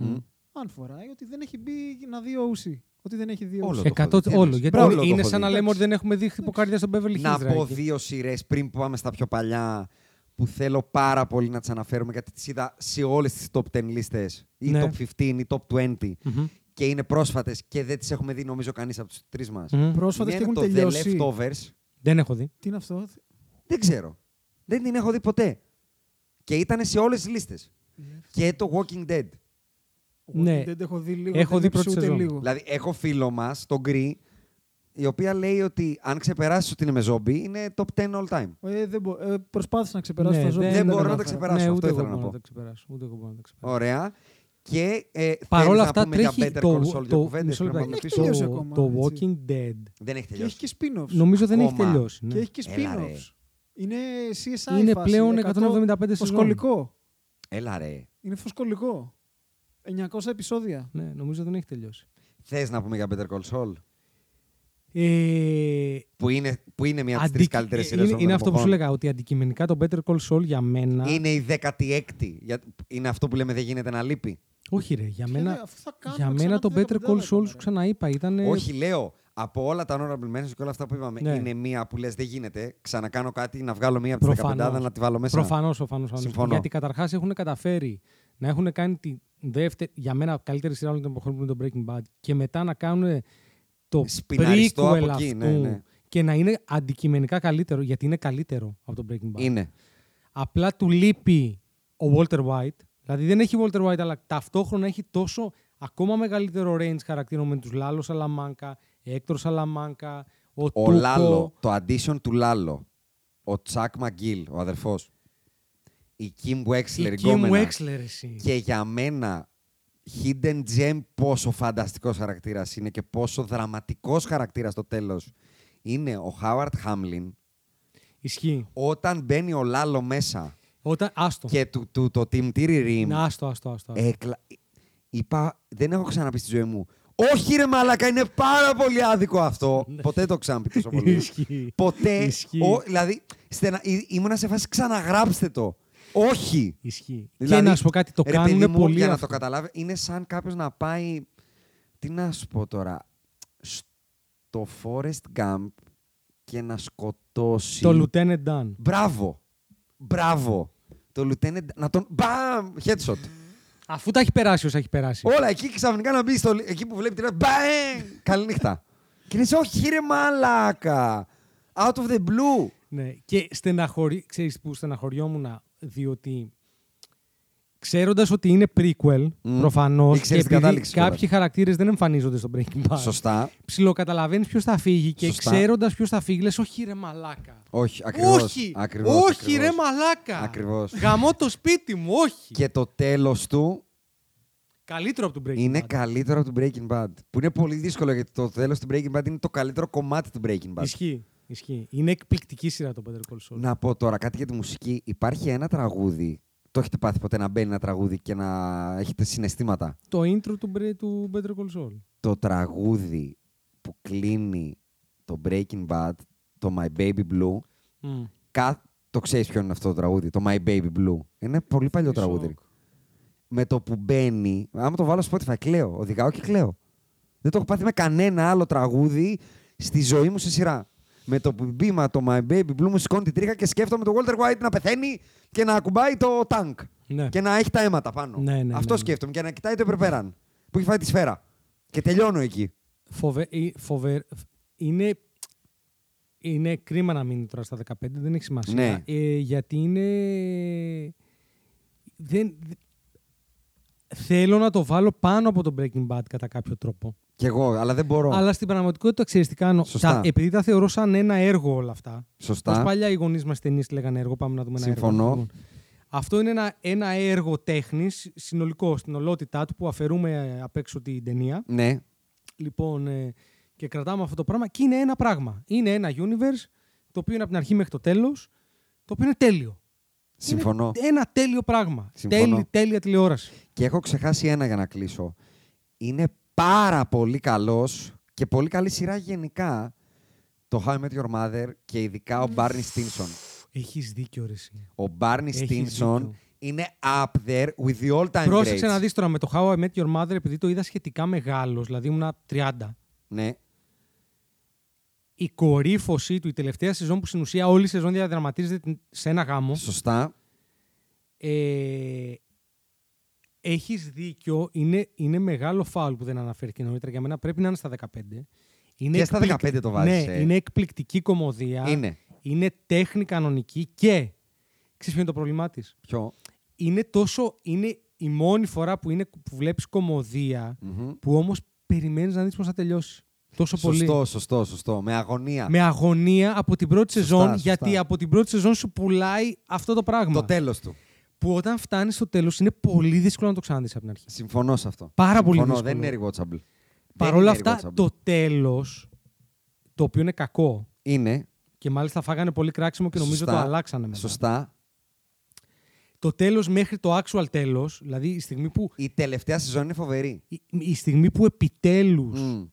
Speaker 4: αν φοράει, ότι δεν έχει μπει να δει όουσι. Ότι δεν έχει δει
Speaker 3: Όλο.
Speaker 4: όουσι.
Speaker 3: το έχω
Speaker 5: Εκατό...
Speaker 3: δει,
Speaker 5: Όλο.
Speaker 3: τέλος.
Speaker 5: Γιατί
Speaker 3: Μπράβο,
Speaker 5: είναι-
Speaker 3: το
Speaker 5: είναι
Speaker 3: έχω
Speaker 5: σαν να
Speaker 3: δει.
Speaker 5: λέμε ότι δεν έχουμε δει χτυποκάρδια στον Beverly Hills.
Speaker 3: Να
Speaker 5: ρε,
Speaker 3: πω
Speaker 5: εκεί.
Speaker 3: δύο σειρές πριν που πάμε στα πιο παλιά που θέλω πάρα πολύ να τις αναφέρουμε γιατί τις είδα σε όλες τις top 10 λίστες ή
Speaker 5: Ναι.
Speaker 3: top 15 ή top 20
Speaker 5: Μμμ.
Speaker 3: και είναι πρόσφατες και δεν τις έχουμε δει νομίζω κανείς από τους τρεις μας.
Speaker 5: Μμμ.
Speaker 4: Πρόσφατα και
Speaker 3: Είναι
Speaker 4: έχουν
Speaker 3: το
Speaker 4: τελειώσει.
Speaker 3: The Leftovers.
Speaker 5: Δεν έχω δει.
Speaker 4: Τι είναι αυτό.
Speaker 3: Δεν ξέρω. Δεν την έχω δει ποτέ. Και ήταν σε όλες τις λίστες. Και το Walking Dead.
Speaker 5: Ναι.
Speaker 4: Δεν το έχω δει λίγο. δεν
Speaker 5: Έχω δει
Speaker 4: με
Speaker 5: πρώτη
Speaker 4: ψούτε
Speaker 5: σεζόν.
Speaker 4: λίγο.
Speaker 3: Δηλαδή, έχω φίλο μας, τον Γκρι, η οποία λέει ότι αν ξεπεράσεις ότι είναι με ζόμπι, είναι top 10 all time.
Speaker 4: Ε, δεν μπο- ε, προσπάθησα να ξεπεράσω
Speaker 5: Ναι,
Speaker 4: τα ζώα.
Speaker 3: δεν
Speaker 4: τα
Speaker 3: μπορώ να τα
Speaker 4: κατάφερα.
Speaker 3: ξεπεράσω.
Speaker 5: Ναι,
Speaker 3: Αυτό
Speaker 5: ούτε
Speaker 3: ήθελα
Speaker 5: εγώ
Speaker 3: να
Speaker 5: μπορώ να
Speaker 3: πω.
Speaker 5: τα ξεπεράσω. Ούτε εγώ μπορώ να τα ξεπεράσω.
Speaker 3: Ωραία. Και ε,
Speaker 5: Παρ'
Speaker 3: θέλεις
Speaker 5: όλα
Speaker 3: να
Speaker 5: αυτά
Speaker 3: πούμε για
Speaker 5: τρέχει
Speaker 3: Better
Speaker 5: το,
Speaker 3: Call Saul
Speaker 5: το,
Speaker 3: για
Speaker 5: το,
Speaker 3: κουβέντες,
Speaker 5: μισό
Speaker 3: πρέπει να πάμε
Speaker 4: έχει
Speaker 5: λεπτάκι,
Speaker 3: πίσω.
Speaker 5: το-
Speaker 4: τελειώσει ακόμα,
Speaker 5: το
Speaker 4: έτσι.
Speaker 5: Walking Dead.
Speaker 3: Δεν έχει
Speaker 4: Και έχει
Speaker 3: τελειώσει.
Speaker 4: και spin-offs.
Speaker 5: Νομίζω δεν έχει
Speaker 3: Ακόμα.
Speaker 5: τελειώσει. ναι.
Speaker 4: Και έχει και
Speaker 3: Έλα, ρε.
Speaker 4: spin-offs. Είναι CSI
Speaker 5: Είναι
Speaker 4: φάση,
Speaker 5: πλέον
Speaker 4: 100
Speaker 5: 175 σεζόν.
Speaker 4: Φωσκολικό.
Speaker 3: Έλα ρε.
Speaker 4: Είναι φωσκολικό. 900 επεισόδια.
Speaker 5: Ναι, νομίζω δεν έχει τελειώσει.
Speaker 3: Θες να πούμε για Better Call Saul.
Speaker 5: Ε,
Speaker 3: Που είναι, που είναι μια από τις
Speaker 5: αντικ-
Speaker 3: τρει
Speaker 5: ε,
Speaker 3: καλύτερε σειρές
Speaker 5: είναι, είναι αυτό που σου λέγα, ότι αντικειμενικά το Better Call Saul για μένα.
Speaker 3: Είναι η 16η. Για- Είναι αυτό που λέμε δεν γίνεται να λείπει.
Speaker 5: Όχι, ρε, για
Speaker 4: Ποια
Speaker 5: μένα,
Speaker 4: δε- αφού θα κάνουμε
Speaker 5: για
Speaker 4: ξανά
Speaker 5: μένα το
Speaker 4: τη
Speaker 5: Better Call
Speaker 4: 15
Speaker 5: Saul, σου
Speaker 4: ρε.
Speaker 5: ξαναείπα, ήταν.
Speaker 3: Όχι, λέω από όλα τα honorable mentions και όλα αυτά που είπαμε,
Speaker 5: Ναι.
Speaker 3: είναι μία που λες δεν γίνεται. Ξανακάνω κάτι, να βγάλω μία από τις 15
Speaker 5: Προφανώς.
Speaker 3: να τη βάλω μέσα.
Speaker 5: Προφανώς, προφανώς.
Speaker 3: Συμφωνώ.
Speaker 5: Γιατί καταρχάς έχουν καταφέρει να έχουν κάνει τη δεύτερη, για μένα καλύτερη σειρά όλων των εποχών που είναι το Breaking Bad και μετά να κάνουν το
Speaker 3: Σπιναριστό
Speaker 5: prequel
Speaker 3: από εκεί,
Speaker 5: αυτού
Speaker 3: ναι, ναι.
Speaker 5: και να είναι αντικειμενικά καλύτερο, γιατί είναι καλύτερο από το Breaking Bad.
Speaker 3: Είναι.
Speaker 5: Απλά του λείπει ο Walter White. Δηλαδή δεν έχει Walter White, αλλά ταυτόχρονα έχει τόσο ακόμα μεγαλύτερο range χαρακτήρων με τους Λάλος Σαλαμάνκα, Έκτορ Σαλαμάνκα, ο,
Speaker 3: Ο
Speaker 5: Τούκο.
Speaker 3: Λάλο, το addition του Λάλο. Ο Τσακ Μαγκίλ, ο αδερφός. Η Kim Wexler,
Speaker 5: Η
Speaker 3: η
Speaker 5: Kim
Speaker 3: γκόμενα.
Speaker 5: Wexler, εσύ.
Speaker 3: Και για μένα, Hidden Gem, πόσο φανταστικός χαρακτήρας είναι και πόσο δραματικός χαρακτήρας στο τέλος είναι ο Χάουαρτ Χάμλιν.
Speaker 5: Ισχύει.
Speaker 3: Όταν μπαίνει ο Λάλο μέσα
Speaker 5: Όταν... Άστο.
Speaker 3: και Ε, του, του, το τιμτήρι ριμ.
Speaker 5: Να, άστο, άστο, άστο. άστο.
Speaker 3: έκλα- Είπα, δεν έχω ξαναπεί στη ζωή μου. Όχι ρε μαλάκα, είναι πάρα πολύ άδικο αυτό. Ποτέ το ξαναπεί τόσο πολύ.
Speaker 5: Ναι. Ισχύει.
Speaker 3: Ποτέ.
Speaker 5: Ισχύει.
Speaker 3: Ο, δηλαδή, στενα, ή- ήμουνα σε φάση ξαναγράψτε το. Όχι.
Speaker 5: Ισχύει.
Speaker 3: Δηλαδή,
Speaker 5: και να σου πω κάτι, το
Speaker 3: ρε παιδί
Speaker 5: κάνουν
Speaker 3: μου,
Speaker 5: πολύ
Speaker 3: Για να
Speaker 5: αυτό.
Speaker 3: το καταλάβει, είναι σαν κάποιος να πάει. Τι να σου πω τώρα. Στο Forest Gump και να σκοτώσει.
Speaker 5: Το Lieutenant Dan.
Speaker 3: Μπράβο. Μπράβο. Το Lieutenant. Να τον. Μπαμ! Headshot.
Speaker 5: Αφού τα έχει περάσει όσα έχει περάσει.
Speaker 3: Όλα εκεί ξαφνικά να μπει στο... εκεί που βλέπει την. Μπαμ! Καληνύχτα. και λες, όχι ρε μαλάκα. Out of the blue.
Speaker 5: Ναι. Και στεναχωρι... ξέρεις που στεναχωριόμουν, διότι ξέροντας ότι είναι prequel,
Speaker 3: Μμμ.
Speaker 5: προφανώς,
Speaker 3: Ήξερες
Speaker 5: και
Speaker 3: την
Speaker 5: επειδή
Speaker 3: κατάληξη κιόλας.
Speaker 5: κάποιοι χαρακτήρες δεν εμφανίζονται στο Breaking Bad.
Speaker 3: Σωστά.
Speaker 5: Ψιλοκαταλαβαίνεις ποιος θα φύγει και
Speaker 3: Σωστά.
Speaker 5: ξέροντας ποιος θα φύγει, λες όχι ρε μαλάκα.
Speaker 3: Όχι, ακριβώς.
Speaker 5: όχι,
Speaker 3: Ακριβώς,
Speaker 5: όχι
Speaker 3: ακριβώς.
Speaker 5: ρε μαλάκα.
Speaker 3: Ακριβώς.
Speaker 5: Γαμώ το σπίτι μου, όχι.
Speaker 3: Και το τέλος του
Speaker 5: Καλύτερο από τον Breaking
Speaker 3: είναι
Speaker 5: Bad.
Speaker 3: καλύτερο από το Breaking Bad. Που είναι πολύ δύσκολο γιατί το τέλος του Breaking Bad είναι το καλύτερο κομμάτι του Breaking Bad.
Speaker 5: Ισχύει. Ισχύει. Είναι εκπληκτική σειρά το Better Call Saul.
Speaker 3: Να πω τώρα κάτι για τη μουσική. Υπάρχει ένα τραγούδι. Το έχετε πάθει ποτέ να μπαίνει ένα τραγούδι και να έχετε συναισθήματα.
Speaker 5: Το intro του, Bre- του Better Call Saul.
Speaker 3: Το τραγούδι που κλείνει το Breaking Bad, το My Baby Blue, κα... το ξέρεις ποιο είναι αυτό το τραγούδι, το My Baby Blue. Είναι πολύ παλιό
Speaker 5: Σοκ.
Speaker 3: τραγούδι. Με το που μπαίνει, άμα το βάλω στο Spotify, κλαίω. Οδηγάω και κλαίω. Δεν το έχω πάθει με κανένα άλλο τραγούδι στη ζωή μου σε σειρά. Με το που μπήμα το My Baby Blue μου σηκώνει την τρίχα και σκέφτομαι τον Walter White να πεθαίνει και να ακουμπάει το tank.
Speaker 5: Ναι.
Speaker 3: Και να έχει τα αίματα πάνω.
Speaker 5: Ναι, ναι, ναι,
Speaker 3: Αυτό
Speaker 5: ναι.
Speaker 3: σκέφτομαι. Και να κοιτάει το υπερπέραν που έχει φάει τη σφαίρα. Και τελειώνω εκεί.
Speaker 5: Φοβε... ε, φοβε- Είναι... είναι κρίμα να μείνει τώρα στα 15, δεν έχει σημασία.
Speaker 3: Ναι.
Speaker 5: Ε, γιατί είναι... Δεν... Θέλω να το βάλω πάνω από το Breaking Bad κατά κάποιο τρόπο.
Speaker 3: Κι εγώ, αλλά δεν μπορώ.
Speaker 5: Αλλά στην πραγματικότητα ξέρεις τι κάνω.
Speaker 3: Σωστά.
Speaker 5: Τα- επειδή τα θεωρώ σαν ένα έργο όλα αυτά.
Speaker 3: Σωστά.
Speaker 5: Πώς παλιά οι γονείς μας ταινίες λέγανε έργο, πάμε να δούμε ένα έργο.
Speaker 3: Συμφωνώ.
Speaker 5: Λοιπόν, Αυτό είναι ένα, ένα έργο τέχνης συνολικό στην ολότητά του που αφαιρούμε ε, απ' έξω την ταινία.
Speaker 3: Ναι.
Speaker 5: Λοιπόν, ε, και κρατάμε αυτό το πράγμα και είναι ένα πράγμα. Είναι ένα universe το οποίο είναι από την αρχή μέχρι το τέλος, το οποίο είναι τέλειο.
Speaker 3: Συμφωνώ.
Speaker 5: Είναι ένα τέλειο πράγμα.
Speaker 3: Συμφωνώ.
Speaker 5: Τέλει- τέλεια τηλεόραση.
Speaker 3: Και έχω ξεχάσει ένα για να κλείσω. Είναι πάρα πολύ καλός και πολύ καλή σειρά γενικά το How I Met Your Mother και ειδικά ο Barney Stinson.
Speaker 5: Έχεις δίκιο, ρε. εσύ.
Speaker 3: Ο Barney
Speaker 5: Έχεις
Speaker 3: Stinson
Speaker 5: δίκιο.
Speaker 3: είναι up there with the all time
Speaker 5: Πρόσεξε
Speaker 3: greats.
Speaker 5: να δεις τώρα με το How I Met Your Mother, επειδή το είδα σχετικά μεγάλος, δηλαδή ήμουνα 30.
Speaker 3: Ναι,
Speaker 5: η κορύφωσή του, η τελευταία σεζόν που στην ουσία όλη η σεζόν διαδραματίζεται την- σε ένα γάμο.
Speaker 3: σωστά.
Speaker 5: Ε, έχεις δίκιο, είναι, είναι μεγάλο φάουλ που δεν αναφέρθηκε νωρίτερα. Για μένα πρέπει να είναι στα 15. Είναι
Speaker 3: Και στα
Speaker 5: εκπληκ-
Speaker 3: 15 το βάζεις,
Speaker 5: Ναι,
Speaker 3: ε.
Speaker 5: είναι εκπληκτική κομμωδία.
Speaker 3: Είναι.
Speaker 5: Είναι τέχνη κανονική και ξέρεις ποιο είναι το πρόβλημά της
Speaker 3: Ποιο.
Speaker 5: είναι τόσο. Είναι η μόνη φορά που, είναι, που βλέπεις κομμωδία
Speaker 3: Μμμ.
Speaker 5: που όμως περιμένεις να δεις πώς θα τελειώσει. Τόσο πολύ.
Speaker 3: Σωστό, σωστό, σωστό. Με αγωνία.
Speaker 5: Με αγωνία από την πρώτη σεζόν,
Speaker 3: σωστά.
Speaker 5: γιατί από την πρώτη σεζόν σου πουλάει αυτό το πράγμα.
Speaker 3: Το τέλος του.
Speaker 5: που όταν φτάνει στο τέλος είναι πολύ δύσκολο να το ξαναδείς από την αρχή.
Speaker 3: Συμφωνώ σε αυτό.
Speaker 5: Πάρα πολύ
Speaker 3: Συμφωνώ,
Speaker 5: δύσκολο.
Speaker 3: Δεν είναι rewatchable.
Speaker 5: Παρ'
Speaker 3: Δεν
Speaker 5: όλα
Speaker 3: είναι
Speaker 5: αυτά,
Speaker 3: rewatchable.
Speaker 5: το τέλος, το οποίο είναι κακό
Speaker 3: Είναι.
Speaker 5: και μάλιστα φάγανε πολύ κράξιμο και νομίζω
Speaker 3: σωστά,
Speaker 5: το αλλάξανε μετά.
Speaker 3: Σωστά.
Speaker 5: Το τέλος μέχρι το actual τέλος, δηλαδή η στιγμή που,
Speaker 3: Η τελευταία σεζόν είναι φοβερή.
Speaker 5: η, η στιγμή που επιτέλους
Speaker 3: Μμμ.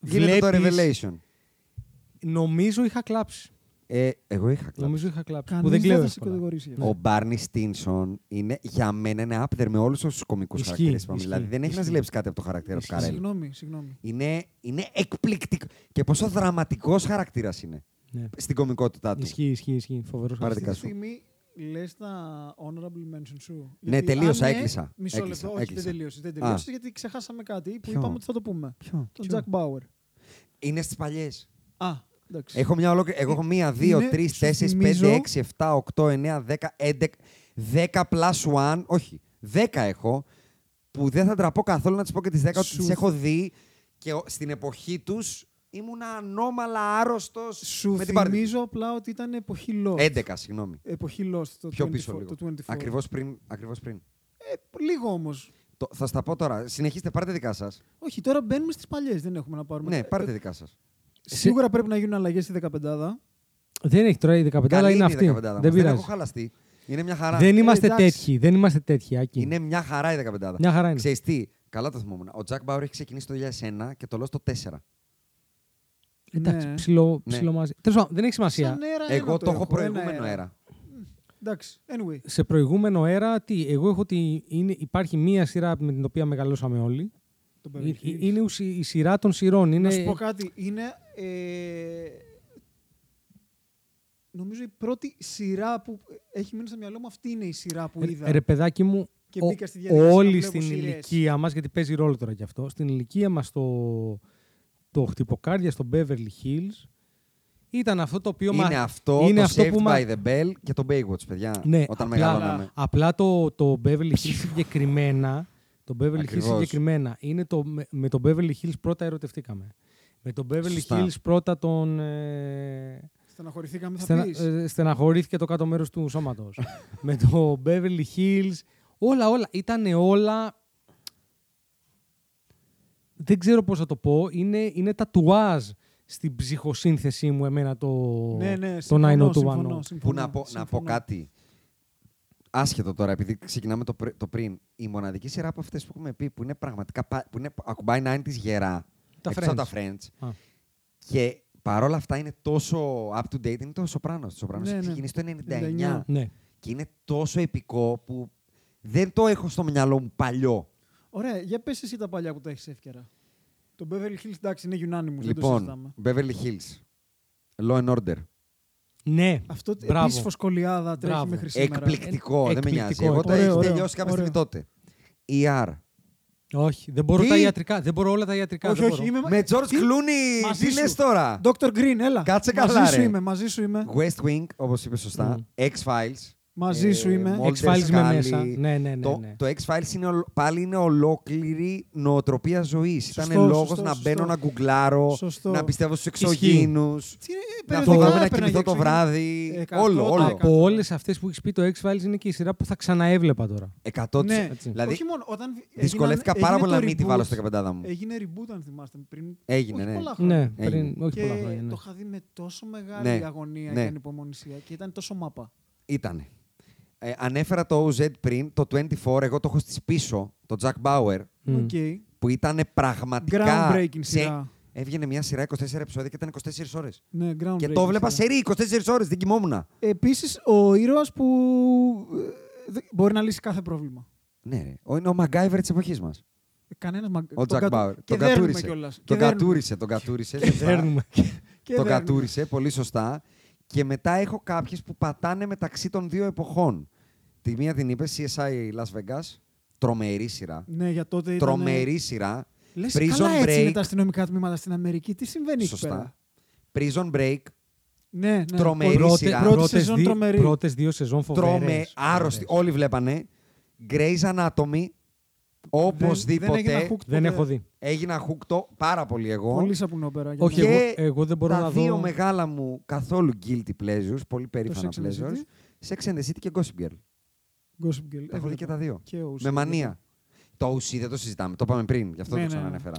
Speaker 3: Γίνεται το revelation.
Speaker 5: Νομίζω είχα κλάψει.
Speaker 3: Ε, εγώ είχα κλάψει.
Speaker 5: Νομίζω Ναι. είχα κλάψει.
Speaker 4: Κανείς
Speaker 5: που δεν κλαίω
Speaker 4: θα σε
Speaker 5: εύκολα.
Speaker 4: κατηγορήσει. γι' αυτό.
Speaker 3: Ο Μπάρνι Στίνσον είναι για μένα ένα άπτερ με όλους του κομικούς
Speaker 5: Ισχύει,
Speaker 3: χαρακτήρες.
Speaker 5: ισχύει,
Speaker 3: Δηλαδή δεν έχεις να
Speaker 5: ισχύει.
Speaker 3: ζηλέψεις κάτι από το χαρακτήρα του
Speaker 5: Ισχύει.
Speaker 3: Καρέλ.
Speaker 4: Συγγνώμη, συγγνώμη.
Speaker 3: Είναι, είναι εκπληκτικό. Και πόσο δραματικός χαρακτήρας είναι
Speaker 5: Ναι.
Speaker 3: στην κομικότητά του.
Speaker 5: Ισχύει, ισχύει, ισχύει. Φοβερός
Speaker 3: Παρά
Speaker 4: Αυτή τη
Speaker 3: δικά σου.
Speaker 4: στιγμή λες τα honorable mention σου.
Speaker 3: Ναι,
Speaker 4: Γιατί
Speaker 3: τελείωσα,
Speaker 4: αν είναι-
Speaker 3: έκλεισα.
Speaker 4: Μισό
Speaker 3: Έκλεισα,
Speaker 4: λεπτό, όχι, δεν
Speaker 3: έκλεισα.
Speaker 4: τελείωσε. Δεν
Speaker 3: Α.
Speaker 4: τελείωσε γιατί ξεχάσαμε κάτι που
Speaker 3: Ποιο?
Speaker 4: είπαμε ότι θα το πούμε.
Speaker 3: Ποιο?
Speaker 4: Τον
Speaker 3: Ποιο?
Speaker 4: Jack Bauer.
Speaker 3: Είναι στις παλιές.
Speaker 4: Α, εντάξει. Ε,
Speaker 3: Έχω μια ολόκληρη. Εγώ έχω μία, δύο,
Speaker 4: Είναι-
Speaker 3: τρεις,
Speaker 4: σου
Speaker 3: τέσσερις,
Speaker 4: θυμίζω-
Speaker 3: πέντε, έξι, εφτά, οκτώ, εννέα, δέκα, έντεκα. Δέκα plus one. Όχι. Δέκα έχω. Που δεν θα ντραπώ καθόλου να τις πω και τις δέκα ότι
Speaker 4: Σου-
Speaker 3: τις έχω δει. Και ο- στην εποχή τους ήμουνα ανώμαλα άρρωστος.
Speaker 4: Σου
Speaker 3: με την πάρτι.
Speaker 4: θυμίζω απλά ότι ήταν εποχή Lost.
Speaker 3: 11, συγγνώμη.
Speaker 4: Εποχή Lost το
Speaker 3: Πιο
Speaker 4: 24,
Speaker 3: πίσω λίγο.
Speaker 4: Το 24.
Speaker 3: Ακριβώς πριν. Ακριβώς πριν.
Speaker 4: Ε, λίγο όμως.
Speaker 3: Το, θα στα πω τώρα. Συνεχίστε, πάρτε δικά σας.
Speaker 4: Όχι, τώρα μπαίνουμε στις παλιές. Δεν έχουμε να πάρουμε.
Speaker 3: Ναι,
Speaker 4: Ε,
Speaker 3: πάρτε δικά σας.
Speaker 4: Σίγουρα πρέπει να γίνουν αλλαγές στη 15
Speaker 5: Δεν έχει τώρα η 15, αλλά είναι αυτή. Δεν
Speaker 3: Δεν
Speaker 5: πειράζει.
Speaker 3: έχω χαλαστεί. Είναι μια χαρά.
Speaker 5: Δεν είμαστε
Speaker 4: εντάξει.
Speaker 5: τέτοιοι. Δεν είμαστε τέτοιοι, Άκη.
Speaker 3: Είναι μια χαρά η 15.
Speaker 5: Μια χαρά είναι.
Speaker 3: Ξέρεις τι, καλά το θυμόμουν. Ο Τζακ Μπάουρ έχει ξεκινήσει το 2001 και το λέω στο 4.
Speaker 5: Εντάξει,
Speaker 4: Ναι.
Speaker 5: ψηλό,
Speaker 3: Ναι.
Speaker 5: ψηλό μαζί. Τέλος πάντων, δεν έχει σημασία.
Speaker 4: Σαν αέρα
Speaker 3: Εγώ
Speaker 4: ένα
Speaker 3: το έχω προηγούμενο
Speaker 4: ένα ε.
Speaker 3: αέρα.
Speaker 4: Ναι, Εντάξει, anyway.
Speaker 5: Σε προηγούμενο αέρα, τι, εγώ έχω ότι είναι, υπάρχει μία σειρά με την οποία μεγαλώσαμε όλοι.
Speaker 4: Το
Speaker 5: Ε,
Speaker 4: Beverly Hills.
Speaker 5: ε, Είναι ουσι- η σειρά των σειρών. Είναι...
Speaker 4: Να σου πω κάτι. Είναι. Ε, νομίζω η πρώτη σειρά που έχει μείνει στο μυαλό μου αυτή είναι η σειρά που
Speaker 5: Ε,
Speaker 4: είδα.
Speaker 5: Ρε παιδάκι μου,
Speaker 4: Και
Speaker 5: ο-
Speaker 4: μπήκα στη διαδικασία να
Speaker 5: όλοι
Speaker 4: βλέπω
Speaker 5: στην
Speaker 4: σειρές.
Speaker 5: ηλικία μας, γιατί παίζει ρόλο τώρα κι αυτό, στην ηλικία μας το, το χτυποκάρδια στο Beverly Hills ήταν αυτό το οποίο... μα-
Speaker 3: Είναι αυτό
Speaker 5: είναι
Speaker 3: το
Speaker 5: αυτό
Speaker 3: Saved
Speaker 5: που μα-
Speaker 3: by the Bell και το Baywatch, παιδιά.
Speaker 5: Ναι,
Speaker 3: όταν
Speaker 5: απλά,
Speaker 3: μεγαλώναμε.
Speaker 5: απλά το, το Beverly Hills συγκεκριμένα, το Beverly Hills
Speaker 3: Ακριβώς.
Speaker 5: συγκεκριμένα, είναι το, με, με το Beverly Hills πρώτα ερωτευτήκαμε. Με το Beverly
Speaker 3: Σωστά.
Speaker 5: Hills πρώτα τον... ε,
Speaker 4: Στεναχωρηθήκαμε, θα
Speaker 5: στενα-
Speaker 4: πεις.
Speaker 5: ε, στεναχωρήθηκε το κάτω μέρος του σώματος. με το Beverly Hills, όλα, όλα. Ήταν όλα... Δεν ξέρω πώς θα το πω. Είναι, είναι τατουάζ στην ψυχοσύνθεσή μου εμένα το,
Speaker 4: ναι, ναι,
Speaker 5: το
Speaker 4: συμφωνώ,
Speaker 5: 90210.
Speaker 4: συμφωνώ,
Speaker 3: Που
Speaker 4: συμφωνώ,
Speaker 3: να πω, να πω
Speaker 4: συμφωνώ.
Speaker 3: κάτι. Άσχετο τώρα, επειδή ξεκινάμε το, πρι- το πριν. Η μοναδική σειρά από αυτές που έχουμε πει που είναι πραγματικά. πα- που είναι, ακουμπάει να είναι της γερά.
Speaker 5: Τα
Speaker 3: εκτός από τα
Speaker 5: Friends.
Speaker 3: Friends.
Speaker 5: Α.
Speaker 3: Και παρόλα αυτά είναι τόσο up to date. Είναι το Σοπράνο. Το Σοπράνος
Speaker 4: Ναι, ναι.
Speaker 3: έχει ξεκινήσει το 99.
Speaker 4: 99.
Speaker 5: Ναι.
Speaker 3: Και είναι τόσο επικό που δεν το έχω στο μυαλό μου παλιό.
Speaker 4: Ωραία, για πες εσύ τα παλιά που τα έχεις εύκαιρα. Το Beverly Hills, εντάξει, είναι unanimous, δεν το συζητάμε.
Speaker 3: Λοιπόν, Beverly Hills. Law and Order.
Speaker 5: Ναι.
Speaker 4: Αυτό
Speaker 5: Μπράβο.
Speaker 4: επίσης φωσκολιάδα τρέχει
Speaker 5: Μπράβο.
Speaker 4: μέχρι σήμερα.
Speaker 3: Εκπληκτικό, δεν με
Speaker 5: Εκπληκτικό,
Speaker 3: νοιάζει. Εγώ το
Speaker 5: ωραίο,
Speaker 3: έχω
Speaker 4: ωραίο,
Speaker 3: τελειώσει κάποια στιγμή
Speaker 4: ωραίο.
Speaker 3: τότε. ER.
Speaker 5: Όχι, δεν μπορώ
Speaker 3: Τι?
Speaker 5: τα ιατρικά. Δεν μπορώ όλα τα ιατρικά.
Speaker 4: όχι,
Speaker 5: δεν
Speaker 4: όχι,
Speaker 5: μπορώ.
Speaker 4: είμαι...
Speaker 3: Με George
Speaker 4: Ε, Τι?
Speaker 3: Clooney,
Speaker 4: Μαζί
Speaker 3: τι
Speaker 4: σου.
Speaker 3: λες τώρα.
Speaker 4: Dr. Green, έλα.
Speaker 3: Κάτσε
Speaker 4: μαζί
Speaker 3: καλά,
Speaker 4: σου
Speaker 3: ρε.
Speaker 4: είμαι, μαζί σου είμαι.
Speaker 3: West Wing, όπως είπες σωστά. X-Files.
Speaker 4: Ναι.
Speaker 3: Ε,
Speaker 4: Μαζί σου είμαι.
Speaker 3: Mulder,
Speaker 5: X-Files με
Speaker 3: Scully.
Speaker 5: μέσα. Ναι, ναι, ναι,
Speaker 3: Το,
Speaker 5: ναι.
Speaker 3: το X-Files είναι, ολο- πάλι είναι ολόκληρη νοοτροπία ζωής. Ήταν
Speaker 4: Σωστό,
Speaker 3: λόγος
Speaker 4: σωστό,
Speaker 3: να
Speaker 4: σωστό.
Speaker 3: μπαίνω να γκουγκλάρω,
Speaker 4: Σωστό.
Speaker 3: να πιστεύω στους εξωγήνους.
Speaker 4: Τι ε, είναι,
Speaker 3: Να
Speaker 4: περιοδικά
Speaker 3: φοβάμαι να κοιμηθώ
Speaker 4: έπαιρνα για
Speaker 3: το
Speaker 4: εξωγήινο.
Speaker 3: βράδυ.
Speaker 4: Ε, Εκατό
Speaker 3: Όλο,
Speaker 4: τα
Speaker 3: όλο.
Speaker 4: εκατό.
Speaker 5: Από όλες αυτές που έχεις πει το X-Files είναι και η σειρά που θα ξαναέβλεπα τώρα.
Speaker 3: 100%.
Speaker 4: Ναι.
Speaker 3: Έτσι. Δηλαδή,
Speaker 4: Όχι μόνο, όταν έγιναν-
Speaker 3: δυσκολεύτηκα
Speaker 4: έγινε
Speaker 3: πάρα
Speaker 4: το
Speaker 3: πολύ να μην τη
Speaker 4: reboot.
Speaker 3: βάλω στα 15 μου.
Speaker 4: Έγινε reboot, αν θυμάστε. Πριν...
Speaker 3: Έγινε,
Speaker 4: όχι
Speaker 3: ναι.
Speaker 4: Πολλά χρόνια.
Speaker 5: Ναι,
Speaker 3: Έγινε.
Speaker 5: πριν, όχι
Speaker 4: και
Speaker 5: πολλά χρόνια. ναι.
Speaker 4: το είχα δει με τόσο μεγάλη
Speaker 3: Ναι,
Speaker 4: αγωνία
Speaker 3: ναι.
Speaker 4: και ανυπομονησία και ήταν τόσο μάπα.
Speaker 3: Ήτανε. Ε, ανέφερα το OZ πριν, το 24, εγώ το έχω στις πίσω, το Jack Bauer,
Speaker 5: Μμ.
Speaker 4: Οκ.
Speaker 3: που ήταν πραγματικά...
Speaker 4: Groundbreaking
Speaker 3: σε-
Speaker 4: σειρά.
Speaker 3: Έβγαινε μια σειρά 24 επεισόδια και ήταν 24 ώρες.
Speaker 4: Ναι, groundbreaking.
Speaker 3: Και το βλέπα
Speaker 4: σειρά.
Speaker 3: σερί 24 ώρες, δεν κοιμόμουν.
Speaker 4: Επίσης, ο ήρωας που ε, δε- μπορεί να λύσει κάθε πρόβλημα.
Speaker 3: Ναι, ρε. Ο- Είναι ο MacGyver της εποχής μας.
Speaker 4: Κανένας μαγκ...
Speaker 3: Ο Jack Bauer.
Speaker 4: Ε, Και
Speaker 3: Τον
Speaker 4: δέρνουμε
Speaker 3: κατούρισε.
Speaker 4: κιόλας.
Speaker 3: Τον κατούρισε, τον κατούρισε. σωστά.
Speaker 5: Δέρνουμε.
Speaker 3: Τον κατούρισε, πολύ σωστά. Και μετά έχω κάποιες που πατάνε μεταξύ των δύο εποχών. Τη μία την είπε CSI Las Vegas, τρομερή σειρά.
Speaker 4: Ναι, για τότε ήταν...
Speaker 3: Τρομερή σειρά.
Speaker 4: Λες,
Speaker 3: Prison
Speaker 4: καλά έτσι
Speaker 3: Break.
Speaker 4: είναι τα αστυνομικά τμήματα στην Αμερική. Τι συμβαίνει εκεί πέρα.
Speaker 3: Σωστά. Prison Break.
Speaker 4: Ναι, ναι.
Speaker 3: Τρομερή σειρά.
Speaker 4: Πρώτη
Speaker 5: πρώτες
Speaker 4: σεζόν
Speaker 5: δι-
Speaker 4: τρομερή.
Speaker 5: πρώτες δύο σεζόν φοβερές.
Speaker 3: Τρώμε άρρωστοι.
Speaker 5: Φοβερές.
Speaker 3: Όλοι βλέπανε. Grey's Anatomy.
Speaker 4: Δεν
Speaker 3: Οπωσδήποτε.
Speaker 4: έγινα hooked
Speaker 5: Δεν
Speaker 4: ποτέ.
Speaker 5: έχω δει.
Speaker 3: έγινα χούκτο πάρα πολύ εγώ.
Speaker 4: Πολύ σαπουνόπερα. για
Speaker 5: Όχι,
Speaker 4: μένα.
Speaker 5: εγώ- εγώ δεν μπορώ
Speaker 3: τα
Speaker 5: να δω-
Speaker 3: δύο μεγάλα μου καθόλου guilty pleasures, πολύ περήφανα
Speaker 4: Sex and the
Speaker 3: pleasures, Sex and the City και Gossip Girl.
Speaker 4: Gossip Girl.
Speaker 3: Τα έχω δει και τα δύο.
Speaker 4: Και OC.
Speaker 3: Με μανία. Το OC δεν το συζητάμε. Το είπαμε πριν. Γι' αυτό
Speaker 4: Ναι,
Speaker 3: το
Speaker 4: ναι, ναι.
Speaker 3: ξανανέφερα.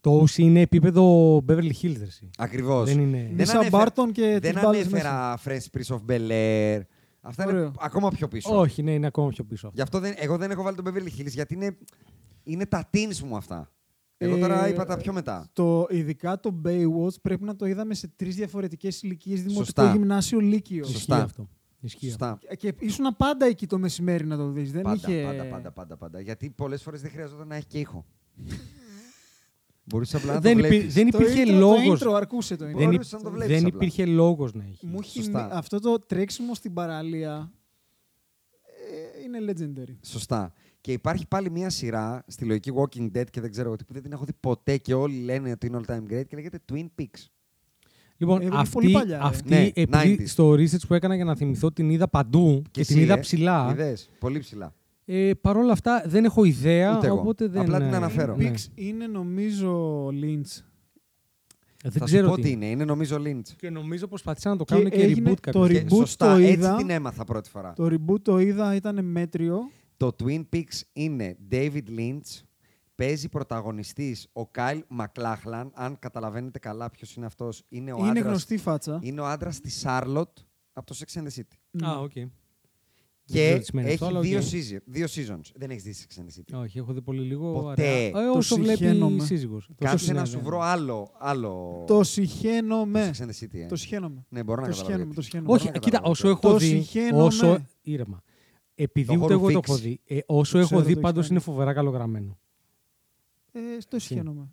Speaker 5: Το OC είναι επίπεδο Beverly Hills. ρε εσύ.
Speaker 3: Ακριβώς.
Speaker 5: Δεν είναι-
Speaker 4: Μισά Μπάρτον και τις
Speaker 3: δεν
Speaker 4: μπάλες
Speaker 3: ανέφερα French Prince of Bel Air. Αυτά είναι
Speaker 4: Ωραίο.
Speaker 3: ακόμα πιο πίσω.
Speaker 5: Όχι, ναι, είναι ακόμα πιο πίσω.
Speaker 3: Γι' αυτό δεν, εγώ δεν έχω βάλει τον Beverly Hills γιατί είναι, είναι τα teens μου αυτά. Εγώ
Speaker 4: Ε,
Speaker 3: τώρα είπα τα πιο μετά.
Speaker 4: Το, ειδικά το Baywatch πρέπει να το είδαμε σε τρεις διαφορετικές ηλικίες. Δημοτικό,
Speaker 3: Σωστά.
Speaker 4: γυμνάσιο, λύκειο.
Speaker 3: Σωστά.
Speaker 5: Ισχύει αυτό. Ισχύει αυτό.
Speaker 3: Σωστά.
Speaker 4: Και ήσουν πάντα εκεί το μεσημέρι να το δεις. Δεν
Speaker 3: Πάντα,
Speaker 4: είχε.
Speaker 3: πάντα, πάντα, πάντα, πάντα. Γιατί πολλές φορές δεν χρειαζόταν να έχει και ήχο. Μπορούσε απλά να
Speaker 5: Δεν,
Speaker 3: το
Speaker 5: υπή-
Speaker 3: βλέπεις.
Speaker 5: δεν
Speaker 4: Το
Speaker 5: υπήρχε
Speaker 4: intro-
Speaker 5: λόγο.
Speaker 4: Το intro αρκούσε το intro.
Speaker 5: Δεν,
Speaker 3: Μπορείς
Speaker 5: υπ-
Speaker 3: να το βλέπεις
Speaker 5: δεν
Speaker 3: απλά. Ναι.
Speaker 5: υπήρχε λόγος να έχει.
Speaker 4: Μου έχει
Speaker 3: Σωστά.
Speaker 4: μη- Αυτό το τρέξιμο στην παραλία ε, είναι legendary.
Speaker 3: Σωστά. Και υπάρχει πάλι μια σειρά στη λογική Walking Dead και δεν ξέρω εγώ τι που δεν την έχω δει ποτέ και όλοι λένε ότι είναι all time great και λέγεται Twin Peaks.
Speaker 5: Λοιπόν,
Speaker 4: Ε, είναι
Speaker 5: αυτή,
Speaker 4: πολύ παλιά, ε.
Speaker 5: αυτή
Speaker 3: Ναι,
Speaker 5: επειδή
Speaker 3: 90s.
Speaker 5: στο research που έκανα για να θυμηθώ την είδα παντού και, την
Speaker 3: εσύ,
Speaker 5: είδα
Speaker 3: ε,
Speaker 5: ψηλά.
Speaker 3: Είδες, πολύ ψηλά.
Speaker 5: Ε, Παρ' όλα αυτά δεν έχω ιδέα,
Speaker 3: Ούτε εγώ.
Speaker 5: οπότε δεν...
Speaker 3: Απλά την
Speaker 5: ε,
Speaker 3: αναφέρω.
Speaker 5: ναι.
Speaker 3: Twin
Speaker 4: Pix είναι νομίζω Lynch.
Speaker 5: Δεν
Speaker 3: Θα
Speaker 5: ξέρω
Speaker 3: σου πω τι είναι. Είναι νομίζω Lynch.
Speaker 5: Και νομίζω προσπαθήσαν να το
Speaker 4: Και
Speaker 5: κάνουν και,
Speaker 4: έγινε
Speaker 5: reboot
Speaker 4: το
Speaker 5: κάποια
Speaker 4: reboot.
Speaker 5: στιγμή.
Speaker 3: Και
Speaker 4: το
Speaker 3: σωστά, έτσι
Speaker 4: είδα.
Speaker 3: την έμαθα πρώτη φορά.
Speaker 4: Το reboot το είδα, ήταν μέτριο.
Speaker 3: Το Twin Peaks είναι David Lynch, παίζει πρωταγωνιστής ο Kyle MacLachlan. Αν καταλαβαίνετε καλά ποιος είναι αυτός, είναι ο
Speaker 4: είναι
Speaker 3: άντρας,
Speaker 4: γνωστή
Speaker 5: ε?
Speaker 4: φάτσα.
Speaker 3: είναι ο άντρας της Charlotte από το Sex and the City.
Speaker 5: Α, οκ. Δεν ξέρω
Speaker 3: Και
Speaker 5: τις σημαίνει αυτό,
Speaker 3: έχει
Speaker 5: αλλά οκ.
Speaker 3: δύο, season- δύο seasons. Δεν έχεις δει Sex and the City.
Speaker 5: Όχι, έχω δει πολύ λίγο.
Speaker 3: Ποτέ.
Speaker 5: αραιά. Ε,
Speaker 4: Το
Speaker 5: όσο βλέπει η
Speaker 4: συχαίνομαι.
Speaker 5: σύζυγος.
Speaker 3: Κάτσε
Speaker 5: Τόσο
Speaker 3: να
Speaker 5: είναι,
Speaker 3: σου
Speaker 5: ναι.
Speaker 3: βρω άλλο. άλλο...
Speaker 4: Το
Speaker 3: το
Speaker 4: συχαίνομαι.
Speaker 3: Sex and the City. ε.
Speaker 4: Το συχαίνομαι.
Speaker 3: Ναι, μπορώ να καταλάβω.
Speaker 4: Το συχαίνομαι,
Speaker 3: γιατί.
Speaker 4: το συχαίνομαι.
Speaker 5: Όχι, ε,
Speaker 3: Μπορώ να
Speaker 5: κοίτα,
Speaker 3: καταλάβω
Speaker 5: όσο
Speaker 3: γιατί.
Speaker 5: έχω
Speaker 4: Το
Speaker 5: δει.
Speaker 4: συχαίνομαι.
Speaker 5: Όσο... Ήρεμα. Επειδή
Speaker 3: Το
Speaker 5: ούτε εγώ το
Speaker 3: horror
Speaker 5: έχω
Speaker 3: fix.
Speaker 5: δει, ε, όσο
Speaker 4: Το
Speaker 5: έχω
Speaker 4: ξέρω,
Speaker 5: δει,
Speaker 4: το
Speaker 5: πάντως
Speaker 4: έχεις
Speaker 5: είναι φοβερά καλογραμμένο.
Speaker 4: Ε, το συχαίνομαι.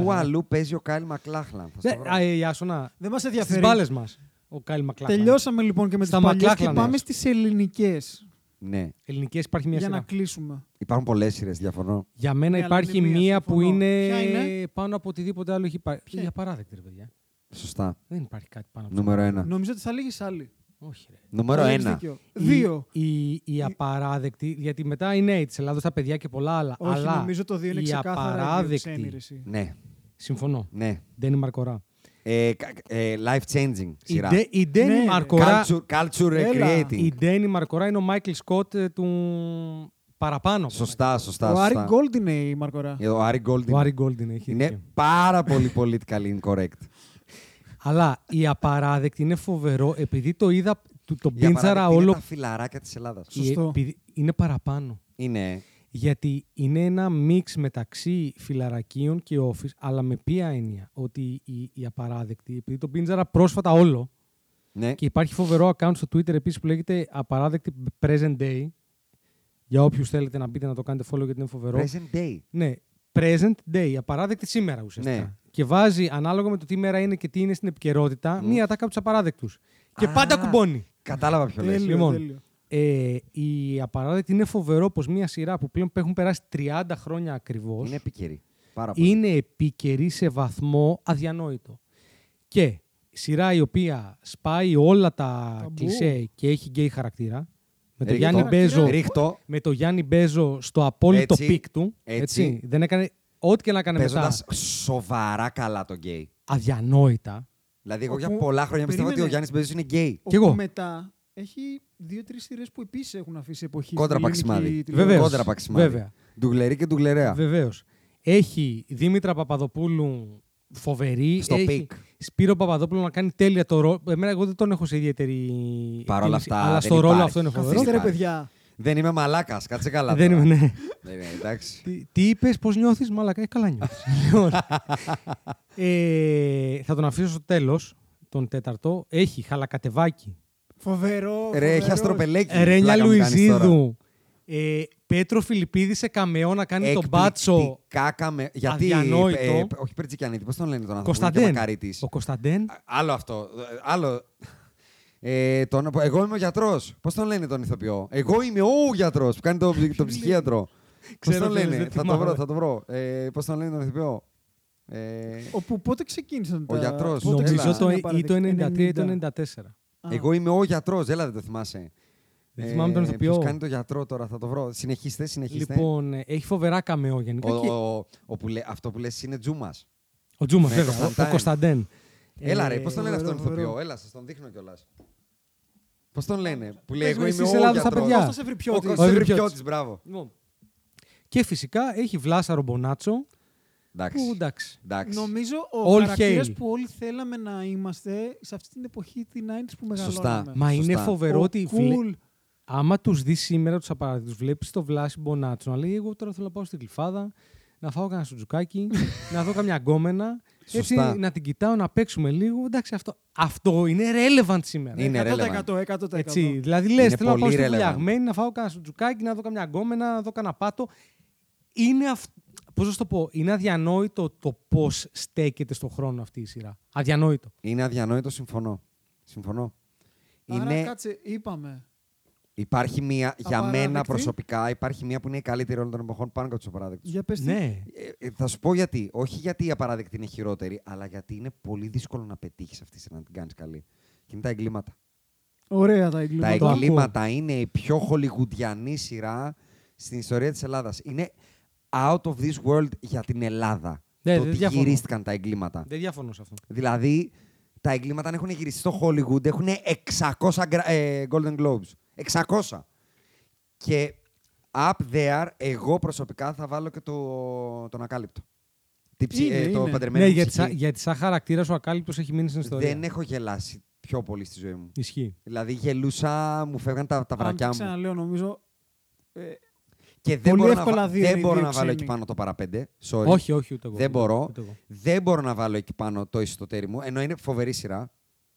Speaker 3: Πού αλλού παίζει ο Κάιλ Μακλάχλαν. θα
Speaker 5: Δε-
Speaker 3: στο βρω.
Speaker 5: α, ε, η Άσονα,
Speaker 4: Δεν μας
Speaker 5: Στις
Speaker 4: ενδιαφέρει.
Speaker 5: μπάλες μας. Ο Κάιλ Μακλάκ.
Speaker 4: Τελειώσαμε λοιπόν και με τις
Speaker 5: Στα ναι.
Speaker 4: παλιές και
Speaker 5: Μακλάχλανες.
Speaker 4: πάμε στις ελληνικές.
Speaker 3: Ναι,
Speaker 5: Ελληνικές υπάρχει μια
Speaker 4: Για
Speaker 5: σειρά.
Speaker 4: να κλείσουμε.
Speaker 3: υπάρχουν πολλές σειρές, διαφωνώ.
Speaker 5: Για μένα
Speaker 4: Ναι, αλλά
Speaker 5: υπάρχει
Speaker 4: είναι
Speaker 5: μία,
Speaker 4: μία,
Speaker 5: που
Speaker 4: συμφωνώ.
Speaker 5: είναι,
Speaker 4: Ποια είναι?
Speaker 5: πάνω από οτιδήποτε άλλο έχει πάρει.
Speaker 4: Ποια?
Speaker 5: Είναι απαράδεκτη, ρε παιδιά.
Speaker 3: Σωστά.
Speaker 5: Δεν υπάρχει κάτι πάνω από
Speaker 3: Νούμερο ένα.
Speaker 4: Νομίζω ότι θα λύγεις άλλη.
Speaker 5: Όχι, ρε.
Speaker 3: Ναι. Νούμερο
Speaker 4: Έχεις
Speaker 3: ένα.
Speaker 4: δίκιο. Δύο.
Speaker 5: Η, η, η απαράδεκτη, γιατί μετά είναι τη Ελλάδα τα παιδιά και πολλά άλλα.
Speaker 4: Όχι,
Speaker 5: αλλά
Speaker 4: νομίζω το δύο είναι
Speaker 5: η
Speaker 4: ξεκάθαρα οι δύο ξένοι, ρε
Speaker 5: απαράδεκτη.
Speaker 4: εσύ.
Speaker 3: Ναι,
Speaker 5: Συμφωνώ.
Speaker 3: ναι.
Speaker 5: Ντένι Μαρκορά.
Speaker 3: Ε, κα- ε, life changing
Speaker 5: Η
Speaker 3: σειρά.
Speaker 5: Ντε- Η Ντένι
Speaker 4: Ναι.
Speaker 5: Μαρκορά.
Speaker 3: Culture, culture
Speaker 4: Έλα.
Speaker 3: recreating.
Speaker 5: Η Ντένι Μαρκορά είναι ο Μάικλ Σκότ ε, του παραπάνω.
Speaker 3: Σωστά, σωστά.
Speaker 4: Ο Άρη
Speaker 3: σωστά.
Speaker 4: Γκόλτ είναι η Μαρκορά.
Speaker 3: Ε, Ο Άρη Γκόλτ
Speaker 5: Ο
Speaker 3: είναι-
Speaker 5: Άρη Γκόλντιν έχει.
Speaker 3: είναι
Speaker 5: δίκιο.
Speaker 3: πάρα πολύ political incorrect.
Speaker 5: Αλλά η απαράδεκτη είναι φοβερό επειδή το είδα, το, το
Speaker 3: Για
Speaker 5: πίντσαρα
Speaker 3: παράδειγμα, Είναι
Speaker 5: όλο.
Speaker 3: τα φιλαράκια της Ελλάδας.
Speaker 5: η-
Speaker 4: Σωστό.
Speaker 5: επειδή είναι παραπάνω.
Speaker 3: Είναι. ε.
Speaker 5: Γιατί είναι ένα μίξ μεταξύ φιλαρακίων και office, αλλά με ποια έννοια. Ότι η, η απαράδεκτη, επειδή το πίντσαρα πρόσφατα όλο.
Speaker 3: Ναι.
Speaker 5: Και υπάρχει φοβερό account στο Twitter επίσης που λέγεται Απαράδεκτη Present Day. Για όποιους θέλετε να μπείτε να το κάνετε follow γιατί είναι φοβερό.
Speaker 3: Present day.
Speaker 5: Ναι, present day, απαράδεκτη σήμερα ουσιαστικά.
Speaker 3: Ναι.
Speaker 5: Και βάζει ανάλογα με το τι μέρα είναι και τι είναι στην επικαιρότητα, μία ατάκα από τους απαράδεκτους. Και
Speaker 3: Α.
Speaker 5: πάντα κουμπώνει.
Speaker 3: Κατάλαβα ποιο λες.
Speaker 4: Τέλειο,
Speaker 5: λοιπόν.
Speaker 4: τέλειο.
Speaker 5: Ε, η απαράδεκτη είναι φοβερό πως μία σειρά που πλέον έχουν περάσει 30 χρόνια ακριβώς
Speaker 3: Είναι επίκαιρη. Πάρα πολύ.
Speaker 5: είναι επίκαιρη σε βαθμό αδιανόητο. Και σειρά η οποία σπάει όλα τα
Speaker 4: Ταμπού.
Speaker 5: κλισέ και έχει γκέι χαρακτήρα. Με τον
Speaker 3: Ρίχτω.
Speaker 5: Γιάννη Μπέζο
Speaker 3: Ρίχτω.
Speaker 5: με το Γιάννη Μπέζο στο απόλυτο
Speaker 3: Έτσι,
Speaker 5: πικ του.
Speaker 3: έτσι.
Speaker 5: Δεν έκανε ό,τι και να έκανε μετά.
Speaker 3: Παίζοντας σοβαρά καλά τον γκέι.
Speaker 5: Αδιανόητα.
Speaker 3: Δηλαδή, εγώ για
Speaker 4: Όπου-
Speaker 3: πολλά χρόνια πιστεύω ότι ο
Speaker 4: περίμενε.
Speaker 3: Γιάννης Μπέζος είναι γκέι.
Speaker 5: Κι εγώ.
Speaker 4: Όπου μετά έχει δύο-τρει σειρές που επίσης έχουν αφήσει εποχή.
Speaker 3: Κόντρα
Speaker 4: στην ελληνική
Speaker 3: παξιμάδι.
Speaker 4: τηλεόραση.
Speaker 5: Βεβαίως.
Speaker 3: Κόντρα παξιμάδι.
Speaker 5: Βέβαια.
Speaker 3: Ντουγλερή και ντουγλερέα.
Speaker 5: Βεβαίως. Έχει Δήμητρα Παπαδοπούλου φοβερή.
Speaker 3: Στο
Speaker 5: έχει
Speaker 3: πικ.
Speaker 5: Σπύρο Παπαδόπουλο να κάνει τέλεια το ρόλο. Εμένα εγώ δεν τον έχω σε ιδιαίτερη.
Speaker 3: Παρ' όλα αυτά,
Speaker 5: εκτίμηση, Αλλά
Speaker 3: δεν
Speaker 5: στο ρόλο
Speaker 3: υπάρχει.
Speaker 5: αυτό είναι φοβερό.
Speaker 4: Καθίστε ρε
Speaker 3: Βεβαίως.
Speaker 4: παιδιά.
Speaker 3: Δεν είμαι μαλάκας, κάτσε καλά.
Speaker 5: Δεν
Speaker 3: τώρα.
Speaker 5: είμαι, ναι.
Speaker 3: Δεν είμαι, εντάξει.
Speaker 5: Τι, τι είπες, πώς νιώθεις, Μαλακά, ε, καλά νιώθεις. λοιπόν, ε, θα τον αφήσω στο τέλος, τον τέταρτο. Έχει Χαλακατεβάκη,
Speaker 4: Φοβερό.
Speaker 3: Ρε, έχει
Speaker 4: φοβερός.
Speaker 3: αστροπελέκι.
Speaker 5: Ρένια
Speaker 3: Πλάκα μου κάνεις τώρα.
Speaker 5: Ε, Λουιζίδου, ε, Πέτρο Φιλιππίδη σε καμεό να κάνει τον μπάτσο.
Speaker 3: Εκπληκτικά καμε- Γιατί.
Speaker 5: Αδιανόητο.
Speaker 3: ε, ε, όχι Περτζικιανίδη, πώς τον λένε τον άνθρωπο. είναι και
Speaker 5: Κωνσταντέν.
Speaker 3: Μακαρίτης.
Speaker 5: Ο Κωνσταντέν.
Speaker 3: Άλλο αυτό. ε, Άλλο. Ε, τον, εγώ είμαι ο γιατρός. Πώς τον λένε τον ηθοποιό. Εγώ είμαι ο γιατρός που κάνει τον το ψυχίατρο. Πώς
Speaker 5: Ξέρω
Speaker 3: τον
Speaker 5: ποιος,
Speaker 3: λένε.
Speaker 5: δεν
Speaker 3: Θα το
Speaker 5: θυμάμαι.
Speaker 3: βρω, θα το βρω. Ε, Πώς τον λένε τον ηθοποιό. Ε,
Speaker 4: Όπου πότε ξεκίνησαν τα.
Speaker 3: Ο γιατρός.
Speaker 4: πότε
Speaker 3: Έλα.
Speaker 5: Νομίζω
Speaker 4: ξεκίνησαν
Speaker 5: το,
Speaker 4: οι
Speaker 5: ή το
Speaker 4: παραδεκτές.
Speaker 5: 93 ή το 94.
Speaker 4: Α,
Speaker 3: εγώ είμαι ο γιατρός. Έλα, δεν το θυμάσαι. Ε,
Speaker 5: Δεν θυμάμαι τον
Speaker 3: ποιος
Speaker 5: ηθοποιό.
Speaker 3: κάνει το γιατρό τώρα, θα το βρω. Συνεχίστε, συνεχίστε.
Speaker 5: Λοιπόν, ε, έχει φοβερά καμεό γενικά.
Speaker 3: ο,
Speaker 5: Ο, και...
Speaker 3: ο, ο που λέ- αυτό που λες είναι Τζούμας.
Speaker 5: ο Τζούμας,
Speaker 3: ναι,
Speaker 5: βέβαια. Ο,
Speaker 3: Κωνσταντάιν.
Speaker 5: ο Κωνσταντέν.
Speaker 3: Έλα, ρε,
Speaker 5: Ε,
Speaker 3: πώς τον λένε αυτόν τον
Speaker 4: φοβερό,
Speaker 3: ηθοποιό. Έλα, σας τον δείχνω κιόλας. Πώς τον λένε, που λέει
Speaker 4: Πες μου,
Speaker 3: Εγώ
Speaker 4: εσύ
Speaker 3: είμαι ο
Speaker 4: είσαι Ελλάδος στα
Speaker 3: γιατρός.
Speaker 4: παιδιά.
Speaker 3: Ο
Speaker 4: Κώστας Ευρυπιώτης.
Speaker 3: Κώστας
Speaker 5: Ο
Speaker 3: Ευρυπιώτης,
Speaker 5: Ευρυπιώτης.
Speaker 3: μπράβο.
Speaker 5: Λοιπόν. Και φυσικά έχει Βλάσαρο Μπονάτσο.
Speaker 3: Εντάξει.
Speaker 5: Που εντάξει.
Speaker 3: Εντάξει.
Speaker 4: Νομίζω ο
Speaker 5: All
Speaker 4: χαρακτήρας
Speaker 5: hail.
Speaker 4: που όλοι θέλαμε να είμαστε σε αυτή την εποχή τη 90s που μεγαλώναμε.
Speaker 3: Σωστά.
Speaker 5: Μα
Speaker 3: Σωστά.
Speaker 5: είναι φοβερό
Speaker 4: Ε, Ο
Speaker 5: ότι.
Speaker 4: cool.
Speaker 5: βλέ- Άμα τους δεις σήμερα τους απαραίτητου, βλέπεις το Βλάση Μπονάτσο να λέει: Εγώ τώρα θέλω να πάω στην κλειφάδα, να φάω κανένα σουτζουκάκι, να δω καμιά γκόμενα. Έτσι
Speaker 3: Σωστά.
Speaker 5: να την κοιτάω, να παίξουμε λίγο. Εντάξει, αυτό, αυτό είναι relevant σήμερα.
Speaker 3: Είναι
Speaker 4: 100%, 100%.
Speaker 5: Έτσι, δηλαδή λες,
Speaker 3: Είναι
Speaker 5: θέλω να πάω
Speaker 3: πολύ
Speaker 5: στη
Speaker 3: relevant.
Speaker 5: βουλιαγμένη, να φάω κανένα σουτζουκάκι, να δω καμιά γκόμενα, να δω κανένα πάτο. Είναι αυ... Πώς να σου το πω, είναι αδιανόητο το πώς στέκεται στον χρόνο αυτή η σειρά. Αδιανόητο.
Speaker 3: Είναι αδιανόητο, συμφωνώ. Συμφωνώ.
Speaker 4: Άρα,
Speaker 3: Είναι,
Speaker 4: κάτσε, είπαμε.
Speaker 3: υπάρχει μία, για μένα
Speaker 4: Απαράδεκτη.
Speaker 3: προσωπικά, υπάρχει μία που είναι η καλύτερη όλων των εποχών πάνω από του απαράδεκτου.
Speaker 4: Για πες τι.
Speaker 5: Ναι.
Speaker 3: Ε, θα σου πω γιατί. Όχι γιατί η απαράδεκτη είναι χειρότερη, αλλά γιατί είναι πολύ δύσκολο να πετύχεις αυτή σε να την κάνεις καλή. Και είναι τα εγκλήματα.
Speaker 4: Ωραία τα
Speaker 3: Τα
Speaker 4: εγκλήματα.
Speaker 5: το ακούω.
Speaker 3: εγκλήματα είναι η πιο χολιγουντιανή σειρά στην ιστορία της Ελλάδας. Είναι out of this world για την Ελλάδα.
Speaker 5: Ναι,
Speaker 3: το
Speaker 5: δεν
Speaker 3: ότι
Speaker 5: διαφωνώ.
Speaker 3: γυρίστηκαν τα εγκλήματα.
Speaker 5: Δεν διαφωνώ σε αυτό.
Speaker 3: Δηλαδή, τα εγκλήματα αν έχουν γυριστεί στο Hollywood έχουν 600 γκρα- ε, Golden Globes. 600. Και up there, εγώ προσωπικά θα βάλω και το, τον ακάλυπτο. Τι ψη-
Speaker 4: Είναι,
Speaker 3: ε, το
Speaker 4: είναι.
Speaker 3: παντρεμένο
Speaker 5: Ναι,
Speaker 3: μου
Speaker 5: γιατί,
Speaker 3: ψυχή.
Speaker 5: σαν, γιατί σαν χαρακτήρας ο ακάλυπτος έχει μείνει στην ιστορία.
Speaker 3: Δεν έχω γελάσει πιο πολύ στη ζωή μου.
Speaker 5: Ισχύει.
Speaker 3: Δηλαδή γελούσα, μου φεύγαν τα, τα
Speaker 4: Αν
Speaker 3: βρακιά μου.
Speaker 4: ξαναλέω, νομίζω. ε,
Speaker 3: Και δεν
Speaker 4: Πολύ
Speaker 3: μπορώ, να,
Speaker 4: εύκολα
Speaker 3: βα-
Speaker 4: δύο-
Speaker 3: δεν
Speaker 4: δύο
Speaker 3: μπορώ να
Speaker 4: ξένοι.
Speaker 3: βάλω εκεί πάνω το παραπέντε. Sorry.
Speaker 5: Όχι, όχι, ούτε εγώ.
Speaker 3: δεν
Speaker 5: ούτε εγώ,
Speaker 3: μπορώ.
Speaker 5: ούτε εγώ.
Speaker 3: Δεν μπορώ να βάλω εκεί πάνω το ιστοτέρι μου, ενώ είναι φοβερή σειρά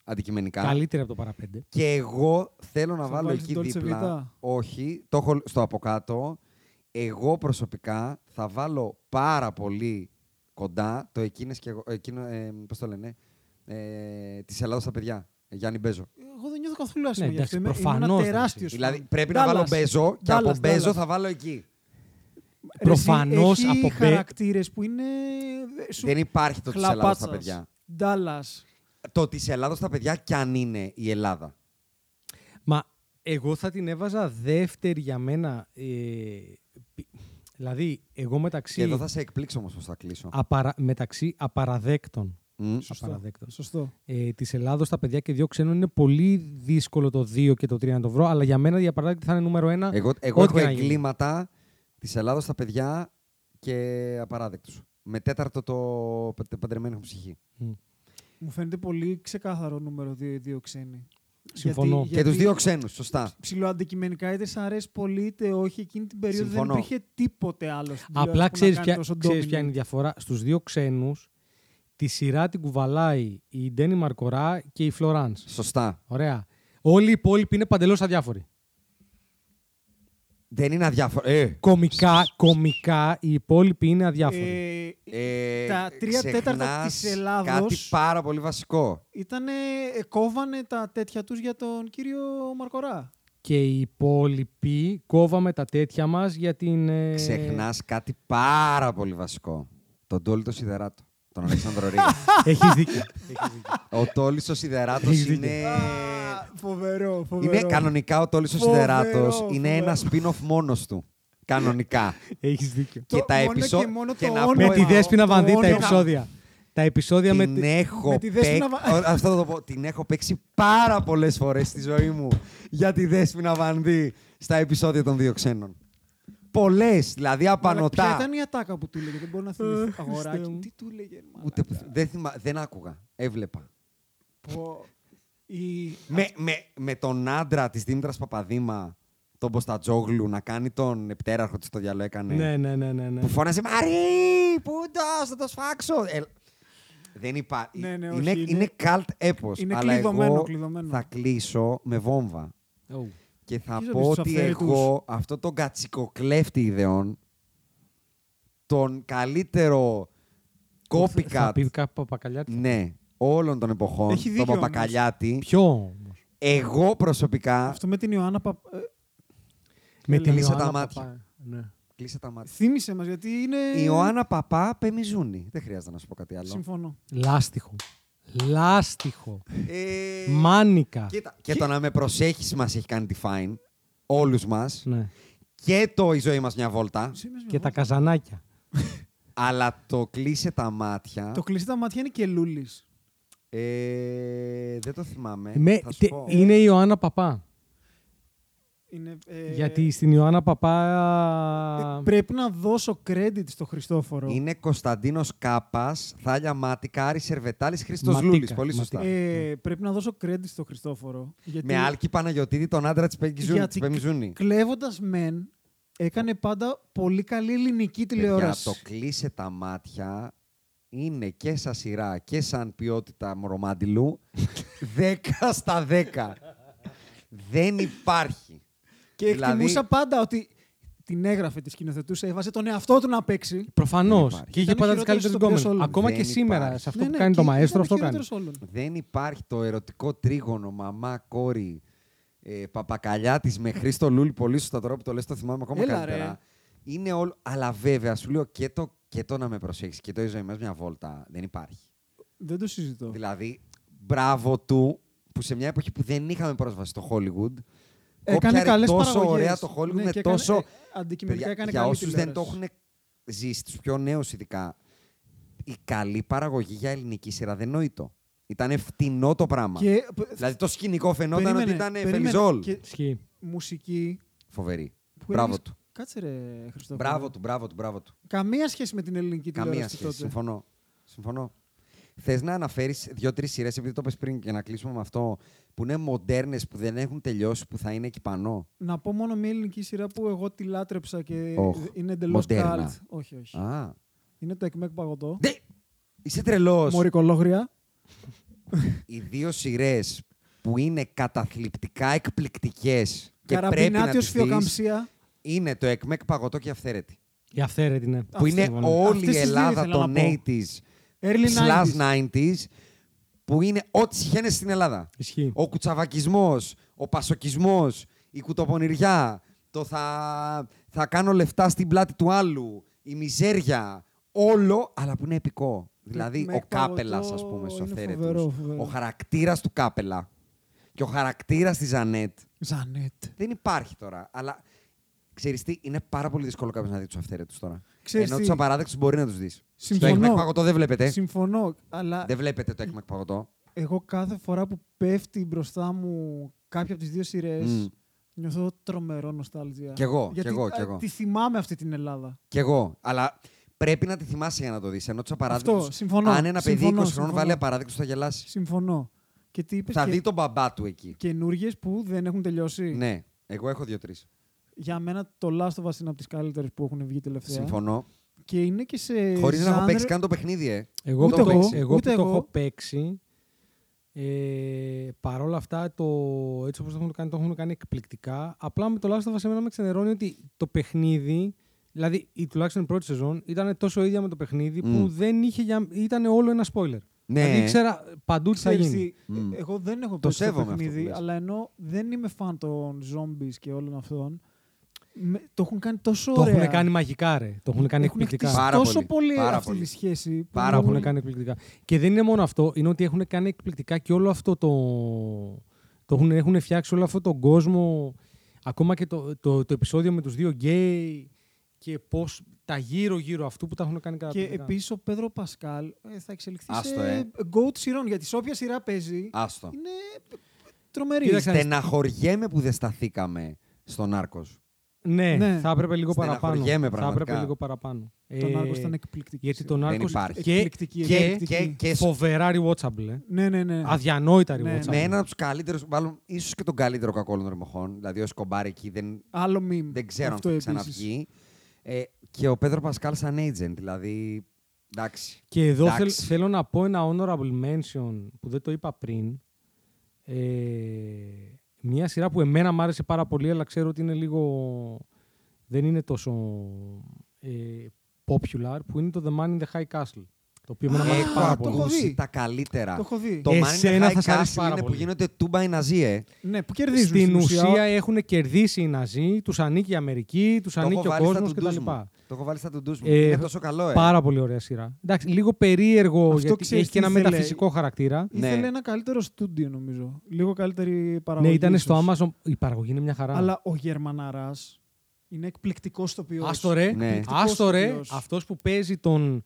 Speaker 3: αντικειμενικά.
Speaker 5: Καλύτερη από το παραπέντε.
Speaker 3: Και εγώ θέλω να
Speaker 4: Θα
Speaker 3: βάλω
Speaker 4: βάλεις
Speaker 3: εκεί
Speaker 4: την Dolce
Speaker 3: δίπλα.
Speaker 4: Vita?
Speaker 3: Όχι, το έχω στο από κάτω. Εγώ προσωπικά θα βάλω πάρα πολύ κοντά το εκείνες και εγώ, εκείνο, ε, πώς το λένε, ε, της Ελλάδος στα παιδιά. Γιάννη Μπέζο.
Speaker 4: Εγώ δεν νιώθω καθόλου άσχημα
Speaker 5: Ναι,
Speaker 4: γι' αυτό.
Speaker 5: εντάξει,
Speaker 4: Είμαι
Speaker 5: προφανώς,
Speaker 4: ήμουν
Speaker 5: εντάξει.
Speaker 4: τεράστιος
Speaker 3: Δηλαδή
Speaker 4: φαν.
Speaker 3: πρέπει
Speaker 4: Dallas.
Speaker 3: να βάλω Μπέζο και
Speaker 4: Dallas,
Speaker 3: από Μπέζο
Speaker 4: Dallas.
Speaker 3: θα βάλω εκεί.
Speaker 4: Ρε, εσύ,
Speaker 5: προφανώς
Speaker 4: έχει
Speaker 5: από Μπέ-
Speaker 4: χαρακτήρες που είναι. σου-
Speaker 3: Δεν υπάρχει το της Ελλάδος στα
Speaker 4: χλαπάτσας.
Speaker 3: παιδιά.
Speaker 4: Dallas.
Speaker 3: Το της Ελλάδος στα παιδιά κι αν είναι η Ελλάδα.
Speaker 5: Μα εγώ θα την έβαζα δεύτερη για μένα. Ε, πι- δηλαδή, εγώ μεταξύ,
Speaker 3: Και εδώ θα σε εκπλήξω όμως πώς θα κλείσω.
Speaker 5: απαρα, μεταξύ απαραδέκτων,
Speaker 3: Μμ.
Speaker 4: Σωστό.
Speaker 5: απαραδέκτων
Speaker 4: Σωστό.
Speaker 5: ε, της Ελλάδος, τα παιδιά και δύο ξένων είναι πολύ δύσκολο το 2 και το 3 να το βρω. Αλλά για μένα η απαραδέκτη θα είναι νούμερο 1.
Speaker 3: Εγώ, εγώ έχω
Speaker 5: Ό,τι και να γίνει.
Speaker 3: εγκλήματα της Ελλάδος στα παιδιά και απαράδεκτους. Με τέταρτο το πα- παντρεμένο μου ψυχή.
Speaker 4: Μου φαίνεται πολύ ξεκάθαρο νούμερο 2 οι δύο ξένοι.
Speaker 5: Συμφωνώ.
Speaker 4: Γιατί,
Speaker 3: Και τους
Speaker 4: γιατί
Speaker 3: δύο ξένους, σωστά.
Speaker 4: Ψιλοαντικειμενικά είτε σ' αρέσει πολύ είτε όχι, εκείνη την περίοδο
Speaker 3: Συμφωνώ.
Speaker 4: δεν υπήρχε τίποτε άλλο. στην τηλεόραση που
Speaker 5: Απλά
Speaker 4: να
Speaker 5: ξέρεις
Speaker 4: κάνει
Speaker 5: ποια,
Speaker 4: τόσο
Speaker 5: ξέρεις
Speaker 4: ντόμινο.
Speaker 5: ποια είναι η διαφορά. Στους δύο ξένους, τη σειρά την κουβαλάει η Ντένι Μαρκορά και η Φλωράν.
Speaker 3: Σωστά.
Speaker 5: Ωραία. Όλοι οι υπόλοιποι είναι παντελώς αδιάφοροι.
Speaker 3: Δεν είναι αδιάφορο. Ε,
Speaker 5: Κομικά, κομικά, οι υπόλοιποι είναι αδιάφοροι.
Speaker 4: Ε,
Speaker 3: ε,
Speaker 4: τα τρία τέταρτα
Speaker 3: ξεχνάς
Speaker 4: της Ελλάδος
Speaker 3: Κάτι πάρα πολύ βασικό.
Speaker 4: ήτανε, ε, κόβανε τα τέτοια τους για τον κύριο Μαρκορά.
Speaker 5: Και οι υπόλοιποι κόβαμε τα τέτοια μας για την. ε,
Speaker 3: Ξεχνάς κάτι πάρα πολύ βασικό. Τον Τόλι το Σιδεράτο. Τον Αλέξανδρο Ρίγα.
Speaker 5: Έχεις δίκιο. Έχεις δίκιο.
Speaker 3: Ο Τόλι ο Σιδεράτο
Speaker 5: Έχεις δίκιο.
Speaker 3: είναι.
Speaker 4: Α, φοβερό, φοβερό.
Speaker 3: Ε, Είναι κανονικά ο Τόλης ο Σιδεράτος.
Speaker 4: Φοβερό,
Speaker 3: Είναι
Speaker 4: φοβερό.
Speaker 3: ένας spin-off μόνος του. Κανονικά.
Speaker 5: Έχεις δίκιο.
Speaker 3: και
Speaker 4: Το
Speaker 3: τα
Speaker 4: μόνο
Speaker 3: επεισόδια.
Speaker 4: και μόνο
Speaker 3: και
Speaker 4: το
Speaker 3: να
Speaker 4: όνομα.
Speaker 3: πω
Speaker 5: Με τη
Speaker 4: Wow,
Speaker 5: Δέσποινα
Speaker 4: το
Speaker 5: Βανδύ τα
Speaker 4: όνομα.
Speaker 5: επεισόδια. Τα επεισόδια με
Speaker 3: Την
Speaker 5: τη...
Speaker 3: έχω
Speaker 4: με τη Δέσποινα
Speaker 3: παίκ-
Speaker 4: Βα-
Speaker 3: Ω, Αυτό θα το πω. Την έχω παίξει πάρα πολλές φορές στη ζωή μου για τη Δέσποινα Βανδύ στα επεισόδια των δύο ξένων. Πολλές, δηλαδή
Speaker 4: Μαλάκα, Ποια
Speaker 3: απανοτά.
Speaker 4: ήταν η ατάκα που του έλεγε, δεν μπορώ να
Speaker 5: Ε,
Speaker 4: θυμηθώ. Αγοράκι, τι του έλεγε.
Speaker 3: Ούτε, δεν, θυμα- δεν άκουγα. Έβλεπα.
Speaker 4: μαλάκα. Η-
Speaker 3: Με, με, με τον άντρα της Δήμητρας Παπαδήμα, τον Μποστατζόγλου, να κάνει τον επιτέραρχο της το διαλό έκανε.
Speaker 5: Ναι, ναι, ναι, ναι. ναι.
Speaker 3: Που φώναζε Μαρή, πού το, θα το σφάξω. Ε, δεν υπάρχει.
Speaker 4: Ναι, ναι, όχι,
Speaker 3: είναι,
Speaker 4: είναι-
Speaker 3: είναι cult έπος.
Speaker 4: είναι
Speaker 3: αλλά
Speaker 4: κλειδωμένο,
Speaker 3: εγώ
Speaker 4: κλειδωμένο.
Speaker 3: θα κλείσω με βόμβα.
Speaker 5: Ου.
Speaker 3: Και θα
Speaker 4: Ποιος θα
Speaker 3: πω
Speaker 4: πεις στους
Speaker 3: ότι
Speaker 4: αυθαίρετους?
Speaker 3: εγώ αυτό τον κατσικοκλέφτη ιδεών, τον καλύτερο
Speaker 5: Θα
Speaker 3: copycat
Speaker 5: πει κάποιο παπακαλιά.
Speaker 3: ναι, όλων των εποχών,
Speaker 4: Έχει
Speaker 3: τον
Speaker 4: δίκιο ναι. όμως.
Speaker 3: Παπακαλιάτη,
Speaker 5: Ποιο όμως.
Speaker 3: εγώ προσωπικά...
Speaker 4: Αυτό με την Ιωάννα Παπ... ε,
Speaker 5: Με την
Speaker 3: Κλείσω τα
Speaker 5: Ιωάννα
Speaker 3: μάτια.
Speaker 5: Παπα- ναι.
Speaker 3: Κλείσε τα μάτια.
Speaker 4: Θύμησε μας, γιατί είναι...
Speaker 3: Η Ιωάννα Παπά πεμιζούνι. Δεν χρειάζεται να σου πω κάτι άλλο.
Speaker 4: Συμφωνώ.
Speaker 5: Λάστιχο. Λάστιχο.
Speaker 3: Ε,
Speaker 5: Μάνικα.
Speaker 3: Κοίτα, και το να με προσέχεις μας έχει κάνει define. Όλους μας.
Speaker 5: Ναι.
Speaker 3: Και το η ζωή μας μια βόλτα.
Speaker 5: Και τα καζανάκια.
Speaker 3: Αλλά το κλείσε τα μάτια.
Speaker 4: Το κλειστά μάτια είναι και Λούλης.
Speaker 3: Ε, δεν το θυμάμαι.
Speaker 5: Με-
Speaker 3: θα σου
Speaker 5: τε-
Speaker 3: πω.
Speaker 5: είναι η Ιωάννα Παπά.
Speaker 4: Είναι, ε,
Speaker 5: Γιατί στην Ιωάννα ε,
Speaker 4: ε,
Speaker 3: ε,
Speaker 5: Παπά.
Speaker 4: Πρέπει να δώσω credit στο Χριστόφορο.
Speaker 3: Είναι Κωνσταντίνος Κάπας, Θάλια Μάτικα, Άρη Σερβετάλης, Χρήστος
Speaker 5: Ματίκα,
Speaker 3: Λούλης. Πολύ σωστά.
Speaker 4: Ε, πρέπει να δώσω credit στο Χριστόφορο. Γιατί...
Speaker 3: Με Άλκη Παναγιοτήτη, τον άντρα της
Speaker 4: Γιατί
Speaker 3: Πεμιζούνη.
Speaker 4: Κλέβοντας μεν, έκανε πάντα πολύ καλή ελληνική
Speaker 3: Για
Speaker 4: τηλεόραση.
Speaker 3: το κλείσε τα μάτια είναι και σαν σειρά και σαν ποιότητα μορομάντιλου 10 στα 10. Δεν υπάρχει.
Speaker 4: Και
Speaker 3: Δηλαδή-
Speaker 4: εκτιμούσα πάντα ότι την έγραφε, τη σκηνοθετούσε, έβαζε τον εαυτό του να παίξει.
Speaker 5: Προφανώς.
Speaker 3: Δεν υπάρχει.
Speaker 5: Και είχε
Speaker 4: Ήταν ο
Speaker 5: πάντα
Speaker 4: χειρότερος
Speaker 5: τι καλύτερε
Speaker 4: ηθοποιός
Speaker 5: γκόμενε.
Speaker 4: όλων.
Speaker 5: Ακόμα
Speaker 3: Δεν
Speaker 5: και σήμερα,
Speaker 3: υπάρχει.
Speaker 5: σε αυτό που κάνει το
Speaker 4: Ναι, και
Speaker 5: μαέστρο,
Speaker 4: ήταν
Speaker 5: αυτό
Speaker 4: ο
Speaker 5: κάνει.
Speaker 4: χειρότερος όλων.
Speaker 3: Δεν υπάρχει το ερωτικό τρίγωνο μαμά, κόρη, ε, παπακαλιά της με Χρήστο Λούλη. Πολύ σωστά τώρα που το λες το θυμάμαι ακόμα
Speaker 4: Έλα,
Speaker 3: καλύτερα.
Speaker 4: ρε.
Speaker 3: Είναι όλο. Αλλά βέβαια σου λέω και το, και το να με προσέχεις και το η ζωή μας μια βόλτα δεν υπάρχει.
Speaker 4: Δεν το συζητώ.
Speaker 3: Δηλαδή, μπράβο του που σε μια εποχή που δεν είχαμε πρόσβαση στο Hollywood.
Speaker 4: Έκανε
Speaker 3: κόπιαρε
Speaker 4: καλές
Speaker 3: τόσο
Speaker 4: Ε, παραγωγές.
Speaker 3: ωραία το Hollywood
Speaker 4: Ναι,
Speaker 3: με
Speaker 4: και έκανε-
Speaker 3: τόσο.
Speaker 4: ε, αντικειμενικά
Speaker 3: Παιδιά,
Speaker 4: έκανε
Speaker 3: για
Speaker 4: καλή
Speaker 3: όσους δεν το
Speaker 4: τηλεόραση.
Speaker 3: έχουν ζήσει, τους πιο νέους ειδικά, η καλή παραγωγή για ελληνική σειρά δεν νοείτο. Ήταν φτηνό το πράγμα.
Speaker 4: Και...
Speaker 3: Δηλαδή το σκηνικό φαινόταν
Speaker 4: περίμενε,
Speaker 3: ότι ήταν
Speaker 4: περίμενε.
Speaker 3: φελιζόλ.
Speaker 4: Και
Speaker 5: Ισχύει.
Speaker 4: μουσική.
Speaker 3: Φοβερή.
Speaker 4: που
Speaker 3: Μπράβο
Speaker 4: έλεγες-
Speaker 3: του.
Speaker 4: Κάτσε ρε, Χριστόφορο.
Speaker 3: Μπράβο του, μπράβο του, μπράβο του.
Speaker 4: Καμία σχέση με την ελληνική τηλεόραση
Speaker 3: Καμία σχέση.
Speaker 4: τότε.
Speaker 3: Συμφωνώ. Συμφωνώ. Θες να αναφέρεις δύο-τρει σειρές, επειδή το πες πριν και να κλείσουμε με αυτό, που είναι μοντέρνες, που δεν έχουν τελειώσει, που θα είναι εκεί πανώ.
Speaker 4: Να πω μόνο μια ελληνική σειρά που εγώ τη λάτρεψα και
Speaker 3: Οχ,
Speaker 4: είναι εντελώς
Speaker 3: μοντέρνα.
Speaker 4: cult. Όχι, όχι.
Speaker 3: Α.
Speaker 4: Είναι το εκμέκ παγωτό.
Speaker 3: Δε... Είσαι τρελός.
Speaker 4: Μωρικολόγρια.
Speaker 3: Οι δύο σειρές που είναι καταθλιπτικά εκπληκτικές και πρέπει να
Speaker 4: Καραμπινάτιος
Speaker 3: τις δεις,
Speaker 4: φιοκαμψία.
Speaker 3: είναι το Εκμεκ Παγωτό και Αυθαίρετη.
Speaker 5: Η αυθαίρετη, ναι.
Speaker 3: Που είναι
Speaker 4: λοιπόν.
Speaker 5: Συμφωνώ.
Speaker 3: όλη
Speaker 4: Αυτές τις
Speaker 3: η
Speaker 4: δύο
Speaker 3: Ελλάδα
Speaker 4: ήθελα
Speaker 3: των
Speaker 4: να πω.
Speaker 3: 80s
Speaker 4: Early
Speaker 3: slash
Speaker 4: 90s.
Speaker 3: 90s που είναι ό,τι συχαίνε στην Ελλάδα.
Speaker 5: Ισχύει.
Speaker 3: Ο κουτσαβακισμός, ο πασοκισμός, η κουτοπονηριά, το θα, θα κάνω λεφτά στην πλάτη του άλλου, η μιζέρια, όλο, αλλά που είναι επικό. Δηλαδή,
Speaker 4: με
Speaker 3: ο Κάπελα,
Speaker 4: παγωτό
Speaker 3: ας πούμε, στο
Speaker 4: είναι
Speaker 3: θέρετο.
Speaker 4: φοβερό, φοβερό.
Speaker 3: Ο χαρακτήρας του Κάπελα και ο χαρακτήρας της Ζανέτ.
Speaker 4: Ζανέτ.
Speaker 3: Δεν υπάρχει τώρα. Αλλά ξέρεις τι, είναι πάρα πολύ δύσκολο κάποιος να δει τους αυθαίρετου τώρα.
Speaker 4: Ξέρεις
Speaker 3: Ενώ
Speaker 4: τι.
Speaker 3: τους απαράδεκτους μπορεί να τους δεις. Το
Speaker 4: Συμφωνώ.
Speaker 3: έκμεκ παγωτό δεν βλέπετε.
Speaker 4: Συμφωνώ, αλλά
Speaker 3: Ναι. Δεν βλέπετε το έκμεκ παγωτό.
Speaker 4: εγώ κάθε φορά που πέφτει μπροστά μου κάποια από τις δύο σειρές,
Speaker 3: Μμμ.
Speaker 4: νιώθω τρομερό νοστάλτζια.
Speaker 3: Κι εγώ,
Speaker 4: Γιατί,
Speaker 3: κι εγώ,
Speaker 4: α,
Speaker 3: κι εγώ.
Speaker 4: Τη θυμάμαι αυτή την Ελλάδα.
Speaker 3: Κι εγώ. Αλλά πρέπει να τη θυμάσαι για να το δεις. Ενώ τους απαράδεκτους.
Speaker 4: Αυτό, συμφωνώ.
Speaker 3: Αν ένα παιδί 20
Speaker 4: Συμφωνώ,
Speaker 3: χρόνων
Speaker 4: συμφωνώ.
Speaker 3: βάλει απαράδεκτους, θα γελάσει.
Speaker 4: Συμφωνώ. Και τι είπες,
Speaker 3: Θα
Speaker 4: και...
Speaker 3: δει τον μπαμπά του εκεί.
Speaker 4: καινούργιες που δεν έχουν τελειώσει.
Speaker 3: Ναι, εγώ έχω δύο-τρει.
Speaker 4: Για μένα το Last of Us είναι από τις καλύτερες που έχουν βγει τελευταία.
Speaker 3: Συμφωνώ.
Speaker 4: Και είναι και σε
Speaker 3: Χωρίς να έχω
Speaker 4: genre-
Speaker 3: παίξει καν το παιχνίδι, ε.
Speaker 5: Εγώ
Speaker 4: Ούτε
Speaker 5: που το,
Speaker 4: εγώ,
Speaker 5: παίξει- εγώ
Speaker 4: ούτε
Speaker 5: που το
Speaker 4: εγώ.
Speaker 5: έχω παίξει. Ε, Παρ' όλα αυτά, το, έτσι όπως το έχουν κάνει, το έχουν κάνει εκπληκτικά. Απλά με το Last of Us εμένα με ξενερώνει ότι το παιχνίδι, δηλαδή η, τουλάχιστον η πρώτη σεζόν, ήταν τόσο ίδια με το παιχνίδι που
Speaker 4: Mm.
Speaker 3: Μμ.
Speaker 5: δεν είχε για, ήταν όλο ένα spoiler.
Speaker 3: Ναι.
Speaker 5: Δηλαδή ήξερα παντού τι θα
Speaker 4: Ξέρεις
Speaker 5: γίνει.
Speaker 4: τι, ε,
Speaker 3: Μμμ.
Speaker 4: Εγώ δεν έχω παίξει το,
Speaker 3: σέβομαι αυτό που
Speaker 4: παιχνίδι,
Speaker 3: λες.
Speaker 4: αλλά ενώ δεν είμαι φαν των zombies και όλων αυτών, με- το έχουν κάνει τόσο
Speaker 5: Το
Speaker 4: ωραία.
Speaker 5: έχουν κάνει μαγικά, ρε. Το έχουν κάνει
Speaker 4: Έχουν
Speaker 5: εκπληκτικά.
Speaker 4: χτίσει
Speaker 3: Πάρα
Speaker 4: τόσο
Speaker 3: πολύ,
Speaker 4: πολύ,
Speaker 3: πάρα
Speaker 4: αυτή
Speaker 3: πολύ.
Speaker 4: τη σχέση. που
Speaker 3: Πάρα
Speaker 5: Το
Speaker 4: είναι
Speaker 5: έχουν
Speaker 3: πολύ.
Speaker 5: κάνει εκπληκτικά. Και δεν είναι μόνο αυτό, είναι ότι έχουν κάνει εκπληκτικά και όλο αυτό το. το έχουν, έχουν φτιάξει όλο αυτό τον κόσμο. Ακόμα και το, το, το επεισόδιο με τους δύο γκέι και πώς τα γύρω-γύρω αυτού που τα έχουν κάνει
Speaker 4: Και
Speaker 5: καταπληκτικά.
Speaker 4: επίσης ο Πέδρο Πασκάλ ε, θα εξελιχθεί
Speaker 3: Άστο,
Speaker 4: σε
Speaker 3: ε.
Speaker 4: goat σειρών. Γιατί σε όποια σειρά παίζει
Speaker 3: Άστο.
Speaker 4: είναι τρομερή.
Speaker 5: Κοίταξε,
Speaker 3: Στεναχωριέμαι που δεν σταθήκαμε στον Άρκος.
Speaker 5: Ναι,
Speaker 4: ναι.
Speaker 5: θα έπρεπε λίγο παραπάνω.
Speaker 3: Στεναχωριέμαι
Speaker 5: Θα έπρεπε
Speaker 3: πραγματικά.
Speaker 5: λίγο παραπάνω.
Speaker 4: Τον
Speaker 5: Ε,
Speaker 4: Άργο ήταν εκπληκτική.
Speaker 5: Γιατί
Speaker 4: σειρά.
Speaker 5: τον
Speaker 3: Δεν
Speaker 5: Άρκος.
Speaker 3: υπάρχει.
Speaker 5: Και,
Speaker 4: Εκπληκτική,
Speaker 3: Και,
Speaker 4: εκπληκτική.
Speaker 3: και, και
Speaker 5: φοβερά rewatchable. ε.
Speaker 4: Ναι, ναι, ναι.
Speaker 5: Αδιανόητα
Speaker 4: Ναι,
Speaker 5: rewatchable.
Speaker 3: με έναν από τους καλύτερους, μάλλον ίσως και τον καλύτερο κακό όλων των εποχών. Δηλαδή, ο Σκομπάρ εκεί δεν,
Speaker 4: Άλλο meme.
Speaker 3: δεν ξέρω
Speaker 4: Αυτό
Speaker 3: αν θα
Speaker 4: επίσης.
Speaker 3: ξαναβγεί. Ε, και ο Πέτρο Πασκάλ σαν agent, δηλαδή. Εντάξει.
Speaker 5: Και εδώ
Speaker 3: Εντάξει.
Speaker 5: θέλ- θέλω να πω ένα honorable mention που δεν το είπα πριν. Ε, μια σειρά που εμένα μου άρεσε πάρα πολύ, αλλά ξέρω ότι είναι λίγο... δεν είναι τόσο ε, popular, που είναι το The Man in the High Castle. Το οποίο εμένα μου άρεσε
Speaker 3: Έχω
Speaker 5: πάρα πολύ.
Speaker 4: ακούσει.
Speaker 3: ακούσει
Speaker 4: δει.
Speaker 3: τα καλύτερα.
Speaker 4: Το έχω δει.
Speaker 3: Το
Speaker 5: Εσένα
Speaker 3: Mind the
Speaker 5: θα σ'
Speaker 3: High
Speaker 5: αρέσει
Speaker 3: Castle
Speaker 5: πάρα
Speaker 3: είναι που
Speaker 5: πολύ.
Speaker 3: γίνονται τούμπα οι Ναζί, ε.
Speaker 4: Ναι, που κερδίζουν
Speaker 5: Στην ουσία έχουν κερδίσει οι Ναζί, τους ανήκει η Αμερική, τους
Speaker 3: Το έχω
Speaker 5: ανήκει ο
Speaker 3: βάλει στα
Speaker 5: κόσμος
Speaker 3: ντουντούς
Speaker 5: κτλ.
Speaker 3: μου. Το έχω βάλει στα τουντούς μου.
Speaker 5: Ε,
Speaker 3: είναι τόσο καλό, ε.
Speaker 5: Πάρα πολύ ωραία σειρά. Εντάξει, λίγο περίεργο
Speaker 4: Αυτό
Speaker 5: γιατί
Speaker 4: ξέρεις
Speaker 5: έχει και
Speaker 4: τι
Speaker 5: ένα
Speaker 4: ήθελε.
Speaker 5: μεταφυσικό χαρακτήρα.
Speaker 4: Ήθελε
Speaker 3: Ναι.
Speaker 4: ένα καλύτερο στούντιο, νομίζω. Λίγο καλύτερη
Speaker 5: Ναι,
Speaker 4: παραγωγή.
Speaker 5: ήταν
Speaker 4: ίσως.
Speaker 5: στο Amazon. Η παραγωγή είναι μια χαρά.
Speaker 4: Αλλά ο Γερμαναράς είναι εκπληκτικός στο ποιό.
Speaker 5: Άστο ρε,
Speaker 3: Ναι.
Speaker 4: Εκπληκτικός
Speaker 5: άστο ρε,
Speaker 4: ηθοποιός.
Speaker 5: αυτός που παίζει τον...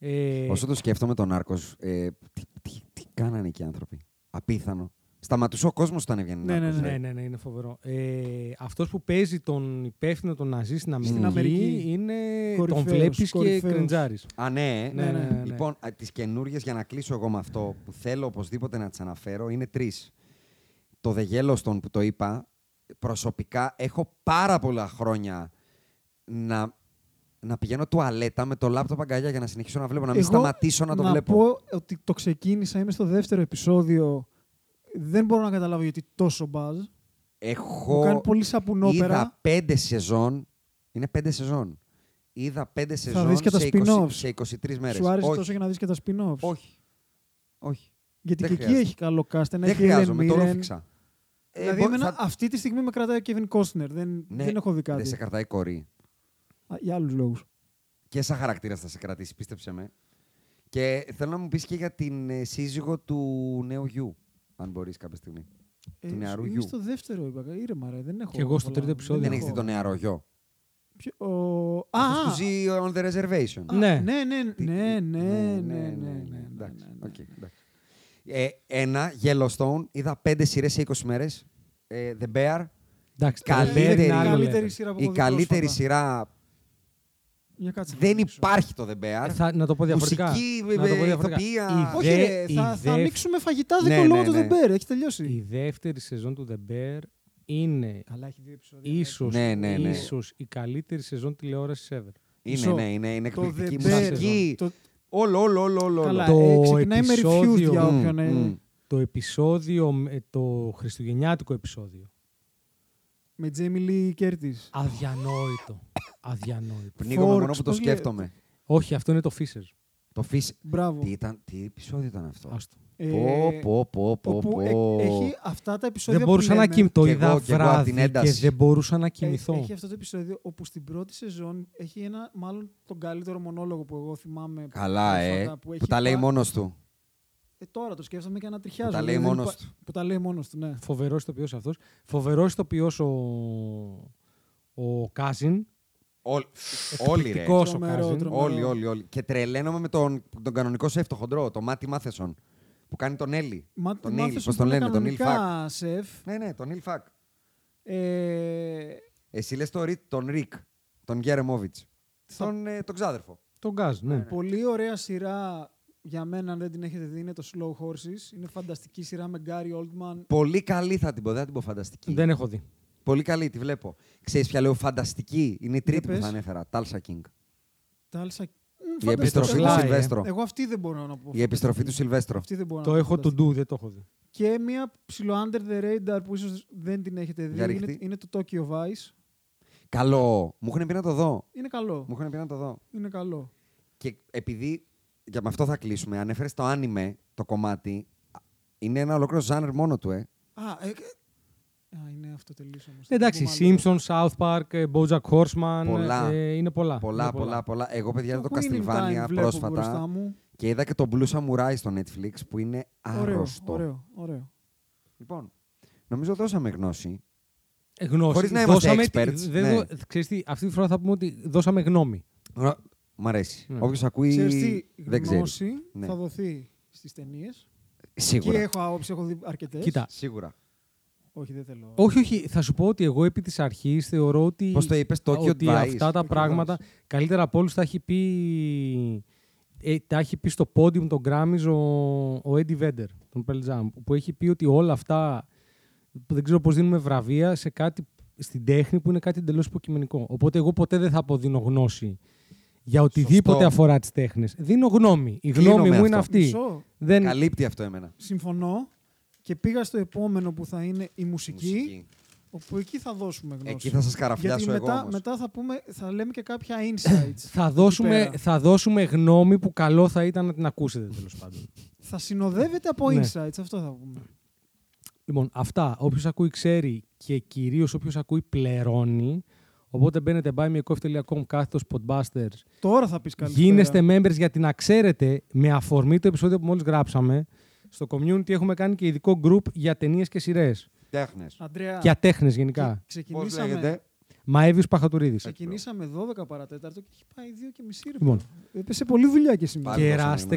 Speaker 5: Ε,
Speaker 3: Όσο το σκέφτομαι τον Άρκος, ε, τι, τι, τι κάνανε και οι άνθρωποι. Απίθανο. Σταματούσε ο κόσμος όταν έβγαινε να
Speaker 4: Ναι, ναι,
Speaker 3: ακούσει.
Speaker 4: ναι.
Speaker 5: Ναι, ναι, ναι, είναι φοβερό. Ε, Αυτός που παίζει τον υπεύθυνο των Ναζί στην Αμερική,
Speaker 3: Στην
Speaker 4: Αμερική.
Speaker 5: είναι.
Speaker 4: Κορυφαίος,
Speaker 5: τον βλέπεις και
Speaker 4: κορυφαίος.
Speaker 5: κριντζάρεις.
Speaker 3: Α, ναι.
Speaker 5: Ναι, ναι, ναι.
Speaker 3: Λοιπόν, τις καινούριες για να κλείσω εγώ με αυτό που θέλω οπωσδήποτε να τις αναφέρω είναι τρεις. Το The Yellowstone που το είπα, προσωπικά έχω πάρα πολλά χρόνια να, να πηγαίνω τουαλέτα με το λάπτοπ αγκαλιά για να συνεχίσω να βλέπω, να μην
Speaker 4: Εγώ
Speaker 3: σταματήσω να το βλέπω.
Speaker 4: πω ότι το ξεκίνησα, είμαι στο δεύτερο επεισόδιο. Δεν μπορώ να καταλάβω γιατί τόσο μπαζ. Μου κάνει
Speaker 3: Έχω.
Speaker 4: πολύ σαπουνόπερα.
Speaker 3: Είδα πέντε σεζόν. Είναι πέντε σεζόν. Είδα πέντε σεζόν
Speaker 4: δεις και τα
Speaker 3: σε,
Speaker 4: spin-offs.
Speaker 3: 20, σε 23 μέρες.
Speaker 4: Σου άρεσε
Speaker 3: όχι,
Speaker 4: τόσο για να δεις και τα spin-offs.
Speaker 3: όχι. Όχι.
Speaker 4: Γιατί
Speaker 3: δεν
Speaker 4: και εκεί
Speaker 3: χρειάζεται.
Speaker 4: έχει καλό cast. Ένα
Speaker 3: Δεν
Speaker 4: έχει Ellen
Speaker 3: χρειάζομαι, το
Speaker 4: Mirren.
Speaker 3: ρούφηξα. Ε,
Speaker 4: δηλαδή,
Speaker 3: μπο-
Speaker 4: εμένα
Speaker 3: θα-
Speaker 4: αυτή τη στιγμή με κρατάει ο Kevin Costner. Δεν,
Speaker 3: Ναι,
Speaker 4: δεν έχω δει κάτι.
Speaker 3: Δεν σε κρατάει κορή.
Speaker 4: Α, Για άλλους λόγους.
Speaker 3: Και σαν χαρακτήρα θα σε κρατήσει, πίστεψε με. Και θέλω να μου πεις και για την ε, σύζυγο του νέου γιου, αν μπορείς κάποια στιγμή. Του νεαρού
Speaker 4: είμαι
Speaker 3: γιου.
Speaker 4: Ε, στο δεύτερο, είπα. Ήρεμα, ρε. Δεν έχω.
Speaker 5: Κι εγώ στο
Speaker 4: πολλά.
Speaker 5: τρίτο επεισόδιο.
Speaker 3: Δεν
Speaker 5: έχω.
Speaker 3: έχεις δει τον νεαρό γιο.
Speaker 4: Ποιο- ο- Α,
Speaker 3: Αυτός
Speaker 4: α,
Speaker 3: που ζει on the reservation.
Speaker 4: α,
Speaker 5: Ναι.
Speaker 4: ναι, ναι,
Speaker 3: Τι-
Speaker 4: ναι, ναι, ναι, ναι, ναι, ναι,
Speaker 3: εντάξει,
Speaker 4: ναι,
Speaker 3: οκ, εντάξει. Ε, ένα, Yellowstone. Είδα πέντε σειρές σε 20 μέρε. The Bear.
Speaker 5: Εντάξει, το
Speaker 3: Καλύτερη-
Speaker 5: Λεβέρ είναι
Speaker 4: Η
Speaker 5: άλλο
Speaker 4: καλύτερη
Speaker 5: level.
Speaker 4: σειρά που
Speaker 3: Η
Speaker 4: έχω δει
Speaker 3: καλύτερη
Speaker 4: πρόσφατα.
Speaker 3: σειρά.
Speaker 4: Για κάτσε να
Speaker 3: Δεν
Speaker 4: ανοίξω.
Speaker 3: υπάρχει το The Bear.
Speaker 5: Ε, θα- να το πω διαφορετικά.
Speaker 3: Μουσική,
Speaker 5: Να το πω
Speaker 3: ε,
Speaker 5: διαφορετικά.
Speaker 3: ηθοποιία.
Speaker 5: Η
Speaker 4: Όχι,
Speaker 5: δε-
Speaker 4: ρε,
Speaker 5: η
Speaker 4: θα, θα
Speaker 5: δε-
Speaker 4: ανοίξουμε φαγητά
Speaker 3: Ναι,
Speaker 4: δεν
Speaker 3: ναι,
Speaker 4: κολλώ το
Speaker 3: ναι.
Speaker 4: The Bear, έχει τελειώσει.
Speaker 5: Η δεύτερη σεζόν του The Bear είναι
Speaker 4: Καλά, έχει δύο επεισόδια.
Speaker 5: ίσως,
Speaker 3: Ναι, ναι, ναι.
Speaker 5: ίσως η καλύτερη σεζόν τηλεόρασης ever.
Speaker 3: Είναι,
Speaker 4: Μισό.
Speaker 3: ναι, είναι, είναι
Speaker 4: Το The
Speaker 3: εκπληκτική
Speaker 4: Bear.
Speaker 3: μουσική.
Speaker 4: Το-
Speaker 3: Όλο, όλο, όλο, όλο.
Speaker 4: Καλά,
Speaker 3: όλο.
Speaker 5: Το
Speaker 4: ε, ξεκινάει με
Speaker 5: επεισόδιο.
Speaker 4: review για
Speaker 3: Μμμ,
Speaker 4: όποιον. ε,
Speaker 3: μμμ.
Speaker 5: Το επεισόδιο, με- το χριστουγεννιάτικο επεισόδιο.
Speaker 4: Με Jamie Lee Curtis.
Speaker 5: Αδιανόητο. Αδιανόητο.
Speaker 3: Πνίγομαι
Speaker 4: Forks,
Speaker 3: μόνο που το
Speaker 4: πώς λέγεται.
Speaker 3: σκέφτομαι.
Speaker 5: Όχι, αυτό είναι το Fisher.
Speaker 3: Το Fish.
Speaker 4: Μπράβο.
Speaker 3: Τι, ήταν, τι επεισόδιο ήταν αυτό.
Speaker 5: Άστο.
Speaker 4: Ε,
Speaker 3: Πω, πω, πω, πω,
Speaker 4: όπου ε-
Speaker 3: πω.
Speaker 4: έχει αυτά τα επεισόδια
Speaker 5: Δεν
Speaker 4: που
Speaker 5: μπορούσα να
Speaker 4: λέμε.
Speaker 5: κοιμηθώ. Το
Speaker 3: Κι
Speaker 5: είδα
Speaker 3: εγώ, κι εγώ απ' την
Speaker 5: βράδυ και
Speaker 3: ένταση.
Speaker 5: δεν μπορούσα να
Speaker 4: Ε,
Speaker 5: κοιμηθώ.
Speaker 4: Έχει αυτό το επεισόδιο όπου στην πρώτη σεζόν έχει ένα, μάλλον τον καλύτερο μονόλογο που εγώ θυμάμαι.
Speaker 3: Καλά,
Speaker 4: πρόσφατα,
Speaker 3: ε. Που,
Speaker 4: έχει
Speaker 3: τα λέει
Speaker 4: υπά-
Speaker 3: μόνος του.
Speaker 4: Ε, τώρα το σκέφτομαι και ανατριχιάζω.
Speaker 3: Που τα
Speaker 4: δηλαδή
Speaker 3: λέει
Speaker 4: δεν
Speaker 3: μόνος
Speaker 4: υπά-
Speaker 3: του.
Speaker 4: Που τα λέει μόνος του, ναι.
Speaker 5: Φοβερός ηθοποιός αυτός. Φοβερός ηθοποιός ο. Ο Κάζιν.
Speaker 3: Όλ- Όλοι, ρε.
Speaker 5: Εκπληκτικός ο
Speaker 4: Τρομερό,
Speaker 5: Κάζιν.
Speaker 4: τρομερό.
Speaker 3: Όλοι, όλοι, όλοι. Και τρελαίνομαι με τον, τον κανονικό σεφ, το χοντρό, το Μάτι Μάθεσον. Που κάνει τον Έλλη.
Speaker 4: Μα
Speaker 3: τον
Speaker 4: μάθες
Speaker 3: Neil,
Speaker 4: ότι
Speaker 3: τον
Speaker 4: είναι
Speaker 3: λένε, τον Neil
Speaker 4: κανονικά σεφ.
Speaker 3: Ναι, ναι, τον Νίλ Φακ.
Speaker 4: Ε,
Speaker 3: Εσύ λες το, Ρι- τον Ρικ, τον Γερεμόβιτς.
Speaker 4: Θα-
Speaker 3: Τον, ε, τον ξάδερφο.
Speaker 5: Τον Κάζιν, ναι.
Speaker 4: Πολύ ωραία σειρά για μένα, αν δεν την έχετε δει, είναι το Slow Horses. Είναι φανταστική σειρά με Gary Oldman.
Speaker 3: Πολύ καλή θα την πω, δεν θα την πω φανταστική.
Speaker 5: Δεν έχω δει.
Speaker 3: Πολύ καλή, τη βλέπω. Ξέρεις ποια λέω φανταστική. Είναι η τρίτη
Speaker 4: Για
Speaker 3: που θα
Speaker 4: πες.
Speaker 3: ανέφερα. Τάλσα Κίνγκ.
Speaker 4: Τάλσα.
Speaker 3: Η επιστροφή του
Speaker 5: Sly, ε.
Speaker 3: Σιλβέστρο.
Speaker 4: Εγώ αυτή δεν μπορώ να πω.
Speaker 3: Η επιστροφή του Σιλβέστρο.
Speaker 4: Αυτή δεν μπορώ
Speaker 5: Το
Speaker 4: να
Speaker 5: έχω
Speaker 4: φανταστώ.
Speaker 5: του ντου, δεν το έχω δει.
Speaker 4: Και μια ψηλό under the radar που ίσως δεν την έχετε
Speaker 3: Για
Speaker 4: δει.
Speaker 3: ρίχτη.
Speaker 4: Είναι, είναι το Tokyo Vice.
Speaker 3: Καλό. Μου έχουν πει να το δω.
Speaker 4: Είναι καλό.
Speaker 3: Μου έχουν πει να το δω.
Speaker 4: Είναι καλό.
Speaker 3: Και επειδή. Για με αυτό θα κλείσουμε. Ανέφερε το άνιμε το κομμάτι. Είναι ένα ολόκληρο ζάνερ μόνο του, ε.
Speaker 4: Α, ε, ε, α, είναι αυτό τελείως όμως.
Speaker 5: Εντάξει,
Speaker 4: Θα το πούμε άλλο.
Speaker 5: Simpsons, South Park, ε, BoJack Horseman.
Speaker 4: ναι,
Speaker 3: Πολλά.
Speaker 5: ε, είναι πολλά.
Speaker 3: πολλά,
Speaker 5: είναι
Speaker 3: πολλά, πολλά. Εγώ, παιδιά, είδα το
Speaker 4: Queen in
Speaker 3: Castlevania
Speaker 4: Time βλέπω μπροστά
Speaker 3: πρόσφατα.
Speaker 4: μου.
Speaker 3: Και είδα και το Blue Samurai στο Netflix που είναι
Speaker 4: Ωραίο,
Speaker 3: άρρωστο.
Speaker 4: ωραίο, ωραίο.
Speaker 3: Λοιπόν, νομίζω δώσαμε γνώση.
Speaker 5: Ε, Γνώση.
Speaker 3: Χωρίς να είμαστε
Speaker 5: Δώσαμε
Speaker 3: experts,
Speaker 5: τη- δεν
Speaker 3: ναι.
Speaker 5: δω- ξέρεις τι, αυτή τη φορά θα πούμε ότι δώσαμε γνώμη.
Speaker 3: Ρα- Μ' αρέσει.
Speaker 5: Ναι.
Speaker 3: Όποιος ακούει.
Speaker 4: Ξέρεις τι
Speaker 3: δεν ξέρει.
Speaker 4: γνώση
Speaker 3: Ναι.
Speaker 4: θα δοθεί στις ταινίες. Και
Speaker 3: Σίγουρα.
Speaker 4: έχω άποψη, έχω δει αρκετές.
Speaker 5: Κοίτα.
Speaker 3: Σίγουρα.
Speaker 4: Όχι, δεν θέλω.
Speaker 5: Όχι, όχι. Θα σου πω ότι εγώ επί της αρχής θεωρώ ότι,
Speaker 3: Πώς το είπες, Tokyo
Speaker 5: ότι
Speaker 3: Vice.
Speaker 5: αυτά τα
Speaker 3: Tokyo
Speaker 5: πράγματα καλύτερα από όλους τα έχει πει, ε, τα έχει πει στο podium τον Grammys ο, ο Eddie Vedder, τον Pearl Jam, που έχει πει ότι όλα αυτά που δεν ξέρω πώς δίνουμε βραβεία σε κάτι στην τέχνη που είναι κάτι εντελώς υποκειμενικό. Οπότε εγώ ποτέ δεν θα αποδίνω γνώση για οτιδήποτε
Speaker 3: Σωστό.
Speaker 5: αφορά τις τέχνες. Δίνω γνώμη. Η
Speaker 3: Κλείνω
Speaker 5: γνώμη
Speaker 3: με
Speaker 5: μου είναι
Speaker 3: αυτό.
Speaker 5: αυτή.
Speaker 4: Μισό.
Speaker 5: Δεν...
Speaker 3: Καλύπτει αυτό εμένα.
Speaker 4: Συμφωνώ. Και πήγα στο επόμενο που θα είναι η μουσική,
Speaker 3: Μουσική.
Speaker 4: όπου εκεί θα δώσουμε γνώση.
Speaker 3: Εκεί θα σας καραφιάσω
Speaker 4: Γιατί μετά,
Speaker 3: εγώ όμως.
Speaker 4: μετά θα, πούμε, θα λέμε και κάποια insights.
Speaker 5: Ε, Θα δώσουμε,
Speaker 4: πέρα.
Speaker 5: θα δώσουμε γνώμη που καλό θα ήταν να την ακούσετε τέλος πάντων.
Speaker 4: θα συνοδεύεται από
Speaker 5: Ναι.
Speaker 4: insights, αυτό θα πούμε.
Speaker 5: Λοιπόν, αυτά. Όποιος ακούει ξέρει και κυρίως όποιος ακούει πληρώνει. Οπότε μπαίνετε buymeacoffee.com κάθετος podbusters.
Speaker 4: Τώρα θα πεις καλησπέρα.
Speaker 5: Γίνεστε members γιατί να ξέρετε με αφορμή το επεισόδιο που μόλις γράψαμε. Στο community έχουμε κάνει και ειδικό group για ταινίες και σειρές.
Speaker 3: Τέχνες.
Speaker 4: Αντρέα,
Speaker 5: Για τέχνες γενικά.
Speaker 4: ξεκινήσαμε,
Speaker 5: Μαέβιος Παχατουρίδης.
Speaker 4: Ξεκινήσαμε 12 παρατέταρτο και έχει πάει 2 και μισή ρε.
Speaker 5: Λοιπόν.
Speaker 4: Έπεσε πολλή δουλειά και σήμερα.
Speaker 3: Πάλι
Speaker 5: Κεράστε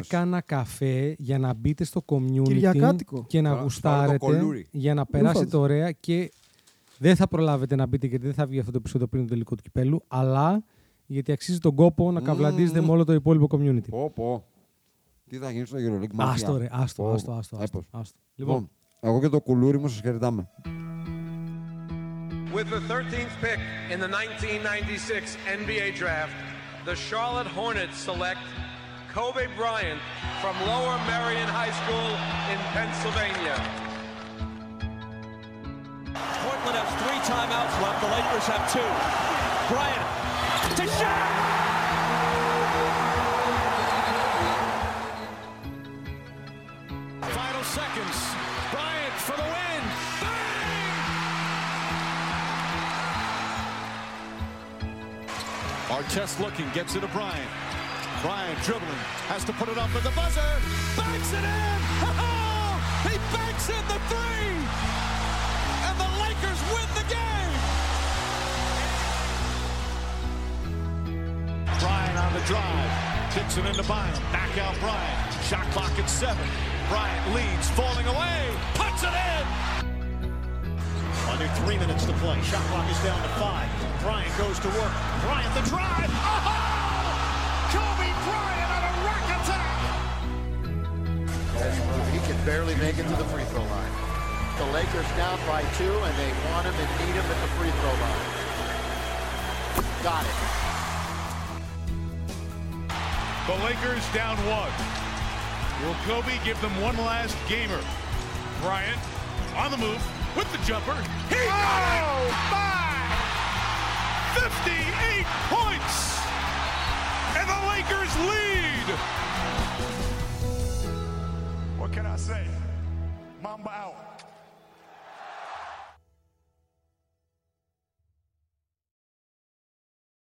Speaker 3: δώσαμε
Speaker 5: κάνα καφέ για να μπείτε στο community
Speaker 4: Κυριακάτικο.
Speaker 5: και
Speaker 3: Τώρα-
Speaker 5: να
Speaker 3: τώρα το
Speaker 5: γουστάρετε
Speaker 3: κολούρι.
Speaker 5: για να
Speaker 4: Ρούφαλες.
Speaker 5: περάσετε ωραία και δεν θα προλάβετε να μπείτε γιατί δεν θα βγει αυτό το επεισόδιο πριν το τελικό του κυπέλου, αλλά γιατί αξίζει τον κόπο να καβλαντίζετε με όλο το υπόλοιπο community.
Speaker 3: Πω, πω. Τι θα γίνει στο EuroLeague μάτια.
Speaker 5: Άστο ρε, άστο,
Speaker 3: Πω,
Speaker 5: άστο, άστο, άστο,
Speaker 3: έπος.
Speaker 5: άστο. Λοιπόν,
Speaker 3: Λοιπόν, εγώ και το κουλούρι μου σας χαιρετάμε.
Speaker 7: With the 13th pick in the 1996 NBA draft, the Charlotte Hornets select Kobe Bryant from Lower Merion High School in Pennsylvania.
Speaker 8: Portland has three timeouts left. The Lakers have two. Bryant to shot.
Speaker 9: Final seconds. Bryant for the win. Bang! Artest looking, gets it to Bryant. Bryant dribbling, has to put it up with the buzzer. Banks it in. Oh, he banks in the three. And the Lakers win the game. Bryant on the drive. Kicks it into Bynum. Back out Bryant. Shot clock at seven. Bryant leads, falling away. Puts it in. Under three minutes to play. Shot clock is down to five. Bryant goes to work. Bryant the drive. Oh! Kobe Bryant on a rack attack.
Speaker 10: He can barely make it to the free throw line. The Lakers down by two, and they want him and need him at the free throw line. Got it.
Speaker 1: The Lakers down one. Will Kobe give them one last gamer? Bryant on the move with the jumper. He oh, my! 58 points! And the Lakers lead!
Speaker 2: What can I say? Mamba out.